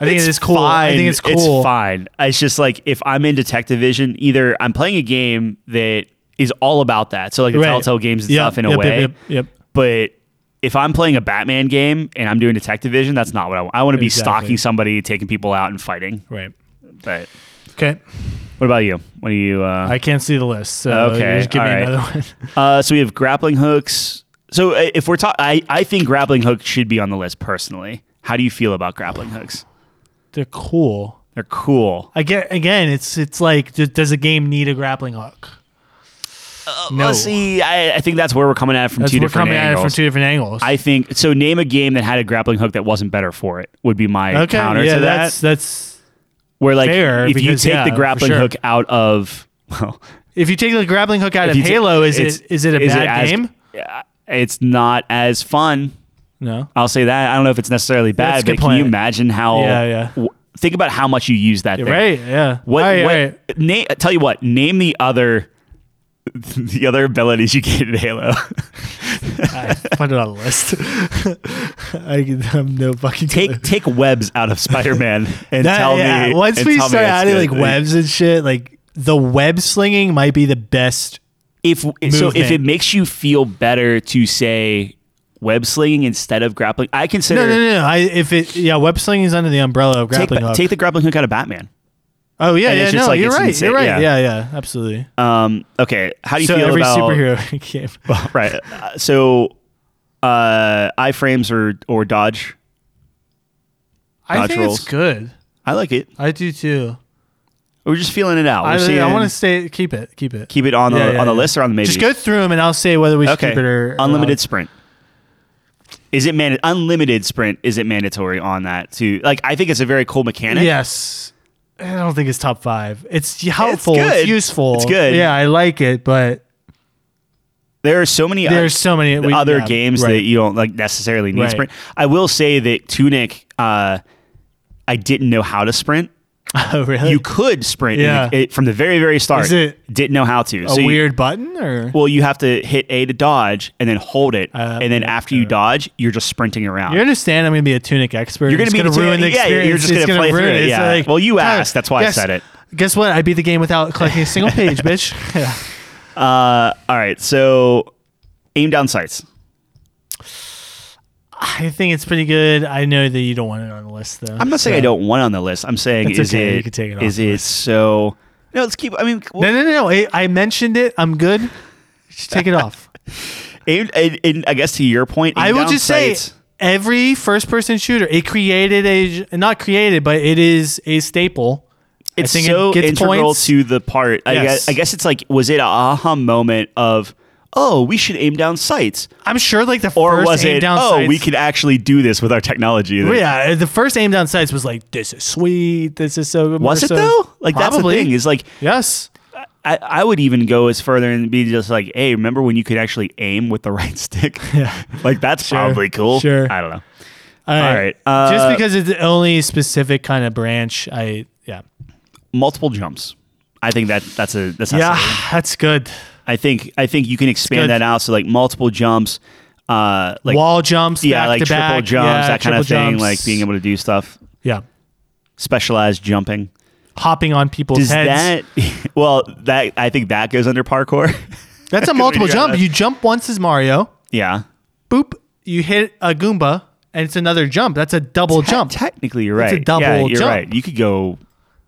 Speaker 1: I think
Speaker 2: It's
Speaker 1: it is cool. I think
Speaker 2: fine.
Speaker 1: it's cool.
Speaker 2: It's fine. It's just like if I'm in detective vision, either I'm playing a game that is all about that. So like the
Speaker 1: Right.
Speaker 2: Telltale games and
Speaker 1: Yep,
Speaker 2: stuff in a
Speaker 1: yep,
Speaker 2: way.
Speaker 1: Yep, yep, yep.
Speaker 2: but if I'm playing a Batman game and I'm doing Detective Vision, that's not what I want. I want to be
Speaker 1: Exactly.
Speaker 2: stalking somebody, taking people out, and fighting.
Speaker 1: Right.
Speaker 2: But
Speaker 1: Okay.
Speaker 2: what about you? What do you? Uh,
Speaker 1: I can't see the list. So
Speaker 2: Okay,
Speaker 1: Just give me
Speaker 2: all right.
Speaker 1: another one.
Speaker 2: uh, so we have grappling hooks. So uh, if we're talking, I I think grappling hooks should be on the list personally. How do you feel about grappling hooks?
Speaker 1: They're cool.
Speaker 2: They're cool.
Speaker 1: I get again. It's it's like d- does a game need a grappling hook? no,
Speaker 2: Well, Uh, see, I, I think that's where we're coming at it from
Speaker 1: That's-
Speaker 2: two
Speaker 1: we're
Speaker 2: different
Speaker 1: coming
Speaker 2: angles.
Speaker 1: at it from two different angles.
Speaker 2: I think so. Name a game that had a grappling hook that wasn't better for it would be my
Speaker 1: okay,
Speaker 2: counter
Speaker 1: yeah,
Speaker 2: to that.
Speaker 1: that's that's
Speaker 2: Where like
Speaker 1: fair,
Speaker 2: if you
Speaker 1: because,
Speaker 2: take
Speaker 1: yeah,
Speaker 2: the
Speaker 1: for
Speaker 2: grappling
Speaker 1: sure.
Speaker 2: hook out of well,
Speaker 1: if you take the grappling hook out
Speaker 2: If
Speaker 1: of
Speaker 2: you ta-
Speaker 1: Halo, is
Speaker 2: it's-
Speaker 1: it is it a
Speaker 2: is
Speaker 1: bad
Speaker 2: as-
Speaker 1: game?
Speaker 2: Yeah, it's not as fun.
Speaker 1: No,
Speaker 2: I'll say that. I don't know if it's necessarily
Speaker 1: That's a
Speaker 2: bad,
Speaker 1: good
Speaker 2: but can you
Speaker 1: point.
Speaker 2: imagine how?
Speaker 1: Yeah, yeah.
Speaker 2: w- think about how much you use that
Speaker 1: You're right.
Speaker 2: thing.
Speaker 1: Yeah.
Speaker 2: What?
Speaker 1: All right,
Speaker 2: what
Speaker 1: all right.
Speaker 2: na- tell you what. Name the other. The other abilities you get in Halo.
Speaker 1: I put it on a list. I have no fucking clue.
Speaker 2: take take webs out of Spider Man and
Speaker 1: That-
Speaker 2: tell
Speaker 1: yeah,
Speaker 2: me.
Speaker 1: Once
Speaker 2: and
Speaker 1: we
Speaker 2: tell me
Speaker 1: start
Speaker 2: it's
Speaker 1: adding
Speaker 2: good.
Speaker 1: like webs and shit, like the web slinging might be the best.
Speaker 2: if so if
Speaker 1: movement.
Speaker 2: it makes you feel better to say web slinging instead of grappling, I consider
Speaker 1: No, no, no. no. I, if it, yeah, web slinging is under the umbrella of
Speaker 2: take,
Speaker 1: grappling hook.
Speaker 2: take the grappling hook out of Batman.
Speaker 1: oh yeah,
Speaker 2: and
Speaker 1: yeah.
Speaker 2: it's just
Speaker 1: No,
Speaker 2: like
Speaker 1: you're
Speaker 2: it's
Speaker 1: right.
Speaker 2: insane.
Speaker 1: You're right.
Speaker 2: Yeah.
Speaker 1: Yeah, yeah, absolutely.
Speaker 2: Um, okay, how do you
Speaker 1: so
Speaker 2: feel
Speaker 1: every
Speaker 2: about
Speaker 1: superhero game.
Speaker 2: right? Uh, so, uh, iframes or or dodge?
Speaker 1: I
Speaker 2: Dodge
Speaker 1: think
Speaker 2: rolls.
Speaker 1: it's good.
Speaker 2: I like it.
Speaker 1: I do too.
Speaker 2: We're just feeling it out. We're
Speaker 1: I,
Speaker 2: seeing-
Speaker 1: I want to stay. Keep it. Keep it.
Speaker 2: keep it on the
Speaker 1: Yeah, yeah,
Speaker 2: on the
Speaker 1: yeah.
Speaker 2: list or on the maybe.
Speaker 1: Just go through them, and I'll say whether we should
Speaker 2: okay.
Speaker 1: keep it uh, or or
Speaker 2: unlimited
Speaker 1: not.
Speaker 2: sprint. Is it man unlimited sprint? Is it mandatory on that too? Like I think it's a very cool mechanic.
Speaker 1: Yes. I don't think it's top five. It's helpful.
Speaker 2: It's
Speaker 1: It's,
Speaker 2: good.
Speaker 1: useful.
Speaker 2: It's good.
Speaker 1: Yeah, I like it, but
Speaker 2: There are so many
Speaker 1: there's so many
Speaker 2: Uh, the
Speaker 1: we-
Speaker 2: other
Speaker 1: yeah,
Speaker 2: games
Speaker 1: right.
Speaker 2: that you don't like necessarily need
Speaker 1: Right.
Speaker 2: sprint. I will say that Tunic, uh, I didn't know how to sprint.
Speaker 1: Oh, really?
Speaker 2: You could sprint in
Speaker 1: Yeah.
Speaker 2: the- it, from the very very start.
Speaker 1: Is it
Speaker 2: didn't know how to.
Speaker 1: a
Speaker 2: so you-
Speaker 1: weird button or?
Speaker 2: well, you have to hit A to dodge and then hold it,
Speaker 1: Uh,
Speaker 2: and then after you dodge, you're just sprinting around.
Speaker 1: you understand I'm going to be a tunic expert.
Speaker 2: You're
Speaker 1: going
Speaker 2: gonna
Speaker 1: to
Speaker 2: be the
Speaker 1: ruin the
Speaker 2: Tunic- yeah,
Speaker 1: experience.
Speaker 2: you're just
Speaker 1: It's
Speaker 2: gonna
Speaker 1: gonna
Speaker 2: play
Speaker 1: ruin
Speaker 2: through it,
Speaker 1: It's
Speaker 2: yeah. Well, you
Speaker 1: Tyler,
Speaker 2: asked. That's why I said it.
Speaker 1: Guess what? I beat the game without collecting a single page, bitch. Yeah.
Speaker 2: Uh, all right, so aim down sights.
Speaker 1: I think it's pretty good. I know that you don't want it on the list, though.
Speaker 2: I'm not saying I don't want it on the list. I'm saying
Speaker 1: That's
Speaker 2: is
Speaker 1: okay,
Speaker 2: it
Speaker 1: you can take it off
Speaker 2: is
Speaker 1: the
Speaker 2: it so? No, let's keep. I mean, we'll-
Speaker 1: No, no, no, no. I, I mentioned it. I'm good. Just take it off.
Speaker 2: aim, and, and I guess to your point, aim
Speaker 1: I will
Speaker 2: down
Speaker 1: just
Speaker 2: sights-
Speaker 1: say every first person shooter, it created a, not created, but it is a staple.
Speaker 2: it's
Speaker 1: think it
Speaker 2: so
Speaker 1: gets
Speaker 2: integral
Speaker 1: points.
Speaker 2: to the part. I,
Speaker 1: Yes.
Speaker 2: guess, I guess it's like, was it a aha moment of, oh, we should aim down sights,
Speaker 1: I'm sure like the
Speaker 2: or
Speaker 1: first
Speaker 2: was
Speaker 1: aim
Speaker 2: it,
Speaker 1: down
Speaker 2: oh,
Speaker 1: sights,
Speaker 2: we could actually do this with our technology?
Speaker 1: Well, Yeah, uh, the first aim down sights was like, this is sweet. This is so good.
Speaker 2: Was it
Speaker 1: So-
Speaker 2: though? Like that's the
Speaker 1: Probably.
Speaker 2: thing is like
Speaker 1: Yes.
Speaker 2: I, I would even go as further and be just like, hey, remember when you could actually aim with the right stick?
Speaker 1: Yeah.
Speaker 2: like that's probably cool.
Speaker 1: sure.
Speaker 2: I don't know.
Speaker 1: All
Speaker 2: right, uh,
Speaker 1: Just because it's the only specific kind of branch, I yeah
Speaker 2: Multiple jumps. I think that that's a that's not something.
Speaker 1: yeah that's good.
Speaker 2: I think I think you can expand
Speaker 1: good.
Speaker 2: that out. So like multiple jumps, uh, like
Speaker 1: Wall jumps,
Speaker 2: yeah,
Speaker 1: back
Speaker 2: like
Speaker 1: to
Speaker 2: triple
Speaker 1: back.
Speaker 2: jumps,
Speaker 1: Yeah,
Speaker 2: that kind
Speaker 1: triple
Speaker 2: of thing.
Speaker 1: jumps.
Speaker 2: Like being able to do stuff,
Speaker 1: yeah,
Speaker 2: specialized jumping.
Speaker 1: hopping on people's
Speaker 2: Does
Speaker 1: heads.
Speaker 2: that well that I think that goes under parkour.
Speaker 1: that's a multiple
Speaker 2: Yeah.
Speaker 1: jump. You jump once as Mario.
Speaker 2: yeah,
Speaker 1: Boop. You hit a Goomba, and it's another jump. That's a double
Speaker 2: Te-
Speaker 1: jump.
Speaker 2: Technically, you're
Speaker 1: It's
Speaker 2: right.
Speaker 1: a double
Speaker 2: yeah, you're
Speaker 1: jump.
Speaker 2: right. You could go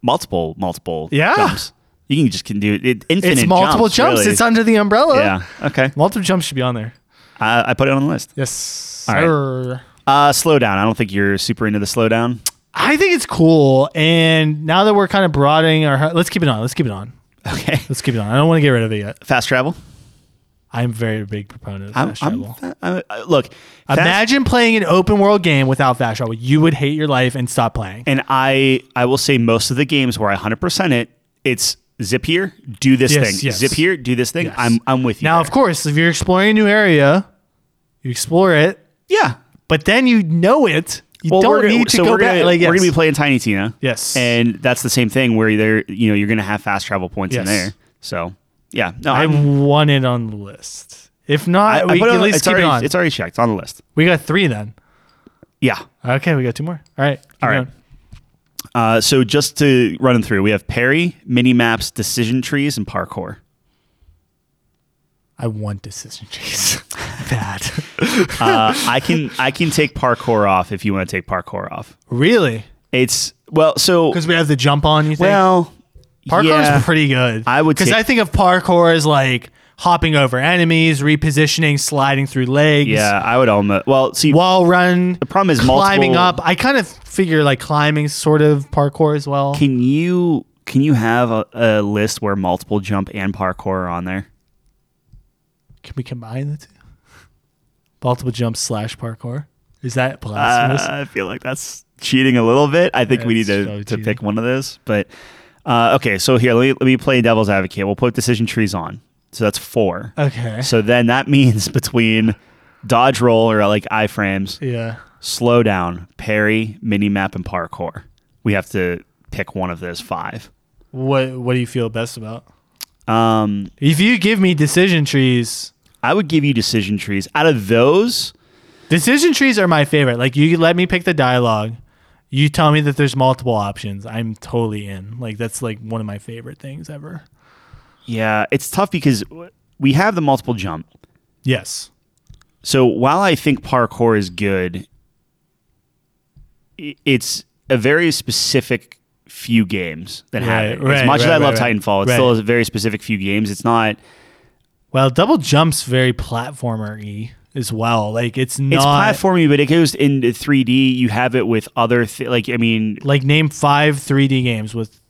Speaker 2: multiple, multiple
Speaker 1: Yeah.
Speaker 2: jumps. You can just can do it infinite.
Speaker 1: it's multiple jumps.
Speaker 2: really.
Speaker 1: It's under the umbrella.
Speaker 2: yeah. Okay.
Speaker 1: multiple jumps should be on there.
Speaker 2: I, I put it on the list.
Speaker 1: Yes,
Speaker 2: All right.
Speaker 1: sir.
Speaker 2: Uh, slow down. I don't think you're super into the slowdown.
Speaker 1: I think it's cool. And now that we're kind of broadening our, let's keep it on. Let's keep it on.
Speaker 2: Okay.
Speaker 1: Let's keep it on. I don't want to get rid of it yet.
Speaker 2: Fast travel.
Speaker 1: I'm very big proponent of
Speaker 2: I'm,
Speaker 1: fast
Speaker 2: I'm,
Speaker 1: travel.
Speaker 2: I'm- uh, look. fast-
Speaker 1: Imagine playing an open world game without fast travel. You would hate your life and stop playing.
Speaker 2: and I, I will say most of the games where I 100% it, it's zip here, do this
Speaker 1: Yes,
Speaker 2: thing.
Speaker 1: yes.
Speaker 2: Zip here, do this thing.
Speaker 1: Yes.
Speaker 2: I'm, I'm with you.
Speaker 1: Now,
Speaker 2: there.
Speaker 1: of course, if you're exploring a new area, you explore it,
Speaker 2: yeah.
Speaker 1: but then you know it. You
Speaker 2: Well,
Speaker 1: don't
Speaker 2: we're gonna,
Speaker 1: need to
Speaker 2: so
Speaker 1: go
Speaker 2: we're gonna,
Speaker 1: back. Like, yes.
Speaker 2: We're gonna be playing Tiny Tina.
Speaker 1: Yes.
Speaker 2: and that's the same thing where there, you know, you're gonna have fast travel points in
Speaker 1: Yes.
Speaker 2: there. So yeah, no,
Speaker 1: I
Speaker 2: I'm,
Speaker 1: want it on the list. If not,
Speaker 2: I,
Speaker 1: we
Speaker 2: I put
Speaker 1: can
Speaker 2: it
Speaker 1: at
Speaker 2: on-
Speaker 1: least
Speaker 2: it's
Speaker 1: keep
Speaker 2: already,
Speaker 1: it on.
Speaker 2: It's already checked It's on the list.
Speaker 1: we got three then.
Speaker 2: Yeah.
Speaker 1: Okay, we got two more. All right. keep
Speaker 2: All right.
Speaker 1: going.
Speaker 2: Uh, so just to run them through, we have Perry, mini maps, decision trees, and parkour.
Speaker 1: I want decision trees. Bad.
Speaker 2: Uh, I can I can take parkour off if you want to take parkour off.
Speaker 1: really?
Speaker 2: It's well, so
Speaker 1: Because we have the jump on, you think?
Speaker 2: well,
Speaker 1: Parkour
Speaker 2: yeah.
Speaker 1: is pretty good.
Speaker 2: I would
Speaker 1: because
Speaker 2: say-
Speaker 1: I think of parkour as like hopping over enemies, repositioning, sliding through legs,
Speaker 2: Yeah, I would almost well see.
Speaker 1: wall run.
Speaker 2: the problem is
Speaker 1: climbing
Speaker 2: multiple,
Speaker 1: up. I kind of figure like climbing sort of parkour as well.
Speaker 2: Can you can you have a, a list where multiple jump and parkour are on there?
Speaker 1: Can we combine the two? Multiple jump slash parkour. Is that blasphemous?
Speaker 2: Uh, I feel like that's cheating a little bit. I think we need
Speaker 1: That's
Speaker 2: to,
Speaker 1: probably
Speaker 2: to
Speaker 1: cheating.
Speaker 2: pick one of those. But uh, okay, so here let me, let me play devil's advocate. We'll put decision trees on. So that's four.
Speaker 1: okay.
Speaker 2: So then that means between dodge roll or like iframes,
Speaker 1: yeah.
Speaker 2: slow down, parry, mini map, and parkour. We have to pick one of those five.
Speaker 1: What What do you feel best about?
Speaker 2: Um,
Speaker 1: If you give me decision trees,
Speaker 2: I would give you decision trees. Out of those,
Speaker 1: Decision trees are my favorite. Like you let me pick the dialogue. You tell me that there's multiple options. I'm totally in. Like that's like one of my favorite things ever.
Speaker 2: yeah, it's tough because we have the multiple jump.
Speaker 1: Yes.
Speaker 2: So while I think parkour is good, i- it's a very specific few games that have it.
Speaker 1: Right, right,
Speaker 2: as much as
Speaker 1: right,
Speaker 2: I love
Speaker 1: right, right.
Speaker 2: Titanfall, it's
Speaker 1: Right.
Speaker 2: still a very specific few games. It's not.
Speaker 1: Well, double jumps very platformer-y as well. Like it's not
Speaker 2: It's platforming, but it goes into 3D. You have it with other th- like I mean
Speaker 1: like name 5 3D games with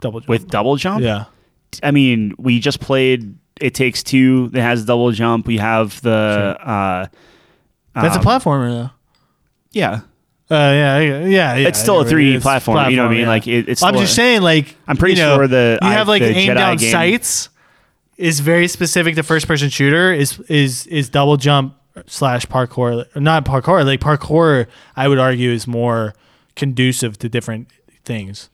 Speaker 1: double jump.
Speaker 2: with double jump.
Speaker 1: yeah.
Speaker 2: I mean we just played. It takes two that has double jump. We have the uh,
Speaker 1: That's
Speaker 2: um,
Speaker 1: a platformer
Speaker 2: yeah.
Speaker 1: though. Uh, yeah, yeah, yeah, yeah.
Speaker 2: It's still a 3D platform, you know what I mean? Like, it- it's
Speaker 1: I'm
Speaker 2: still
Speaker 1: just
Speaker 2: a-
Speaker 1: saying, like,
Speaker 2: I'm pretty
Speaker 1: you know,
Speaker 2: sure the-
Speaker 1: you
Speaker 2: I-
Speaker 1: have like
Speaker 2: the
Speaker 1: aim
Speaker 2: Jedi
Speaker 1: down
Speaker 2: game-
Speaker 1: sights is very specific to first person shooter. Is is is double jump slash parkour? Not parkour, like parkour. I would argue is more conducive to different things.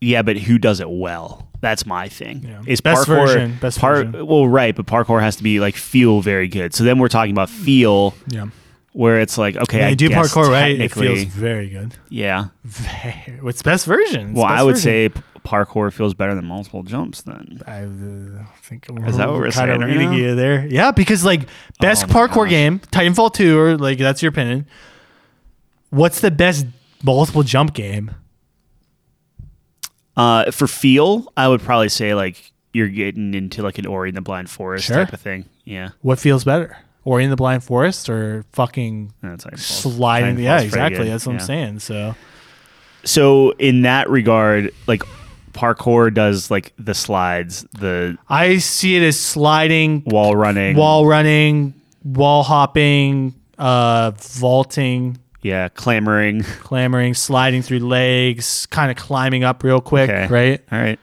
Speaker 2: Yeah, but who does it well? That's my thing.
Speaker 1: Yeah.
Speaker 2: Is
Speaker 1: Best
Speaker 2: parkour
Speaker 1: version, best
Speaker 2: par-
Speaker 1: version.
Speaker 2: Well, right, but parkour has to be like feel very good. So then we're talking about feel,
Speaker 1: Yeah.
Speaker 2: where it's like okay,
Speaker 1: Yeah,
Speaker 2: I
Speaker 1: you do
Speaker 2: guess
Speaker 1: parkour right. It
Speaker 2: technically-
Speaker 1: feels very good.
Speaker 2: yeah.
Speaker 1: Very. What's best version? It's
Speaker 2: Well,
Speaker 1: best
Speaker 2: I would
Speaker 1: version.
Speaker 2: say p- parkour feels better than multiple jumps. Then
Speaker 1: I uh, think
Speaker 2: Is that what we're
Speaker 1: kind
Speaker 2: saying
Speaker 1: of
Speaker 2: right
Speaker 1: reading
Speaker 2: now?
Speaker 1: you there. Yeah, because like best
Speaker 2: Oh my
Speaker 1: parkour
Speaker 2: gosh.
Speaker 1: game, Titanfall two, or like that's your opinion. What's the best multiple jump game?
Speaker 2: uh, for feel, I would probably say like you're getting into like an Ori in the Blind Forest
Speaker 1: Sure.
Speaker 2: type of thing. Yeah,
Speaker 1: What feels better, or in the blind forest, or fucking
Speaker 2: that's like
Speaker 1: sliding? the yeah, exactly. That's what I'm saying. So
Speaker 2: So in that regard, like parkour does like the slides, the
Speaker 1: I see it as sliding,
Speaker 2: wall running,
Speaker 1: wall running, wall hopping, uh, vaulting,
Speaker 2: yeah, clamoring.
Speaker 1: clambering, sliding through legs, kind of climbing up real quick,
Speaker 2: Okay.
Speaker 1: right?
Speaker 2: All right,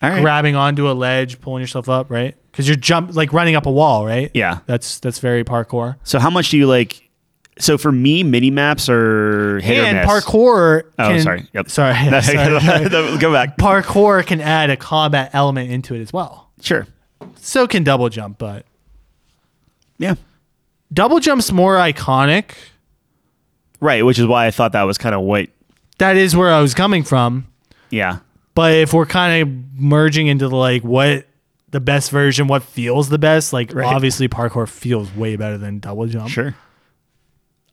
Speaker 2: all right.
Speaker 1: grabbing onto a ledge, pulling yourself up, right? Because you're jump like running up a wall, right?
Speaker 2: Yeah.
Speaker 1: That's that's very parkour.
Speaker 2: So how much do you like? So for me, mini maps are hit
Speaker 1: and
Speaker 2: or miss.
Speaker 1: parkour.
Speaker 2: Oh,
Speaker 1: can-
Speaker 2: sorry. Yep.
Speaker 1: Sorry. sorry.
Speaker 2: Go back.
Speaker 1: parkour can add a combat element into it as well.
Speaker 2: Sure.
Speaker 1: So can double jump, but
Speaker 2: Yeah.
Speaker 1: double jump's more iconic.
Speaker 2: Right, which is why I thought that was kind of what.
Speaker 1: That is where I was coming from.
Speaker 2: Yeah.
Speaker 1: But if we're kind of merging into the like what the best version, what feels the best, like
Speaker 2: Right.
Speaker 1: obviously parkour feels way better than double jump.
Speaker 2: Sure.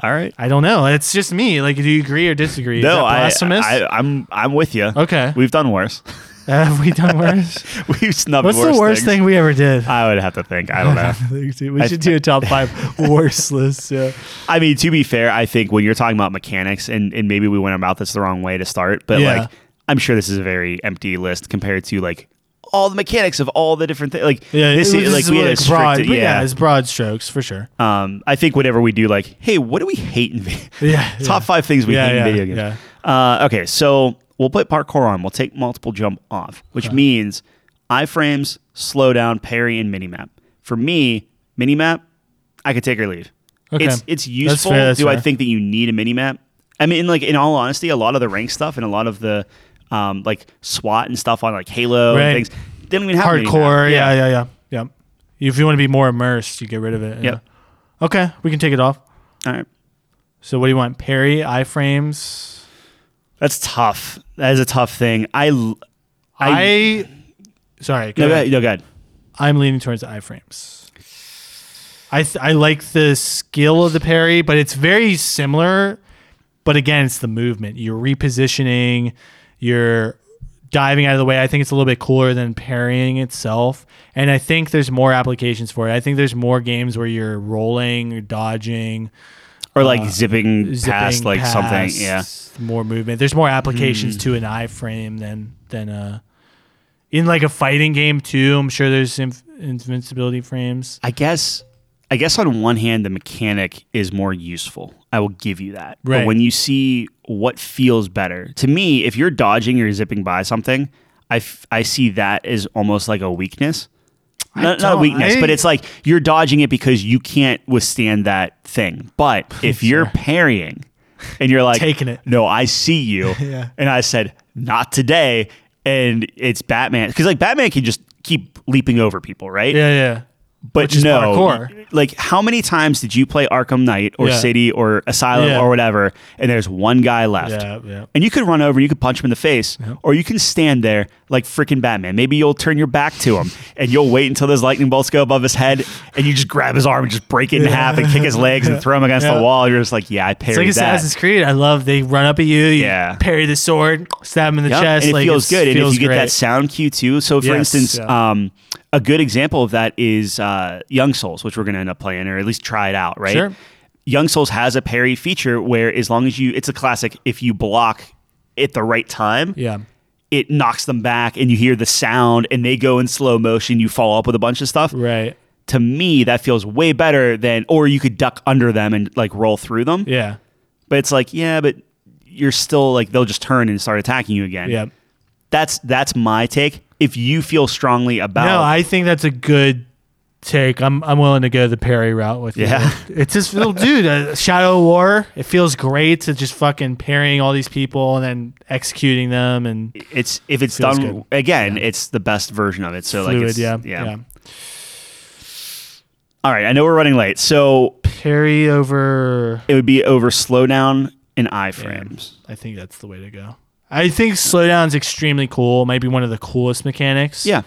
Speaker 2: All right.
Speaker 1: I don't know. It's just me. Like, do you agree or disagree?
Speaker 2: No, I,
Speaker 1: is that blasphemous?
Speaker 2: I, I'm, I'm with you.
Speaker 1: Okay.
Speaker 2: We've done worse.
Speaker 1: Have we done worse?
Speaker 2: We've snubbed
Speaker 1: What's
Speaker 2: worse
Speaker 1: the worst
Speaker 2: things.
Speaker 1: thing we ever did?
Speaker 2: I would have to think. I don't know.
Speaker 1: we should do a top five worst list. Yeah.
Speaker 2: I mean, to be fair, I think when you're talking about mechanics, and, and maybe we went about this the wrong way to start, but
Speaker 1: Yeah.
Speaker 2: like, I'm sure this is a very empty list compared to like all the mechanics of all the different things. Like,
Speaker 1: Yeah,
Speaker 2: this
Speaker 1: it was
Speaker 2: is like
Speaker 1: just
Speaker 2: we had a
Speaker 1: broad,
Speaker 2: strict,
Speaker 1: but
Speaker 2: yeah.
Speaker 1: it's broad strokes for sure.
Speaker 2: um, I think whenever we do, like, hey, what do we hate in video?
Speaker 1: Yeah,
Speaker 2: top
Speaker 1: yeah.
Speaker 2: five things we
Speaker 1: Yeah,
Speaker 2: hate
Speaker 1: yeah,
Speaker 2: in video games. Uh, okay, so we'll put parkour on. We'll take multiple jump off, which means iframes, slow down, parry, and minimap. For me, minimap, I could take or leave.
Speaker 1: Okay.
Speaker 2: It's it's useful.
Speaker 1: fair, that's
Speaker 2: Do I
Speaker 1: fair.
Speaker 2: think that you need a minimap? I mean, like in all honesty, a lot of the rank stuff and a lot of the um, like SWAT and stuff on like Halo
Speaker 1: Right.
Speaker 2: and things they don't even have a minimap.
Speaker 1: Hardcore. Yeah. yeah, yeah, yeah, If you want to be more immersed, you get rid of it. Yeah.
Speaker 2: Yep.
Speaker 1: Okay, we can take it off.
Speaker 2: All right.
Speaker 1: So, what do you want? Parry, iframes.
Speaker 2: That's tough. That is a tough thing. I l- I,
Speaker 1: I. sorry. go
Speaker 2: no
Speaker 1: ahead.
Speaker 2: go ahead. No go ahead.
Speaker 1: I'm leaning towards iframes. I th- I like the skill of the parry, but it's very similar. But again, it's the movement. You're repositioning. You're diving out of the way. I think it's a little bit cooler than parrying itself. And I think there's more applications for it. I think there's more games where you're rolling, or dodging,
Speaker 2: or like zipping, past
Speaker 1: Uh, zipping
Speaker 2: like something. Yeah, Hmm.
Speaker 1: past, more movement. There's more applications to an iframe than than uh in like a fighting game too. I'm sure there's inv- invincibility frames.
Speaker 2: I guess. I guess on one hand, the mechanic is more useful. I will give you that.
Speaker 1: Right.
Speaker 2: But when you see what feels better to me, if you're dodging or zipping by something, I, f- I see that as almost like a weakness. Not, not a
Speaker 1: don't-
Speaker 2: weakness,
Speaker 1: I-
Speaker 2: but it's like you're dodging it because you can't withstand that thing. But if you're parrying and you're like
Speaker 1: Taking it.
Speaker 2: no, I see you.
Speaker 1: Yeah.
Speaker 2: And I said, not today. And it's Batman. Because like Batman can just keep leaping over people, right?
Speaker 1: Yeah, yeah.
Speaker 2: But
Speaker 1: which is
Speaker 2: no,
Speaker 1: parkour.
Speaker 2: like how many times did you play Arkham Knight or
Speaker 1: Yeah.
Speaker 2: City or Asylum
Speaker 1: Yeah.
Speaker 2: or whatever, and there's one guy left?
Speaker 1: Yeah, yeah.
Speaker 2: And you could run over, you could punch him in the face, or you can stand there like freaking Batman. Maybe you'll turn your back to him and you'll wait until those lightning bolts go above his head and you just grab his arm and just break it in half and kick his legs and throw him against
Speaker 1: Yeah.
Speaker 2: the wall. You're just like, yeah, I
Speaker 1: It's like
Speaker 2: parried that.
Speaker 1: Assassin's Creed. I love they run up at you, you
Speaker 2: Yeah.
Speaker 1: parry the sword, stab him in the
Speaker 2: Yep,
Speaker 1: chest.
Speaker 2: And it
Speaker 1: like,
Speaker 2: feels
Speaker 1: it's-
Speaker 2: good. and if
Speaker 1: feels
Speaker 2: you get
Speaker 1: great.
Speaker 2: that sound cue too. So, for
Speaker 1: Yes,
Speaker 2: instance,
Speaker 1: yeah.
Speaker 2: um, a good example of that is uh, Young Souls, which we're going to end up playing, or at least try it out, right?
Speaker 1: Sure.
Speaker 2: Young Souls has a parry feature where, as long as you, it's a classic, if you block at the right time,
Speaker 1: yeah.
Speaker 2: it knocks them back and you hear the sound and they go in slow motion. You follow up with a bunch of stuff.
Speaker 1: Right.
Speaker 2: To me, that feels way better than, or you could duck under them and like roll through them.
Speaker 1: Yeah.
Speaker 2: But it's like, yeah, but you're still like, they'll just turn and start attacking you again
Speaker 1: Yeah.
Speaker 2: that's that's my take. If you feel strongly about
Speaker 1: No, I think that's a good take. I'm I'm willing to go the Perry route with
Speaker 2: Yeah.
Speaker 1: you. It's this little dude, a Shadow War. It feels great to just fucking parrying all these people and then executing them and
Speaker 2: It's if it's
Speaker 1: Feels
Speaker 2: done
Speaker 1: good.
Speaker 2: again, it's the best version of it. So
Speaker 1: fluid.
Speaker 2: like, it's,
Speaker 1: yeah,
Speaker 2: yeah, All right, I know we're running late, so
Speaker 1: Parry over.
Speaker 2: it would be over slowdown and iframes.
Speaker 1: I think that's the way to go. I think slowdown's extremely cool. Might be one of the coolest mechanics.
Speaker 2: Yeah,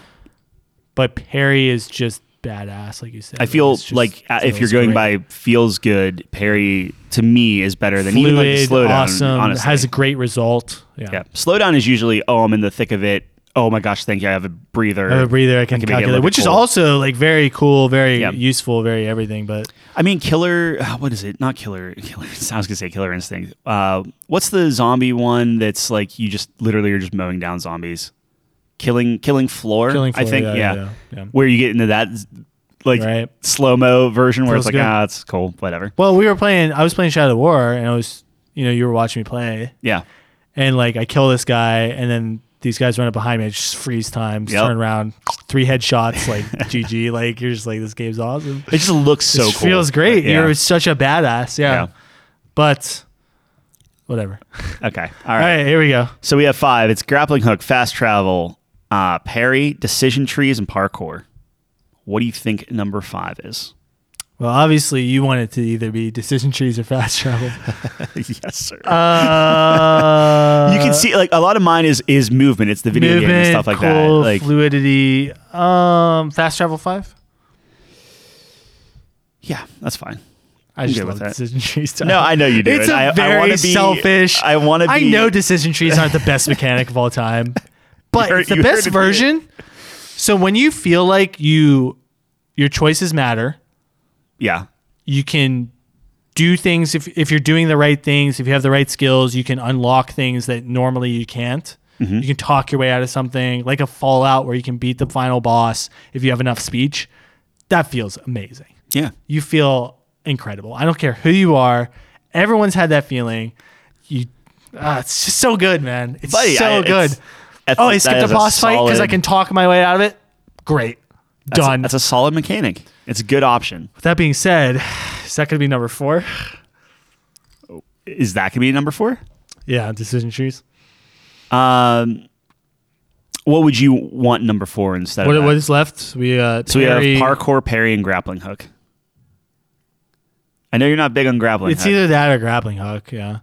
Speaker 1: but Perry is just badass, like you said.
Speaker 2: I feel
Speaker 1: It's just-
Speaker 2: like uh, if you're
Speaker 1: feels
Speaker 2: going
Speaker 1: great.
Speaker 2: by feels good, Perry to me is better than even like the
Speaker 1: fluid,
Speaker 2: slowdown.
Speaker 1: awesome,
Speaker 2: honestly.
Speaker 1: has a great result. Yeah.
Speaker 2: yeah, slowdown is usually oh I'm in the thick of it. Oh my gosh, thank you, I have a breather.
Speaker 1: I have a breather. I can,
Speaker 2: can make it
Speaker 1: calculate,
Speaker 2: look
Speaker 1: which is
Speaker 2: cool.
Speaker 1: also like very cool, very
Speaker 2: Yep.
Speaker 1: useful, very everything. But
Speaker 2: I mean, killer. uh, What is it? Not killer. Killer. I was gonna say killer instinct. Uh, what's the zombie one that's like you just literally are just mowing down zombies, killing killing floor.
Speaker 1: Killing
Speaker 2: I
Speaker 1: Floor,
Speaker 2: think
Speaker 1: yeah,
Speaker 2: yeah,
Speaker 1: yeah, yeah.
Speaker 2: Where you get into that like
Speaker 1: Right.
Speaker 2: slow mo version where
Speaker 1: Feels
Speaker 2: it's like
Speaker 1: good.
Speaker 2: ah, it's cool, whatever.
Speaker 1: well, we were playing. I was playing Shadow of War, and I was, you know, you were watching me play,
Speaker 2: Yeah,
Speaker 1: and like I kill this guy, and then these guys run up behind me. I just freeze time, just
Speaker 2: Yep.
Speaker 1: turn around, three headshots, like GG. Like you're just like this game's awesome.
Speaker 2: it just looks so
Speaker 1: This
Speaker 2: cool.
Speaker 1: feels great.
Speaker 2: Yeah.
Speaker 1: You're such a badass. yeah.
Speaker 2: Yeah.
Speaker 1: but whatever.
Speaker 2: Okay.
Speaker 1: All right, here we go.
Speaker 2: So we have five. It's grappling hook, fast travel, uh, parry, decision trees, and parkour. What do you think number five is?
Speaker 1: Well, obviously, you want it to either be decision trees or fast travel.
Speaker 2: yes, sir.
Speaker 1: Uh,
Speaker 2: you can see like a lot of mine is is movement. It's the video game and stuff like
Speaker 1: cool,
Speaker 2: that. Like
Speaker 1: fluidity. Um, fast travel five.
Speaker 2: yeah, that's fine.
Speaker 1: I just
Speaker 2: good
Speaker 1: love
Speaker 2: with that.
Speaker 1: decision trees.
Speaker 2: No, I know you do.
Speaker 1: It's
Speaker 2: it.
Speaker 1: a
Speaker 2: I- I
Speaker 1: very
Speaker 2: wanna be-
Speaker 1: selfish.
Speaker 2: I want to.
Speaker 1: I know decision trees aren't the best mechanic of all time, but
Speaker 2: You heard-
Speaker 1: it's the
Speaker 2: you
Speaker 1: best
Speaker 2: heard it here.
Speaker 1: version. So when you feel like you, your choices matter.
Speaker 2: Yeah,
Speaker 1: you can do things if, if you're doing the right things if you have the right skills you can unlock things that normally you can't
Speaker 2: Mm-hmm.
Speaker 1: you can talk your way out of something like a fallout where you can beat the final boss if you have enough speech that feels amazing
Speaker 2: yeah.
Speaker 1: you feel incredible i don't care who you are everyone's had that feeling you ah, it's just so good man it's
Speaker 2: Buddy,
Speaker 1: so
Speaker 2: I- it's-
Speaker 1: good
Speaker 2: That's-
Speaker 1: oh i
Speaker 2: that
Speaker 1: skipped a
Speaker 2: is
Speaker 1: boss fight because i
Speaker 2: solid-
Speaker 1: can talk my way out of it great
Speaker 2: that's a-
Speaker 1: done
Speaker 2: That's a solid mechanic. It's a good option.
Speaker 1: with that being said is that going to be number four
Speaker 2: Is that gonna be number four?
Speaker 1: yeah decision trees
Speaker 2: Um, what would you want number four instead
Speaker 1: What,
Speaker 2: of that?
Speaker 1: what is left? We uh,
Speaker 2: So we have
Speaker 1: parry-
Speaker 2: parkour, parry, and grappling hook. I know you're not big on grappling.
Speaker 1: It's
Speaker 2: hook.
Speaker 1: either that or grappling hook. Yeah,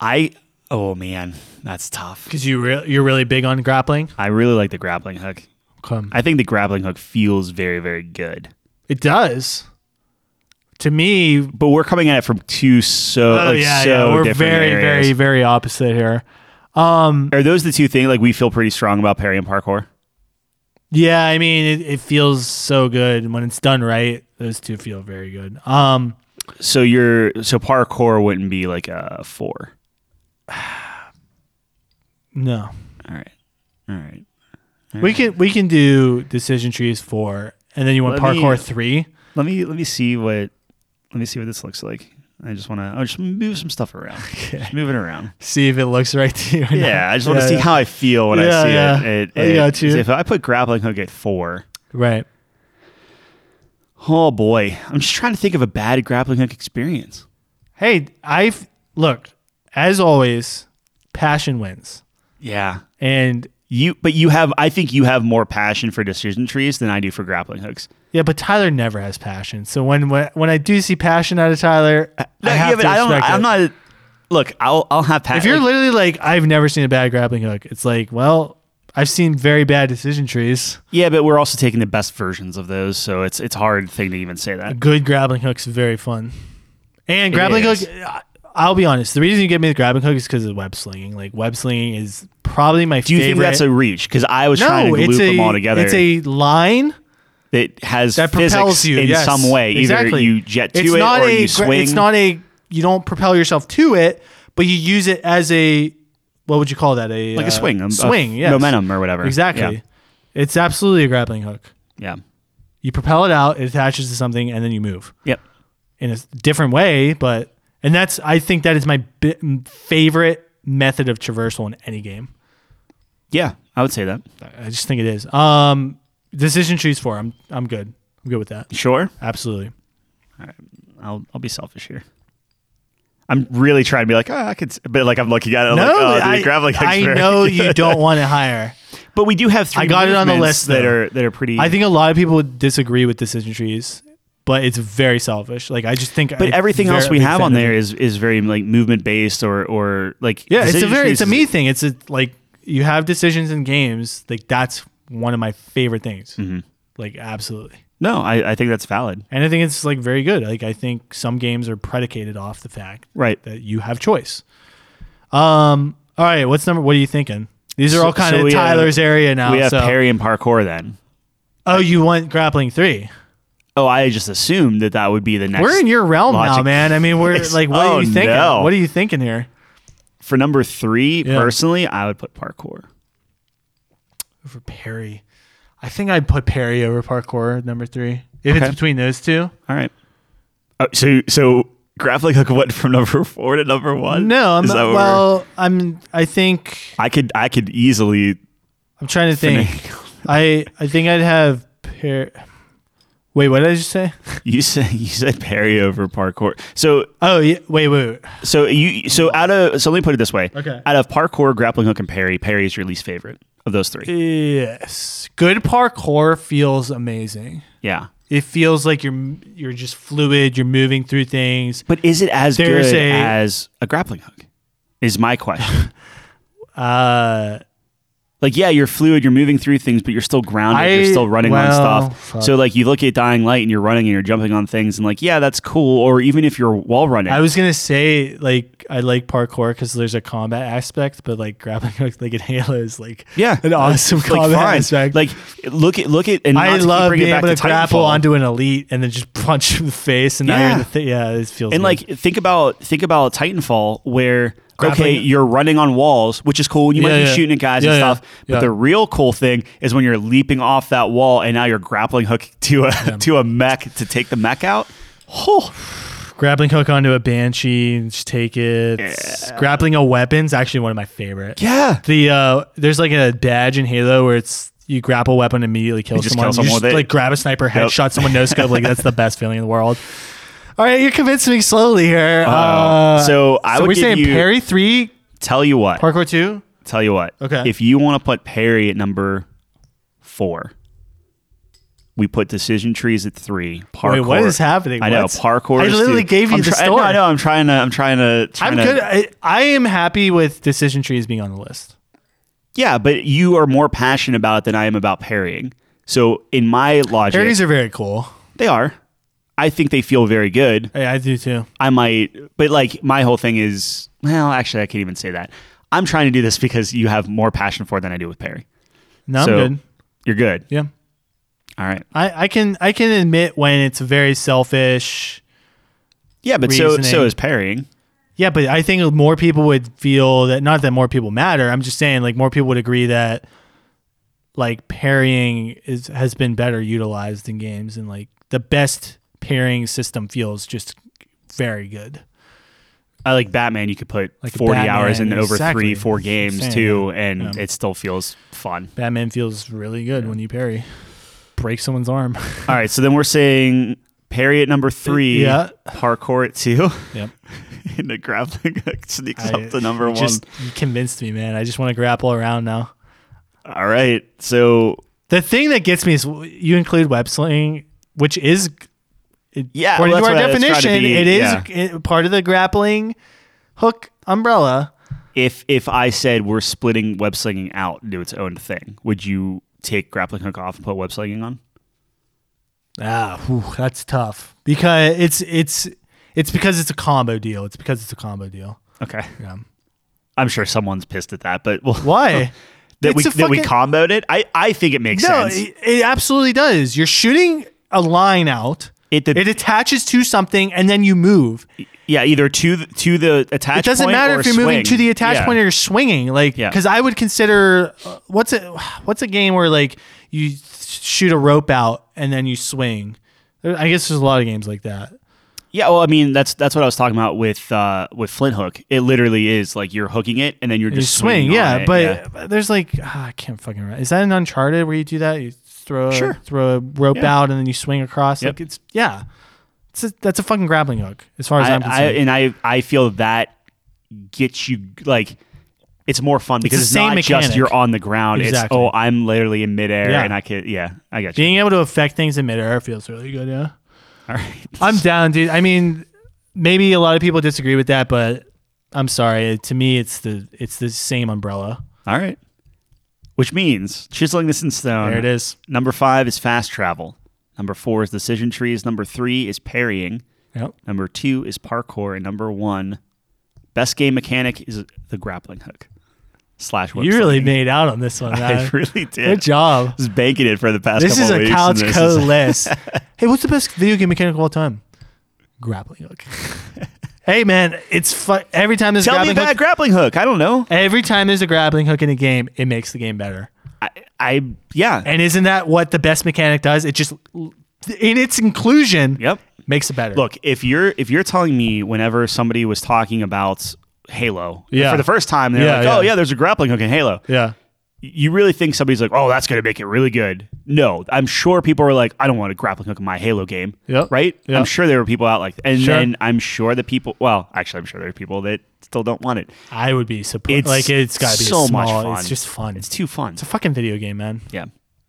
Speaker 2: I. Oh man, that's tough.
Speaker 1: because you re- you're really big on grappling.
Speaker 2: I really like the grappling hook.
Speaker 1: Come,
Speaker 2: I think the grappling hook feels very, very good.
Speaker 1: it does. To me, oh
Speaker 2: But we're coming at it from two so like
Speaker 1: yeah,
Speaker 2: so
Speaker 1: yeah, we're
Speaker 2: different
Speaker 1: very,
Speaker 2: areas.
Speaker 1: very, very opposite here.
Speaker 2: Are those the two things like we feel pretty strong about parry and parkour?
Speaker 1: Yeah, I mean, it, it feels so good and when it's done right. Those two feel very good. Um,
Speaker 2: So you're so parkour wouldn't be like a four.
Speaker 1: no,
Speaker 2: All right, all right.
Speaker 1: we can we can do decision trees four, and then you want
Speaker 2: Let me-
Speaker 1: parkour three.
Speaker 2: Let me let me see what let me see what this looks like. I just want to I just move some stuff around. Just move it around.
Speaker 1: See if it looks right to you. or
Speaker 2: Yeah,
Speaker 1: not.
Speaker 2: I just want to see
Speaker 1: yeah.
Speaker 2: how I feel when
Speaker 1: Yeah,
Speaker 2: I see
Speaker 1: yeah.
Speaker 2: it.
Speaker 1: I
Speaker 2: it, it
Speaker 1: got you.
Speaker 2: If I put grappling hook at four,
Speaker 1: right.
Speaker 2: oh boy, I'm just trying to think of a bad grappling hook experience.
Speaker 1: Hey, I've look as always. Passion wins.
Speaker 2: Yeah,
Speaker 1: And
Speaker 2: you but you have I think you have more passion for decision trees than I do for grappling hooks.
Speaker 1: yeah, but Tyler never has passion. So when when, when I do see passion out of Tyler, I have to
Speaker 2: I don't.
Speaker 1: respect
Speaker 2: I'm
Speaker 1: it.
Speaker 2: not. Look, I'll I'll have passion.
Speaker 1: If you're literally like, I've never seen a bad grappling hook. It's like, well, I've seen very bad decision trees.
Speaker 2: yeah, but we're also taking the best versions of those, so it's it's hard thing to even say that.
Speaker 1: Good grappling hooks, very fun. And grappling hook,
Speaker 2: is.
Speaker 1: I- I'll be honest. The reason you get me the grappling hook is because of web slinging. Like web slinging is probably my
Speaker 2: Do you
Speaker 1: favorite.
Speaker 2: think that's a reach? Because I was trying
Speaker 1: no?
Speaker 2: to
Speaker 1: It's
Speaker 2: loop
Speaker 1: a
Speaker 2: them all together.
Speaker 1: it's a line.
Speaker 2: that has
Speaker 1: that
Speaker 2: physics
Speaker 1: propels you
Speaker 2: in
Speaker 1: yes.
Speaker 2: some way. Either
Speaker 1: exactly.
Speaker 2: you jet to
Speaker 1: it's
Speaker 2: it
Speaker 1: not
Speaker 2: or
Speaker 1: a,
Speaker 2: you
Speaker 1: gra-
Speaker 2: swing.
Speaker 1: It's not a you don't propel yourself to it, but you use it as a what would you call that? A
Speaker 2: like
Speaker 1: uh,
Speaker 2: a swing, a,
Speaker 1: swing,
Speaker 2: a
Speaker 1: yes.
Speaker 2: momentum or whatever.
Speaker 1: Exactly. It's absolutely a grappling hook.
Speaker 2: Yeah. yeah.
Speaker 1: You propel it out, it attaches to something, and then you move
Speaker 2: Yep.
Speaker 1: in a different way. But and that's I think that is my bi- favorite method of traversal in any game.
Speaker 2: Yeah, I would say that.
Speaker 1: I just think it is. Um, decision trees four. I'm I'm good. I'm good with that.
Speaker 2: Sure.
Speaker 1: Absolutely.
Speaker 2: I'll I'll be selfish here. I'm really trying to be like, oh, I could, s-" but like I'm looking at it, I'm like, oh, the grappling
Speaker 1: I
Speaker 2: expert.
Speaker 1: know you don't want it higher.
Speaker 2: But we do have three.
Speaker 1: I got it on the list,
Speaker 2: movements that
Speaker 1: though.
Speaker 2: are that are pretty.
Speaker 1: I think a lot of people would disagree with decision trees, but it's very selfish. Like I just think.
Speaker 2: but everything else we have on there is is very like movement based or or like
Speaker 1: yeah, it's a
Speaker 2: decision
Speaker 1: very it's a
Speaker 2: trees.
Speaker 1: me thing. It's a, like you have decisions in games. Like that's one of my favorite things.
Speaker 2: Mm-hmm.
Speaker 1: Like absolutely.
Speaker 2: No, I, I think that's valid.
Speaker 1: And I think it's like very good. Like I think some games are predicated off the fact
Speaker 2: Right.
Speaker 1: that you have choice. Um. All right. What's number? What are you thinking? These are
Speaker 2: So-
Speaker 1: all kind
Speaker 2: so
Speaker 1: of
Speaker 2: we have-
Speaker 1: Tyler's area now.
Speaker 2: we have
Speaker 1: so.
Speaker 2: parry and parkour then.
Speaker 1: Oh, you want grappling three?
Speaker 2: Oh, I just assumed that that would be the next.
Speaker 1: We're in your realm now,
Speaker 2: logic.
Speaker 1: man. I mean, we're
Speaker 2: Yes.
Speaker 1: like, what
Speaker 2: Oh,
Speaker 1: are you thinking?
Speaker 2: no.
Speaker 1: What are you thinking here?
Speaker 2: for number three.
Speaker 1: Yeah.
Speaker 2: Personally, I would put parkour.
Speaker 1: Over Perry, I think I'd put Perry over parkour number three. If
Speaker 2: Okay.
Speaker 1: it's between those two,
Speaker 2: All right. Oh, so so grappling hook went from number four to number one.
Speaker 1: no. I'm
Speaker 2: Uh, Is that what we're-
Speaker 1: well. I'm. I think
Speaker 2: I could I could easily
Speaker 1: I'm trying to think. I I think I'd have Perry. Wait, what did I just say?
Speaker 2: you said you said parry over parkour. So
Speaker 1: Oh, yeah. Wait, wait. wait.
Speaker 2: so you so out of so let me put it this way.
Speaker 1: Okay.
Speaker 2: Out of parkour, grappling hook, and parry, parry is your least favorite of those three.
Speaker 1: Yes, good parkour feels amazing.
Speaker 2: Yeah.
Speaker 1: It feels like you're you're just fluid. You're moving through things.
Speaker 2: But is it as
Speaker 1: There's
Speaker 2: good
Speaker 1: a-
Speaker 2: as a grappling hook? Is my question.
Speaker 1: Uh,
Speaker 2: like yeah, you're fluid, you're moving through things, but you're still grounded, you're
Speaker 1: I-
Speaker 2: still running on
Speaker 1: well,
Speaker 2: stuff.
Speaker 1: fuck.
Speaker 2: So like you look at Dying Light and you're running and you're jumping on things and like yeah, that's cool. Or even if you're wall running,
Speaker 1: I was gonna say like I like parkour because there's a combat aspect, but like grappling hooks like in Halo is like
Speaker 2: yeah,
Speaker 1: an awesome
Speaker 2: like,
Speaker 1: combat
Speaker 2: fine.
Speaker 1: aspect.
Speaker 2: Like look at look at and not
Speaker 1: I
Speaker 2: to keep
Speaker 1: love
Speaker 2: bringing it
Speaker 1: being
Speaker 2: back
Speaker 1: able to, grapple
Speaker 2: Titanfall.
Speaker 1: onto an elite and then just punch him in the face, and now you're in the
Speaker 2: Yeah.
Speaker 1: thi- yeah, it feels
Speaker 2: And
Speaker 1: good.
Speaker 2: like think about think about Titanfall where okay,
Speaker 1: Grappling-
Speaker 2: you're running on walls, which is cool. and You might
Speaker 1: Yeah,
Speaker 2: be
Speaker 1: yeah.
Speaker 2: shooting at guys
Speaker 1: Yeah,
Speaker 2: and
Speaker 1: yeah,
Speaker 2: stuff, but
Speaker 1: yeah.
Speaker 2: the real cool thing is when you're leaping off that wall and now you're grappling hook to a to a mech to take the mech out. Oh,
Speaker 1: grappling hook onto a banshee and just take it. Grappling a weapon's actually one of my favorite.
Speaker 2: yeah.
Speaker 1: The uh, there's like a badge in Halo where it's you grapple weapon immediately kill
Speaker 2: just
Speaker 1: someone.
Speaker 2: kill someone
Speaker 1: you
Speaker 2: with
Speaker 1: just
Speaker 2: it.
Speaker 1: like grab a sniper,
Speaker 2: Yep.
Speaker 1: headshot someone, no scope. like that's the best feeling in the world. All right, you're convincing me slowly here. Uh,
Speaker 2: So I would
Speaker 1: we're
Speaker 2: give
Speaker 1: saying
Speaker 2: you-
Speaker 1: Perry three,
Speaker 2: Tell you what.
Speaker 1: parkour two.
Speaker 2: Tell you what.
Speaker 1: Okay.
Speaker 2: If you want to put Perry at number four, we put decision trees at three. Parkour.
Speaker 1: Wait, what is happening?
Speaker 2: I know
Speaker 1: What's-
Speaker 2: parkour.
Speaker 1: I
Speaker 2: is
Speaker 1: literally
Speaker 2: two.
Speaker 1: gave you
Speaker 2: I'm
Speaker 1: the
Speaker 2: try- I know,
Speaker 1: story.
Speaker 2: I know. I'm trying to. I'm trying to.
Speaker 1: I'm
Speaker 2: Trying to,
Speaker 1: good. I, I am happy with decision trees being on the list.
Speaker 2: Yeah, but you are more passionate about it than I am about parrying. So in my logic,
Speaker 1: Parries are very cool.
Speaker 2: they are. I think they feel very good.
Speaker 1: Yeah, I do too.
Speaker 2: I might, but like my whole thing is, well, actually, I can't even say that. I'm trying to do this because you have more passion for it than I do with parry.
Speaker 1: No,
Speaker 2: so
Speaker 1: I'm good.
Speaker 2: You're good.
Speaker 1: Yeah.
Speaker 2: All right.
Speaker 1: I, I can I can admit when it's very selfish.
Speaker 2: Yeah, but so so
Speaker 1: Reasoning.
Speaker 2: is parrying.
Speaker 1: Yeah, but I think more people would feel that not that more people matter. I'm just saying like more people would agree that like parrying is has been better utilized in games and like the best pairing system feels just very good.
Speaker 2: I like Batman. You could put
Speaker 1: Like
Speaker 2: forty
Speaker 1: Batman,
Speaker 2: hours in over
Speaker 1: exactly.
Speaker 2: three, four games
Speaker 1: Same.
Speaker 2: too, and
Speaker 1: Yeah.
Speaker 2: it still feels fun.
Speaker 1: Batman feels really good when you parry. Break someone's arm.
Speaker 2: All right, so then we're saying parry at number three,
Speaker 1: Yeah.
Speaker 2: parkour at two,
Speaker 1: yep.
Speaker 2: and the grappling hook sneaks up to
Speaker 1: I-
Speaker 2: number
Speaker 1: you
Speaker 2: one.
Speaker 1: Just you convinced me, man. I just want to grapple around now.
Speaker 2: All right, so
Speaker 1: The thing that gets me is w- you include web slinging, which is, it,
Speaker 2: Yeah,
Speaker 1: according
Speaker 2: well,
Speaker 1: to our
Speaker 2: that's what I was
Speaker 1: definition,
Speaker 2: trying to
Speaker 1: it
Speaker 2: be-
Speaker 1: is it- part of the grappling hook umbrella.
Speaker 2: if if I said we're splitting web slinging out and do its own thing, would you take grappling hook off and put web slinging on?
Speaker 1: Ah, whew, that's tough because it's it's it's because it's a combo deal. It's because it's a combo deal.
Speaker 2: Okay,
Speaker 1: Yeah.
Speaker 2: I'm sure someone's pissed at that, but well,
Speaker 1: Why?
Speaker 2: that we
Speaker 1: It's a
Speaker 2: that we
Speaker 1: fucking-
Speaker 2: comboed it. I I think it makes
Speaker 1: no,
Speaker 2: sense.
Speaker 1: it, it absolutely does. You're shooting a line out.
Speaker 2: It did-
Speaker 1: it attaches to something and then you move.
Speaker 2: Yeah, either to the, to the attach.
Speaker 1: It doesn't
Speaker 2: point
Speaker 1: matter
Speaker 2: or
Speaker 1: if you're
Speaker 2: swing.
Speaker 1: moving to the attach
Speaker 2: yeah.
Speaker 1: point or you're swinging, like
Speaker 2: Yeah.
Speaker 1: because I would consider uh, what's a what's a game where like you shoot a rope out and then you swing. There- I guess there's a lot of games like that.
Speaker 2: Yeah, well, I mean, that's that's what I was talking about with uh, with Flint Hook. It literally is like you're hooking it, and then you're
Speaker 1: You
Speaker 2: just
Speaker 1: swing,
Speaker 2: swinging on
Speaker 1: yeah,
Speaker 2: it.
Speaker 1: but, but there's like ah, I can't fucking remember. Is that an Uncharted where you do that? You throw a,
Speaker 2: Sure.
Speaker 1: throw a rope
Speaker 2: Yeah.
Speaker 1: out and then you swing across.
Speaker 2: Yep.
Speaker 1: Like it's yeah, it's a, that's a fucking grappling hook as far as I,
Speaker 2: I,
Speaker 1: am
Speaker 2: I,
Speaker 1: concerned.
Speaker 2: and I I feel that gets you like it's more fun because
Speaker 1: the
Speaker 2: it's,
Speaker 1: same
Speaker 2: not
Speaker 1: mechanic.
Speaker 2: just you're on the ground.
Speaker 1: Exactly.
Speaker 2: It's oh, I'm literally in midair,
Speaker 1: Yeah.
Speaker 2: and I could yeah, I got you.
Speaker 1: Being able to affect things in midair feels really good. Yeah,
Speaker 2: All right.
Speaker 1: I'm down, dude. I mean, maybe a lot of people disagree with that, but I'm sorry. To me, it's the it's the same umbrella.
Speaker 2: All right. Which means chiseling this in stone.
Speaker 1: There it is.
Speaker 2: Number five is fast travel. Number four is decision trees. Number three is parrying.
Speaker 1: Yep.
Speaker 2: Number two is parkour, and number one, best game mechanic is the grappling hook slash. Web
Speaker 1: You really
Speaker 2: slinging.
Speaker 1: made out on this one.
Speaker 2: I
Speaker 1: man.
Speaker 2: really did.
Speaker 1: Good job.
Speaker 2: I was banking it for the past.
Speaker 1: This is
Speaker 2: couple
Speaker 1: a
Speaker 2: weeks,
Speaker 1: couch
Speaker 2: and this
Speaker 1: co
Speaker 2: is-
Speaker 1: list. hey, what's the best video game mechanic of all time? Grappling hook. hey man, it's fu- every time there's a
Speaker 2: Tell me
Speaker 1: grappling
Speaker 2: about
Speaker 1: hook,
Speaker 2: grappling hook. I don't know.
Speaker 1: every time there's a grappling hook in a game, it makes the game better.
Speaker 2: I, I yeah.
Speaker 1: And isn't that what the best mechanic does? It just in its inclusion
Speaker 2: yep.
Speaker 1: makes it better.
Speaker 2: Look, if you're if you're telling me whenever somebody was talking about Halo
Speaker 1: Yeah.
Speaker 2: for the first time, they're
Speaker 1: Yeah,
Speaker 2: like,
Speaker 1: yeah.
Speaker 2: "Oh yeah, there's a grappling hook in Halo."
Speaker 1: Yeah.
Speaker 2: you really think somebody's like, oh, that's going to make it really good. No, I'm sure people were like, I don't want a grappling hook in my Halo game.
Speaker 1: Yep.
Speaker 2: Right?
Speaker 1: Yep.
Speaker 2: I'm sure there were people out like And
Speaker 1: Sure.
Speaker 2: then I'm sure the people, well, actually, I'm sure there are people that still don't want it.
Speaker 1: I would be surprised.
Speaker 2: It's
Speaker 1: Like it's gotta be
Speaker 2: so
Speaker 1: small.
Speaker 2: much fun.
Speaker 1: It's just fun.
Speaker 2: It's
Speaker 1: It's,
Speaker 2: too fun.
Speaker 1: a fucking video game, man.
Speaker 2: yeah.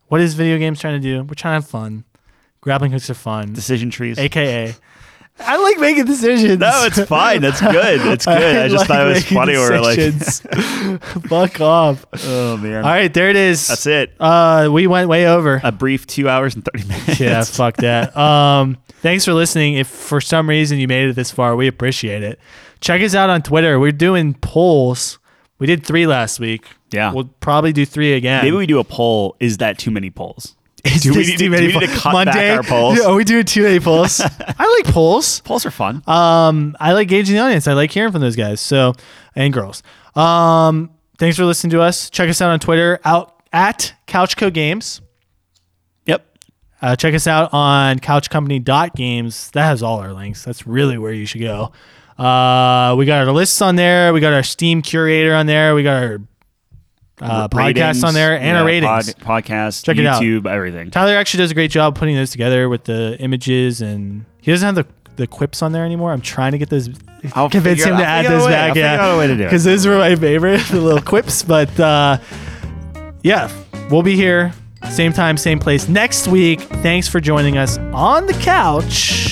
Speaker 1: What is video games trying to do? We're trying to have fun. Grappling hooks are fun.
Speaker 2: Decision trees.
Speaker 1: AKA I like making decisions.
Speaker 2: no, it's fine. That's good. It's good. I, just thought it was funny. We're like,
Speaker 1: like, fuck off.
Speaker 2: oh, man.
Speaker 1: All right, there it is.
Speaker 2: That's it.
Speaker 1: Uh, we went way over.
Speaker 2: A brief two hours and 30 minutes.
Speaker 1: yeah, fuck that. Um, thanks for listening. If for some reason you made it this far, we appreciate it. Check us out on Twitter. We're doing polls. We did three last week.
Speaker 2: Yeah.
Speaker 1: we'll probably do three again.
Speaker 2: Maybe we do a poll. Is that too many polls?
Speaker 1: Is
Speaker 2: do we
Speaker 1: this
Speaker 2: need
Speaker 1: too
Speaker 2: to- do
Speaker 1: many
Speaker 2: we need to
Speaker 1: polls?
Speaker 2: cut back our polls?
Speaker 1: Yeah, are we doing too many polls? I like polls.
Speaker 2: Polls are fun.
Speaker 1: Um, I like gauging the audience. I like hearing from those guys. So and girls. Um, thanks for listening to us. Check us out on Twitter out at Couchco Games.
Speaker 2: yep.
Speaker 1: Uh, check us out on couchcompany.games. That has all our links. That's really where you should go. Uh, we got our lists on there. We got our Steam curator on there. We got our uh, podcasts
Speaker 2: Ratings.
Speaker 1: on there and our
Speaker 2: Yeah,
Speaker 1: ratings.
Speaker 2: Pod, podcast,
Speaker 1: Check it out.
Speaker 2: YouTube, everything.
Speaker 1: Tyler actually does a great job putting those together with the images, and he doesn't have the the quips on there anymore. I'm trying to get those.
Speaker 2: I'll
Speaker 1: convince
Speaker 2: figure-
Speaker 1: him to
Speaker 2: I'll
Speaker 1: add
Speaker 2: figure out
Speaker 1: those
Speaker 2: a way.
Speaker 1: back.
Speaker 2: I'll figure out a way
Speaker 1: yeah,
Speaker 2: to do it.
Speaker 1: because those were my favorite, the little quips. But uh, yeah, we'll be here, same time, same place next week. Thanks for joining us on the couch.